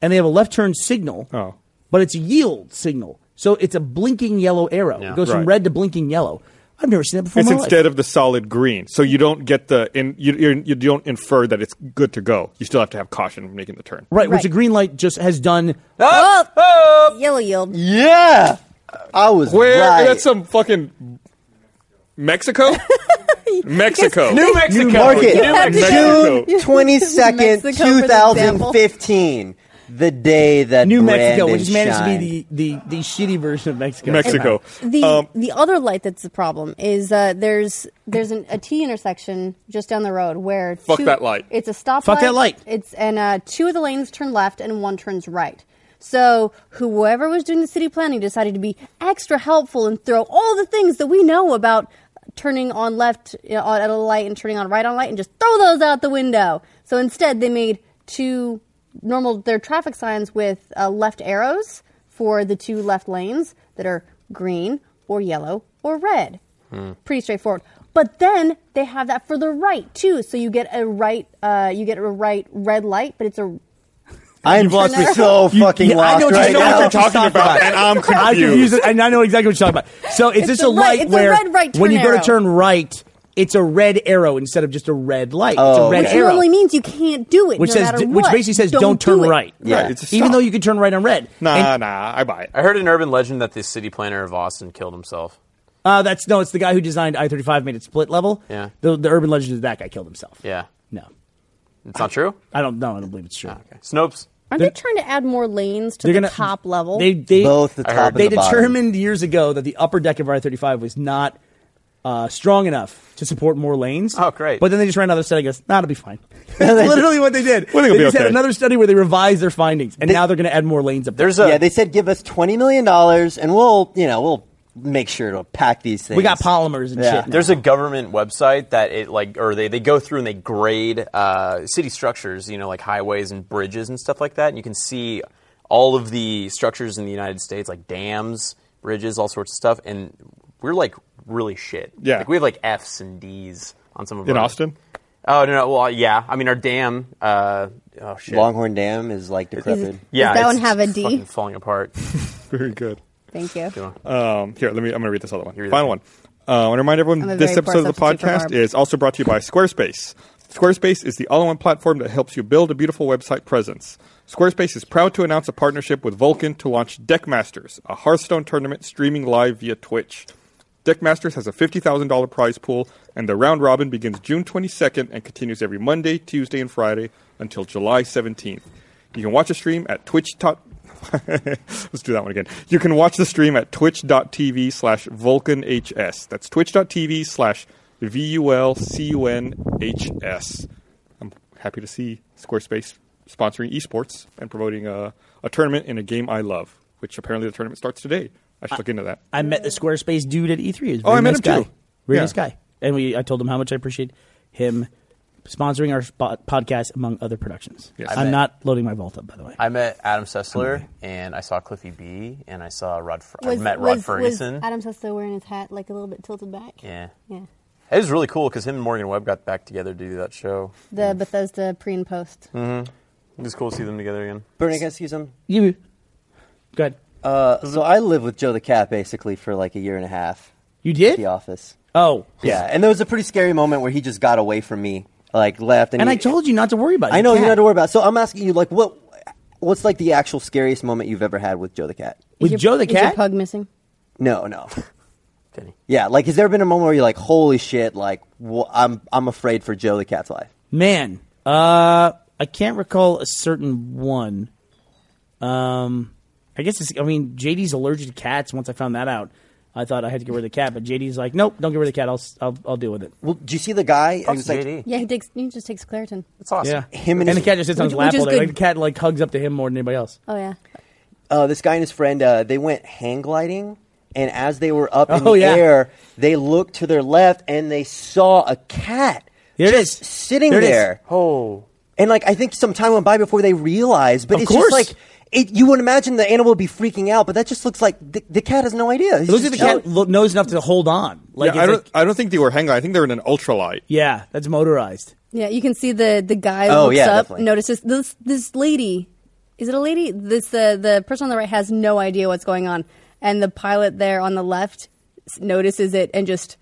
[SPEAKER 4] and they have a left turn signal.
[SPEAKER 2] Oh.
[SPEAKER 4] but it's a yield signal, so it's a blinking yellow arrow.
[SPEAKER 7] Yeah.
[SPEAKER 4] it goes from
[SPEAKER 2] Right.
[SPEAKER 4] red to blinking yellow. I've never seen that before.
[SPEAKER 2] It's
[SPEAKER 4] in my life.
[SPEAKER 2] instead of the solid green, so you don't get the in, you, you you don't infer that it's good to go. You still have to have caution when making the turn.
[SPEAKER 4] right, which
[SPEAKER 6] Right.
[SPEAKER 4] a green light just has done.
[SPEAKER 7] Ah! Ah!
[SPEAKER 6] Yellow yield.
[SPEAKER 1] Yeah, I was
[SPEAKER 2] Where
[SPEAKER 1] right.
[SPEAKER 2] that's some fucking Mexico, <laughs> Mexico,
[SPEAKER 7] New Mexico.
[SPEAKER 1] Market
[SPEAKER 7] New
[SPEAKER 6] have to
[SPEAKER 7] Mexico.
[SPEAKER 1] June twenty second,
[SPEAKER 6] Mexico for the
[SPEAKER 1] two thousand fifteen, the day that
[SPEAKER 4] New Mexico,
[SPEAKER 1] Brandon
[SPEAKER 4] which has managed
[SPEAKER 1] shined.
[SPEAKER 4] to be the, the, the shitty version of Mexico.
[SPEAKER 2] Mexico.
[SPEAKER 6] The
[SPEAKER 2] Um,
[SPEAKER 6] the other light that's the problem is uh, there's there's an, a T intersection just down the road where
[SPEAKER 2] Fuck
[SPEAKER 6] two-
[SPEAKER 2] that light.
[SPEAKER 6] It's a stop.
[SPEAKER 4] Fuck
[SPEAKER 6] light.
[SPEAKER 4] that light.
[SPEAKER 6] It's and uh, two of the lanes turn left and one turns right. So whoever was doing the city planning decided to be extra helpful and throw all the things that we know about turning on left uh, on- at a light and turning on right on light and just throw those out the window. So instead, they made two normal their traffic signs with uh, left arrows for the two left lanes that are green or yellow or red.
[SPEAKER 4] Hmm.
[SPEAKER 6] Pretty straightforward. But then they have that for the right too, so you get a right, uh, you get a right red light, but it's a
[SPEAKER 1] I'm
[SPEAKER 6] lost me.
[SPEAKER 1] so
[SPEAKER 4] You-
[SPEAKER 1] fucking
[SPEAKER 4] yeah,
[SPEAKER 1] lost
[SPEAKER 4] I know what
[SPEAKER 1] right
[SPEAKER 4] you know
[SPEAKER 1] now.
[SPEAKER 4] what you're talking about,
[SPEAKER 2] and I'm
[SPEAKER 4] I'm
[SPEAKER 2] confused.
[SPEAKER 4] confused, and I know exactly what you're talking about. So it's,
[SPEAKER 6] It's
[SPEAKER 4] just
[SPEAKER 6] a
[SPEAKER 4] a
[SPEAKER 6] right-
[SPEAKER 4] light
[SPEAKER 6] it's a
[SPEAKER 4] where
[SPEAKER 6] red right
[SPEAKER 4] when
[SPEAKER 6] turn
[SPEAKER 4] you go
[SPEAKER 6] arrow.
[SPEAKER 4] to turn right, it's a red arrow instead of just a red light. it's a
[SPEAKER 1] Oh,
[SPEAKER 4] red
[SPEAKER 6] which
[SPEAKER 4] arrow.
[SPEAKER 6] normally means you can't do it,
[SPEAKER 4] which
[SPEAKER 6] no
[SPEAKER 4] says,
[SPEAKER 6] matter
[SPEAKER 4] d- which
[SPEAKER 6] what.
[SPEAKER 4] basically says,
[SPEAKER 6] don't,
[SPEAKER 4] don't, turn
[SPEAKER 6] do it.
[SPEAKER 4] right.
[SPEAKER 1] Yeah.
[SPEAKER 2] Right, it's a
[SPEAKER 4] Even
[SPEAKER 2] stop.
[SPEAKER 4] though you can turn right on red.
[SPEAKER 2] Nah,
[SPEAKER 4] And-
[SPEAKER 2] nah, I buy it.
[SPEAKER 7] I heard an urban legend that the city planner of Austin killed himself.
[SPEAKER 4] Uh, that's no, it's the guy who designed I thirty five made it split level.
[SPEAKER 7] Yeah.
[SPEAKER 4] The, the urban legend is that guy killed himself.
[SPEAKER 7] Yeah,
[SPEAKER 4] No,
[SPEAKER 7] it's not true.
[SPEAKER 4] I don't know. I don't believe it's
[SPEAKER 3] Ah,
[SPEAKER 4] true.
[SPEAKER 7] Okay. Snopes.
[SPEAKER 6] Aren't they trying to add more lanes to
[SPEAKER 4] They're
[SPEAKER 6] the
[SPEAKER 4] gonna
[SPEAKER 6] top level?
[SPEAKER 4] They they
[SPEAKER 1] Both the
[SPEAKER 7] I
[SPEAKER 1] top
[SPEAKER 7] heard-
[SPEAKER 1] and
[SPEAKER 4] they
[SPEAKER 1] the bottom.
[SPEAKER 4] determined years ago that the upper deck of I thirty five was not uh, strong enough to support more lanes.
[SPEAKER 7] Oh, great.
[SPEAKER 4] But then they just ran another study. and Goes, nah, it'll be fine. <laughs> That's literally what they did.
[SPEAKER 2] We're gonna
[SPEAKER 4] they
[SPEAKER 2] be
[SPEAKER 4] just had
[SPEAKER 2] okay.
[SPEAKER 4] another study where they revised their findings, and
[SPEAKER 1] They-
[SPEAKER 4] now they're going to add more lanes up there.
[SPEAKER 7] There's a
[SPEAKER 1] yeah, they said give us twenty million dollars, and we'll you know we'll make sure to pack these things.
[SPEAKER 4] we got polymers and
[SPEAKER 1] Yeah.
[SPEAKER 4] shit.
[SPEAKER 7] There's a government website that it like, or they, they go through and they grade uh, city structures, you know, like highways and bridges and stuff like that. And you can see all of the structures in the United States, like dams, bridges, all sorts of stuff. And we're like really shit.
[SPEAKER 2] Yeah.
[SPEAKER 7] Like we have like Fs and Ds on some of
[SPEAKER 2] In
[SPEAKER 7] our-
[SPEAKER 2] Austin?
[SPEAKER 7] Oh no, no, well, yeah. I mean, our dam. Uh, oh shit.
[SPEAKER 1] Longhorn Dam is like decrepit.
[SPEAKER 7] yeah,
[SPEAKER 6] Does that
[SPEAKER 7] it's
[SPEAKER 6] one have a D?
[SPEAKER 7] Fucking falling apart. <laughs>
[SPEAKER 2] Very good.
[SPEAKER 6] Thank you.
[SPEAKER 2] Um, here, let me. I'm going to read this other one.
[SPEAKER 7] read
[SPEAKER 2] Final one.
[SPEAKER 7] this
[SPEAKER 2] Uh, I want to remind
[SPEAKER 6] I'm a
[SPEAKER 2] everyone this
[SPEAKER 6] very poor
[SPEAKER 2] episode of the
[SPEAKER 6] substitute for Barb.
[SPEAKER 2] podcast is also brought to you by Squarespace. Squarespace is the all-in-one platform that helps you build a beautiful website presence. Squarespace is proud to announce a partnership with Vulcan to launch Deckmasters, a Hearthstone tournament streaming live via Twitch. Deckmasters has a $50,000 prize pool, and the round robin begins June 22nd and continues every Monday, Tuesday, and Friday until July 17th. You can watch a stream at Twitch. <laughs> Let's do that one again. You can watch the stream at twitch.tv slash vulcanhs. That's twitch.tv slash V-U-L-C-U-N-H-S. I'm happy to see Squarespace sponsoring esports and promoting a, a tournament in a game I love, which apparently the tournament starts today. I should look into that.
[SPEAKER 4] I met the Squarespace dude at E3. He was a
[SPEAKER 2] Oh,
[SPEAKER 4] very
[SPEAKER 2] I met
[SPEAKER 4] nice
[SPEAKER 2] him
[SPEAKER 4] guy.
[SPEAKER 2] too.
[SPEAKER 4] Very
[SPEAKER 2] Yeah.
[SPEAKER 4] nice guy. And we, I told him how much I appreciate him sponsoring our spot, podcast among other productions.
[SPEAKER 2] Yes. I
[SPEAKER 4] I'm
[SPEAKER 7] met-
[SPEAKER 4] not loading my vault up, by the way.
[SPEAKER 7] I met Adam Sessler and I saw Cliffy B and I saw Rod. Fer-
[SPEAKER 6] Was,
[SPEAKER 7] I met Rod
[SPEAKER 6] was,
[SPEAKER 7] Ferguson.
[SPEAKER 6] Was Adam Sessler wearing his hat like a little bit tilted back?
[SPEAKER 7] Yeah.
[SPEAKER 6] Yeah.
[SPEAKER 7] It was really cool because him and Morgan Webb got back together to do that show.
[SPEAKER 6] The
[SPEAKER 4] Hmm.
[SPEAKER 6] Bethesda pre and post.
[SPEAKER 7] It was cool to see them together again.
[SPEAKER 1] Bernie, can I ask you something?
[SPEAKER 4] you go ahead.
[SPEAKER 1] Uh, so I lived with Joe the Cat basically for like a year and a half.
[SPEAKER 4] You
[SPEAKER 1] at
[SPEAKER 4] did?
[SPEAKER 1] The office.
[SPEAKER 4] Oh,
[SPEAKER 1] Yeah, and there was a pretty scary moment where he just got away from me, like left, and,
[SPEAKER 4] and
[SPEAKER 1] he-
[SPEAKER 4] I told you not to worry about it.
[SPEAKER 1] I
[SPEAKER 4] You
[SPEAKER 1] know you
[SPEAKER 4] can't.
[SPEAKER 1] don't have to worry about. it. So I'm asking you, like, what, what's like the actual scariest moment you've ever had with Joe the Cat?
[SPEAKER 4] With
[SPEAKER 6] Is your-
[SPEAKER 4] Joe the
[SPEAKER 6] is your
[SPEAKER 4] cat,
[SPEAKER 6] pug missing?
[SPEAKER 1] No, <laughs> no.
[SPEAKER 7] Did he?
[SPEAKER 1] Yeah, like, has there been a moment where you're like, holy shit, like, wh- I'm I'm afraid for Joe the Cat's life?
[SPEAKER 4] man. Uh, I can't recall a certain one. Um, I guess it's. I mean, JD's allergic to cats. Once I found that out, I thought I had to get rid of the cat. But JD's like, nope, don't get rid of the cat. I'll s- I'll, I'll deal with it.
[SPEAKER 1] Well, do you see the guy? He
[SPEAKER 7] Fuck
[SPEAKER 1] was like,
[SPEAKER 7] JD.
[SPEAKER 6] Yeah, he takes. He just takes Claritin.
[SPEAKER 7] It's awesome.
[SPEAKER 4] Yeah,
[SPEAKER 1] Him and his-
[SPEAKER 4] the cat just sits on
[SPEAKER 6] Which-
[SPEAKER 4] his lap
[SPEAKER 6] which is
[SPEAKER 4] all day.
[SPEAKER 6] good.
[SPEAKER 4] Like the cat like hugs up to him more than anybody else.
[SPEAKER 6] Oh yeah.
[SPEAKER 1] uh, this guy and his friend, uh, they went hang gliding, and as they were up in
[SPEAKER 4] Oh,
[SPEAKER 1] the
[SPEAKER 4] yeah.
[SPEAKER 1] air, they looked to their left and they saw a cat
[SPEAKER 4] There it
[SPEAKER 1] just
[SPEAKER 4] is.
[SPEAKER 1] sitting
[SPEAKER 4] There it is.
[SPEAKER 1] there.
[SPEAKER 7] Oh.
[SPEAKER 1] And like, I think some time went by before they realized. But
[SPEAKER 4] Of
[SPEAKER 1] it's
[SPEAKER 4] course.
[SPEAKER 1] just like it, you would imagine the animal would be freaking out, but that just looks like the, the cat has no idea. He's
[SPEAKER 4] It looks like
[SPEAKER 1] just
[SPEAKER 4] the cat
[SPEAKER 1] chilling.
[SPEAKER 4] lo- knows enough to hold on. Like,
[SPEAKER 2] yeah, I
[SPEAKER 4] it's
[SPEAKER 2] don't.
[SPEAKER 4] like-
[SPEAKER 2] I don't think they were hanging. I think they were in an ultralight.
[SPEAKER 4] yeah, that's motorized.
[SPEAKER 6] Yeah, you can see the the guy
[SPEAKER 1] Oh,
[SPEAKER 6] looks
[SPEAKER 1] yeah,
[SPEAKER 6] up,
[SPEAKER 1] definitely.
[SPEAKER 6] notices this this lady. Is it a lady? This the the person on the right has no idea what's going on, and the pilot there on the left s- notices it and just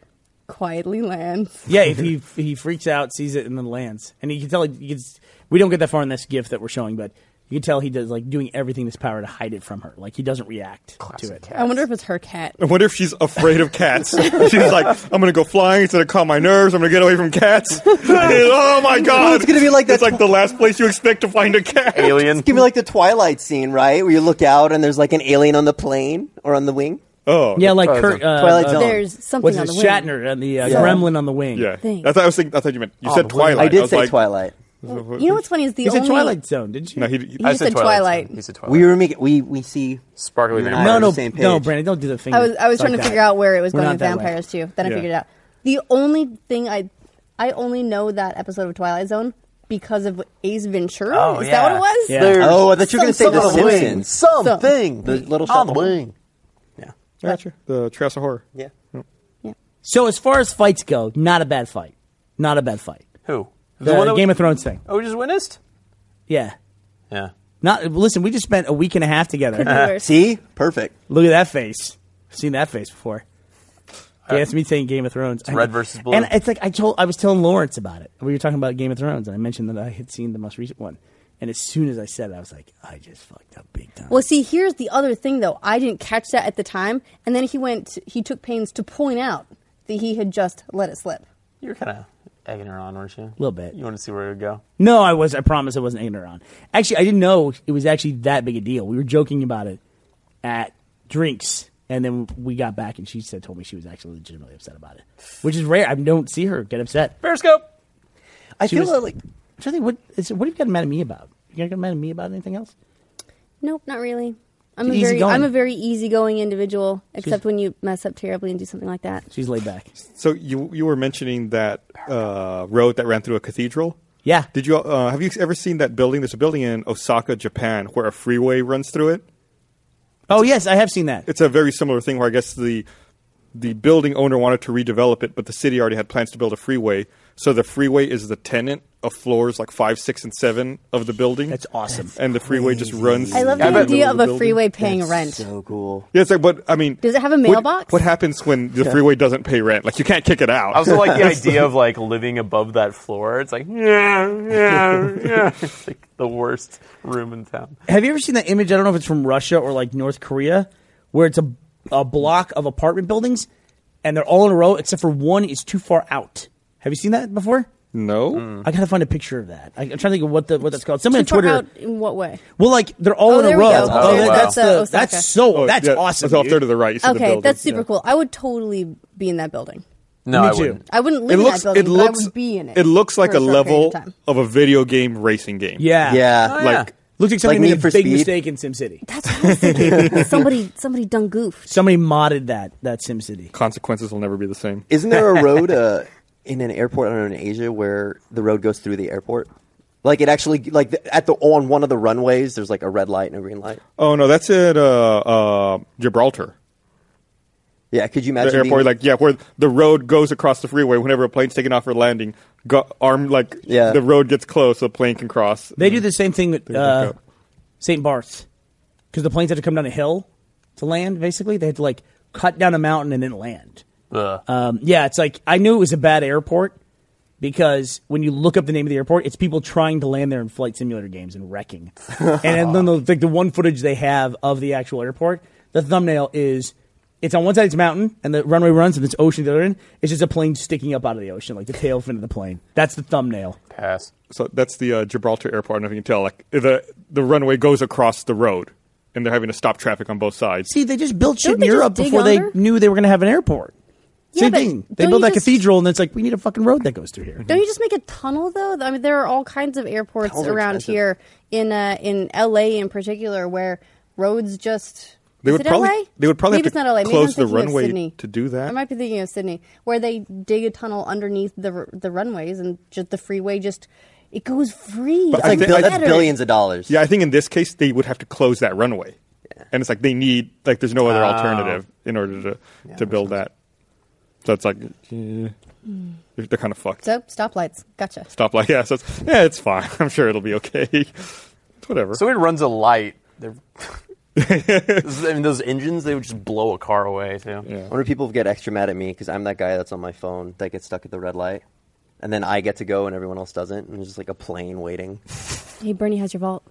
[SPEAKER 6] quietly lands.
[SPEAKER 4] Yeah, if <laughs> he he freaks out, sees it, and then lands, and you can tell. He gets, we don't get that far in this GIF that we're showing, but you can tell he does like doing everything in his power to hide it from her. Like he doesn't react to it.
[SPEAKER 6] I wonder if it's her cat.
[SPEAKER 2] I wonder if she's afraid of cats. she's like, I'm gonna go flying. It's gonna calm my nerves. I'm gonna get away
[SPEAKER 1] <laughs>
[SPEAKER 2] from cats. And, oh my god!
[SPEAKER 1] it's gonna be like that-
[SPEAKER 2] It's like the last place you expect to find a cat.
[SPEAKER 7] Alien.
[SPEAKER 1] It's gonna be like the Twilight scene, right? Where you look out and there's like an alien on the plane or on the wing.
[SPEAKER 2] Oh
[SPEAKER 4] Yeah, like
[SPEAKER 7] Twilight
[SPEAKER 4] Kurt.
[SPEAKER 7] Zone.
[SPEAKER 4] Uh,
[SPEAKER 1] Twilight
[SPEAKER 4] uh,
[SPEAKER 1] Zone.
[SPEAKER 6] There's something
[SPEAKER 4] what's
[SPEAKER 6] on
[SPEAKER 4] it,
[SPEAKER 6] the wing.
[SPEAKER 4] Shatner and the uh,
[SPEAKER 1] Yeah.
[SPEAKER 4] Gremlin on the wing.
[SPEAKER 2] Yeah,
[SPEAKER 6] Thing.
[SPEAKER 2] that's what I was thinking. I thought you meant you
[SPEAKER 7] Oh,
[SPEAKER 2] said
[SPEAKER 7] the wing.
[SPEAKER 2] Twilight.
[SPEAKER 1] I did
[SPEAKER 2] was
[SPEAKER 1] say
[SPEAKER 2] like-
[SPEAKER 1] Twilight.
[SPEAKER 6] You know what's funny is the
[SPEAKER 4] It's a
[SPEAKER 6] only
[SPEAKER 4] Twilight Zone. Didn't you?
[SPEAKER 2] No, he, he-
[SPEAKER 6] You said Twilight.
[SPEAKER 7] He said Twilight.
[SPEAKER 1] We were making, we we see
[SPEAKER 7] Sparkly
[SPEAKER 1] You and
[SPEAKER 7] vampires.
[SPEAKER 1] I are
[SPEAKER 4] no,
[SPEAKER 1] on
[SPEAKER 4] no,
[SPEAKER 1] the same
[SPEAKER 4] no,
[SPEAKER 1] page.
[SPEAKER 4] Brandon, don't do the thing.
[SPEAKER 6] I was I was
[SPEAKER 4] like
[SPEAKER 6] trying to
[SPEAKER 4] that.
[SPEAKER 6] figure out where it was
[SPEAKER 4] We're
[SPEAKER 6] going
[SPEAKER 4] not
[SPEAKER 6] with
[SPEAKER 4] that way.
[SPEAKER 6] vampires too. Then I
[SPEAKER 2] Yeah.
[SPEAKER 6] figured it out. The only thing I I only know that episode of Twilight Zone because of Ace Ventura.
[SPEAKER 7] Oh,
[SPEAKER 6] Is that what
[SPEAKER 7] yeah.
[SPEAKER 6] it was?
[SPEAKER 4] Yeah.
[SPEAKER 7] There's
[SPEAKER 1] Oh, I thought you were gonna say
[SPEAKER 7] something
[SPEAKER 1] The
[SPEAKER 7] on the wing.
[SPEAKER 1] Simpsons.
[SPEAKER 7] Something.
[SPEAKER 1] The little shop
[SPEAKER 7] on the
[SPEAKER 1] on the
[SPEAKER 7] wing.
[SPEAKER 2] Gotcha. The Trials of Horror.
[SPEAKER 1] Yeah.
[SPEAKER 4] So as far as fights go, not a bad fight. Not a bad fight.
[SPEAKER 7] Who?
[SPEAKER 4] The, Game of Thrones thing.
[SPEAKER 7] Oh, we just witnessed?
[SPEAKER 4] Yeah.
[SPEAKER 7] Yeah.
[SPEAKER 4] Not listen. We just spent a week and
[SPEAKER 1] <laughs>
[SPEAKER 4] a half together.
[SPEAKER 6] Could be worse.
[SPEAKER 1] See, perfect.
[SPEAKER 4] Look at that face. I've seen that face before. He asked me saying Game of Thrones. I-
[SPEAKER 7] Uh, red versus blue.
[SPEAKER 4] And it's like I told I was telling Lawrence about it. We were talking about Game of Thrones, and I mentioned that I had seen the most recent one. And as soon as I said it, I was like, I just fucked up big time.
[SPEAKER 6] Well, see, here's the other thing, though. I didn't catch that at the time, and then he went. He took pains to point out that he had just let it slip.
[SPEAKER 7] You're kind of egging her on, weren't you? A
[SPEAKER 4] Little bit.
[SPEAKER 7] You want to see where it would go?
[SPEAKER 4] No, I was. I promise I wasn't ignorant. on. Actually, I didn't know it was actually that big a deal. We were joking about it at drinks, and then we got back, and she said, told me she was actually legitimately upset about it, which is rare. I don't see her get upset.
[SPEAKER 7] Periscope.
[SPEAKER 4] I
[SPEAKER 1] feel like-
[SPEAKER 4] Actually, what is what have you got mad at me about? You got mad at me about anything else?
[SPEAKER 6] Nope, not really. I'm
[SPEAKER 4] She's
[SPEAKER 6] a very
[SPEAKER 4] easygoing.
[SPEAKER 6] I'm a very easygoing individual, except when you mess up terribly and do something like that.
[SPEAKER 4] She's laid back.
[SPEAKER 2] So you you were mentioning that uh, road that ran through a cathedral.
[SPEAKER 4] Yeah.
[SPEAKER 2] Did you uh, have you ever seen that building? There's a building in Osaka, Japan, where a freeway runs through it.
[SPEAKER 4] Oh yes, I have
[SPEAKER 2] <laughs>
[SPEAKER 4] seen that.
[SPEAKER 2] It's a very similar thing where I guess the the building owner wanted to redevelop it, but the city already had plans to build a freeway. So the freeway is the tenant of floors like five, six, and seven of the building.
[SPEAKER 4] That's awesome.
[SPEAKER 2] And the freeway just runs.
[SPEAKER 6] I love
[SPEAKER 2] through
[SPEAKER 6] the
[SPEAKER 2] middle
[SPEAKER 6] idea of
[SPEAKER 2] the
[SPEAKER 6] a
[SPEAKER 2] building.
[SPEAKER 6] freeway paying rent.
[SPEAKER 1] So cool.
[SPEAKER 2] Yeah, it's like, but I mean,
[SPEAKER 6] Does it have a
[SPEAKER 2] what-
[SPEAKER 6] mailbox?
[SPEAKER 2] What, happens when the freeway doesn't pay rent? Like you can't kick it out.
[SPEAKER 7] I also like the idea of like living above that floor. It's like yeah, yeah,
[SPEAKER 4] <laughs>
[SPEAKER 7] yeah. It's like the worst room in town.
[SPEAKER 4] Have you ever seen that image? I don't know if it's from Russia or like North Korea, where it's a, a block of apartment buildings and they're all in a row except for one is too far out. Have you seen that before?
[SPEAKER 2] no.
[SPEAKER 4] I gotta find a picture of that. I, I'm trying to think of what the, what that's called. Somebody on
[SPEAKER 6] Too far
[SPEAKER 4] Twitter.
[SPEAKER 6] out in what way?
[SPEAKER 4] Well, like they're all
[SPEAKER 6] Oh,
[SPEAKER 4] in a
[SPEAKER 6] there we
[SPEAKER 4] row.
[SPEAKER 6] go.
[SPEAKER 7] Oh, wow.
[SPEAKER 4] that's
[SPEAKER 6] That's, uh,
[SPEAKER 4] the,
[SPEAKER 6] Osaka.
[SPEAKER 4] that's so
[SPEAKER 2] Oh,
[SPEAKER 4] that's
[SPEAKER 2] yeah,
[SPEAKER 4] awesome.
[SPEAKER 2] It's off
[SPEAKER 4] dude.
[SPEAKER 2] there to the right. You see the
[SPEAKER 6] Okay,
[SPEAKER 2] building.
[SPEAKER 6] that's super
[SPEAKER 2] Yeah.
[SPEAKER 6] cool. I would totally be in that building.
[SPEAKER 7] No,
[SPEAKER 4] Me
[SPEAKER 7] I
[SPEAKER 4] too.
[SPEAKER 7] wouldn't.
[SPEAKER 6] I wouldn't
[SPEAKER 2] It
[SPEAKER 6] live
[SPEAKER 2] looks.
[SPEAKER 6] in that building,
[SPEAKER 2] It looks.
[SPEAKER 6] but I would be in it.
[SPEAKER 2] looks
[SPEAKER 6] for
[SPEAKER 2] like
[SPEAKER 6] a
[SPEAKER 2] a
[SPEAKER 6] short period
[SPEAKER 2] level
[SPEAKER 6] of time.
[SPEAKER 2] of a video game racing game.
[SPEAKER 4] Yeah.
[SPEAKER 6] Oh,
[SPEAKER 1] Yeah.
[SPEAKER 7] yeah.
[SPEAKER 2] Like
[SPEAKER 4] Looks like somebody
[SPEAKER 1] Like Need
[SPEAKER 4] made a
[SPEAKER 1] for
[SPEAKER 4] big
[SPEAKER 1] Speed?
[SPEAKER 4] mistake in SimCity.
[SPEAKER 6] That's what I was <laughs> thinking. somebody somebody done goofed.
[SPEAKER 4] Somebody modded that that SimCity.
[SPEAKER 2] consequences will never be the same.
[SPEAKER 1] Isn't there
[SPEAKER 6] <laughs>
[SPEAKER 1] a road uh, in an airport? I don't know in Asia where the road goes through the airport. Like it actually like the, at the on one of the runways, there's like a red light and a green light.
[SPEAKER 2] Oh no, that's at uh, uh, Gibraltar.
[SPEAKER 1] Yeah, could you
[SPEAKER 2] The
[SPEAKER 1] imagine
[SPEAKER 2] airport,
[SPEAKER 1] being-
[SPEAKER 2] like yeah, where the road goes across the freeway whenever a plane's taking off or landing. Go, arm like
[SPEAKER 1] Yeah.
[SPEAKER 2] the road gets closed, so the plane can cross.
[SPEAKER 4] They do the same thing with
[SPEAKER 2] can
[SPEAKER 4] uh,
[SPEAKER 2] go.
[SPEAKER 4] St. Bart's because the planes had to come down a hill to land. Basically, they had to like cut down a mountain and then land.
[SPEAKER 7] Ugh.
[SPEAKER 4] Um, yeah, it's like I knew it was a bad airport because when you look up the name of the airport, it's people trying to land there in flight simulator games and wrecking. and then the, like the one footage they have of the actual airport, the thumbnail is it's on one side it's mountain and the runway runs and it's ocean the other end. It's just a plane sticking up out of the ocean, like the tail fin of the plane. That's the thumbnail.
[SPEAKER 7] Pass.
[SPEAKER 2] So that's the uh, Gibraltar airport. I don't know if you can tell. Like the the runway goes across the road, and they're having to stop traffic on both sides.
[SPEAKER 4] See, they just built shit
[SPEAKER 6] Don't
[SPEAKER 4] in
[SPEAKER 6] they just
[SPEAKER 4] Europe
[SPEAKER 6] dig
[SPEAKER 4] before they
[SPEAKER 6] under?
[SPEAKER 4] knew they were going to have an airport.
[SPEAKER 6] Yeah,
[SPEAKER 4] Same
[SPEAKER 6] but
[SPEAKER 4] thing. They
[SPEAKER 6] don't
[SPEAKER 4] built
[SPEAKER 6] you
[SPEAKER 4] that
[SPEAKER 6] just-
[SPEAKER 4] cathedral, and then it's like we need a fucking road that goes through here.
[SPEAKER 6] Don't you just make a tunnel though? I mean, there are all kinds of airports
[SPEAKER 1] Tunnels are
[SPEAKER 6] around
[SPEAKER 1] expensive.
[SPEAKER 6] here in uh, in LA in particular where roads just.
[SPEAKER 2] They
[SPEAKER 6] is
[SPEAKER 2] would
[SPEAKER 6] it
[SPEAKER 2] probably-
[SPEAKER 6] LA?
[SPEAKER 2] they would probably
[SPEAKER 6] Maybe
[SPEAKER 2] have
[SPEAKER 6] it's
[SPEAKER 2] to
[SPEAKER 6] not LA. Maybe I'm
[SPEAKER 2] close the
[SPEAKER 6] thinking of
[SPEAKER 2] runway
[SPEAKER 6] Sydney.
[SPEAKER 2] to do that.
[SPEAKER 6] I might be thinking of Sydney, where they dig a tunnel underneath the r- the runways and just the freeway just it goes free.
[SPEAKER 2] But
[SPEAKER 6] It's
[SPEAKER 2] I
[SPEAKER 1] like
[SPEAKER 2] think-
[SPEAKER 1] bill-
[SPEAKER 2] I-
[SPEAKER 1] that's billions of dollars?
[SPEAKER 2] Yeah, I think in this case they would have to close that runway, and it's like they need like there's no other
[SPEAKER 7] Oh.
[SPEAKER 2] alternative in order to to build that. So it's like eh, they're they're kind of fucked.
[SPEAKER 6] So stoplights, gotcha.
[SPEAKER 2] Stop like yeah, so it's, yeah, it's fine. <laughs> I'm sure it'll be okay. It's Whatever.
[SPEAKER 7] So it runs a light. They're
[SPEAKER 4] <laughs>
[SPEAKER 7] I mean, those engines, they would just blow a car away, too.
[SPEAKER 1] I wonder if people get extra mad at me because I'm that guy that's on my phone that gets stuck at the red light, and then I get to go and everyone else doesn't, and there's just like a plane waiting.
[SPEAKER 6] Hey, Bernie, how's your vault?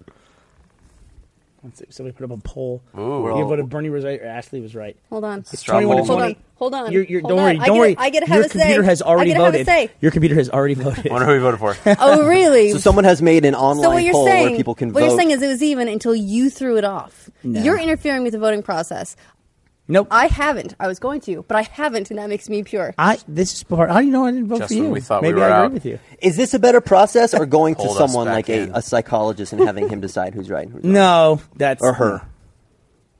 [SPEAKER 4] Somebody put up a poll.
[SPEAKER 7] Ooh.
[SPEAKER 4] You voted Bernie was right or Ashley was right.
[SPEAKER 6] Hold on.
[SPEAKER 7] Strong
[SPEAKER 4] 21 to
[SPEAKER 6] Hold
[SPEAKER 7] 20.
[SPEAKER 6] on, hold on.
[SPEAKER 4] You're, you're,
[SPEAKER 6] hold
[SPEAKER 4] don't
[SPEAKER 6] on.
[SPEAKER 4] worry,
[SPEAKER 6] I
[SPEAKER 4] don't
[SPEAKER 6] get-
[SPEAKER 4] worry.
[SPEAKER 6] I get to have
[SPEAKER 4] Your
[SPEAKER 6] a say.
[SPEAKER 4] computer has already
[SPEAKER 6] I get to have a
[SPEAKER 4] voted.
[SPEAKER 6] say.
[SPEAKER 4] Your computer has already voted.
[SPEAKER 7] I wonder who we
[SPEAKER 4] <laughs>
[SPEAKER 7] voted for.
[SPEAKER 6] Oh, really?
[SPEAKER 1] So someone has made an online
[SPEAKER 6] so what you're
[SPEAKER 1] poll
[SPEAKER 6] saying,
[SPEAKER 1] where people can
[SPEAKER 6] what
[SPEAKER 1] vote.
[SPEAKER 6] you're saying is it was even until you threw it off.
[SPEAKER 4] No.
[SPEAKER 6] You're interfering with the voting process.
[SPEAKER 4] nope. I,
[SPEAKER 6] I haven't. I was going to, but I haven't, and that makes me pure.
[SPEAKER 4] this is part. How do you know I didn't vote
[SPEAKER 7] Justin,
[SPEAKER 4] for you?
[SPEAKER 7] we thought we
[SPEAKER 4] Maybe
[SPEAKER 7] were
[SPEAKER 4] I agree
[SPEAKER 7] out.
[SPEAKER 4] with you.
[SPEAKER 1] Is this a better process
[SPEAKER 6] <laughs>
[SPEAKER 1] or going to
[SPEAKER 7] Pulled us
[SPEAKER 1] someone
[SPEAKER 7] back
[SPEAKER 1] like a,
[SPEAKER 7] in.
[SPEAKER 1] a psychologist and having him decide who's right and who's wrong?
[SPEAKER 4] No, that's
[SPEAKER 1] Or her.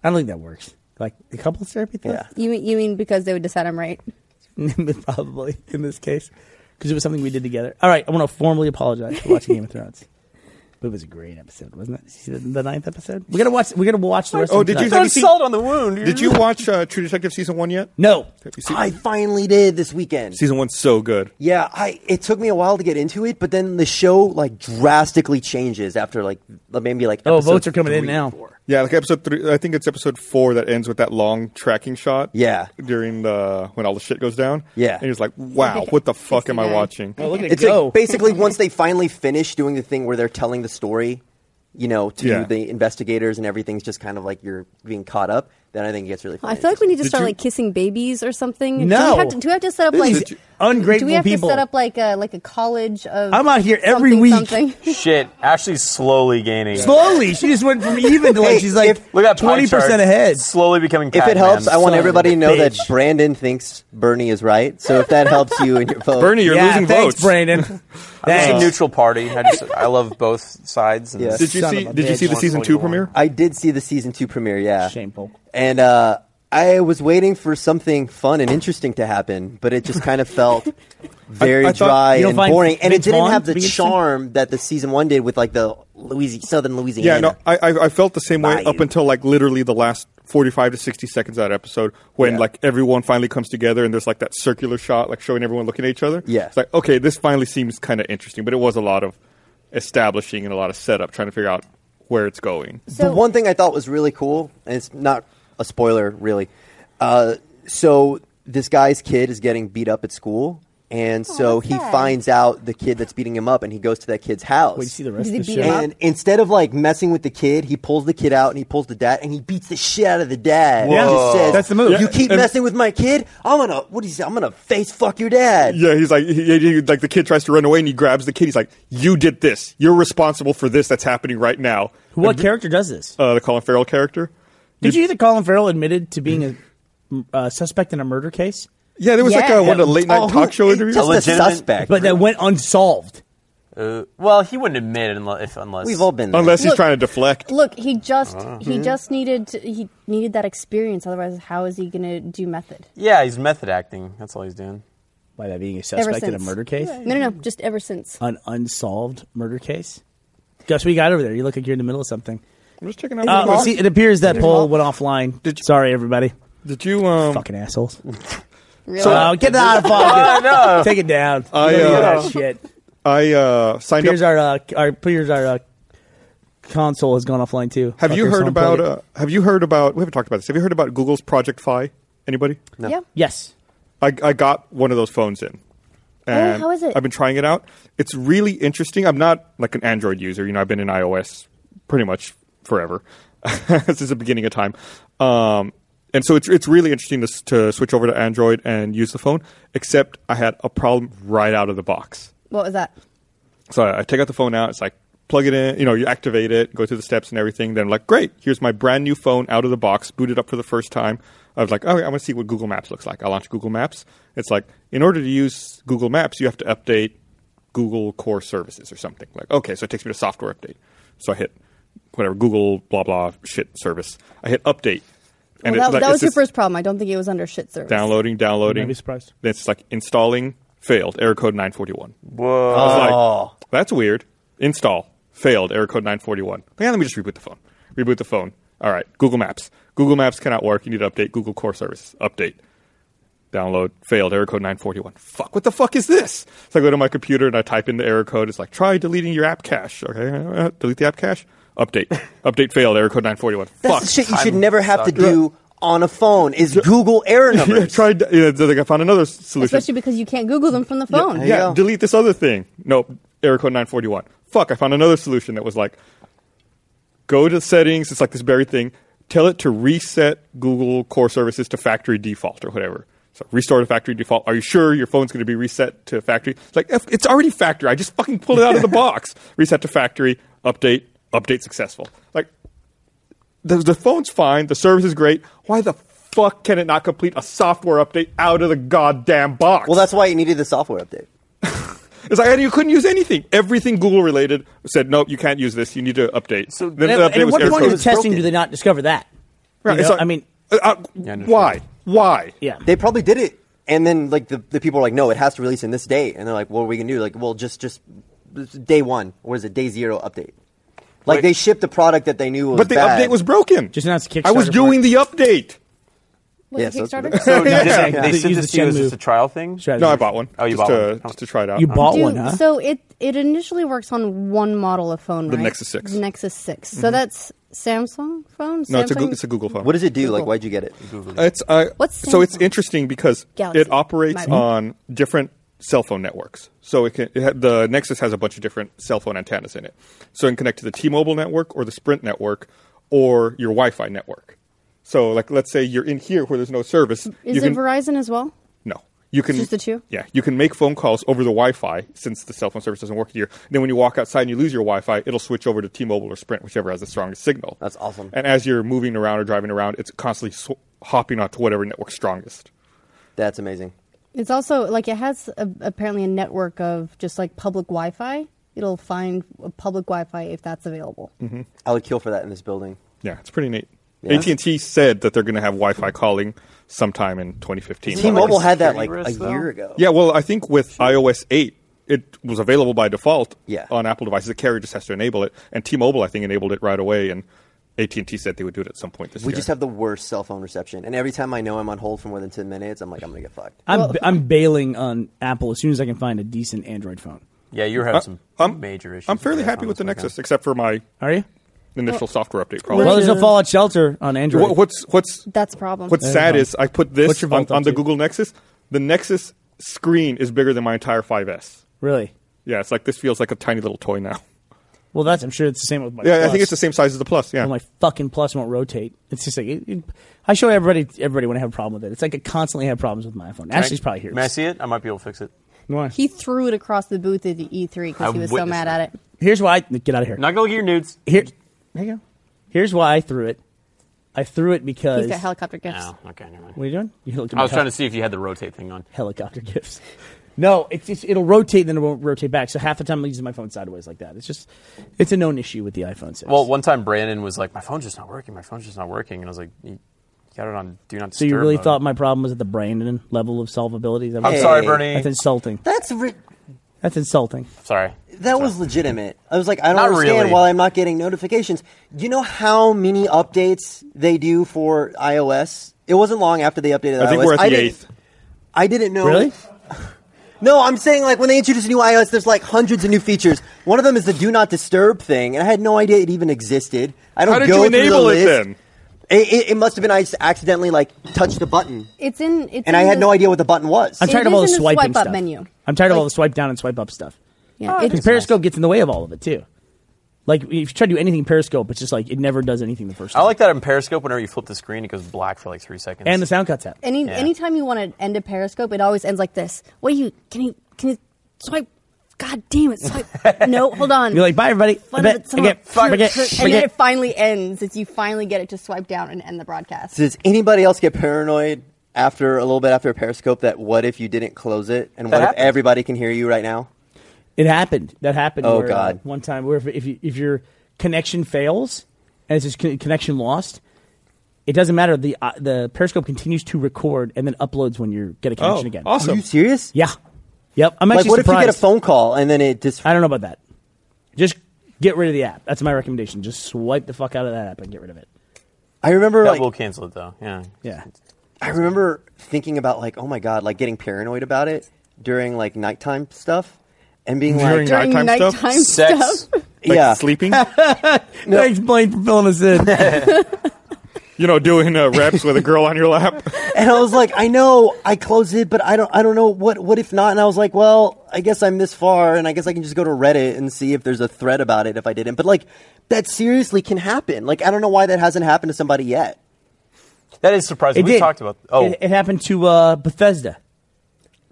[SPEAKER 4] I don't think that works. Like the couple therapy thing.
[SPEAKER 1] Yeah.
[SPEAKER 6] You mean, you mean because they would decide I'm right?
[SPEAKER 4] probably <laughs> in this case because it was something we did together. All right, I want to formally apologize for watching Game of Thrones. But <laughs> it was a great episode, wasn't it? See the, the ninth episode. We gotta watch. We gotta watch the rest.
[SPEAKER 2] Oh,
[SPEAKER 4] of
[SPEAKER 2] did you-
[SPEAKER 4] tonight.
[SPEAKER 2] Have seen-
[SPEAKER 7] salt on the wound.
[SPEAKER 2] Did you watch uh, True Detective season one yet?
[SPEAKER 4] No.
[SPEAKER 2] Have you seen-
[SPEAKER 1] I finally did this weekend.
[SPEAKER 2] season one's so good.
[SPEAKER 1] Yeah, I it took me a while to get into it, but then the show like drastically changes after like maybe like
[SPEAKER 4] Oh,
[SPEAKER 1] episode
[SPEAKER 4] votes are coming in
[SPEAKER 1] three,
[SPEAKER 4] now.
[SPEAKER 1] four.
[SPEAKER 2] Yeah, like episode three. I think it's episode four that ends with that long tracking shot.
[SPEAKER 1] Yeah.
[SPEAKER 2] during the when all the shit goes down.
[SPEAKER 1] Yeah.
[SPEAKER 2] and he's like, "Wow, what the fuck am I watching?"
[SPEAKER 4] Oh, look at it
[SPEAKER 1] It's
[SPEAKER 4] go. <laughs>
[SPEAKER 1] like basically once they finally finish doing the thing where they're telling the story, you know, to
[SPEAKER 2] Yeah.
[SPEAKER 1] the investigators and everything's just kind of like you're being caught up. Then I think it gets really. Funny.
[SPEAKER 6] I feel like we need to
[SPEAKER 2] Did
[SPEAKER 6] start
[SPEAKER 2] you-
[SPEAKER 6] like kissing babies or something. do
[SPEAKER 4] No.
[SPEAKER 6] we have to, do we have to set up
[SPEAKER 1] This
[SPEAKER 6] like
[SPEAKER 1] is a-
[SPEAKER 4] Ungrateful
[SPEAKER 6] do we have
[SPEAKER 4] people.
[SPEAKER 6] to set up like a like a college of?
[SPEAKER 4] I'm out here every
[SPEAKER 6] something,
[SPEAKER 4] week.
[SPEAKER 6] Something.
[SPEAKER 7] Shit, Ashley's slowly gaining.
[SPEAKER 4] Slowly, she just went from even to like
[SPEAKER 1] Hey,
[SPEAKER 4] she's like
[SPEAKER 1] if-
[SPEAKER 7] Look at that pie
[SPEAKER 4] twenty
[SPEAKER 7] chart.
[SPEAKER 4] percent ahead.
[SPEAKER 7] Slowly becoming.
[SPEAKER 1] if it
[SPEAKER 7] Pac-Man.
[SPEAKER 1] helps, I want
[SPEAKER 7] Son
[SPEAKER 1] everybody to
[SPEAKER 7] of a
[SPEAKER 1] know that
[SPEAKER 7] bitch.
[SPEAKER 1] Brandon thinks Bernie is right. So if that helps you in your vote,
[SPEAKER 2] Bernie, you're
[SPEAKER 4] yeah,
[SPEAKER 2] losing
[SPEAKER 4] thanks,
[SPEAKER 2] votes. <laughs>
[SPEAKER 4] Brandon.
[SPEAKER 7] It's a
[SPEAKER 4] thanks.
[SPEAKER 7] neutral party. I just I love both sides. And
[SPEAKER 1] Yeah.
[SPEAKER 7] this-
[SPEAKER 2] Did you
[SPEAKER 4] Son
[SPEAKER 2] see?
[SPEAKER 4] of a
[SPEAKER 2] Did you
[SPEAKER 4] bitch.
[SPEAKER 2] see the season two premiere?
[SPEAKER 1] I did see the season two premiere. Yeah,
[SPEAKER 4] Shameful.
[SPEAKER 1] And uh, I was waiting for something fun and interesting to happen, but it just kind of
[SPEAKER 4] <laughs>
[SPEAKER 1] felt very
[SPEAKER 2] I thought-
[SPEAKER 1] dry
[SPEAKER 4] You don't
[SPEAKER 1] and
[SPEAKER 4] find
[SPEAKER 1] boring. And it
[SPEAKER 4] Vince
[SPEAKER 1] didn't
[SPEAKER 4] Vaughn
[SPEAKER 1] have the
[SPEAKER 4] to be interesting?
[SPEAKER 1] charm that the season one did with like the Louisi- Southern Louisiana.
[SPEAKER 2] Yeah, no, I, I I felt the same way
[SPEAKER 1] Bayou.
[SPEAKER 2] up until like literally the last forty five to sixty seconds of that episode when
[SPEAKER 1] Yeah.
[SPEAKER 2] like everyone finally comes together and there's like that circular shot like showing everyone looking at each other.
[SPEAKER 1] Yeah.
[SPEAKER 2] it's like okay, this finally seems kind of interesting, but it was a lot of establishing and a lot of setup trying to figure out where it's going.
[SPEAKER 1] the one thing I thought was really cool, and it's not a spoiler really. Uh, so this guy's kid is getting beat up at school, and so
[SPEAKER 6] that's
[SPEAKER 1] he
[SPEAKER 6] sad.
[SPEAKER 1] finds out the kid that's beating him up, and he goes to that kid's house.
[SPEAKER 4] Wait, you see the rest
[SPEAKER 6] Did he
[SPEAKER 4] of the
[SPEAKER 6] beat him
[SPEAKER 4] show.
[SPEAKER 6] up?
[SPEAKER 1] And instead of like messing with the kid, he pulls the kid out and he pulls the dad and he beats the shit out of the dad.
[SPEAKER 2] Yeah.
[SPEAKER 1] And just says,
[SPEAKER 4] That's the move.
[SPEAKER 1] You
[SPEAKER 2] Yeah,
[SPEAKER 1] keep
[SPEAKER 2] and-
[SPEAKER 1] messing with my kid, I'm gonna what do you say? I'm gonna face fuck your dad.
[SPEAKER 2] Yeah, he's like, he, he- like the kid tries to run away, and he grabs the kid. He's like, "You did this. You're responsible for this. That's happening right now."
[SPEAKER 4] What character does this?
[SPEAKER 2] Uh, the Colin Farrell character.
[SPEAKER 4] Did you hear that Colin Farrell admitted to being a uh, suspect in a murder case,
[SPEAKER 2] Yeah, there was like
[SPEAKER 1] Yeah.
[SPEAKER 2] a, one of the late night
[SPEAKER 1] Oh,
[SPEAKER 2] talk show
[SPEAKER 1] it's
[SPEAKER 2] interviews.
[SPEAKER 1] Just a,
[SPEAKER 7] legitimate-
[SPEAKER 1] suspect.
[SPEAKER 4] but that went unsolved?
[SPEAKER 7] Uh, well, he wouldn't admit it unless, if, unless
[SPEAKER 1] We've all been there.
[SPEAKER 2] Unless he's
[SPEAKER 6] Look.
[SPEAKER 2] trying to deflect.
[SPEAKER 6] Look, he just
[SPEAKER 2] Ah.
[SPEAKER 4] Mm-hmm.
[SPEAKER 6] he just needed to, he needed that experience. Otherwise, how is he going to do method?
[SPEAKER 7] Yeah, he's method acting. That's all he's doing.
[SPEAKER 4] By that being a
[SPEAKER 6] Ever
[SPEAKER 4] suspect in a
[SPEAKER 6] since.
[SPEAKER 4] murder case,
[SPEAKER 6] No, no, no. Just ever since.
[SPEAKER 4] an unsolved murder case. Gus, what you got over there? You look like you're in the middle of something.
[SPEAKER 2] I'm just checking out.
[SPEAKER 4] Uh,
[SPEAKER 2] the
[SPEAKER 4] well,
[SPEAKER 2] box.
[SPEAKER 4] see, it appears that poll went offline. Sorry, everybody.
[SPEAKER 2] Did you? Um,
[SPEAKER 4] Fucking assholes.
[SPEAKER 6] Really?
[SPEAKER 4] Uh, get it out
[SPEAKER 2] <laughs>
[SPEAKER 4] of pocket. Take it down.
[SPEAKER 2] I,
[SPEAKER 4] Look at
[SPEAKER 2] uh,
[SPEAKER 4] that shit.
[SPEAKER 2] I uh, signed
[SPEAKER 4] Here's
[SPEAKER 2] up.
[SPEAKER 4] our, uh, our, here's our uh, console has gone offline too.
[SPEAKER 2] Have you
[SPEAKER 4] Fuckers,
[SPEAKER 2] heard
[SPEAKER 4] unplug
[SPEAKER 2] about?
[SPEAKER 4] it.
[SPEAKER 2] Uh, have you heard about? We haven't talked about this. Have you heard about Google's Project Fi? Anybody?
[SPEAKER 6] Yeah.
[SPEAKER 4] yes.
[SPEAKER 2] I, I got one of those phones in. And
[SPEAKER 6] how is it?
[SPEAKER 2] I've been trying it out. It's really interesting. I'm not like an Android user. You know, I've been in iOS pretty much forever <laughs> since the beginning of time. Um, and so it's it's really interesting to, s- to switch over to Android and use the phone. Except I had a problem right out of the box.
[SPEAKER 6] What was that?
[SPEAKER 2] So I, I take out the phone out. It's like plug it in. You know, you activate it, go through the steps and everything. Then I'm like, great, here's my brand new phone out of the box, booted up for the first time. I was like, oh, I want to see what Google Maps looks like. I launch Google Maps. It's like in order to use Google Maps, you have to update Google Core Services or something. Like, okay, so it takes me to software update. So I hit whatever Google blah blah shit service. I hit update.
[SPEAKER 6] Well,
[SPEAKER 2] it- like,
[SPEAKER 6] that, that
[SPEAKER 2] it's
[SPEAKER 6] was your
[SPEAKER 2] this-
[SPEAKER 6] first problem. I don't think it was under shit service.
[SPEAKER 2] downloading, downloading.
[SPEAKER 4] I'd be surprised.
[SPEAKER 2] Then it's like installing failed. Error code nine forty one. Whoa!
[SPEAKER 7] Oh.
[SPEAKER 1] Oh.
[SPEAKER 2] like, that's weird. Install failed. Error code nine forty one. Yeah, let me just reboot the phone. Reboot the phone. All right. Google Maps. Google Maps cannot work. You need to update. Google Core Service update. Download failed. Error code nine forty one. Fuck. What the fuck is this? So I go to my computer and I type in the error code. It's like try deleting your app cache. Okay, uh, delete the app cache.
[SPEAKER 1] <laughs>
[SPEAKER 2] Update. update failed. Error code nine forty one.
[SPEAKER 1] That's
[SPEAKER 2] Fuck.
[SPEAKER 1] the shit you should
[SPEAKER 7] I'm
[SPEAKER 1] never have to
[SPEAKER 7] sucking.
[SPEAKER 1] do on a phone is Google error
[SPEAKER 2] <laughs> <laughs> yeah,
[SPEAKER 1] numbers.
[SPEAKER 2] tried. Yeah, so, like I found another s- solution.
[SPEAKER 6] Especially because you can't Google them from the phone.
[SPEAKER 1] There you
[SPEAKER 2] yeah,
[SPEAKER 1] go.
[SPEAKER 2] delete this other thing. Nope, error code 941. Fuck, I found another solution that was like, go to settings, it's like this buried thing, tell it to reset Google core services to factory default or whatever. So restore to factory default. Are you sure your phone's going to be reset to factory? It's like, F- it's already factory. I just fucking pulled it out
[SPEAKER 1] <laughs>
[SPEAKER 2] of the box. Reset to factory, update, update successful. Like, the, the phone's fine, the service is great. Why the fuck can it not complete a software update out of the goddamn box?
[SPEAKER 1] Well, that's why you needed the software update.
[SPEAKER 2] It's like, and you couldn't use anything. Everything Google related said, nope, you can't use this. You need to update. So then
[SPEAKER 4] And,
[SPEAKER 2] the
[SPEAKER 4] at-
[SPEAKER 2] update
[SPEAKER 4] and at
[SPEAKER 2] was
[SPEAKER 4] what
[SPEAKER 2] air
[SPEAKER 4] point
[SPEAKER 2] code.
[SPEAKER 4] in the testing
[SPEAKER 1] broken.
[SPEAKER 4] do they not discover that? You
[SPEAKER 2] Right, it's
[SPEAKER 4] know,
[SPEAKER 2] like-
[SPEAKER 4] I mean,
[SPEAKER 2] Uh, uh,
[SPEAKER 7] no shit.
[SPEAKER 2] why? Why?
[SPEAKER 4] yeah.
[SPEAKER 1] They probably did it, and then like the, the people are like, no, it has to release in this date, and they're like, what are we gonna do? Like, well, just just day one, or is it day zero update? Like
[SPEAKER 7] Wait.
[SPEAKER 1] they shipped a product that they knew was
[SPEAKER 2] But the
[SPEAKER 1] bad.
[SPEAKER 2] update was broken.
[SPEAKER 4] Just announced Kickstarter
[SPEAKER 2] I was
[SPEAKER 4] for
[SPEAKER 2] doing
[SPEAKER 4] it.
[SPEAKER 2] the update.
[SPEAKER 6] Was
[SPEAKER 1] Yes,
[SPEAKER 6] it
[SPEAKER 1] that's what
[SPEAKER 6] <laughs> Kickstarter?
[SPEAKER 2] <laughs>
[SPEAKER 7] So did
[SPEAKER 4] Oh, Yeah.
[SPEAKER 7] they, they
[SPEAKER 4] Use
[SPEAKER 7] sent
[SPEAKER 4] the
[SPEAKER 7] this to you
[SPEAKER 4] Shenmue.
[SPEAKER 7] as just a trial thing?
[SPEAKER 4] Strategy.
[SPEAKER 2] No, I bought one.
[SPEAKER 7] Oh, you
[SPEAKER 2] just
[SPEAKER 7] bought
[SPEAKER 2] to,
[SPEAKER 7] one.
[SPEAKER 2] Just to try it out.
[SPEAKER 4] You
[SPEAKER 2] Um,
[SPEAKER 4] bought
[SPEAKER 6] Do-
[SPEAKER 4] one, huh?
[SPEAKER 6] So it it initially works on one model of phone,
[SPEAKER 2] The
[SPEAKER 6] right?
[SPEAKER 2] Nexus 6.
[SPEAKER 6] The Nexus 6. So that's Samsung phone?
[SPEAKER 2] No, it's a,
[SPEAKER 6] Samsung?
[SPEAKER 2] Goo- it's a Google phone.
[SPEAKER 1] What does it do? Like, why'd you get it?
[SPEAKER 2] It's uh,
[SPEAKER 6] What's
[SPEAKER 2] so it's
[SPEAKER 6] Samsung?
[SPEAKER 2] interesting because
[SPEAKER 6] Galaxy.
[SPEAKER 2] it operates
[SPEAKER 6] Maybe.
[SPEAKER 2] on different cell phone networks. So it can it ha- the Nexus has a bunch of different cell phone antennas in it, so it can connect to the T-Mobile network or the Sprint network or your Wi-Fi network. So like let's say you're in here where there's no service,
[SPEAKER 6] Is
[SPEAKER 2] you
[SPEAKER 6] it
[SPEAKER 2] can
[SPEAKER 6] Verizon as well?
[SPEAKER 2] no. You can
[SPEAKER 6] just the two?
[SPEAKER 2] Yeah, you can make phone calls over the Wi-Fi since the cell phone service doesn't work here. Then when you walk outside and you lose your Wi-Fi, it'll switch over to T-Mobile or Sprint, whichever has the strongest signal.
[SPEAKER 1] That's awesome.
[SPEAKER 2] And as you're moving around or driving around, it's constantly sw- hopping onto whatever network's strongest.
[SPEAKER 1] That's amazing.
[SPEAKER 6] It's also like it has a, apparently a network of just like public Wi Fi. It'll find a public Wi Fi if that's available.
[SPEAKER 2] Mm-hmm.
[SPEAKER 1] I would kill for that in this building.
[SPEAKER 2] Yeah, it's pretty neat.
[SPEAKER 1] Yeah.
[SPEAKER 2] AT and T said that they're going to have Wi-Fi calling sometime in 2015.
[SPEAKER 1] T-Mobile
[SPEAKER 7] a
[SPEAKER 1] had that like
[SPEAKER 7] security
[SPEAKER 1] a
[SPEAKER 7] risk, though?
[SPEAKER 1] year ago.
[SPEAKER 2] Yeah, well, I think with iOS 8, it was available by default
[SPEAKER 1] Yeah.
[SPEAKER 2] on Apple devices. The carrier just has to enable it, and T-Mobile I think enabled it right away, and AT and T said they would do it at some point this
[SPEAKER 1] We
[SPEAKER 2] year.
[SPEAKER 1] just have the worst cell phone reception, and every time I know I'm on hold for more than ten minutes, I'm like, I'm gonna get fucked.
[SPEAKER 4] I'm I'm bailing on Apple as soon as I can find a decent Android phone.
[SPEAKER 7] Yeah, you were having some
[SPEAKER 2] Uh, I'm-
[SPEAKER 7] major issues.
[SPEAKER 2] I'm fairly
[SPEAKER 7] that
[SPEAKER 2] happy
[SPEAKER 7] phone
[SPEAKER 2] with the
[SPEAKER 7] this weekend.
[SPEAKER 2] Nexus, except for my
[SPEAKER 4] Are you?
[SPEAKER 2] initial software update
[SPEAKER 4] Well,
[SPEAKER 2] problem.
[SPEAKER 4] there's no Fallout Shelter on Android.
[SPEAKER 2] Wha- What's what's
[SPEAKER 6] That's a problem.
[SPEAKER 2] What's sad
[SPEAKER 4] fine.
[SPEAKER 2] is I put
[SPEAKER 4] What's
[SPEAKER 2] this
[SPEAKER 4] your
[SPEAKER 2] on,
[SPEAKER 4] vault up
[SPEAKER 2] on the
[SPEAKER 4] to?
[SPEAKER 2] Google Nexus. The Nexus screen is bigger than my entire 5S.
[SPEAKER 4] Really?
[SPEAKER 2] Yeah, it's like this feels like a tiny little toy now.
[SPEAKER 4] Well, that's I'm sure it's the same with my.
[SPEAKER 2] Yeah, I
[SPEAKER 4] Plus.
[SPEAKER 2] think it's the same size as the Plus. Yeah,
[SPEAKER 4] Well, my fucking Plus won't rotate. It's just like it, it- I show everybody. Everybody when I have a problem with it. It's like I constantly have problems with my iPhone.
[SPEAKER 7] Can I-
[SPEAKER 4] Ashley's probably here.
[SPEAKER 7] May I see it? I might be able to fix it.
[SPEAKER 4] Why?
[SPEAKER 6] He threw it across the booth at the E3 because he
[SPEAKER 7] I
[SPEAKER 6] was so
[SPEAKER 7] witnessed
[SPEAKER 6] mad at it.
[SPEAKER 4] Here's why. I, get out of here.
[SPEAKER 7] Not gonna look at your nudes.
[SPEAKER 4] Here, there you go. Here's why I threw it. I threw it because.
[SPEAKER 6] He's got helicopter gifts.
[SPEAKER 7] No, okay, never mind.
[SPEAKER 4] what are you doing? You looked at
[SPEAKER 7] I was
[SPEAKER 4] my
[SPEAKER 7] trying to see if you had the rotate thing on.
[SPEAKER 4] helicopter <laughs> gifts. No, it's just, it'll rotate and then it won't rotate back. So half the time I'm using my phone sideways like that. It's just, it's a known issue with the iPhone 6.
[SPEAKER 7] Well, one time Brandon was like, "My phone's just not working. My phone's just not working," and I was like, "You got it on do not
[SPEAKER 4] so
[SPEAKER 7] disturb."
[SPEAKER 4] you really
[SPEAKER 7] mode."
[SPEAKER 4] thought my problem was at the Brandon level of solvability? Is that what
[SPEAKER 7] I'm
[SPEAKER 4] you're
[SPEAKER 7] sorry,
[SPEAKER 4] saying?
[SPEAKER 7] Bernie.
[SPEAKER 4] That's insulting.
[SPEAKER 1] That's ri-
[SPEAKER 4] That's insulting.
[SPEAKER 7] Sorry.
[SPEAKER 1] that was legitimate. I was like, I don't
[SPEAKER 7] Not
[SPEAKER 1] understand
[SPEAKER 7] really.
[SPEAKER 1] why I'm not getting notifications. You know how many updates they do for iOS? It wasn't long after they updated.
[SPEAKER 2] I think
[SPEAKER 1] iOS.
[SPEAKER 4] uh,
[SPEAKER 2] we're at the
[SPEAKER 1] didn't-
[SPEAKER 2] eighth.
[SPEAKER 1] I didn't know.
[SPEAKER 4] Really?
[SPEAKER 1] No, I'm saying like when they introduce a new iOS, there's like hundreds of new features. One of them is the do not disturb thing, and I had no idea it even existed. I don't
[SPEAKER 2] How did
[SPEAKER 1] go
[SPEAKER 2] you
[SPEAKER 1] through
[SPEAKER 2] enable
[SPEAKER 1] the
[SPEAKER 2] it
[SPEAKER 1] list.
[SPEAKER 2] then?
[SPEAKER 1] It, it, it must have been I just accidentally like touched a button,
[SPEAKER 6] It's in. It's
[SPEAKER 1] and I
[SPEAKER 6] in
[SPEAKER 1] had
[SPEAKER 6] the-
[SPEAKER 1] no idea what the button was.
[SPEAKER 4] I'm
[SPEAKER 6] It
[SPEAKER 4] tired of
[SPEAKER 6] is
[SPEAKER 4] all the
[SPEAKER 6] in the
[SPEAKER 4] swiping
[SPEAKER 6] swipe up
[SPEAKER 4] stuff.
[SPEAKER 6] menu.
[SPEAKER 4] I'm tired of all
[SPEAKER 6] Like-
[SPEAKER 4] the swipe down and swipe up stuff.
[SPEAKER 6] Yeah,
[SPEAKER 4] Because
[SPEAKER 6] it's-
[SPEAKER 4] Periscope gets in the way of all of it too. Like if you try to do anything Periscope, it's just like it never does anything the first
[SPEAKER 7] I
[SPEAKER 4] time.
[SPEAKER 7] like that in Periscope. Whenever you flip the screen, it goes black for like three seconds.
[SPEAKER 4] and the sound cuts out.
[SPEAKER 6] Any
[SPEAKER 7] Yeah.
[SPEAKER 6] anytime you want to end a Periscope, it always ends like this. What do you can you can you swipe? God damn
[SPEAKER 4] <laughs>
[SPEAKER 6] it! Swipe. no, hold on.
[SPEAKER 4] You're like, bye everybody. I
[SPEAKER 6] Fun
[SPEAKER 4] bet-
[SPEAKER 6] of it,
[SPEAKER 4] I get-
[SPEAKER 6] some of
[SPEAKER 4] I
[SPEAKER 6] it.
[SPEAKER 4] get- I
[SPEAKER 6] and then
[SPEAKER 4] get-
[SPEAKER 6] it finally ends. It's you finally get it to swipe down and end the broadcast.
[SPEAKER 1] Does anybody else get paranoid after a little bit after Periscope that what if you didn't close it and what
[SPEAKER 7] That
[SPEAKER 1] if
[SPEAKER 7] happens.
[SPEAKER 1] everybody can hear you right now?
[SPEAKER 4] It happened. That happened.
[SPEAKER 1] Oh,
[SPEAKER 4] where, uh,
[SPEAKER 1] God.
[SPEAKER 4] one time, where if, if, you, if your connection fails and it's just con- connection lost, it doesn't matter. The uh, the Periscope continues to record and then uploads when you get a
[SPEAKER 2] Oh,
[SPEAKER 4] connection again.
[SPEAKER 1] Are
[SPEAKER 2] awesome!
[SPEAKER 1] you serious?
[SPEAKER 4] Yeah. Yep. I'm actually
[SPEAKER 1] Like what if you
[SPEAKER 4] surprised.
[SPEAKER 1] get a phone call and then it just
[SPEAKER 4] I don't know about that. Just get rid of the app. That's my recommendation. Just swipe the fuck out of that app and get rid of it.
[SPEAKER 1] I remember
[SPEAKER 7] that
[SPEAKER 1] like
[SPEAKER 7] will cancel it though. Yeah.
[SPEAKER 4] Yeah.
[SPEAKER 1] I remember thinking about like, oh my god, like getting paranoid about it during like nighttime stuff and being like,
[SPEAKER 2] During
[SPEAKER 6] During
[SPEAKER 2] nighttime
[SPEAKER 6] nighttime
[SPEAKER 2] stuff?
[SPEAKER 6] stuff.
[SPEAKER 7] Sex.
[SPEAKER 2] Like
[SPEAKER 1] yeah,
[SPEAKER 4] <laughs>
[SPEAKER 2] sleeping.
[SPEAKER 4] Thanks, Blaine, for filling
[SPEAKER 1] <laughs>
[SPEAKER 4] us in.
[SPEAKER 2] you know, doing uh, reps with a girl on your
[SPEAKER 4] <laughs>
[SPEAKER 2] lap.
[SPEAKER 1] and I was like, I know I closed it, but I don't, I don't know what, what if not? And I was like, well, I guess I'm this far, and I guess I can just go to Reddit and see if there's a thread about it if I didn't. But like, that seriously can happen. Like, I don't know why that hasn't happened to somebody yet.
[SPEAKER 7] That is surprising.
[SPEAKER 4] It
[SPEAKER 7] we
[SPEAKER 4] did.
[SPEAKER 7] talked about. Oh,
[SPEAKER 4] It, it happened to uh, Bethesda.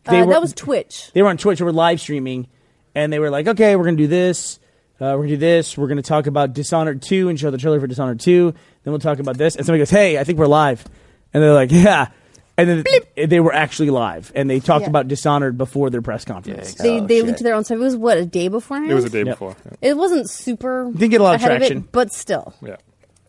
[SPEAKER 4] They
[SPEAKER 6] Uh,
[SPEAKER 4] were-
[SPEAKER 6] that was Twitch.
[SPEAKER 4] they were on Twitch, they were live streaming, and they were like, okay, we're going to do this. Uh, we're going to do this. We're going to talk about Dishonored 2 and show the trailer for Dishonored 2. Then we'll talk about this. And somebody goes, hey, I think we're live. And they're like, yeah. And then they were actually live, and they talked
[SPEAKER 6] Yeah.
[SPEAKER 4] about Dishonored before their press conference.
[SPEAKER 6] They
[SPEAKER 1] Oh,
[SPEAKER 6] they
[SPEAKER 1] shit.
[SPEAKER 6] leaked their own stuff. It was what a day beforehand.
[SPEAKER 2] It was a day
[SPEAKER 4] Yep.
[SPEAKER 2] before.
[SPEAKER 6] It wasn't super.
[SPEAKER 4] Didn't get a lot of
[SPEAKER 6] ahead
[SPEAKER 4] traction.
[SPEAKER 6] it, but still.
[SPEAKER 2] Yeah.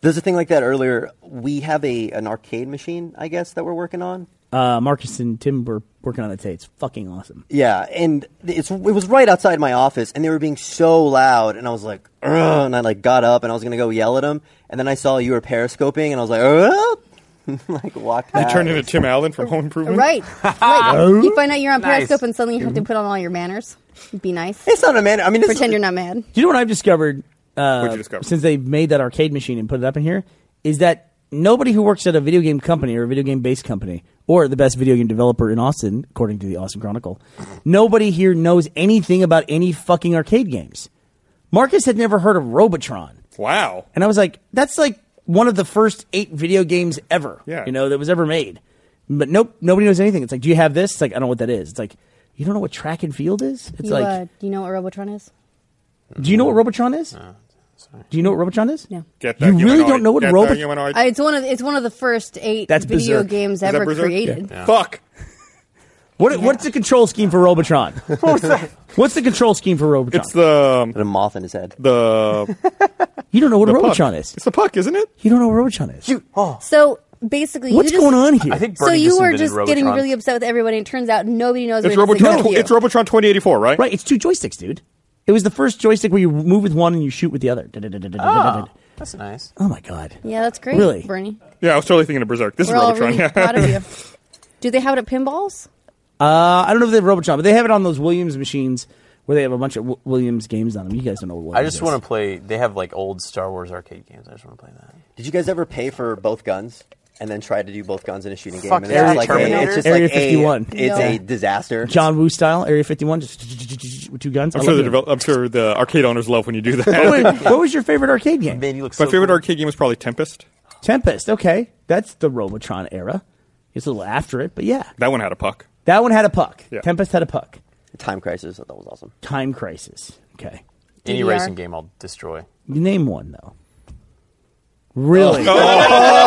[SPEAKER 1] There's a thing like that earlier. We have a an arcade machine, I guess, that we're working on.
[SPEAKER 4] Uh, Marcus and Tim were working on it today. It's fucking awesome.
[SPEAKER 1] Yeah, and it's it was right outside my office, and they were being so loud, and I was like, Ugh, <laughs> and I like got up and I was gonna go yell at them, and then I saw you were periscoping, and I was like, Ugh! like walk
[SPEAKER 2] You
[SPEAKER 4] Uh,
[SPEAKER 1] back.
[SPEAKER 2] turned into Tim Allen from Home
[SPEAKER 4] Mm-hmm.
[SPEAKER 2] Improvement.
[SPEAKER 6] Right.
[SPEAKER 4] <laughs>
[SPEAKER 6] right. You find out you're on
[SPEAKER 7] Nice.
[SPEAKER 6] Periscope and suddenly you have to put on all your manners. It'd be nice.
[SPEAKER 1] It's not a man. I mean, it's
[SPEAKER 6] Pretend you're not mad.
[SPEAKER 4] Do you know what I've discovered? Uh,
[SPEAKER 2] What'd you discover?
[SPEAKER 4] Since they made that arcade machine and put it up in here, is that nobody who works at a video game company or a video game based company or the best video game developer in Austin, according to the Austin Chronicle, nobody here knows anything about any fucking arcade games. Marcus had never heard of Robotron.
[SPEAKER 2] Wow.
[SPEAKER 4] And I was like, that's like one of the first eight video games ever,
[SPEAKER 2] Yeah.
[SPEAKER 4] you know, that was ever made. But nope, nobody knows anything. It's like, do you have this? It's like, I don't know what that is. It's like, you don't know what track and field is? It's
[SPEAKER 6] You,
[SPEAKER 4] like,
[SPEAKER 6] uh, do you know what Robotron is?
[SPEAKER 4] do you know what Robotron is? do you know what Robotron is?
[SPEAKER 6] No.
[SPEAKER 2] Get
[SPEAKER 4] You
[SPEAKER 2] that
[SPEAKER 4] really
[SPEAKER 2] humanoid.
[SPEAKER 4] don't know what
[SPEAKER 2] Get
[SPEAKER 4] robot-
[SPEAKER 2] that humanoid.
[SPEAKER 6] I, Uh, it's one of it's one of the first eight
[SPEAKER 4] That's
[SPEAKER 6] video
[SPEAKER 4] Berserk.
[SPEAKER 6] games
[SPEAKER 2] Is that
[SPEAKER 6] ever
[SPEAKER 2] Berserk?
[SPEAKER 6] created.
[SPEAKER 2] Yeah. Fuck.
[SPEAKER 4] What, What's the control scheme for Robotron? What's the control scheme for Robotron?
[SPEAKER 2] It's the um,
[SPEAKER 1] a moth in his head.
[SPEAKER 2] the
[SPEAKER 4] you don't know what
[SPEAKER 2] the puck.
[SPEAKER 4] Robotron is.
[SPEAKER 2] It's the puck, isn't it?
[SPEAKER 4] You don't know what Robotron is.
[SPEAKER 6] So basically,
[SPEAKER 4] What's
[SPEAKER 6] you just,
[SPEAKER 4] going on here?
[SPEAKER 7] I think
[SPEAKER 6] So
[SPEAKER 7] Bernie
[SPEAKER 6] you
[SPEAKER 7] just
[SPEAKER 6] were
[SPEAKER 7] invented
[SPEAKER 6] just getting
[SPEAKER 7] Robotron.
[SPEAKER 6] really upset with everybody. and It turns out nobody knows.
[SPEAKER 2] It's
[SPEAKER 6] what it is
[SPEAKER 2] Robotron.
[SPEAKER 6] except you.
[SPEAKER 2] It's Robotron 2084, right?
[SPEAKER 4] Right, it's two joysticks, dude. It was the first joystick where you move with one and you shoot with the other. Oh,
[SPEAKER 7] Ah, That's nice.
[SPEAKER 4] my god.
[SPEAKER 6] Yeah, that's great,
[SPEAKER 4] Really?
[SPEAKER 6] Bernie.
[SPEAKER 2] Yeah, I was totally thinking of Berserk. This
[SPEAKER 6] We're
[SPEAKER 2] is
[SPEAKER 6] all
[SPEAKER 2] Robotron. <laughs>
[SPEAKER 6] really
[SPEAKER 2] yeah.
[SPEAKER 6] proud of you. Do they have it
[SPEAKER 7] <laughs>
[SPEAKER 6] at pinballs?
[SPEAKER 4] Uh, I don't know if they have Robotron, but they have it on those Williams machines where they have a bunch of w- Williams games on them. You guys don't know what
[SPEAKER 7] I
[SPEAKER 4] Williams
[SPEAKER 7] just want to play. They have like old Star Wars arcade games. I just want to play that.
[SPEAKER 1] Did you guys ever pay for both guns and then try to do both guns in a shooting game?
[SPEAKER 7] Fuck
[SPEAKER 1] And
[SPEAKER 7] yeah.
[SPEAKER 1] it's just like a,
[SPEAKER 7] Terminator.
[SPEAKER 1] it's just
[SPEAKER 4] Area
[SPEAKER 1] like
[SPEAKER 4] 51.
[SPEAKER 1] A, it's
[SPEAKER 6] Yeah.
[SPEAKER 1] a disaster.
[SPEAKER 4] to. John Woo style, Area 51, just with two guns.
[SPEAKER 2] I'm
[SPEAKER 4] I
[SPEAKER 2] sure, the
[SPEAKER 4] love
[SPEAKER 2] devel-
[SPEAKER 4] it.
[SPEAKER 2] I'm sure the arcade owners love when you do
[SPEAKER 4] What
[SPEAKER 2] that.
[SPEAKER 4] was- what was your favorite arcade game?
[SPEAKER 7] Man, you look.
[SPEAKER 2] My
[SPEAKER 7] so
[SPEAKER 2] favorite
[SPEAKER 7] cool.
[SPEAKER 2] arcade game was probably Tempest.
[SPEAKER 4] Tempest. Okay, that's the Robotron era. It's a little after it, but yeah,
[SPEAKER 2] That one had a puck.
[SPEAKER 4] that one had a puck.
[SPEAKER 2] Yeah.
[SPEAKER 4] Tempest had a puck.
[SPEAKER 1] Time Crisis. I thought was awesome.
[SPEAKER 4] Time Crisis. Okay,
[SPEAKER 7] Any
[SPEAKER 6] DDR.
[SPEAKER 7] racing game, I'll destroy.
[SPEAKER 4] name one though. Really?
[SPEAKER 2] Oh,
[SPEAKER 4] <laughs>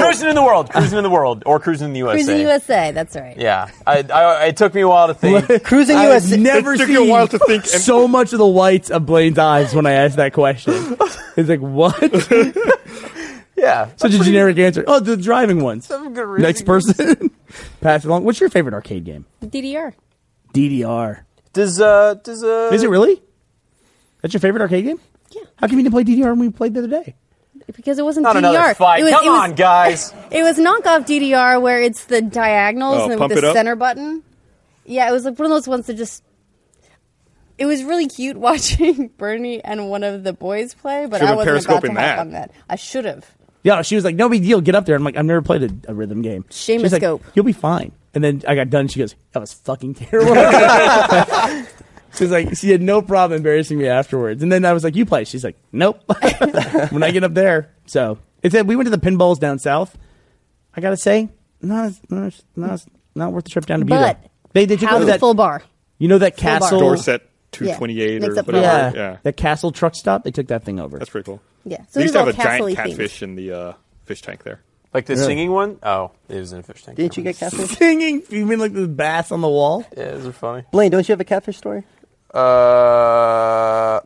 [SPEAKER 7] Cruising in the world, cruising in the world, or cruising in the USA.
[SPEAKER 6] Oh. Cruising USA. That's right.
[SPEAKER 7] Yeah, I, I, it took me a while to
[SPEAKER 4] <laughs>
[SPEAKER 7] think.
[SPEAKER 1] Cruising
[SPEAKER 4] I have
[SPEAKER 1] USA.
[SPEAKER 4] never
[SPEAKER 2] It took
[SPEAKER 4] seen
[SPEAKER 2] you a while to think and-
[SPEAKER 4] so much of the whites of Blaine's eyes when I asked
[SPEAKER 2] <laughs>
[SPEAKER 4] that question. It's like what?
[SPEAKER 7] yeah,
[SPEAKER 4] Such a generic answer. Oh, the driving ones. Next person. <laughs> Pass it along. What's your favorite arcade game?
[SPEAKER 6] DDR.
[SPEAKER 4] DDR.
[SPEAKER 7] does uh, does uh,
[SPEAKER 4] Is it really? That's your favorite arcade game? Yeah. How come you didn't play DDR when we played the other day?
[SPEAKER 6] Because it wasn't
[SPEAKER 7] not
[SPEAKER 6] DDR.
[SPEAKER 7] another fight?
[SPEAKER 6] It was,
[SPEAKER 7] Come
[SPEAKER 6] it was,
[SPEAKER 7] on,
[SPEAKER 6] <laughs>
[SPEAKER 7] guys.
[SPEAKER 6] It was knockoff DDR where it's the diagonals
[SPEAKER 2] Oh,
[SPEAKER 6] and
[SPEAKER 2] pump
[SPEAKER 6] with
[SPEAKER 2] it
[SPEAKER 6] the
[SPEAKER 2] up?
[SPEAKER 6] center button. Yeah, it was like one of those ones that just. It was really cute <laughs> watching Bernie and one of the boys play, but
[SPEAKER 2] Should've
[SPEAKER 6] I
[SPEAKER 2] been
[SPEAKER 6] wasn't about to
[SPEAKER 2] periscoping
[SPEAKER 6] hop
[SPEAKER 2] that.
[SPEAKER 6] on that. I should have.
[SPEAKER 4] Yeah, she was like, no big deal, get up there. I'm like, I've never played a, a rhythm game. She was like,
[SPEAKER 6] Shameless scope.
[SPEAKER 4] You'll be fine. And then I got done. She goes, that was fucking <laughs> terrible. She's like, she had no problem embarrassing me afterwards. And then I was like, you play. She's like, nope. <laughs> when I get up there. So it's that we went to the pinballs down south. I got to say, not, as- not, as- not, as- not worth the trip down to Buda.
[SPEAKER 6] But
[SPEAKER 4] They, they took
[SPEAKER 6] How's
[SPEAKER 4] over
[SPEAKER 6] the
[SPEAKER 4] that,
[SPEAKER 6] full bar?
[SPEAKER 4] you know, that
[SPEAKER 6] bar.
[SPEAKER 4] castle.
[SPEAKER 2] Dorset 228
[SPEAKER 6] Yeah.
[SPEAKER 2] or
[SPEAKER 6] Makes up for
[SPEAKER 2] whatever.
[SPEAKER 4] Oh. Yeah,
[SPEAKER 2] Yeah.
[SPEAKER 6] that.
[SPEAKER 4] That castle truck stop. They took that thing over.
[SPEAKER 2] That's pretty cool.
[SPEAKER 6] Yeah,
[SPEAKER 2] They
[SPEAKER 6] so it
[SPEAKER 2] used
[SPEAKER 6] was
[SPEAKER 2] to
[SPEAKER 6] all
[SPEAKER 2] have a giant
[SPEAKER 6] castle-y themed.
[SPEAKER 2] catfish in the uh, fish tank there.
[SPEAKER 7] like the singing one? Oh, it was in a fish tank.
[SPEAKER 1] Didn't you get catfish?
[SPEAKER 4] <laughs> Singing. You mean like the bass on the wall?
[SPEAKER 7] Yeah, those are funny.
[SPEAKER 1] Blaine, don't you have a catfish story?
[SPEAKER 7] Uh,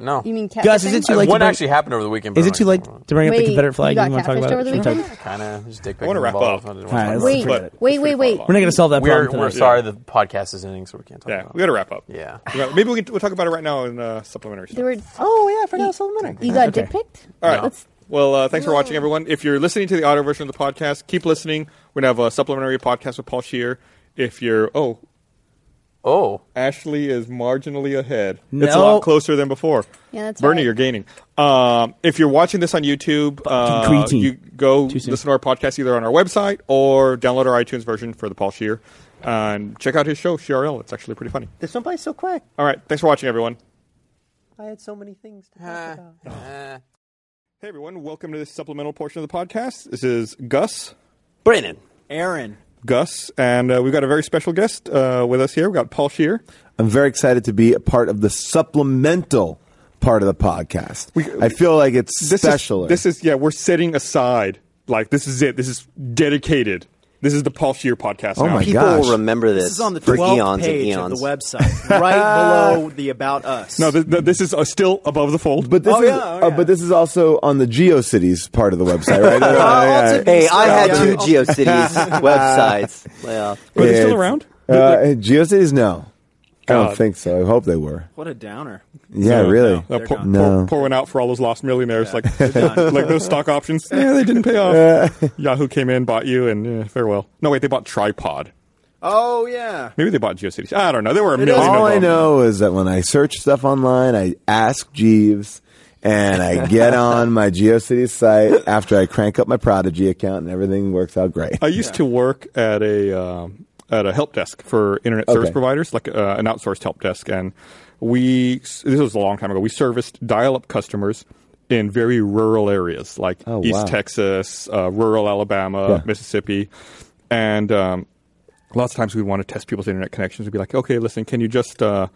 [SPEAKER 7] no.
[SPEAKER 6] You mean
[SPEAKER 4] Gus, is it too
[SPEAKER 6] catfishing?
[SPEAKER 4] late? to
[SPEAKER 7] one
[SPEAKER 4] bring-
[SPEAKER 7] actually happened over the weekend.
[SPEAKER 4] Is it too late to bring up
[SPEAKER 6] Wait,
[SPEAKER 4] the Confederate flag?
[SPEAKER 6] you got
[SPEAKER 4] want to talk
[SPEAKER 6] catfished
[SPEAKER 4] about
[SPEAKER 6] over
[SPEAKER 4] it?
[SPEAKER 6] the
[SPEAKER 4] Sure.
[SPEAKER 6] weekend?
[SPEAKER 7] Kind of just dick.
[SPEAKER 2] I wanna wrap up.
[SPEAKER 4] Alright,
[SPEAKER 6] Wait,
[SPEAKER 4] Forget it.
[SPEAKER 6] wait, wait, wait.
[SPEAKER 4] We're not going to solve that
[SPEAKER 7] We're,
[SPEAKER 4] problem.
[SPEAKER 7] we're
[SPEAKER 4] tonight.
[SPEAKER 7] sorry the podcast is ending, so we
[SPEAKER 3] Uh-huh.
[SPEAKER 7] can't talk
[SPEAKER 2] Yeah,
[SPEAKER 7] about
[SPEAKER 2] we got to wrap up.
[SPEAKER 7] Yeah.
[SPEAKER 2] We gotta- maybe we can, we'll talk about it right now in uh, supplementary.
[SPEAKER 6] There
[SPEAKER 2] Stuff.
[SPEAKER 6] were.
[SPEAKER 1] Oh yeah, I forgot supplementary.
[SPEAKER 6] You got
[SPEAKER 4] Okay.
[SPEAKER 6] dick picked.
[SPEAKER 2] All right.
[SPEAKER 6] Let's-
[SPEAKER 2] Well, uh, thanks for watching, everyone. If you're listening to the audio version of the podcast, keep listening. We're gonna have a supplementary podcast with Paul Shear. If you're oh,
[SPEAKER 7] Oh,
[SPEAKER 2] Ashley is marginally ahead. It's a
[SPEAKER 4] No.
[SPEAKER 2] lot closer than before.
[SPEAKER 6] Yeah, that's
[SPEAKER 2] Bernie,
[SPEAKER 6] right.
[SPEAKER 2] you're gaining. Um, if you're watching this on YouTube, uh,
[SPEAKER 4] cretin.
[SPEAKER 2] you go
[SPEAKER 4] Too soon.
[SPEAKER 2] listen to our podcast either on our website or download our iTunes version for the Paul Shear and check out his show CRL. It's actually pretty funny.
[SPEAKER 1] This went by so quick.
[SPEAKER 2] All right, thanks for watching, everyone.
[SPEAKER 1] I had so many things to
[SPEAKER 6] Uh,
[SPEAKER 1] talk about.
[SPEAKER 7] Eh.
[SPEAKER 2] Hey, everyone, welcome to this supplemental portion of the podcast. This is Gus.
[SPEAKER 7] Brandon.
[SPEAKER 8] Aaron.
[SPEAKER 2] Gus, and uh, we've got a very special guest uh, with us here. We've got Paul Shear.
[SPEAKER 9] I'm very excited to be a part of the supplemental part of the podcast. I feel like it's special.
[SPEAKER 2] Is, this is yeah, we're setting aside like this is it. This is dedicated. This is the Paul Shear podcast.
[SPEAKER 9] Oh
[SPEAKER 2] now.
[SPEAKER 9] my
[SPEAKER 1] People
[SPEAKER 9] gosh.
[SPEAKER 1] will remember this.
[SPEAKER 8] This is on the
[SPEAKER 1] for
[SPEAKER 8] 12th
[SPEAKER 1] eons and
[SPEAKER 8] page
[SPEAKER 1] eons.
[SPEAKER 8] of the
[SPEAKER 9] <laughs>
[SPEAKER 8] website, right below the About Us.
[SPEAKER 2] No, th- th- this is uh, still above the fold.
[SPEAKER 9] but this
[SPEAKER 8] Oh,
[SPEAKER 9] is
[SPEAKER 8] yeah, oh,
[SPEAKER 9] uh,
[SPEAKER 8] yeah.
[SPEAKER 9] but this is also on the GeoCities part of the website, right? Yeah, yeah.
[SPEAKER 8] also-
[SPEAKER 1] Hey, I had
[SPEAKER 8] Yeah.
[SPEAKER 1] two
[SPEAKER 8] <laughs>
[SPEAKER 1] GeoCities websites. Well,
[SPEAKER 2] are they
[SPEAKER 9] Yeah,
[SPEAKER 2] still
[SPEAKER 9] it's-
[SPEAKER 2] around?
[SPEAKER 9] Uh, GeoCities, no. I
[SPEAKER 2] God.
[SPEAKER 9] don't think so. I hope they were.
[SPEAKER 8] What a downer.
[SPEAKER 9] Yeah,
[SPEAKER 2] No,
[SPEAKER 9] really.
[SPEAKER 2] No,
[SPEAKER 8] They're
[SPEAKER 2] Uh, pour,
[SPEAKER 8] gone.
[SPEAKER 9] No.
[SPEAKER 2] Pour, pour one out for all those lost millionaires. Like, <laughs>
[SPEAKER 8] done.
[SPEAKER 2] like those stock options.
[SPEAKER 9] <laughs>
[SPEAKER 2] Yeah, they didn't pay off. <laughs> Yahoo came in, bought you, and eh, farewell. No, wait, they bought Tripod.
[SPEAKER 8] Oh yeah.
[SPEAKER 2] Maybe they bought GeoCities. I don't know. There were a
[SPEAKER 8] It
[SPEAKER 2] million.
[SPEAKER 8] doesn't-
[SPEAKER 2] of
[SPEAKER 9] All I
[SPEAKER 2] them.
[SPEAKER 9] know is that when I search stuff online, I ask Jeeves and I get on my GeoCities site after I crank up my Prodigy account and everything works out great.
[SPEAKER 2] <laughs> I used to work at a um, at a help desk for internet service
[SPEAKER 9] Okay.
[SPEAKER 2] providers, like uh, an outsourced help desk, and we this was a long time ago. We serviced dial-up customers in very rural areas, like
[SPEAKER 9] Oh,
[SPEAKER 2] East
[SPEAKER 9] wow.
[SPEAKER 2] Texas, uh, rural Alabama,
[SPEAKER 9] Yeah.
[SPEAKER 2] Mississippi, and um, lots of times we'd want to test people's internet connections. We'd be like, "Okay, listen, can you just uh,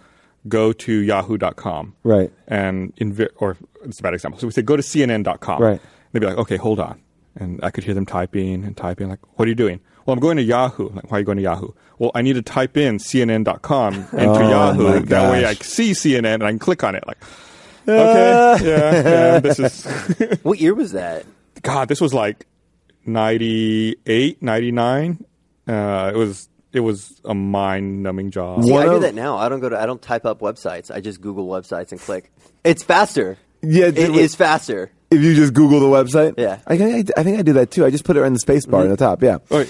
[SPEAKER 2] go to Yahoo.com?"
[SPEAKER 9] Right.
[SPEAKER 2] and inv- or it's a bad example. So we say go to CNN.com.
[SPEAKER 9] Right.
[SPEAKER 2] They'd be like, okay, hold on, and I could hear them typing and typing. Like, what are you doing? Well, I'm going to Yahoo. I'm like, why are you going to Yahoo? Well, I need to type in
[SPEAKER 9] <laughs>
[SPEAKER 2] CNN.com into
[SPEAKER 9] Oh my
[SPEAKER 2] Yahoo. That way, I
[SPEAKER 9] gosh. Ah.
[SPEAKER 2] see CNN and I can click on it.
[SPEAKER 9] <laughs>
[SPEAKER 2] Like, okay, yeah, yeah, this is <laughs>
[SPEAKER 1] What year was that?
[SPEAKER 2] God. This was like 98, 99. Uh, it was it was a mind numbing job.
[SPEAKER 1] See, I do
[SPEAKER 9] of-
[SPEAKER 1] that now. I don't go to. I don't type up websites. I just Google websites and click. It's faster.
[SPEAKER 9] Yeah,
[SPEAKER 1] it
[SPEAKER 9] dude,
[SPEAKER 1] is faster.
[SPEAKER 9] If you just Google the website,
[SPEAKER 1] Yeah.
[SPEAKER 9] I, I, I think I do that too. I just put it in the space bar in the top. Yeah.
[SPEAKER 2] Oh,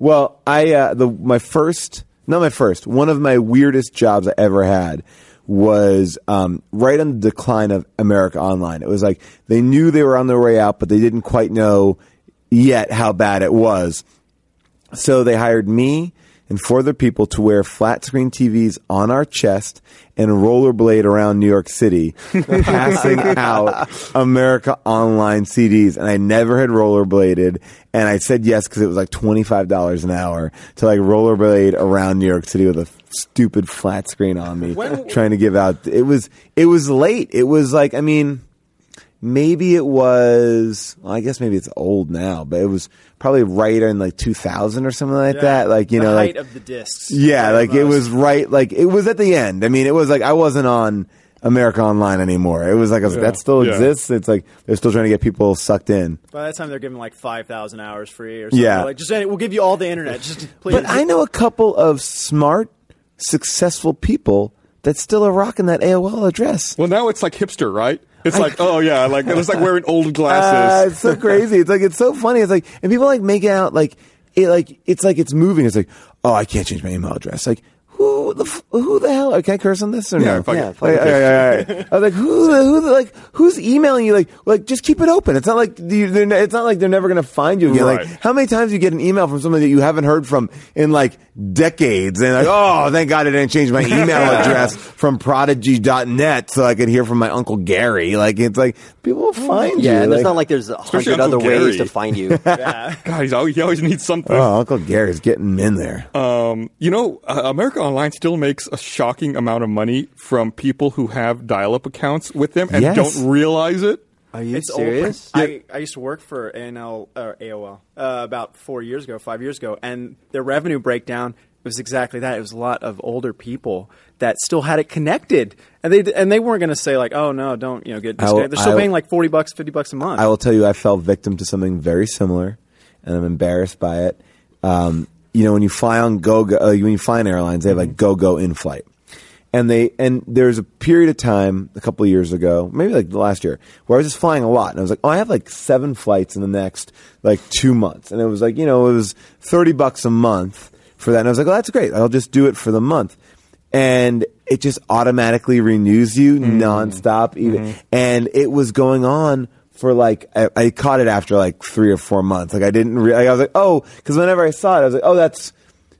[SPEAKER 9] Well, I uh, the my first, not my first, one of my weirdest jobs I ever had was um, right on the decline of America Online. It was like they knew they were on their way out, but they didn't quite know yet how bad it was. So they hired me and four other people to wear flat screen TVs on our chest and rollerblade around New York City, passing out America Online CDs. And I never had rollerbladed. And I said yes because it was like $25 an hour to like rollerblade around New York City with a stupid flat screen on me trying to give out. It was, it was late. It was like, I mean, maybe it was well, I guess maybe it's old now, but it was probably right in like 2000 or something like that. Like you
[SPEAKER 8] the
[SPEAKER 9] know, like
[SPEAKER 8] height of the discs.
[SPEAKER 9] yeah, like it
[SPEAKER 8] Almost.
[SPEAKER 9] was right. Like it was at the end. I mean, it was like I wasn't on America Online anymore. It was like I was like,
[SPEAKER 2] Yeah.
[SPEAKER 9] that still
[SPEAKER 2] Yeah.
[SPEAKER 9] exists. It's like they're still trying to get people sucked in.
[SPEAKER 8] By that time, they're giving like five thousand hours free or something.
[SPEAKER 9] Yeah.
[SPEAKER 8] like just any- we'll give you all the internet. Just please.
[SPEAKER 9] But I know a couple of smart, successful people that still are rocking that AOL address.
[SPEAKER 2] Well, now it's like hipster, right? It's like, oh yeah, like it was like wearing old glasses.
[SPEAKER 9] <laughs> Ah,
[SPEAKER 2] <laughs>
[SPEAKER 9] it's so crazy. It's like it's so funny. It's like and people like make it out like it like it's like it's moving. It's like oh, I can't change my email address. Like who the f- who the hell? Can I curse on this or
[SPEAKER 2] Yeah,
[SPEAKER 9] no?
[SPEAKER 2] fuck it.
[SPEAKER 9] Like, all right, all right,
[SPEAKER 2] <laughs>
[SPEAKER 9] all right. I was like who the who the like who's emailing you? Like like just keep it open. It's not like you, they're ne- it's not like they're never gonna find you again.
[SPEAKER 2] Right.
[SPEAKER 9] Like how many times you get an email from somebody that you haven't heard from in like decades and like oh thank God I didn't change
[SPEAKER 2] <laughs>
[SPEAKER 9] my email address from prodigy.net so I could hear from my uncle Gary. Like it's like people will find you.
[SPEAKER 1] Yeah, and
[SPEAKER 9] like-
[SPEAKER 1] it's not like there's a hundred other
[SPEAKER 2] Uncle
[SPEAKER 1] ways
[SPEAKER 2] Gary.
[SPEAKER 1] to find
[SPEAKER 9] <laughs>
[SPEAKER 1] you.
[SPEAKER 2] God, he's always, he always needs something.
[SPEAKER 9] Oh, Uncle Gary's getting in there.
[SPEAKER 2] You know, uh, America Online still makes a shocking amount of money from people who have dial-up accounts with them and
[SPEAKER 9] Yes.
[SPEAKER 2] don't realize it.
[SPEAKER 1] Are you
[SPEAKER 8] It's old.
[SPEAKER 1] serious?
[SPEAKER 8] I, I used to work for ANL or AOL uh, about four years ago, five years ago, and their revenue breakdown was exactly that. It was a lot of older people that still had it connected, and they d- and they weren't going to say like, oh no, don't you know get
[SPEAKER 9] I will-
[SPEAKER 8] disconnected. They're still
[SPEAKER 9] I will-
[SPEAKER 8] paying like forty bucks, fifty bucks a month.
[SPEAKER 9] I will tell you, I fell victim to something very similar, and I'm embarrassed by it. Um, you know, when you fly on GoGo, uh, when you fly on airlines, they have like GoGo in flight, and they and there's a period of time a couple of years ago, maybe like the last year, where I was just flying a lot, and I was like, oh, I have like seven flights in the next like two months, and it was like you know it was thirty bucks a month for that, and I was like, oh, that's great, I'll just do it for the month. and it just automatically renews you nonstop. Even and it was going on for like I, I caught it after like three or four months. Like I didn't. Re- like I was like, oh, because whenever I saw it, I was like, oh, that's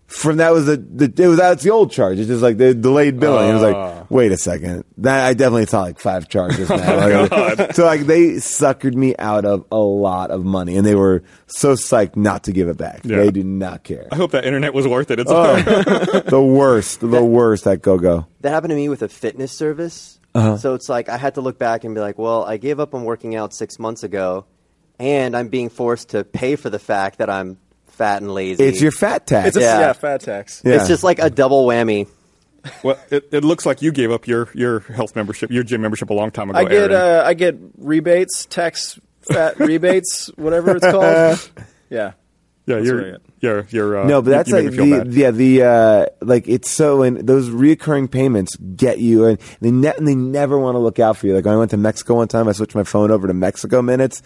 [SPEAKER 9] from that was the, the it was that's the old charge. It's just like the delayed billing. I was like, wait a second, that I definitely saw like five charges now. Like, so like they suckered me out of a lot of money, and they were so psyched not to give it back.
[SPEAKER 2] Yeah.
[SPEAKER 9] They do not care.
[SPEAKER 2] I hope that internet was worth it. It's
[SPEAKER 9] Uh. the worst, the worst at go go.
[SPEAKER 1] that happened to me with a fitness service.
[SPEAKER 9] Uh-huh.
[SPEAKER 1] So it's like I had to look back and be like, well, I gave up on working out six months ago, and I'm being forced to pay for the fact that I'm fat and lazy.
[SPEAKER 9] It's your fat tax.
[SPEAKER 8] it's a, yeah.
[SPEAKER 1] yeah.
[SPEAKER 8] fat tax.
[SPEAKER 9] Yeah.
[SPEAKER 1] It's just like a double whammy.
[SPEAKER 2] well, it, it looks like you gave up your, your health membership, your gym membership a long time ago.
[SPEAKER 8] I
[SPEAKER 2] Aaron.
[SPEAKER 8] get uh,
[SPEAKER 9] <laughs>
[SPEAKER 8] I get rebates, tax fat rebates, whatever it's called. Yeah,
[SPEAKER 2] Yeah,
[SPEAKER 8] really
[SPEAKER 2] you're,
[SPEAKER 8] it.
[SPEAKER 2] you're, you're, uh,
[SPEAKER 9] no, but
[SPEAKER 2] you-
[SPEAKER 9] that's
[SPEAKER 2] you made
[SPEAKER 9] like
[SPEAKER 2] me feel
[SPEAKER 9] the,
[SPEAKER 2] bad.
[SPEAKER 9] the- yeah the uh, like it's so and those reoccurring payments get you and they ne- and they never want to look out for you. Like when I went to Mexico one time, I switched my phone over to Mexico minutes,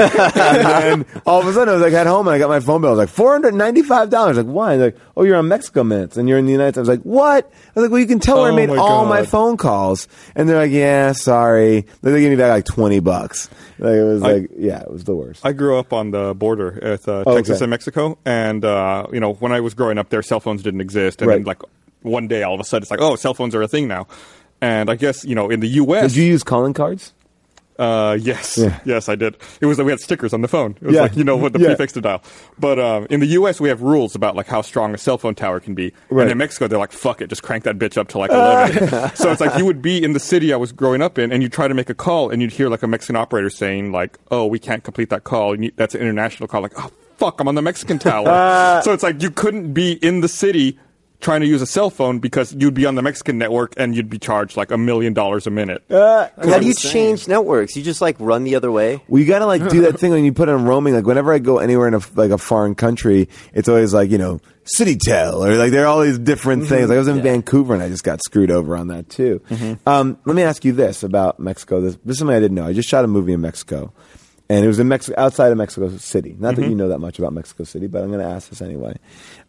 [SPEAKER 2] <laughs>
[SPEAKER 9] and then all of a sudden I was like at home and I got my phone bill. I was like four hundred ninety five dollars. Like why? They're Like oh you're on Mexico minutes and you're in the United States. I was like what? I was like well you can tell where I
[SPEAKER 2] Oh
[SPEAKER 9] made
[SPEAKER 2] my
[SPEAKER 9] all
[SPEAKER 2] God.
[SPEAKER 9] my phone calls, and they're like yeah sorry. Then They gave me back like twenty bucks. Like it was
[SPEAKER 2] I-
[SPEAKER 9] like yeah it was the worst.
[SPEAKER 2] I grew up on the border at uh,
[SPEAKER 9] Oh,
[SPEAKER 2] Texas
[SPEAKER 9] okay.
[SPEAKER 2] and Mexico, and uh, you know when I was growing up, there cell phones didn't exist, and then
[SPEAKER 9] Right.
[SPEAKER 2] like one day all of a sudden it's like, oh, cell phones are a thing now, and I guess you know in the U.S.
[SPEAKER 9] Did you use calling cards?
[SPEAKER 2] Uh, yes,
[SPEAKER 9] Yeah.
[SPEAKER 2] yes, I did. It was that we had stickers on the phone. It was
[SPEAKER 9] Yeah.
[SPEAKER 2] like you know what the
[SPEAKER 9] Yeah.
[SPEAKER 2] prefix to dial. But um, in the U.S. we have rules about like how strong a cell phone tower can be.
[SPEAKER 9] Right.
[SPEAKER 2] And in Mexico they're like, fuck it, just crank that bitch up to like eleven.
[SPEAKER 9] <laughs>
[SPEAKER 2] so it's like you would be in the city I was growing up in, and you try to make a call, and you'd hear like a Mexican operator saying like, oh, we can't complete that call. You need- That's an international call. Like, oh fuck, I'm on the Mexican
[SPEAKER 9] <laughs> Uh.
[SPEAKER 2] tower. so it's like you couldn't be in the city. Trying to use a cell phone because you'd be on the Mexican network and you'd be charged like a million dollars a minute.
[SPEAKER 9] Ah,
[SPEAKER 1] How do you change networks? You just like run the other way.
[SPEAKER 9] Well, you gotta like do that thing when you put on roaming. Like whenever I go anywhere in a like a foreign country, it's always like you know CityTel or like there are all these different things. Like I was in Vancouver and I just got screwed over on that too. Um, let me ask you this about Mexico. This, this is something I didn't know. I just shot a movie in Mexico, and it was in Mexico outside of Mexico City. Not that you know that much about Mexico City, but I'm going to ask this anyway.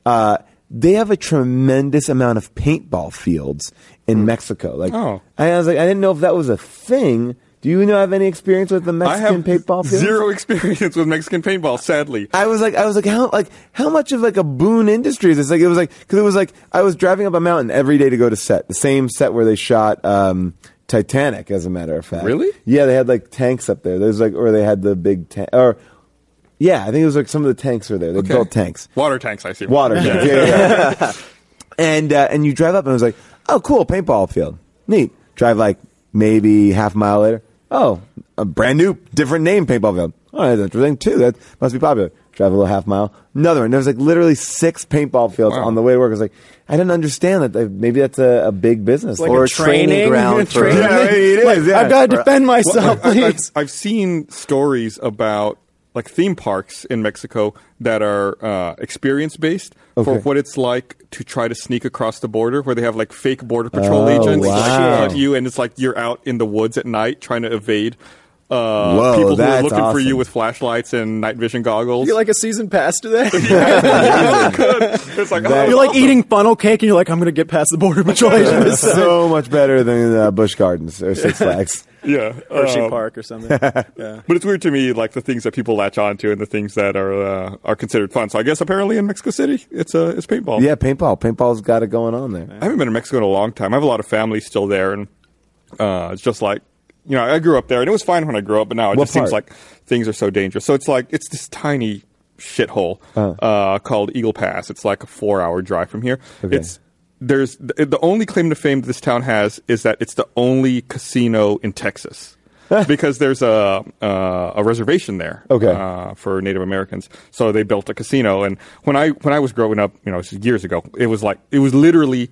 [SPEAKER 9] Uh, they have a tremendous amount of paintball fields in Mexico. Like,
[SPEAKER 2] Oh.
[SPEAKER 9] and I was like, I didn't know if that was a thing. Do you know have any experience with the
[SPEAKER 2] I
[SPEAKER 9] Mexican
[SPEAKER 2] have
[SPEAKER 9] paintball fields?
[SPEAKER 2] zero <laughs> experience with Mexican paintball, sadly.
[SPEAKER 9] I was like, I was like, how like how much of like a boon industry is this? Like it was like because it was like I was driving up a mountain every day to go to set the same set where they shot um, Titanic, as a matter of fact.
[SPEAKER 2] Really?
[SPEAKER 9] Yeah, they had like tanks up there. There's like or they had the big tank or yeah, I think it was like some of the tanks were there. They built tanks.
[SPEAKER 2] Water tanks, I see.
[SPEAKER 9] Water.
[SPEAKER 2] <laughs>
[SPEAKER 9] tank. Yeah, yeah, yeah. and uh, and you drive up and it was like, oh, cool, paintball field, neat. Drive like maybe half a mile later. Oh, a brand new, different name paintball field. Oh, that's interesting too. That must be popular. Drive a little half mile, another one. There was like literally six paintball fields
[SPEAKER 2] Wow.
[SPEAKER 9] on the way to work. I was like, I didn't understand that. Like, Maybe that's a, a big business.
[SPEAKER 1] Like Or a training ground for-
[SPEAKER 9] Yeah, it is, yeah.
[SPEAKER 8] I've got to defend myself,
[SPEAKER 2] I, have
[SPEAKER 8] please.
[SPEAKER 2] seen stories about like theme parks in Mexico that are uh, experience based for
[SPEAKER 9] Okay.
[SPEAKER 2] what it's like to try to sneak across the border, where they have like fake border patrol
[SPEAKER 9] Oh,
[SPEAKER 2] agents
[SPEAKER 9] wow.
[SPEAKER 2] like, at you, and it's like you're out in the woods at night trying to evade. Uh,
[SPEAKER 9] Whoa,
[SPEAKER 2] people who are
[SPEAKER 9] that's
[SPEAKER 2] looking for you
[SPEAKER 9] awesome.
[SPEAKER 2] with flashlights and night vision goggles.
[SPEAKER 8] You
[SPEAKER 2] <laughs>
[SPEAKER 8] like a season pass today?
[SPEAKER 9] <laughs>
[SPEAKER 2] it's like,
[SPEAKER 9] That-
[SPEAKER 2] oh,
[SPEAKER 8] <laughs> You're like eating funnel cake, and you're like, I'm gonna get past the border patrol.
[SPEAKER 9] <laughs>
[SPEAKER 8] agent this time.
[SPEAKER 9] so much better than uh, Bush Gardens or Six Flags.
[SPEAKER 2] yeah,
[SPEAKER 8] Hershey
[SPEAKER 2] um,
[SPEAKER 8] Park
[SPEAKER 9] <laughs>
[SPEAKER 8] or something. yeah.
[SPEAKER 2] But it's weird to me, like the things that people latch on to and the things that are uh, are considered fun. So I guess apparently in Mexico City, it's uh, it's paintball.
[SPEAKER 9] yeah, paintball. Paintball's got it going on there.
[SPEAKER 2] I haven't been to Mexico in a long time. I have a lot of family still there, and uh, it's just like you know, I grew up there, and it was fine when I grew up, but now it
[SPEAKER 9] What
[SPEAKER 2] just seems
[SPEAKER 9] part?
[SPEAKER 2] like things are so dangerous. So it's like it's this tiny shithole uh called Eagle Pass. It's like a four-hour drive from here.
[SPEAKER 9] Okay.
[SPEAKER 2] It's there's th- the only claim to fame this town has is that it's the only casino in Texas.
[SPEAKER 9] <laughs>
[SPEAKER 2] because there's a uh, a reservation there,
[SPEAKER 9] Okay.
[SPEAKER 2] uh, for Native Americans. So they built a casino. And when I when I was growing up, you know, this is years ago, it was like it was literally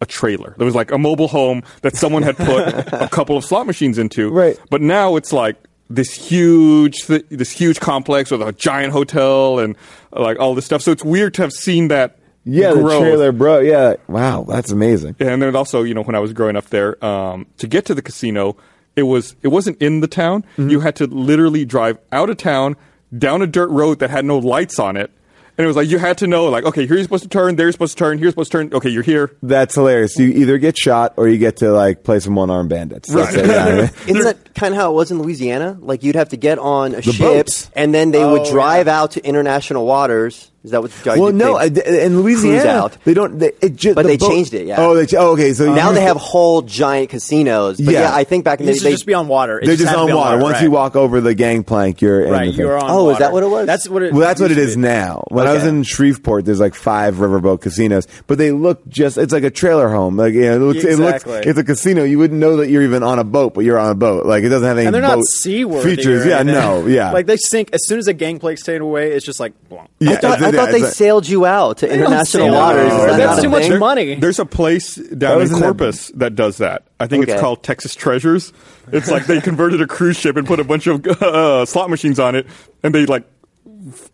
[SPEAKER 2] a trailer. There was like a mobile home that someone had put
[SPEAKER 9] <laughs>
[SPEAKER 2] a couple of slot machines into.
[SPEAKER 9] Right.
[SPEAKER 2] But now it's like this huge th- this huge complex with a giant hotel and uh, like all this stuff. So it's weird to have seen that.
[SPEAKER 9] Yeah,
[SPEAKER 2] growth.
[SPEAKER 9] the trailer, bro. Yeah, wow, that's amazing.
[SPEAKER 2] And then also, you know, when I was growing up there, um, to get to the casino, it was it wasn't in the town.
[SPEAKER 9] Mm-hmm.
[SPEAKER 2] You had to literally drive out of town down a dirt road that had no lights on it. And it was like you had to know, like, okay, here you're supposed to turn, there you're supposed to turn, here you're supposed to turn. Okay, you're here.
[SPEAKER 9] That's hilarious. You either get shot or you get to like play some one armed bandits. That's
[SPEAKER 2] Right.
[SPEAKER 9] it, yeah, I
[SPEAKER 8] <laughs>
[SPEAKER 9] mean-
[SPEAKER 1] <laughs> Isn't that kind of how it was in Louisiana? Like you'd have to get on a ship,
[SPEAKER 9] boats.
[SPEAKER 1] and then they
[SPEAKER 8] Oh,
[SPEAKER 1] would drive out to international waters. Is that what?
[SPEAKER 9] well, no, I,
[SPEAKER 1] they,
[SPEAKER 9] in Louisiana
[SPEAKER 1] out.
[SPEAKER 9] they don't. They, it ju-
[SPEAKER 1] But
[SPEAKER 9] the
[SPEAKER 1] they
[SPEAKER 9] boat-
[SPEAKER 1] changed it, yeah.
[SPEAKER 9] Oh, they ch- oh, okay. So
[SPEAKER 1] now
[SPEAKER 9] you-
[SPEAKER 1] they have whole giant casinos. But yeah,
[SPEAKER 9] Yeah.
[SPEAKER 1] I think back in the
[SPEAKER 8] This
[SPEAKER 1] day,
[SPEAKER 8] should just be on water. It
[SPEAKER 9] They're
[SPEAKER 8] had
[SPEAKER 9] just
[SPEAKER 8] to
[SPEAKER 9] on
[SPEAKER 8] be
[SPEAKER 9] water. Once you
[SPEAKER 8] right.
[SPEAKER 9] walk over the gangplank, you're in
[SPEAKER 8] right,
[SPEAKER 9] the thing.
[SPEAKER 8] you're on.
[SPEAKER 1] Oh, is that
[SPEAKER 8] water.
[SPEAKER 1] what it was?
[SPEAKER 8] That's what. It,
[SPEAKER 9] Well, that's what it
[SPEAKER 8] used
[SPEAKER 9] is
[SPEAKER 8] to be.
[SPEAKER 9] now. When I was
[SPEAKER 8] Okay.
[SPEAKER 9] in Shreveport, there's like five riverboat casinos, but they look just—it's like a trailer home. Like you know, it looks, it
[SPEAKER 8] Exactly.
[SPEAKER 9] looks, it's a casino. You wouldn't know that you're even on a boat, but you're on a boat. Like it doesn't have any
[SPEAKER 8] and they're not
[SPEAKER 9] boat
[SPEAKER 8] seaworthy.
[SPEAKER 9] features.
[SPEAKER 8] or
[SPEAKER 9] Yeah,
[SPEAKER 8] anything.
[SPEAKER 9] no, yeah.
[SPEAKER 8] <laughs> Like they sink as soon as a gangplank's taken away. It's just like. Blonk.
[SPEAKER 9] yeah,
[SPEAKER 1] I thought,
[SPEAKER 9] it's-
[SPEAKER 1] I thought
[SPEAKER 9] yeah,
[SPEAKER 1] they
[SPEAKER 9] it's like-
[SPEAKER 1] sailed you out to
[SPEAKER 8] don't
[SPEAKER 1] international
[SPEAKER 8] sail
[SPEAKER 1] waters.
[SPEAKER 9] out.
[SPEAKER 1] Is that
[SPEAKER 9] That's
[SPEAKER 1] not a
[SPEAKER 9] too
[SPEAKER 8] much
[SPEAKER 1] thing?
[SPEAKER 8] money.
[SPEAKER 2] There's Uh, a place down in
[SPEAKER 9] was in that-
[SPEAKER 2] Corpus that does that. I think it's
[SPEAKER 1] Okay.
[SPEAKER 2] called Texas Treasures. <laughs> It's like they converted a cruise ship and put a bunch of uh, slot machines on it, and they like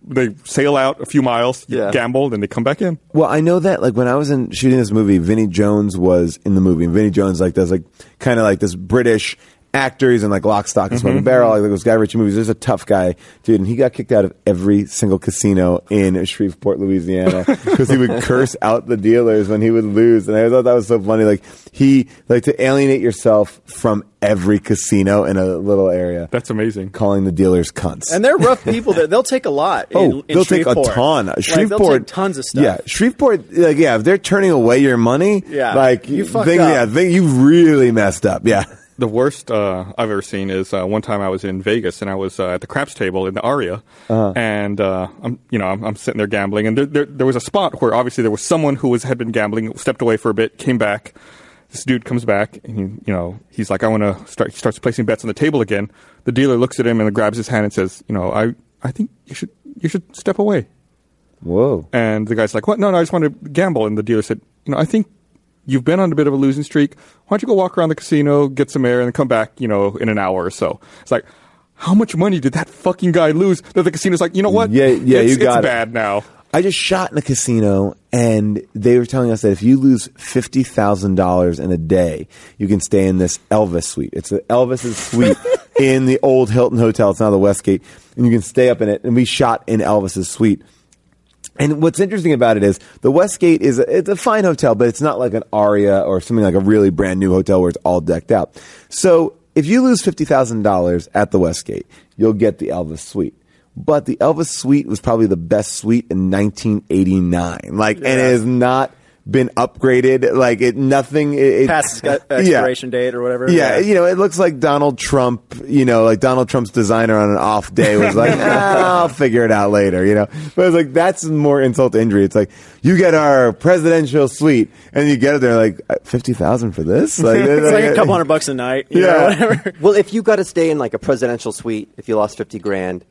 [SPEAKER 2] they sail out a few miles, you
[SPEAKER 8] Yeah.
[SPEAKER 2] gamble, then they come back in.
[SPEAKER 9] Well, I know that like when I was in shooting this movie, Vinnie Jones was in the movie, and Vinnie Jones like does like kind of like this British actor. He's in like Lock, Stock, and Smoking Barrel, like those Guy Ritchie movies. There's a tough guy, dude, and he got kicked out of every single casino in Shreveport, Louisiana, because he would curse out the dealers when he would lose. And I thought that was so funny. Like he like to alienate yourself from every casino in a little area,
[SPEAKER 2] That's amazing.
[SPEAKER 9] calling the dealers cunts.
[SPEAKER 8] And they're rough people. They're, they'll take a lot. in-
[SPEAKER 9] Oh,
[SPEAKER 8] in
[SPEAKER 9] they'll take a
[SPEAKER 8] Shreveport.
[SPEAKER 9] ton.
[SPEAKER 8] Like,
[SPEAKER 9] Shreveport,
[SPEAKER 8] they'll take tons of stuff.
[SPEAKER 9] Yeah, Shreveport, like yeah, if they're turning away your money,
[SPEAKER 8] Yeah.
[SPEAKER 9] like
[SPEAKER 8] You fucked
[SPEAKER 9] thing,
[SPEAKER 8] up.
[SPEAKER 9] yeah, thing, you really messed up. Yeah,
[SPEAKER 2] The worst uh, I've ever seen is uh, one time I was in Vegas and I was uh, at the craps table in the Aria, and uh, I'm you know I'm, I'm sitting there gambling, and there, there there was a spot where obviously there was someone who was had been gambling, stepped away for a bit, came back. This dude comes back and he, you know he's like, I want to start. He starts placing bets on the table again. The dealer looks at him and grabs his hand and says, you know, I I think you should you should step away.
[SPEAKER 9] whoa.
[SPEAKER 2] And the guy's like, "What? No, no, I just want to gamble." And the dealer said, "You know, I think you've been on a bit of a losing streak. Why don't you go walk around the casino, get some air, and then come back, you know, in an hour or so?" It's like, how much money did that fucking guy lose? That the casino's like, you know what?
[SPEAKER 9] Yeah, yeah,
[SPEAKER 2] it's,
[SPEAKER 9] you got
[SPEAKER 2] it's
[SPEAKER 9] it."
[SPEAKER 2] bad now.
[SPEAKER 9] I just shot in a casino, and they were telling us that if you lose fifty thousand dollars in a day, you can stay in this Elvis <laughs> suite. It's the Elvis's suite in the old Hilton Hotel. It's now the Westgate, and you can stay up in it. And we shot in Elvis's suite. And what's interesting about it is the Westgate is a, it's a fine hotel, but it's not like an Aria or something like a really brand new hotel where it's all decked out. So if you lose fifty thousand dollars at the Westgate, you'll get the Elvis Suite. But the Elvis Suite was probably the best suite in 1989. Like, and it has not been upgraded. Like, it nothing. It, it-
[SPEAKER 8] Past its
[SPEAKER 9] <laughs> Yeah.
[SPEAKER 8] expiration date or whatever.
[SPEAKER 9] Yeah, you know, it looks like Donald Trump, you know, like Donald Trump's designer on an off day was
[SPEAKER 8] <laughs>
[SPEAKER 9] like, "Ah, I'll figure it out later, you know. But it's like, that's more insult to injury. It's like, you get our presidential suite, and you get it there like, 50000 for this? Like,
[SPEAKER 8] <laughs> <laughs> It's like a couple hundred bucks a night. you know,
[SPEAKER 9] Yeah.
[SPEAKER 8] whatever.
[SPEAKER 1] Well, if you got to stay in like a presidential suite, if you lost fifty grand,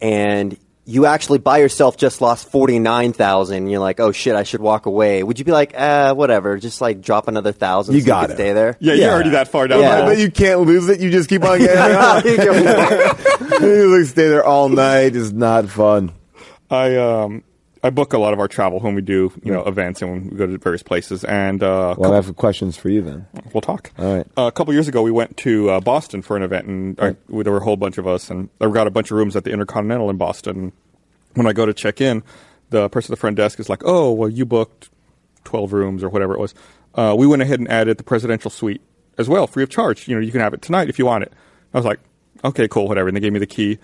[SPEAKER 1] and you actually by yourself just lost forty nine thousand, you're like, oh shit, I should walk away. Would you be like, uh, whatever, just like drop another thousand?
[SPEAKER 9] You
[SPEAKER 1] so
[SPEAKER 9] got
[SPEAKER 1] could
[SPEAKER 9] it.
[SPEAKER 1] stay there.
[SPEAKER 2] Yeah,
[SPEAKER 9] Yeah.
[SPEAKER 2] you're already that far down.
[SPEAKER 1] Yeah.
[SPEAKER 2] the
[SPEAKER 9] But
[SPEAKER 2] hole.
[SPEAKER 9] you can't lose it. You just keep on
[SPEAKER 8] <laughs>
[SPEAKER 9] getting it. <laughs> you like, stay there all night. It's not fun.
[SPEAKER 2] I um, I book a lot of our travel when we do you know events and when we go to various places. And uh,
[SPEAKER 9] Well, I have questions for you then.
[SPEAKER 2] we'll talk.
[SPEAKER 9] All right.
[SPEAKER 2] Uh, a couple years ago, we went to uh, Boston for an event, and I, we- there were a whole bunch of us, and I got a bunch of rooms at the Intercontinental in Boston. When I go to check in, the person at the front desk is like, "Oh, well, you booked twelve rooms or whatever it was." Uh, we went ahead and added the presidential suite as well, free of charge. You know, you can have it tonight if you want it. I was like, "Okay, cool, whatever." And they gave me the key.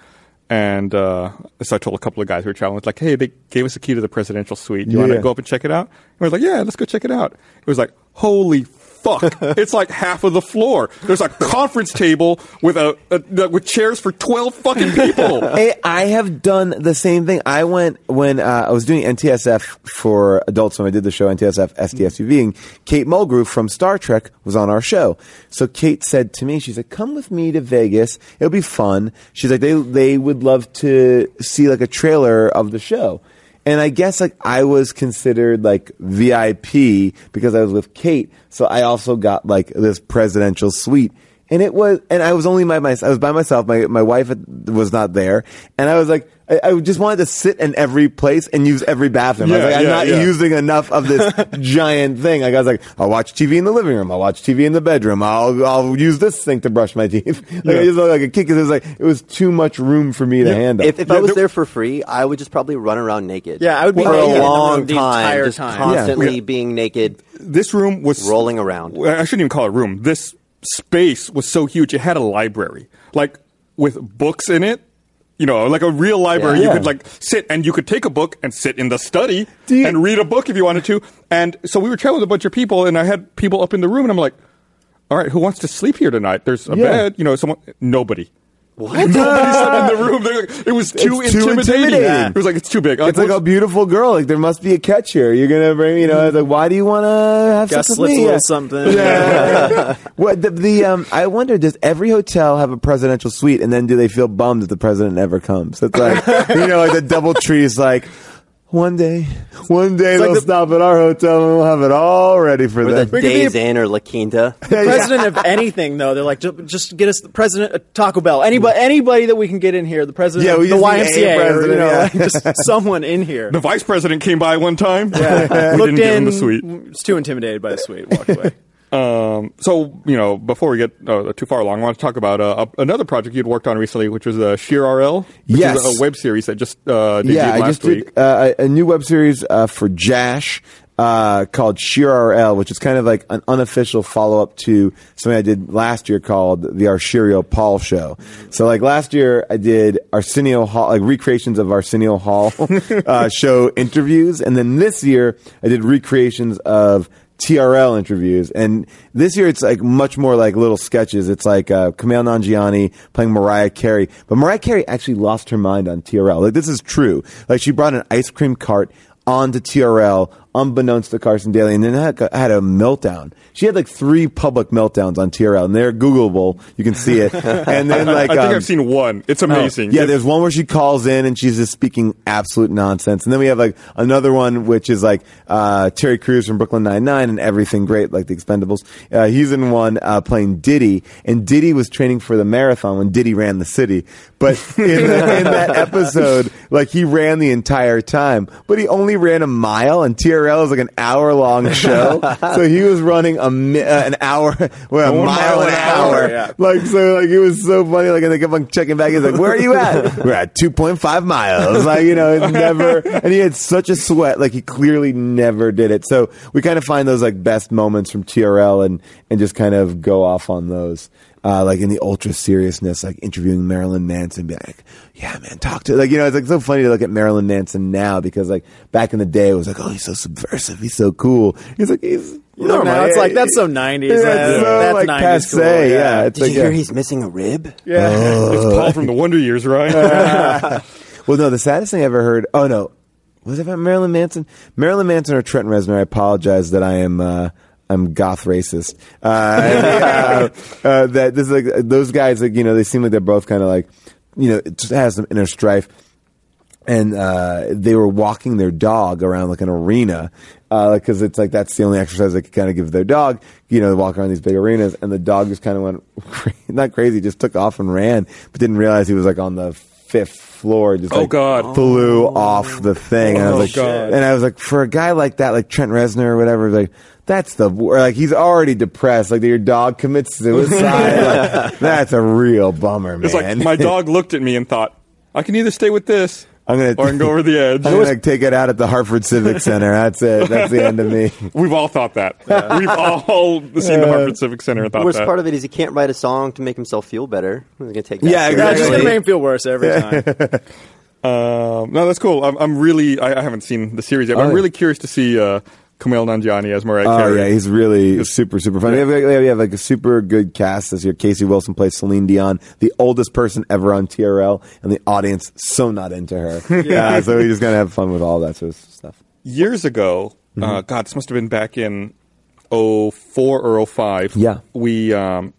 [SPEAKER 2] And uh, so I told a couple of guys who were traveling, it's like, hey, they gave us a key to the presidential suite. Do you want
[SPEAKER 9] Yeah.
[SPEAKER 2] to go up and check it out? And we was like, yeah, let's go check it out. It was like, holy <laughs> fuck. it's like half of the floor. There's a conference table with a, a with chairs for 12 fucking people.
[SPEAKER 9] <laughs> Hey, I have done the same thing. I went when uh, I was doing NTSF for adults when I did the show NTSF SDSUV, and Kate Mulgrew from Star Trek was on our show. So Kate said to me, she said, "Come with me to Vegas. It'll be fun." She's like, "They they would love to see like a trailer of the show." And I guess like I was considered like VIP because I was with Kate, so I also got like this presidential suite. And it was, and I was only by my, I was by myself. My my wife was not there, and I was like, I, I just wanted to sit in every place and use every bathroom. I was
[SPEAKER 2] Yeah,
[SPEAKER 9] like, I'm
[SPEAKER 2] yeah,
[SPEAKER 9] not
[SPEAKER 2] yeah.
[SPEAKER 9] using enough of this
[SPEAKER 2] <laughs>
[SPEAKER 9] giant thing. Like I was like, I'll watch TV in the living room. I'll watch TV in the bedroom. I'll I'll use this sink to brush my teeth. <laughs> Like I
[SPEAKER 2] Yeah.
[SPEAKER 9] just looked like a kid 'cause it was like it was too much room for me to handle.
[SPEAKER 1] If, if I
[SPEAKER 2] Yeah,
[SPEAKER 1] was
[SPEAKER 2] there-
[SPEAKER 1] there for free, I would just probably run around naked.
[SPEAKER 8] Yeah, I would be
[SPEAKER 1] for
[SPEAKER 8] naked in
[SPEAKER 1] a
[SPEAKER 8] the
[SPEAKER 1] long
[SPEAKER 8] room the
[SPEAKER 1] time,
[SPEAKER 8] entire
[SPEAKER 1] just
[SPEAKER 8] time.
[SPEAKER 2] Yeah.
[SPEAKER 1] constantly
[SPEAKER 2] Yeah.
[SPEAKER 1] being naked.
[SPEAKER 2] <laughs> this room was
[SPEAKER 1] Rolling around.
[SPEAKER 2] I shouldn't even call it a room. This space was so huge. It had a library, like with books in it. You know, like a real library,
[SPEAKER 9] Yeah.
[SPEAKER 2] you could like sit and you could take a book and sit in the study
[SPEAKER 9] Do you-
[SPEAKER 2] and read a book if you wanted to. And so we were traveling with a bunch of people, and I had people up in the room, and I'm like, "All right, who wants to sleep here tonight? There's a
[SPEAKER 9] Yeah.
[SPEAKER 2] bed, you know, someone, nobody." What? Nobody slept
[SPEAKER 9] <laughs>
[SPEAKER 2] in the room. They're like, it was too
[SPEAKER 9] It's too
[SPEAKER 2] intimidating.
[SPEAKER 9] intimidating.
[SPEAKER 2] It was like oh, it's too big. Uh,
[SPEAKER 9] It's like a beautiful girl. Like there must be a catch here. You're gonna bring, you know. I was like, why do you want to have
[SPEAKER 8] Gus
[SPEAKER 9] sex with
[SPEAKER 8] slips
[SPEAKER 9] me?
[SPEAKER 8] a little
[SPEAKER 9] Yeah.
[SPEAKER 8] something.
[SPEAKER 9] Yeah. what the, the um? I wonder. Does every hotel have a presidential suite? And then do they feel bummed that the president never comes? That's like you know, like the double tree is like. One day, one day they'll
[SPEAKER 8] like the-
[SPEAKER 9] stop at our hotel and we'll have it all ready for
[SPEAKER 1] Or
[SPEAKER 9] them.
[SPEAKER 1] the Days Inn or La Quinta.
[SPEAKER 8] president of anything though. They're like, "Ju- just get us the president of Taco Bell. Anybody, anybody that we can get in here. The president,
[SPEAKER 9] Yeah,
[SPEAKER 8] of
[SPEAKER 9] we
[SPEAKER 8] the
[SPEAKER 9] just need a
[SPEAKER 8] YMCA, or, you
[SPEAKER 9] president,
[SPEAKER 8] know,
[SPEAKER 9] yeah.
[SPEAKER 8] like,
[SPEAKER 9] <laughs>
[SPEAKER 8] just someone in here.
[SPEAKER 2] The vice president came by one time. <laughs>
[SPEAKER 8] Yeah.
[SPEAKER 2] we didn't
[SPEAKER 8] Looked
[SPEAKER 2] give him
[SPEAKER 8] in,
[SPEAKER 2] the suite.
[SPEAKER 8] was too intimidated by the suite. Walked away.
[SPEAKER 2] Um, so you know, before we get uh, too far along, I want to talk about uh, a- another project you'd worked on recently, which was uh, Sheer RL, which
[SPEAKER 9] Yes.
[SPEAKER 2] is a web series that just uh, debuted
[SPEAKER 9] yeah,
[SPEAKER 2] last
[SPEAKER 9] I just
[SPEAKER 2] week.
[SPEAKER 9] did uh, a a new web series uh, for Jash uh, called Sheer RL, which is kind of like an unofficial follow up to something I did last year called the Arsenio Paul Show. So, like last year, I did Arsenio Hall, like recreations of Arsenio Hall <laughs> uh, show interviews, and then this year I did recreations of TRL interviews. And this year it's like much more like little sketches. It's like uh, Kumail Nanjiani playing Mariah Carey. But Mariah Carey actually lost her mind on TRL. Like, this is true. Like, she brought an ice cream cart onto TRL unbeknownst to Carson Daly and then had, had a meltdown. She had like three public meltdowns on TRL and they're Googleable. You can see
[SPEAKER 2] <laughs>
[SPEAKER 9] it. And then like,
[SPEAKER 2] I think
[SPEAKER 9] um,
[SPEAKER 2] I've seen one. It's amazing.
[SPEAKER 9] yeah,
[SPEAKER 2] It's-
[SPEAKER 9] there's one where she calls in and she's just speaking absolute nonsense, and then we have like another one which is like uh, Terry Crews from Brooklyn Nine Nine and everything great, like The Expendables. Uh, he's in one uh, playing Diddy, and Diddy was training for the marathon when Diddy ran the city. <laughs> But in, the, in that episode, like he ran the entire time, but he only ran a mile, and TRL is like an hour long <laughs> show, so he was running a mi- uh, an hour, <laughs> well, a mile, an, hour.
[SPEAKER 8] yeah.
[SPEAKER 9] Like so, like it was so funny. Like and they kept on checking back. He's like, "Where are you at?" We're at two point five miles. <laughs> Like you know, it's never. And he had such a sweat. Like he clearly never did it. So we kind of find those like best moments from TRL and and just kind of go off on those. Uh, like in the ultra seriousness, like interviewing Marilyn Manson, be like, "Yeah, man, talk to like you know." It's like so funny to look at Marilyn Manson now because like back in the day, it was like, "Oh, he's so subversive, he's so cool." He's like, he's
[SPEAKER 8] Look now, it's like, that's so 90s.
[SPEAKER 9] Yeah,
[SPEAKER 8] That's-
[SPEAKER 9] so
[SPEAKER 8] that's
[SPEAKER 9] like
[SPEAKER 8] 90s cool,
[SPEAKER 9] passe,
[SPEAKER 8] yeah.
[SPEAKER 9] yeah. It's
[SPEAKER 1] Did you
[SPEAKER 9] like,
[SPEAKER 1] hear
[SPEAKER 9] yeah.
[SPEAKER 1] he's missing a rib?
[SPEAKER 8] Yeah.
[SPEAKER 9] <laughs>
[SPEAKER 2] it's Paul from the Wonder Years,
[SPEAKER 9] Oh,
[SPEAKER 2] right?
[SPEAKER 9] Well, no, the saddest thing I ever heard. Oh no, was it about Marilyn Manson? Marilyn Manson or Trent Reznor? I apologize that I am. Uh, I'm goth racist. Uh, <laughs> uh, uh, that this is like those guys. Like you know, they seem like they're both kind of like you know, it just has some inner strife. and uh, they were walking their dog around like an arena because it's like that's the only exercise they could kind of give their dog. You know, they walk around these big arenas, and the dog just kind of went <laughs> cra- not crazy, just took off and ran, but didn't realize he was like on the fifth floor. Just
[SPEAKER 2] Oh,
[SPEAKER 9] like,
[SPEAKER 2] God.
[SPEAKER 9] flew off the thing. and I was
[SPEAKER 2] Oh,
[SPEAKER 9] like,
[SPEAKER 2] God.
[SPEAKER 9] and I was like, for a guy like that, like Trent Reznor or whatever, like. That's the wor- like he's already depressed. Like your dog
[SPEAKER 2] <laughs>
[SPEAKER 9] commits suicide. Like, that's a real bummer,
[SPEAKER 2] <laughs>
[SPEAKER 9] man.
[SPEAKER 2] it's like my dog looked at me and thought, "I can either stay with this,
[SPEAKER 9] I'm gonna
[SPEAKER 2] or I can go over
[SPEAKER 9] <laughs>
[SPEAKER 2] the edge."
[SPEAKER 9] I'm gonna take it out at the Hartford Civic Center. That's it. That's the end of me.
[SPEAKER 2] We've all thought that. We've all seen the
[SPEAKER 9] Uh,
[SPEAKER 2] Hartford Civic Center and
[SPEAKER 1] The
[SPEAKER 2] thought
[SPEAKER 1] worst
[SPEAKER 2] that.
[SPEAKER 1] part of it is he can't write a song to make himself feel better. He's gonna take that
[SPEAKER 9] <laughs> Yeah,
[SPEAKER 1] seriously.
[SPEAKER 8] Yeah, it's just gonna
[SPEAKER 9] Exactly.
[SPEAKER 8] make him feel worse every
[SPEAKER 9] <laughs>
[SPEAKER 8] time.
[SPEAKER 2] Um, no, that's cool. I'm, I'm really. I, I haven't seen the series yet. But
[SPEAKER 9] Oh,
[SPEAKER 2] I'm
[SPEAKER 9] yeah.
[SPEAKER 2] really curious to see uh, Kumail Nanjiani as Mariah
[SPEAKER 9] Oh
[SPEAKER 2] Carey.
[SPEAKER 9] yeah, he's really super, super fun. We, have, we have like a super good cast this year. Casey Wilson plays Celine Dion, the oldest person ever on TRL, and the audience so not into her. yeah, so we just gonna have fun with all that sort of stuff.
[SPEAKER 2] Years ago, uh,
[SPEAKER 9] Mm-hmm.
[SPEAKER 2] God, this must have been back in 04 or 05.
[SPEAKER 9] Yeah.
[SPEAKER 2] we um,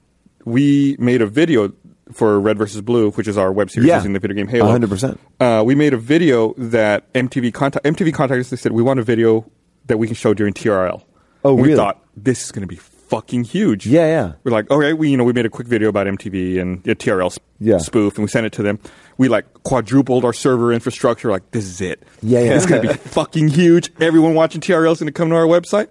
[SPEAKER 2] we made a video for Red versus Blue, which is our web series
[SPEAKER 9] Yeah.
[SPEAKER 2] using the video game Halo.
[SPEAKER 9] 100%.
[SPEAKER 2] Uh, we made a video that MTV contact MTV contacted us. They said we want a video that we can show during TRL.
[SPEAKER 9] Oh,
[SPEAKER 2] we
[SPEAKER 9] really?
[SPEAKER 2] thought this is going to be fucking huge.
[SPEAKER 9] Yeah, yeah.
[SPEAKER 2] We're like, okay, we you know we made a quick video about MTV and a TRL sp-
[SPEAKER 9] Yeah.
[SPEAKER 2] spoof, and we sent it to them. We like quadrupled our server infrastructure. Like this is it.
[SPEAKER 9] Yeah, yeah.
[SPEAKER 2] It's going to be fucking huge. Everyone watching TRL is going to come to our website.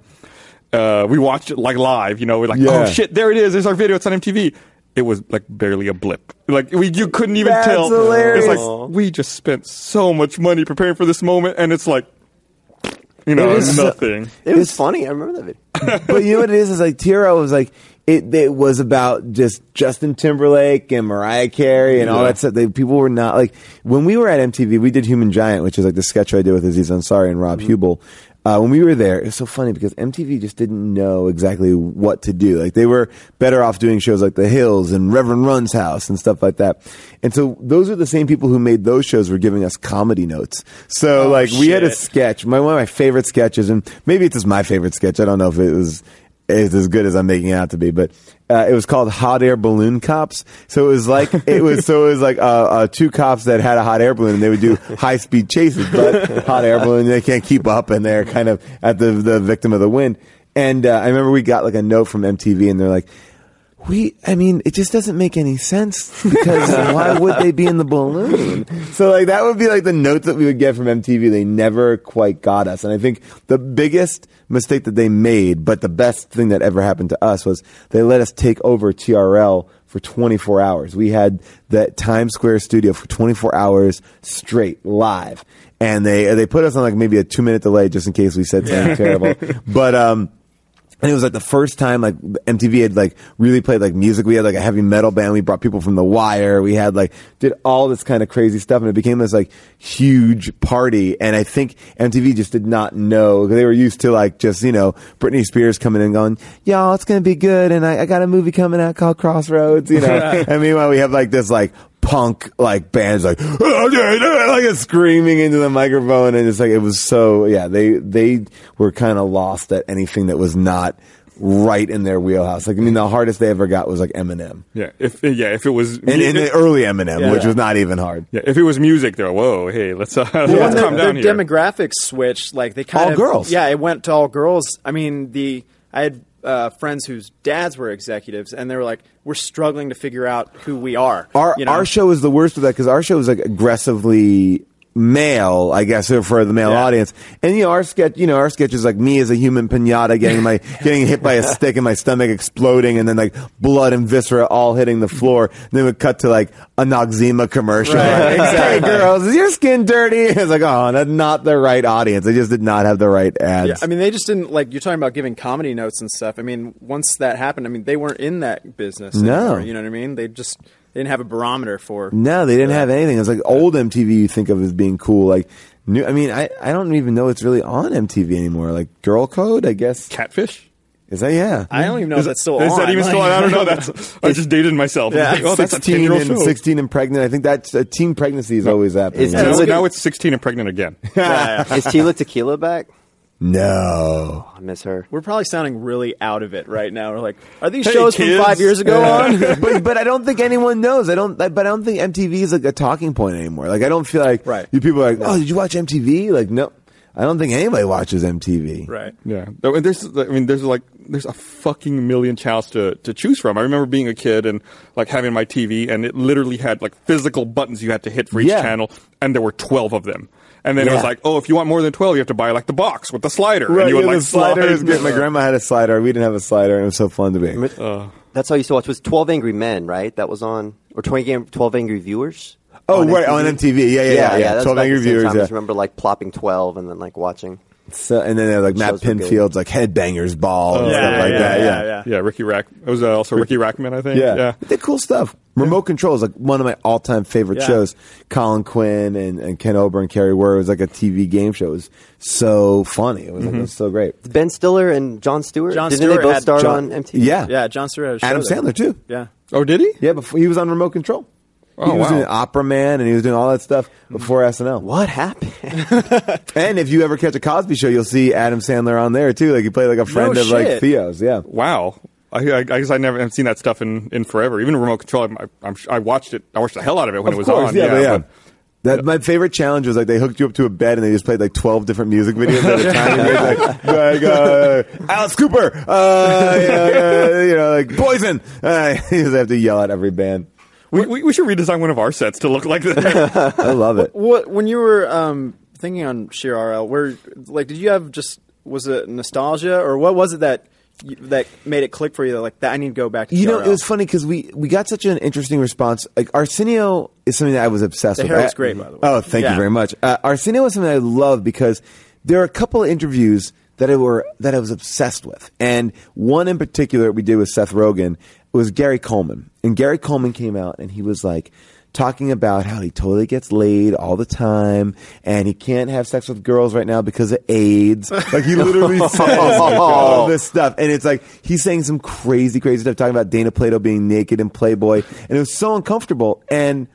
[SPEAKER 2] Uh, we watched it like live. You know, we're like,
[SPEAKER 9] Yeah.
[SPEAKER 2] oh shit, there it is. There's our video. It's on MTV. It was like barely a blip. Like we, you couldn't even
[SPEAKER 9] That's
[SPEAKER 2] tell.
[SPEAKER 9] hilarious.
[SPEAKER 2] It's like we just spent so much money preparing for this moment, and it's like, you know,
[SPEAKER 9] It is so-
[SPEAKER 2] nothing.
[SPEAKER 1] It was funny. I remember
[SPEAKER 9] <laughs>
[SPEAKER 1] that video.
[SPEAKER 9] but you know what it is? Is like Tiro was like it. It was about just Justin Timberlake and Mariah Carey and all that stuff. They, people were not like when we were at MTV. We did Human Giant, which is like the sketch I did with Aziz Ansari and Rob Hubel. Uh, when we were there, it was so funny because MTV just didn't know exactly what to do. Like they were better off doing shows like The Hills and Reverend Run's House and stuff like that. And so those are the same people who made those shows were giving us comedy notes. So like we had a
[SPEAKER 8] shit.
[SPEAKER 9] sketch, my one of my favorite sketches, and maybe it's just my favorite sketch. I don't know if it was is as good as I'm making it out to be, but uh, it was called Hot Air Balloon Cops. So it was like it was so it was like uh, uh, two cops that had a hot air balloon and they would do high speed chases, but hot air balloon they can't keep up and they're kind of at the the victim of the wind. And uh, I remember we got like a note from MTV and they're like. We, I mean, it just doesn't make any sense <laughs> because why would they be in the balloon? So, like, that would be like the notes that we would get from MTV. They never quite got us. And I think the biggest mistake that they made, but the best thing that ever happened to us was they let us take over TRL for 24 hours. We had that Times Square studio for 24 hours straight live. And they, they put us on like maybe a two minute delay just in case we said something terrible. But, um, and it was like the first time like MTV had like really played like music. We had like a heavy metal band. We brought people from The Wire. We had like did all this kind of crazy stuff, and it became this like huge party. And I think MTV just did not know they were used to like just you know Britney Spears coming in and going, "Y'all, it's gonna be good," and I, I got a movie coming out called Crossroads, you know. and meanwhile, we have like this like punk like bands like <laughs> like screaming into the microphone and it's like it was so yeah they they were kind of lost at anything that was not right in their wheelhouse like I mean the hardest they ever got was like Eminem
[SPEAKER 2] Yeah, if yeah, if it was
[SPEAKER 9] and in the
[SPEAKER 2] music-
[SPEAKER 9] early Eminem
[SPEAKER 8] Yeah.
[SPEAKER 9] which was not even hard
[SPEAKER 2] yeah, if it was music, they're whoa, hey, let's uh, <laughs> let's calm
[SPEAKER 8] their,
[SPEAKER 2] down
[SPEAKER 8] their
[SPEAKER 2] here.
[SPEAKER 8] demographics switched. Like they kind
[SPEAKER 9] All
[SPEAKER 8] of
[SPEAKER 9] girls.
[SPEAKER 8] Yeah, it went to all girls. I mean, the I had uh, friends whose dads were executives, and they were like, "We're struggling to figure out who we are."
[SPEAKER 9] Our
[SPEAKER 8] you know?
[SPEAKER 9] our show is the worst of that because our show is like aggressively male, I guess, for the male
[SPEAKER 8] Yeah.
[SPEAKER 9] audience. And you know, our sketch, you know, our sketch is like me as a human pinata getting
[SPEAKER 8] <laughs>
[SPEAKER 9] my getting hit by a stick and my stomach exploding, and then like blood and viscera all hitting the floor. And then we cut to like a Noxzema commercial. Like, Hey girls, is your skin dirty? <laughs> It's like, oh, that's not the right audience. They just did not have the right ads.
[SPEAKER 8] Yeah, I mean, they just didn't like. You're talking about giving comedy notes and stuff. I mean, once that happened, I mean, they weren't in that business.
[SPEAKER 9] No.
[SPEAKER 8] anymore, you know what I mean. They just they didn't have a barometer for.
[SPEAKER 9] No, they didn't have anything. It's like old MTV you think of as being cool. Like new I mean, I, I don't even know it's really on MTV anymore. Like Girl Code, I guess.
[SPEAKER 2] Catfish?
[SPEAKER 9] Is that yeah?
[SPEAKER 8] I don't even know if that's still
[SPEAKER 2] Is
[SPEAKER 8] on.
[SPEAKER 2] that even still on? I don't
[SPEAKER 8] <laughs>
[SPEAKER 2] know. That's I just dated myself. <laughs>
[SPEAKER 9] yeah,
[SPEAKER 2] Like, oh, that's a
[SPEAKER 9] sixteen
[SPEAKER 2] ten-year-old
[SPEAKER 9] and
[SPEAKER 2] show.
[SPEAKER 9] sixteen and pregnant. I think that's uh, teen pregnancy is always happening.
[SPEAKER 1] Is
[SPEAKER 9] right?
[SPEAKER 2] Now-
[SPEAKER 1] Look at-
[SPEAKER 2] now it's sixteen and pregnant again. <laughs>
[SPEAKER 1] Is Tila Tequila back?
[SPEAKER 2] <laughs>
[SPEAKER 1] Oh,
[SPEAKER 9] no,
[SPEAKER 1] I miss her.
[SPEAKER 8] We're probably sounding really out of it right now. We're like, are these
[SPEAKER 2] Hey,
[SPEAKER 8] shows
[SPEAKER 2] kids.
[SPEAKER 8] from five years ago on?
[SPEAKER 9] <laughs>
[SPEAKER 8] <laughs>
[SPEAKER 9] but, but I don't think anyone knows. I don't. I- But I don't think MTV is like a talking point anymore. Like I don't feel like
[SPEAKER 8] Right.
[SPEAKER 9] you people are like, oh, did you watch MTV? Like no, I don't think anybody watches MTV.
[SPEAKER 8] right.
[SPEAKER 2] Yeah, I mean, there's, I mean, there's like, there's a fucking million channels to, to choose from. I remember being a kid and like having my TV, and it literally had like physical buttons you had to hit for each
[SPEAKER 9] Yeah.
[SPEAKER 2] channel, and there were twelve of them. And then it was
[SPEAKER 9] Yeah.
[SPEAKER 2] like, oh, if you want more than twelve, you have to buy like the box with the slider,
[SPEAKER 9] Right,
[SPEAKER 2] and you
[SPEAKER 9] yeah,
[SPEAKER 2] would
[SPEAKER 9] the
[SPEAKER 2] like
[SPEAKER 9] slider
[SPEAKER 2] slide.
[SPEAKER 9] is good. My grandma had a slider. We didn't have a slider, and it was so fun to be.
[SPEAKER 1] That's all you used to watch was Twelve Angry Men, right? That was on or 20 game, Twelve Angry Viewers.
[SPEAKER 9] Oh, right, on MTV. Yeah, yeah, yeah. yeah,
[SPEAKER 1] that's
[SPEAKER 9] 12
[SPEAKER 1] about
[SPEAKER 9] Angry
[SPEAKER 1] the same
[SPEAKER 9] Viewers.
[SPEAKER 1] time. I
[SPEAKER 9] Yeah.
[SPEAKER 1] just remember like plopping twelve and then like watching.
[SPEAKER 9] So, and then they had, like Matt
[SPEAKER 1] Shows were good.
[SPEAKER 9] Pinfield's like Headbangers Ball and
[SPEAKER 2] Yeah,
[SPEAKER 9] stuff
[SPEAKER 2] yeah,
[SPEAKER 9] like
[SPEAKER 2] yeah,
[SPEAKER 9] that. Yeah.
[SPEAKER 8] yeah.
[SPEAKER 2] yeah, Ricky Rack. It was uh, also Ricky Rackman, I think.
[SPEAKER 9] Yeah.
[SPEAKER 2] yeah.
[SPEAKER 9] They did cool stuff. Remote Control is like one of my all time favorite
[SPEAKER 8] Yeah.
[SPEAKER 9] shows. Colin Quinn and, and Ken Ober and Carrie Ware. It was like a TV game show. It was so funny. It was, like, it was so great.
[SPEAKER 1] Ben Stiller and John Stewart.
[SPEAKER 8] Jon
[SPEAKER 1] Didn't they
[SPEAKER 8] Stewart
[SPEAKER 1] both
[SPEAKER 8] had
[SPEAKER 1] start
[SPEAKER 9] John-
[SPEAKER 1] on MTV?
[SPEAKER 9] Yeah.
[SPEAKER 8] Yeah, John Stewart. had a show
[SPEAKER 9] Adam
[SPEAKER 8] there.
[SPEAKER 9] Sandler, too.
[SPEAKER 8] Yeah.
[SPEAKER 2] Oh, did he?
[SPEAKER 9] Yeah, before he was on Remote Control.
[SPEAKER 2] Oh,
[SPEAKER 9] he was
[SPEAKER 2] wow.
[SPEAKER 9] doing Opera Man and he was doing all that stuff before SNL.
[SPEAKER 1] What happened?
[SPEAKER 9] <laughs> And if you ever catch a Cosby show, you'll see Adam Sandler on there too. Like he played like a friend of like
[SPEAKER 8] shit.
[SPEAKER 9] Theo's. Yeah.
[SPEAKER 2] Wow. I, I, I guess I never have seen that stuff in, in forever. Even remote control, I, I'm, I watched it. I watched the hell out of it when it was on.
[SPEAKER 9] but
[SPEAKER 2] but-
[SPEAKER 9] That, My favorite challenge was like they hooked you up to a bed and they just played like twelve different music videos at a time. And it was,
[SPEAKER 2] <laughs>
[SPEAKER 9] like, like, uh, Alice Cooper, uh, yeah, uh, you know, like Poison. Uh, <laughs> you just have to yell at every band.
[SPEAKER 2] we, we, we should redesign one of our sets to look like
[SPEAKER 9] <laughs>
[SPEAKER 2] that.
[SPEAKER 9] I love it.
[SPEAKER 8] What when you were um, thinking on Sheer RL, where like did you have just was it nostalgia or what was it that you, that made it click for you? Like that, I need to go back. to
[SPEAKER 9] You know,
[SPEAKER 8] TRL?
[SPEAKER 9] it was funny because we we got such an interesting response. Like Arsenio is something that I was obsessed
[SPEAKER 8] The
[SPEAKER 9] with.
[SPEAKER 8] hair looks
[SPEAKER 9] I-
[SPEAKER 8] great, by the way.
[SPEAKER 9] Oh, thank you
[SPEAKER 8] Yeah.
[SPEAKER 9] very much. Uh, Arsenio was something I love because there are a couple of interviews that I were that I was obsessed with, and one in particular we did with Seth Rogen was Gary Coleman, and Gary Coleman came out and he was like. Talking about how he totally gets laid all the time, and he can't have sex with girls right now because of AIDS. Like
[SPEAKER 8] <laughs>
[SPEAKER 9] he
[SPEAKER 8] Oh
[SPEAKER 9] literally said all this stuff, and it's like he's saying some crazy, crazy stuff. Talking about Dana Plato being naked in Playboy, and it was so uncomfortable. And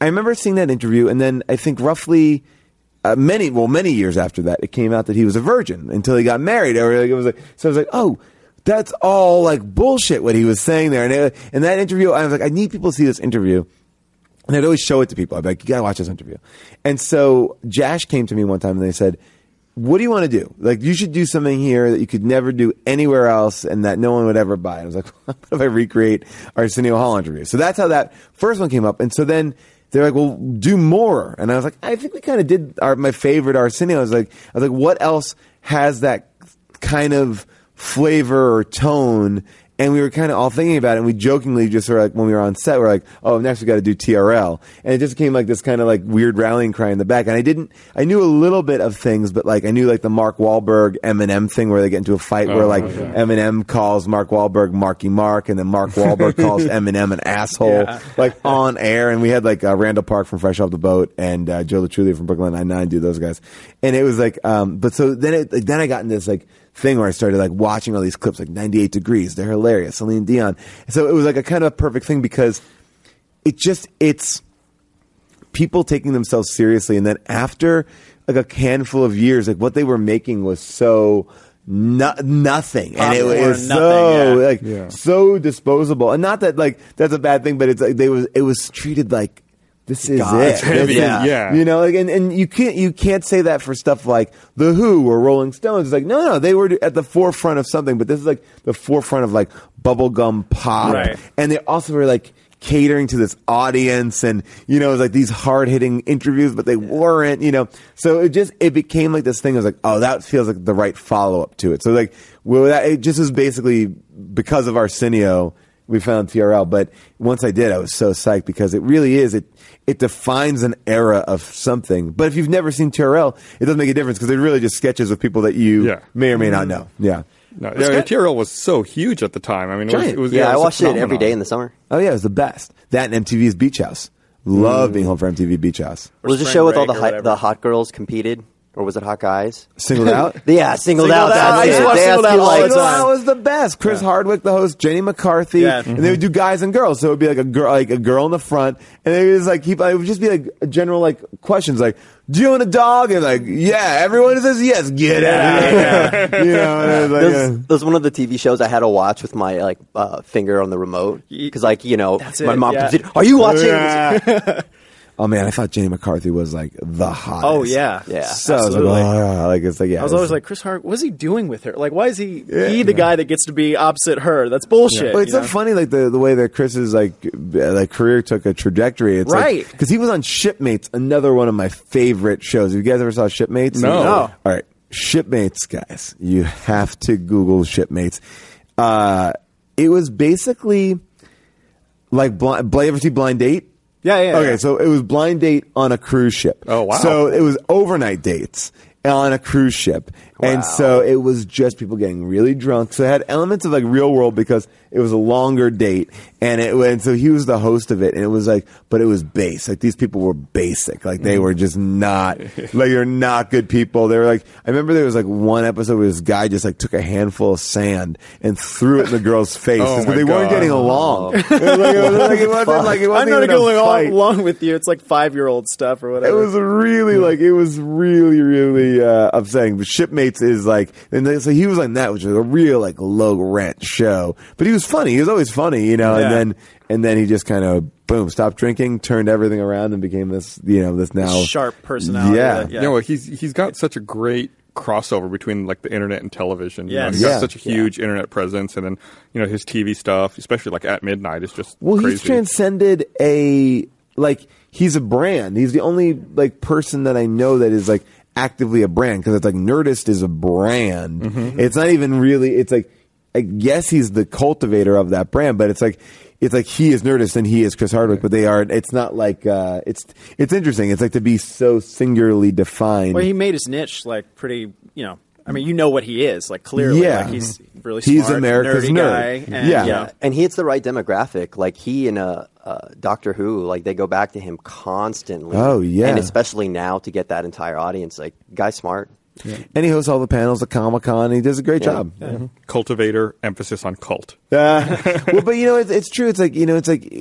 [SPEAKER 9] I remember seeing that interview, and then I think roughly uh, many, well, many years after that, it came out that he was a virgin until he got married. Or like, it was like, so I was like, oh, That's all like bullshit what he was saying there. And, it, and that interview, I was like, I need people to see this interview. And I'd always show it to people. I'd be like, you gotta watch this interview. And so Jash came to me one time and they said, what do you want to do? Like, you should do something here that you could never do anywhere else and that no one would ever buy. And I was like, <laughs> what if I recreate Arsenio Hall interview? So that's how that first one came up. And so then they're like, well, do more. And I was like, I think we kind of did our, my favorite Arsenio. I was like, I was like, what else has that kind of flavor or tone. And we were kind of all thinking about it, and we jokingly just sort of like when we were on set, we are like, "Oh, next we got to do TRL," and it just became like this kind of like weird rallying cry in the back. And I didn't, I knew a little bit of things, but like I knew like the Mark Wahlberg Eminem thing where they get into a fight where like Eminem calls Mark Wahlberg Marky Mark, and then Mark Wahlberg calls Eminem an asshole, like on air. And we had like uh, Randall Park from Fresh Off the Boat and uh, Joe Latrulia from Brooklyn Nine Nine do those guys, and it was like, um, but so then it, like, then I got in this like thing where I started like watching all these clips, like 98 Degrees. They're hilarious. Celine Dion. So it was like a kind of a perfect thing because it just, it's people taking themselves seriously. And then after like a handful of years, like what they were making was so. No, nothing, and it
[SPEAKER 8] Popcorn,
[SPEAKER 9] was
[SPEAKER 8] nothing,
[SPEAKER 9] so
[SPEAKER 8] yeah.
[SPEAKER 9] like so disposable, and not that like that's a bad thing, but it's like they was it was treated like this is
[SPEAKER 8] God, <laughs>
[SPEAKER 9] it, This is-
[SPEAKER 8] yeah.
[SPEAKER 2] Yeah.
[SPEAKER 9] you know, like, and, and you can't you can't say that for stuff like the Who or Rolling Stones. It's like no, no, they were at the forefront of something, but this is like the forefront of like bubblegum pop,
[SPEAKER 8] Right.
[SPEAKER 9] and they also were like catering to this audience, and you know, it was like these hard hitting interviews, but they weren't, you know. So it just it became like this thing. I was like, oh, that feels like the right follow up to it. So like, well, that, it just was basically because of Arsenio we found TRL. But once I did, I was so psyched because it really is it it defines an era of something. But if you've never seen TRL, it doesn't make a difference because they're really just sketches of people that you
[SPEAKER 2] Yeah.
[SPEAKER 9] may or may not know. Yeah.
[SPEAKER 2] No, yeah, TRL was so huge at the time. I mean, it was,
[SPEAKER 9] Giant.
[SPEAKER 2] it was
[SPEAKER 1] Yeah, I
[SPEAKER 2] was a
[SPEAKER 1] watched it every
[SPEAKER 2] phenomenon.
[SPEAKER 1] day in the summer.
[SPEAKER 9] Oh yeah, it was the best. That and MTV's Beach House. Love being home for MTV Beach House.
[SPEAKER 1] Was the
[SPEAKER 8] spring
[SPEAKER 1] show with all the
[SPEAKER 8] break or
[SPEAKER 1] hot, the
[SPEAKER 8] whatever.
[SPEAKER 1] hot girls competed, or was it hot guys?
[SPEAKER 9] Singled out.
[SPEAKER 1] <laughs> Yeah, singled,
[SPEAKER 8] Singled
[SPEAKER 1] out.
[SPEAKER 8] Out,
[SPEAKER 1] That's
[SPEAKER 8] I
[SPEAKER 1] it.
[SPEAKER 8] used to watch
[SPEAKER 1] They
[SPEAKER 8] Singled
[SPEAKER 1] ask you,
[SPEAKER 8] Out all
[SPEAKER 1] like,
[SPEAKER 8] the time.
[SPEAKER 9] That Oh, was the best. Chris Hardwick, the host, Jenny McCarthy,
[SPEAKER 8] Yeah.
[SPEAKER 9] and they would do guys and girls. So it would be like a girl, like a girl in the front, and they would just like keep. It would just be like general like questions, like "Do you own a dog?" And like, "Yeah." Everyone says yes. Get out. <laughs> you know, and it was like,
[SPEAKER 1] That was, that was one of the TV shows I had to watch with my like uh, finger on the remote because, like, you know, my
[SPEAKER 8] it,
[SPEAKER 1] mom
[SPEAKER 8] yeah.
[SPEAKER 1] comes in.
[SPEAKER 9] uh,
[SPEAKER 1] Are
[SPEAKER 8] Oh,
[SPEAKER 1] you watching?
[SPEAKER 9] yeah. <laughs> oh man, I thought Jenny McCarthy was like the hottest.
[SPEAKER 8] Oh yeah,
[SPEAKER 1] Yeah.
[SPEAKER 9] So I was like,
[SPEAKER 8] Absolutely.
[SPEAKER 9] "Ah," like, it's like yeah.
[SPEAKER 8] I was
[SPEAKER 9] it
[SPEAKER 8] always like, Chris Hart, what is he doing with her? Like, why is he
[SPEAKER 9] Yeah.
[SPEAKER 8] he the guy that gets to be opposite her? That's bullshit.
[SPEAKER 9] Well, it's
[SPEAKER 8] you
[SPEAKER 9] so
[SPEAKER 8] know?
[SPEAKER 9] funny, like the, the way that Chris's like uh, like career took a trajectory. It's
[SPEAKER 8] Right.
[SPEAKER 9] because he was on Shipmates, another one of my favorite shows. You guys ever saw Shipmates?
[SPEAKER 2] No. No.
[SPEAKER 9] All right, Shipmates, guys, you have to Google Shipmates. Uh, it was basically like blind, Bl- ever see Blind Date?
[SPEAKER 8] Yeah, yeah,
[SPEAKER 9] Okay,
[SPEAKER 8] yeah.
[SPEAKER 9] so it was blind date on a cruise ship.
[SPEAKER 2] Oh, wow.
[SPEAKER 9] So it was overnight dates on a cruise ship, and so it was just people getting really drunk. So it had elements of like real world because it was a longer date, and it and so he was the host of it, and it was like, but it was base. Like these people were basic. Like
[SPEAKER 8] Mm.
[SPEAKER 9] they were just not like they're not good people. They were like, I remember there was like one episode where this guy just like took a handful of sand and threw it in the girl's
[SPEAKER 8] <laughs>
[SPEAKER 9] face
[SPEAKER 2] Oh,
[SPEAKER 9] because
[SPEAKER 2] my
[SPEAKER 9] they weren't
[SPEAKER 2] God.
[SPEAKER 9] getting along. it was like, it was like, it wasn't like it
[SPEAKER 8] I'm
[SPEAKER 9] wasn't
[SPEAKER 8] not
[SPEAKER 9] even a
[SPEAKER 8] going
[SPEAKER 9] fight.
[SPEAKER 8] all, along with you. It's like five year old stuff or
[SPEAKER 9] It
[SPEAKER 8] whatever.
[SPEAKER 9] was really like it was really really uh, upsetting. But Shipmates is like, and then, so he was on that, which was a real like low rent show. But he was funny. He was always funny, you know.
[SPEAKER 8] Yeah.
[SPEAKER 9] And then and then he just kind of boom stopped drinking, turned everything around, and became this you know this now
[SPEAKER 8] sharp personality.
[SPEAKER 9] Yeah.
[SPEAKER 8] that-
[SPEAKER 2] You know, he's he's got such a great crossover between like the internet and television. You know,
[SPEAKER 8] Yes.
[SPEAKER 2] he's got
[SPEAKER 9] Yeah.
[SPEAKER 2] such a huge internet presence, and then you know his TV stuff, especially like at midnight, is just
[SPEAKER 9] Well,
[SPEAKER 2] crazy.
[SPEAKER 9] he's transcended a like he's a brand. He's the only like person that I know that is like actively a brand because it's like Nerdist is a brand. It's not even really. It's like I guess he's the cultivator of that brand, but it's like it's like he is Nerdist and he is Chris Hardwick, but they are. It's not like uh, it's it's interesting. It's like to be so singularly defined.
[SPEAKER 8] Well, he made his niche like pretty. You know, I mean, you know what he is. Like clearly,
[SPEAKER 9] Yeah.
[SPEAKER 8] like, he's really
[SPEAKER 9] He's
[SPEAKER 8] smart,
[SPEAKER 9] America's
[SPEAKER 8] nerdy
[SPEAKER 9] nerd.
[SPEAKER 8] guy. And,
[SPEAKER 9] Yeah.
[SPEAKER 8] you know, <laughs>
[SPEAKER 9] Yeah.
[SPEAKER 1] And he hits the right demographic. Like he and uh, uh, Doctor Who, like they go back to him constantly.
[SPEAKER 9] Oh, yeah.
[SPEAKER 1] and especially now to get that entire audience. Like, guy smart.
[SPEAKER 9] and he hosts all the panels at Comic Con. He does a great job.
[SPEAKER 2] cultivator, emphasis on cult.
[SPEAKER 9] Uh, <laughs> well, but you know, it's, it's true. It's like you know, it's like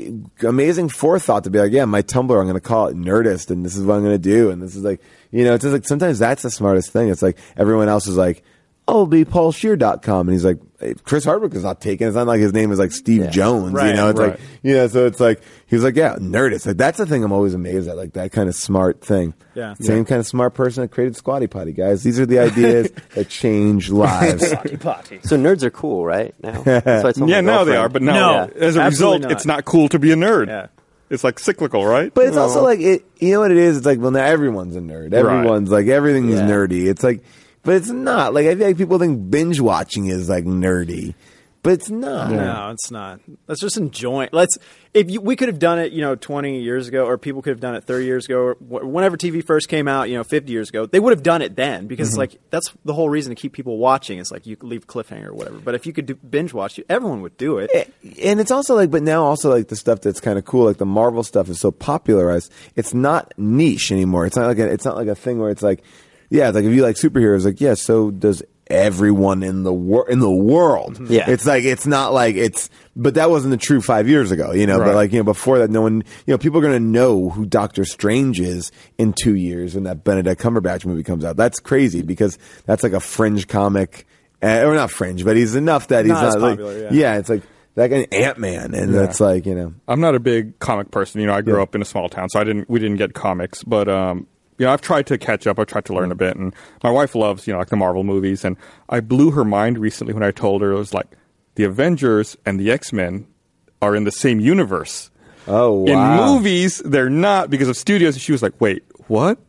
[SPEAKER 9] amazing forethought to be like, yeah, my Tumblr, I'm going to call it Nerdist, and this is what I'm going to do, and this is like, you know, it's just like sometimes that's the smartest thing. It's like everyone else is like, I'll be paulshear.com. And he's like, hey, Chris Hardwick is not taken. It's not like his name is like Steve Jones. you
[SPEAKER 8] Right,
[SPEAKER 9] know, it's
[SPEAKER 2] right.
[SPEAKER 9] like, yeah, so it's like, he was like, yeah, Nerdist. Like, that's the thing I'm always amazed at, like that kind of smart thing.
[SPEAKER 8] Yeah.
[SPEAKER 9] Same kind of smart person that created Squatty Potty, guys. These are the
[SPEAKER 8] <laughs>
[SPEAKER 9] ideas that change lives.
[SPEAKER 1] So nerds are cool, right?
[SPEAKER 9] <laughs>
[SPEAKER 1] Now, That's what I told Oh my
[SPEAKER 2] yeah, now they are,
[SPEAKER 1] girlfriend.
[SPEAKER 2] but now
[SPEAKER 8] No,
[SPEAKER 2] as a
[SPEAKER 8] absolutely
[SPEAKER 2] result,
[SPEAKER 8] not.
[SPEAKER 2] it's not cool to be a nerd.
[SPEAKER 8] Yeah.
[SPEAKER 2] It's like cyclical, right?
[SPEAKER 9] But it's also like it. You know what it is? It's like well, now everyone's a nerd. Everyone's like everything's
[SPEAKER 8] Yeah.
[SPEAKER 9] nerdy. It's like, but it's not. Like I feel like people think binge watching is like nerdy, but it's not.
[SPEAKER 8] No, it's not. Let's just enjoy. Let's if you, we could have done it, you know, 20 years ago, or people could have done it 30 years ago, or wh- whenever TV first came out, you know, 50 years ago, they would have done it then because it's like that's the whole reason to keep people watching. It's like you leave a cliffhanger or whatever. But if you could do, binge watch, you- everyone would do it.
[SPEAKER 9] And it's also like, but now also like the stuff that's kind of cool, like the Marvel stuff is so popularized. It's not niche anymore. It's not like a, it's not like a thing where it's like, yeah, it's like if you like superheroes, like yeah, so does everyone in the wor- in the world.
[SPEAKER 1] Yeah.
[SPEAKER 9] it's like it's not like it's, but that wasn't the true five years ago, you know. But
[SPEAKER 2] Right.
[SPEAKER 9] like you know before that, no one, you know, people are gonna know who Doctor Strange is in two years when that Benedict Cumberbatch movie comes out. That's crazy because that's like a fringe comic. Uh, or not fringe, but he's enough that he's
[SPEAKER 8] Not
[SPEAKER 9] not,
[SPEAKER 8] as
[SPEAKER 9] like-
[SPEAKER 8] popular, yeah.
[SPEAKER 9] yeah, yeah, it's like that guy Ant Man, and that's like you know.
[SPEAKER 2] I'm not a big comic person. You know, I grew up in a small town, so I didn't we didn't get comics. But um, you know, I've tried to catch up. I've tried to learn a bit, and my wife loves you know like the Marvel movies, and I blew her mind recently when I told her it was like the Avengers and the X Men are in the same universe.
[SPEAKER 9] Oh
[SPEAKER 2] In
[SPEAKER 9] wow!
[SPEAKER 2] movies, they're not because of studios. And she was like, "Wait, what?"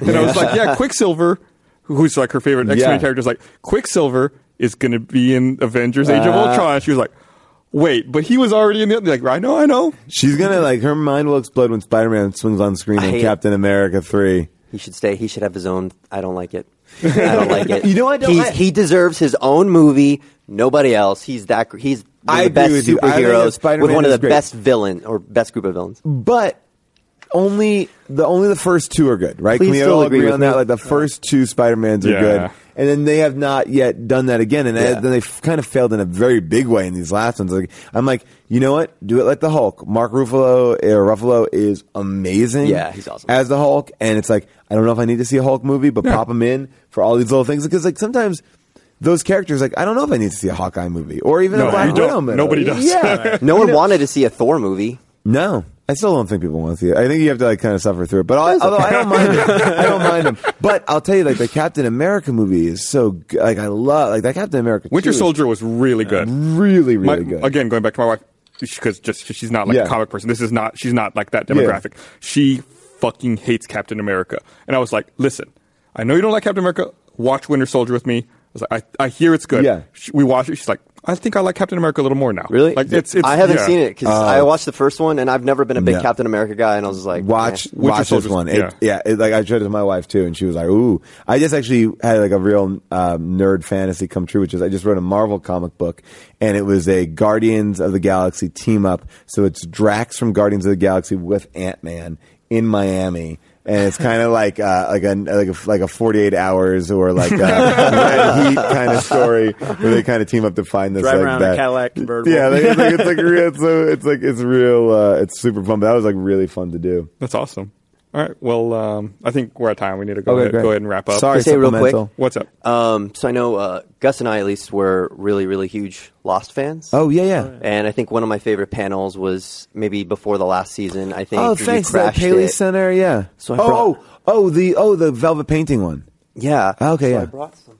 [SPEAKER 2] And I was like,
[SPEAKER 9] <laughs>
[SPEAKER 2] "Yeah, Quicksilver, who's like her favorite X Men
[SPEAKER 9] Yeah.
[SPEAKER 2] character, is like Quicksilver is going to be in Avengers: Age of Ultron." And she was like, "Wait, but he was already in the like." I know, I know.
[SPEAKER 9] She's gonna like her mind will explode when Spider Man swings on screen
[SPEAKER 1] I
[SPEAKER 9] in
[SPEAKER 1] hate it.
[SPEAKER 9] Captain America three.
[SPEAKER 1] He should stay. He should have his own. I don't like it. I don't like it.
[SPEAKER 9] <laughs> You know, I don't
[SPEAKER 1] He's,
[SPEAKER 9] like-
[SPEAKER 1] he deserves his own movie. Nobody else. He's that. gr- He's one
[SPEAKER 9] I
[SPEAKER 1] of the
[SPEAKER 9] agree
[SPEAKER 1] best
[SPEAKER 9] with you. I think that
[SPEAKER 1] superheroes
[SPEAKER 9] Spider-Man
[SPEAKER 1] with one of
[SPEAKER 9] is
[SPEAKER 1] the
[SPEAKER 9] great.
[SPEAKER 1] best villain or best group of villains.
[SPEAKER 9] <laughs> But only the only the first two are good, right?
[SPEAKER 1] Please
[SPEAKER 9] Can we
[SPEAKER 1] still
[SPEAKER 9] all
[SPEAKER 1] agree
[SPEAKER 9] agree
[SPEAKER 1] with
[SPEAKER 9] on
[SPEAKER 1] me.
[SPEAKER 9] that? Like the first two Spider Mans are
[SPEAKER 2] Yeah.
[SPEAKER 9] good, and then they have not yet done that again, and
[SPEAKER 1] Yeah.
[SPEAKER 9] then they have kind of failed in a very big way in these last ones. Like I'm like, you know what? Do it like the Hulk. Mark Ruffalo, uh, Ruffalo is amazing.
[SPEAKER 1] Yeah, he's awesome.
[SPEAKER 9] as the Hulk, and it's like I don't know if I need to see a Hulk movie, but pop him in for all these little things because like sometimes. Those characters, like I don't know if I need to see a Hawkeye movie or even a
[SPEAKER 2] No,
[SPEAKER 9] Black
[SPEAKER 2] you don't.
[SPEAKER 9] Widow movie.
[SPEAKER 2] Nobody does. <laughs>
[SPEAKER 9] Yeah,
[SPEAKER 1] No one wanted to see a Thor movie.
[SPEAKER 9] no, I still don't think people want to see it. I think you have to like kind of suffer through it. But I, although I don't mind it, I don't mind them. But I'll tell you, like the Captain America movie is so good. like I love like that Captain America.
[SPEAKER 2] Winter
[SPEAKER 9] 2 is
[SPEAKER 2] Soldier was really good.
[SPEAKER 9] really really
[SPEAKER 2] My-
[SPEAKER 9] good.
[SPEAKER 2] Again, going back to my wife, because just she's not like
[SPEAKER 9] Yeah.
[SPEAKER 2] a comic person. This is not. She's not like that demographic. She fucking hates Captain America. And I was like, listen, I know you don't like Captain America. Watch Winter Soldier with me. I was like, I, I hear it's good.
[SPEAKER 9] Yeah.
[SPEAKER 2] She- we watch it. She's like, I think I like Captain America a little more now.
[SPEAKER 1] Really?
[SPEAKER 2] Like it's. it's
[SPEAKER 1] I haven't
[SPEAKER 2] yeah.
[SPEAKER 1] seen it because
[SPEAKER 9] Uh,
[SPEAKER 1] I watched the first one and I've never been a big
[SPEAKER 9] No.
[SPEAKER 1] Captain America guy, and I was like,
[SPEAKER 9] Watch
[SPEAKER 1] eh.
[SPEAKER 2] Winter
[SPEAKER 9] watch this
[SPEAKER 2] Soldier's-
[SPEAKER 9] one. It-
[SPEAKER 2] yeah.
[SPEAKER 9] yeah, it, like I showed it to my wife too, and she was like, "Ooh!" I just actually had like a real um, nerd fantasy come true, which is I just wrote a Marvel comic book, and it was a Guardians of the Galaxy team up. So it's Drax from Guardians of the Galaxy with Ant Man in Miami.
[SPEAKER 2] <laughs>
[SPEAKER 9] And it's kind of like uh, like a like a like a forty eight hours or
[SPEAKER 2] <laughs>
[SPEAKER 9] like a red heat kind of story where they kind of team up to find this
[SPEAKER 8] Drive
[SPEAKER 9] like
[SPEAKER 8] around in a
[SPEAKER 9] bad-
[SPEAKER 8] Cadillac convertible.
[SPEAKER 9] Yeah, like, it's like it's like real,
[SPEAKER 8] <laughs>
[SPEAKER 9] it's, uh, it's like it's real. Uh, it's super fun. But that was like really fun to do.
[SPEAKER 2] That's awesome. All right. Well, um, I think we're at time. We need to go,
[SPEAKER 9] Okay,
[SPEAKER 2] ahead,
[SPEAKER 9] great.
[SPEAKER 2] go ahead and wrap up.
[SPEAKER 9] Sorry,
[SPEAKER 1] Just say real quick.
[SPEAKER 9] supplemental.
[SPEAKER 2] What's up?
[SPEAKER 1] Um, so I know uh, Gus and I at least were really, really huge Lost fans.
[SPEAKER 9] Oh yeah, yeah.
[SPEAKER 1] And I think one of my favorite panels was maybe before the last season. I think
[SPEAKER 9] Oh,
[SPEAKER 1] you
[SPEAKER 9] thanks, that
[SPEAKER 1] crashed
[SPEAKER 9] Paley
[SPEAKER 1] it.
[SPEAKER 9] Center. Yeah.
[SPEAKER 1] So I
[SPEAKER 9] oh,
[SPEAKER 1] brought-
[SPEAKER 9] oh, oh, the oh, the velvet painting one.
[SPEAKER 1] Yeah.
[SPEAKER 9] Ah, Okay,
[SPEAKER 1] So
[SPEAKER 9] yeah.
[SPEAKER 1] I brought something.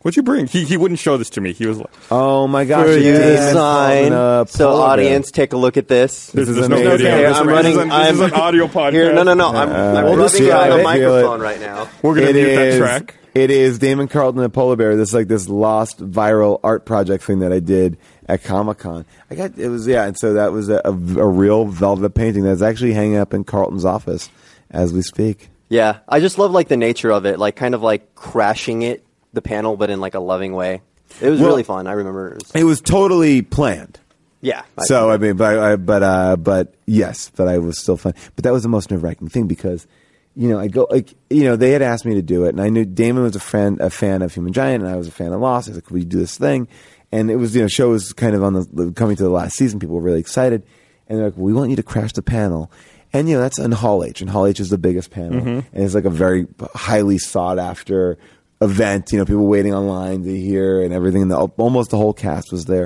[SPEAKER 2] What'd you bring? He he wouldn't show this to me. He was like,
[SPEAKER 9] Oh my gosh!
[SPEAKER 1] For
[SPEAKER 9] it's
[SPEAKER 1] you
[SPEAKER 9] Damon
[SPEAKER 1] to sign.
[SPEAKER 9] on a
[SPEAKER 1] so
[SPEAKER 9] polar bear.
[SPEAKER 1] audience, take a look at this.
[SPEAKER 2] "There's,
[SPEAKER 9] is
[SPEAKER 2] there's no
[SPEAKER 9] amazing.
[SPEAKER 2] video.
[SPEAKER 9] Okay,
[SPEAKER 1] Here,
[SPEAKER 2] this,
[SPEAKER 1] I'm
[SPEAKER 2] is-
[SPEAKER 1] running.
[SPEAKER 2] this, is, an-
[SPEAKER 1] I'm,
[SPEAKER 2] this is an audio podcast.
[SPEAKER 1] Here, no, no, no. I'm, I'm
[SPEAKER 9] Uh, we'll
[SPEAKER 1] rubbing
[SPEAKER 9] just
[SPEAKER 1] it on
[SPEAKER 9] feel
[SPEAKER 1] the
[SPEAKER 9] it, feel it.
[SPEAKER 1] microphone right now.
[SPEAKER 2] We're gonna
[SPEAKER 9] It
[SPEAKER 2] mute that
[SPEAKER 9] is-
[SPEAKER 2] track.
[SPEAKER 9] It is Damon Carlton and Polar Bear. This is like this lost viral art project thing that I did at Comic Con. I got it was yeah, and so that was a, a, a real velvet painting that's actually hanging up in Carlton's office as we speak.
[SPEAKER 1] Yeah, I just love like the nature of it, like kind of like crashing it, the panel, but in like a loving way. It was
[SPEAKER 9] Well-
[SPEAKER 1] really fun. I remember. It was,
[SPEAKER 9] It was totally planned.
[SPEAKER 1] yeah. I-
[SPEAKER 9] So I mean, but I, but uh, but yes, but I was still fun. But that was the most nerve wracking thing because you know I go like you know they had asked me to do it, and I knew Damon was a friend, a fan of Human Giant, and I was a fan of Lost. I was like, "Could we do this thing?" And it was you know show was kind of on the coming to the last season. People were really excited, and they're like, "We want you to crash the panel." And you know that's in Hall H, and Hall H is the biggest panel, and it's like a very highly sought after event. You know, people waiting online to hear and everything. And the, almost the whole cast was there.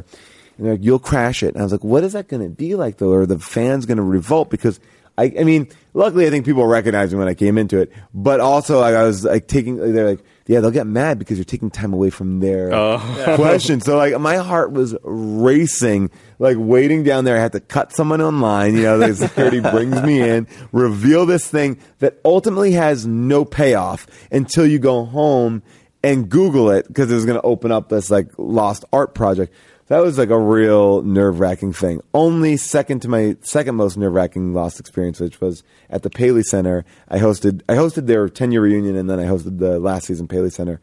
[SPEAKER 9] And they're like, "You'll crash it." And I was like, "What is that going to be like, though? Are the fans going to revolt?" Because I, I mean, luckily, I think people recognized me when I came into it. But also, like, I was like taking. They're like, "Yeah, they'll get mad because you're taking time away from their question." So, like, my heart was racing, like waiting down there. I had to cut someone online. You know, the security brings me in, reveal this thing that ultimately has no payoff until you go home and Google it because it was going to open up this like lost art project. That was like a real nerve wracking thing. Only second to my second most nerve wracking lost experience, which was at the Paley Center. I hosted I hosted their ten year reunion, and then I hosted the last season Paley Center.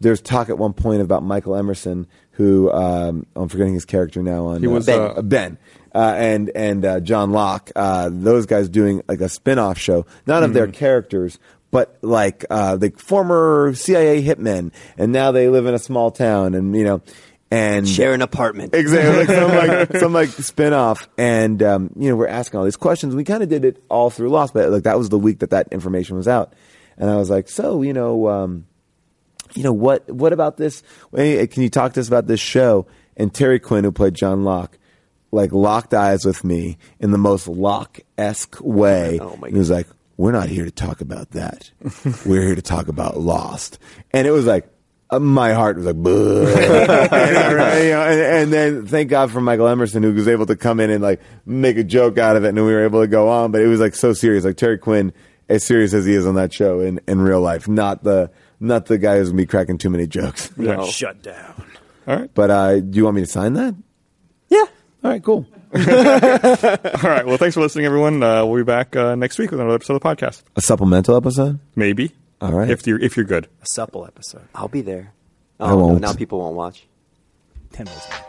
[SPEAKER 9] There's talk at one point about Michael Emerson, who um, I'm forgetting his character now on
[SPEAKER 2] He
[SPEAKER 9] uh,
[SPEAKER 2] was,
[SPEAKER 9] Ben,
[SPEAKER 2] uh,
[SPEAKER 9] Ben, uh, and and uh, John Locke. Uh, those guys doing like a spin off show, not of their characters, but like uh, the former CIA hitmen, and now they live in a small town, and you know, and
[SPEAKER 1] Share an apartment.
[SPEAKER 9] <laughs> Exactly. Like some like some like spin off. And um, you know, we're asking all these questions. We kind of did it all through Lost, but like that was the week that that information was out. And I was like, so you know, um, you know what what about this? Hey, can you talk to us about this show? And Terry Quinn, who played John Locke, like locked eyes with me in the most Locke esque way.
[SPEAKER 1] Oh, my
[SPEAKER 9] He was like, "We're not here to talk about that. We're here to talk about Lost." And it was like. uh, My heart was like, "Bleh." <laughs> and, I- you know, and, and then thank God for Michael Emerson, who was able to come in and like make a joke out of it, and we were able to go on. But it was like so serious, like Terry Quinn, as serious as he is on that show in, in real life, not the not the guy who's gonna be cracking too many jokes.
[SPEAKER 8] Shut down.
[SPEAKER 2] <laughs> All right.
[SPEAKER 9] But uh, do you want me to sign that?
[SPEAKER 1] Yeah.
[SPEAKER 9] All right, cool.
[SPEAKER 2] All right. Well, thanks for listening, everyone. Uh, we'll be back uh, next week with another episode of the podcast.
[SPEAKER 9] A supplemental episode?
[SPEAKER 2] Maybe.
[SPEAKER 9] All right.
[SPEAKER 2] If you're if you're good.
[SPEAKER 8] A supple episode.
[SPEAKER 1] I'll be there. Oh,
[SPEAKER 9] I won't.
[SPEAKER 1] Now people won't watch.
[SPEAKER 4] Ten minutes.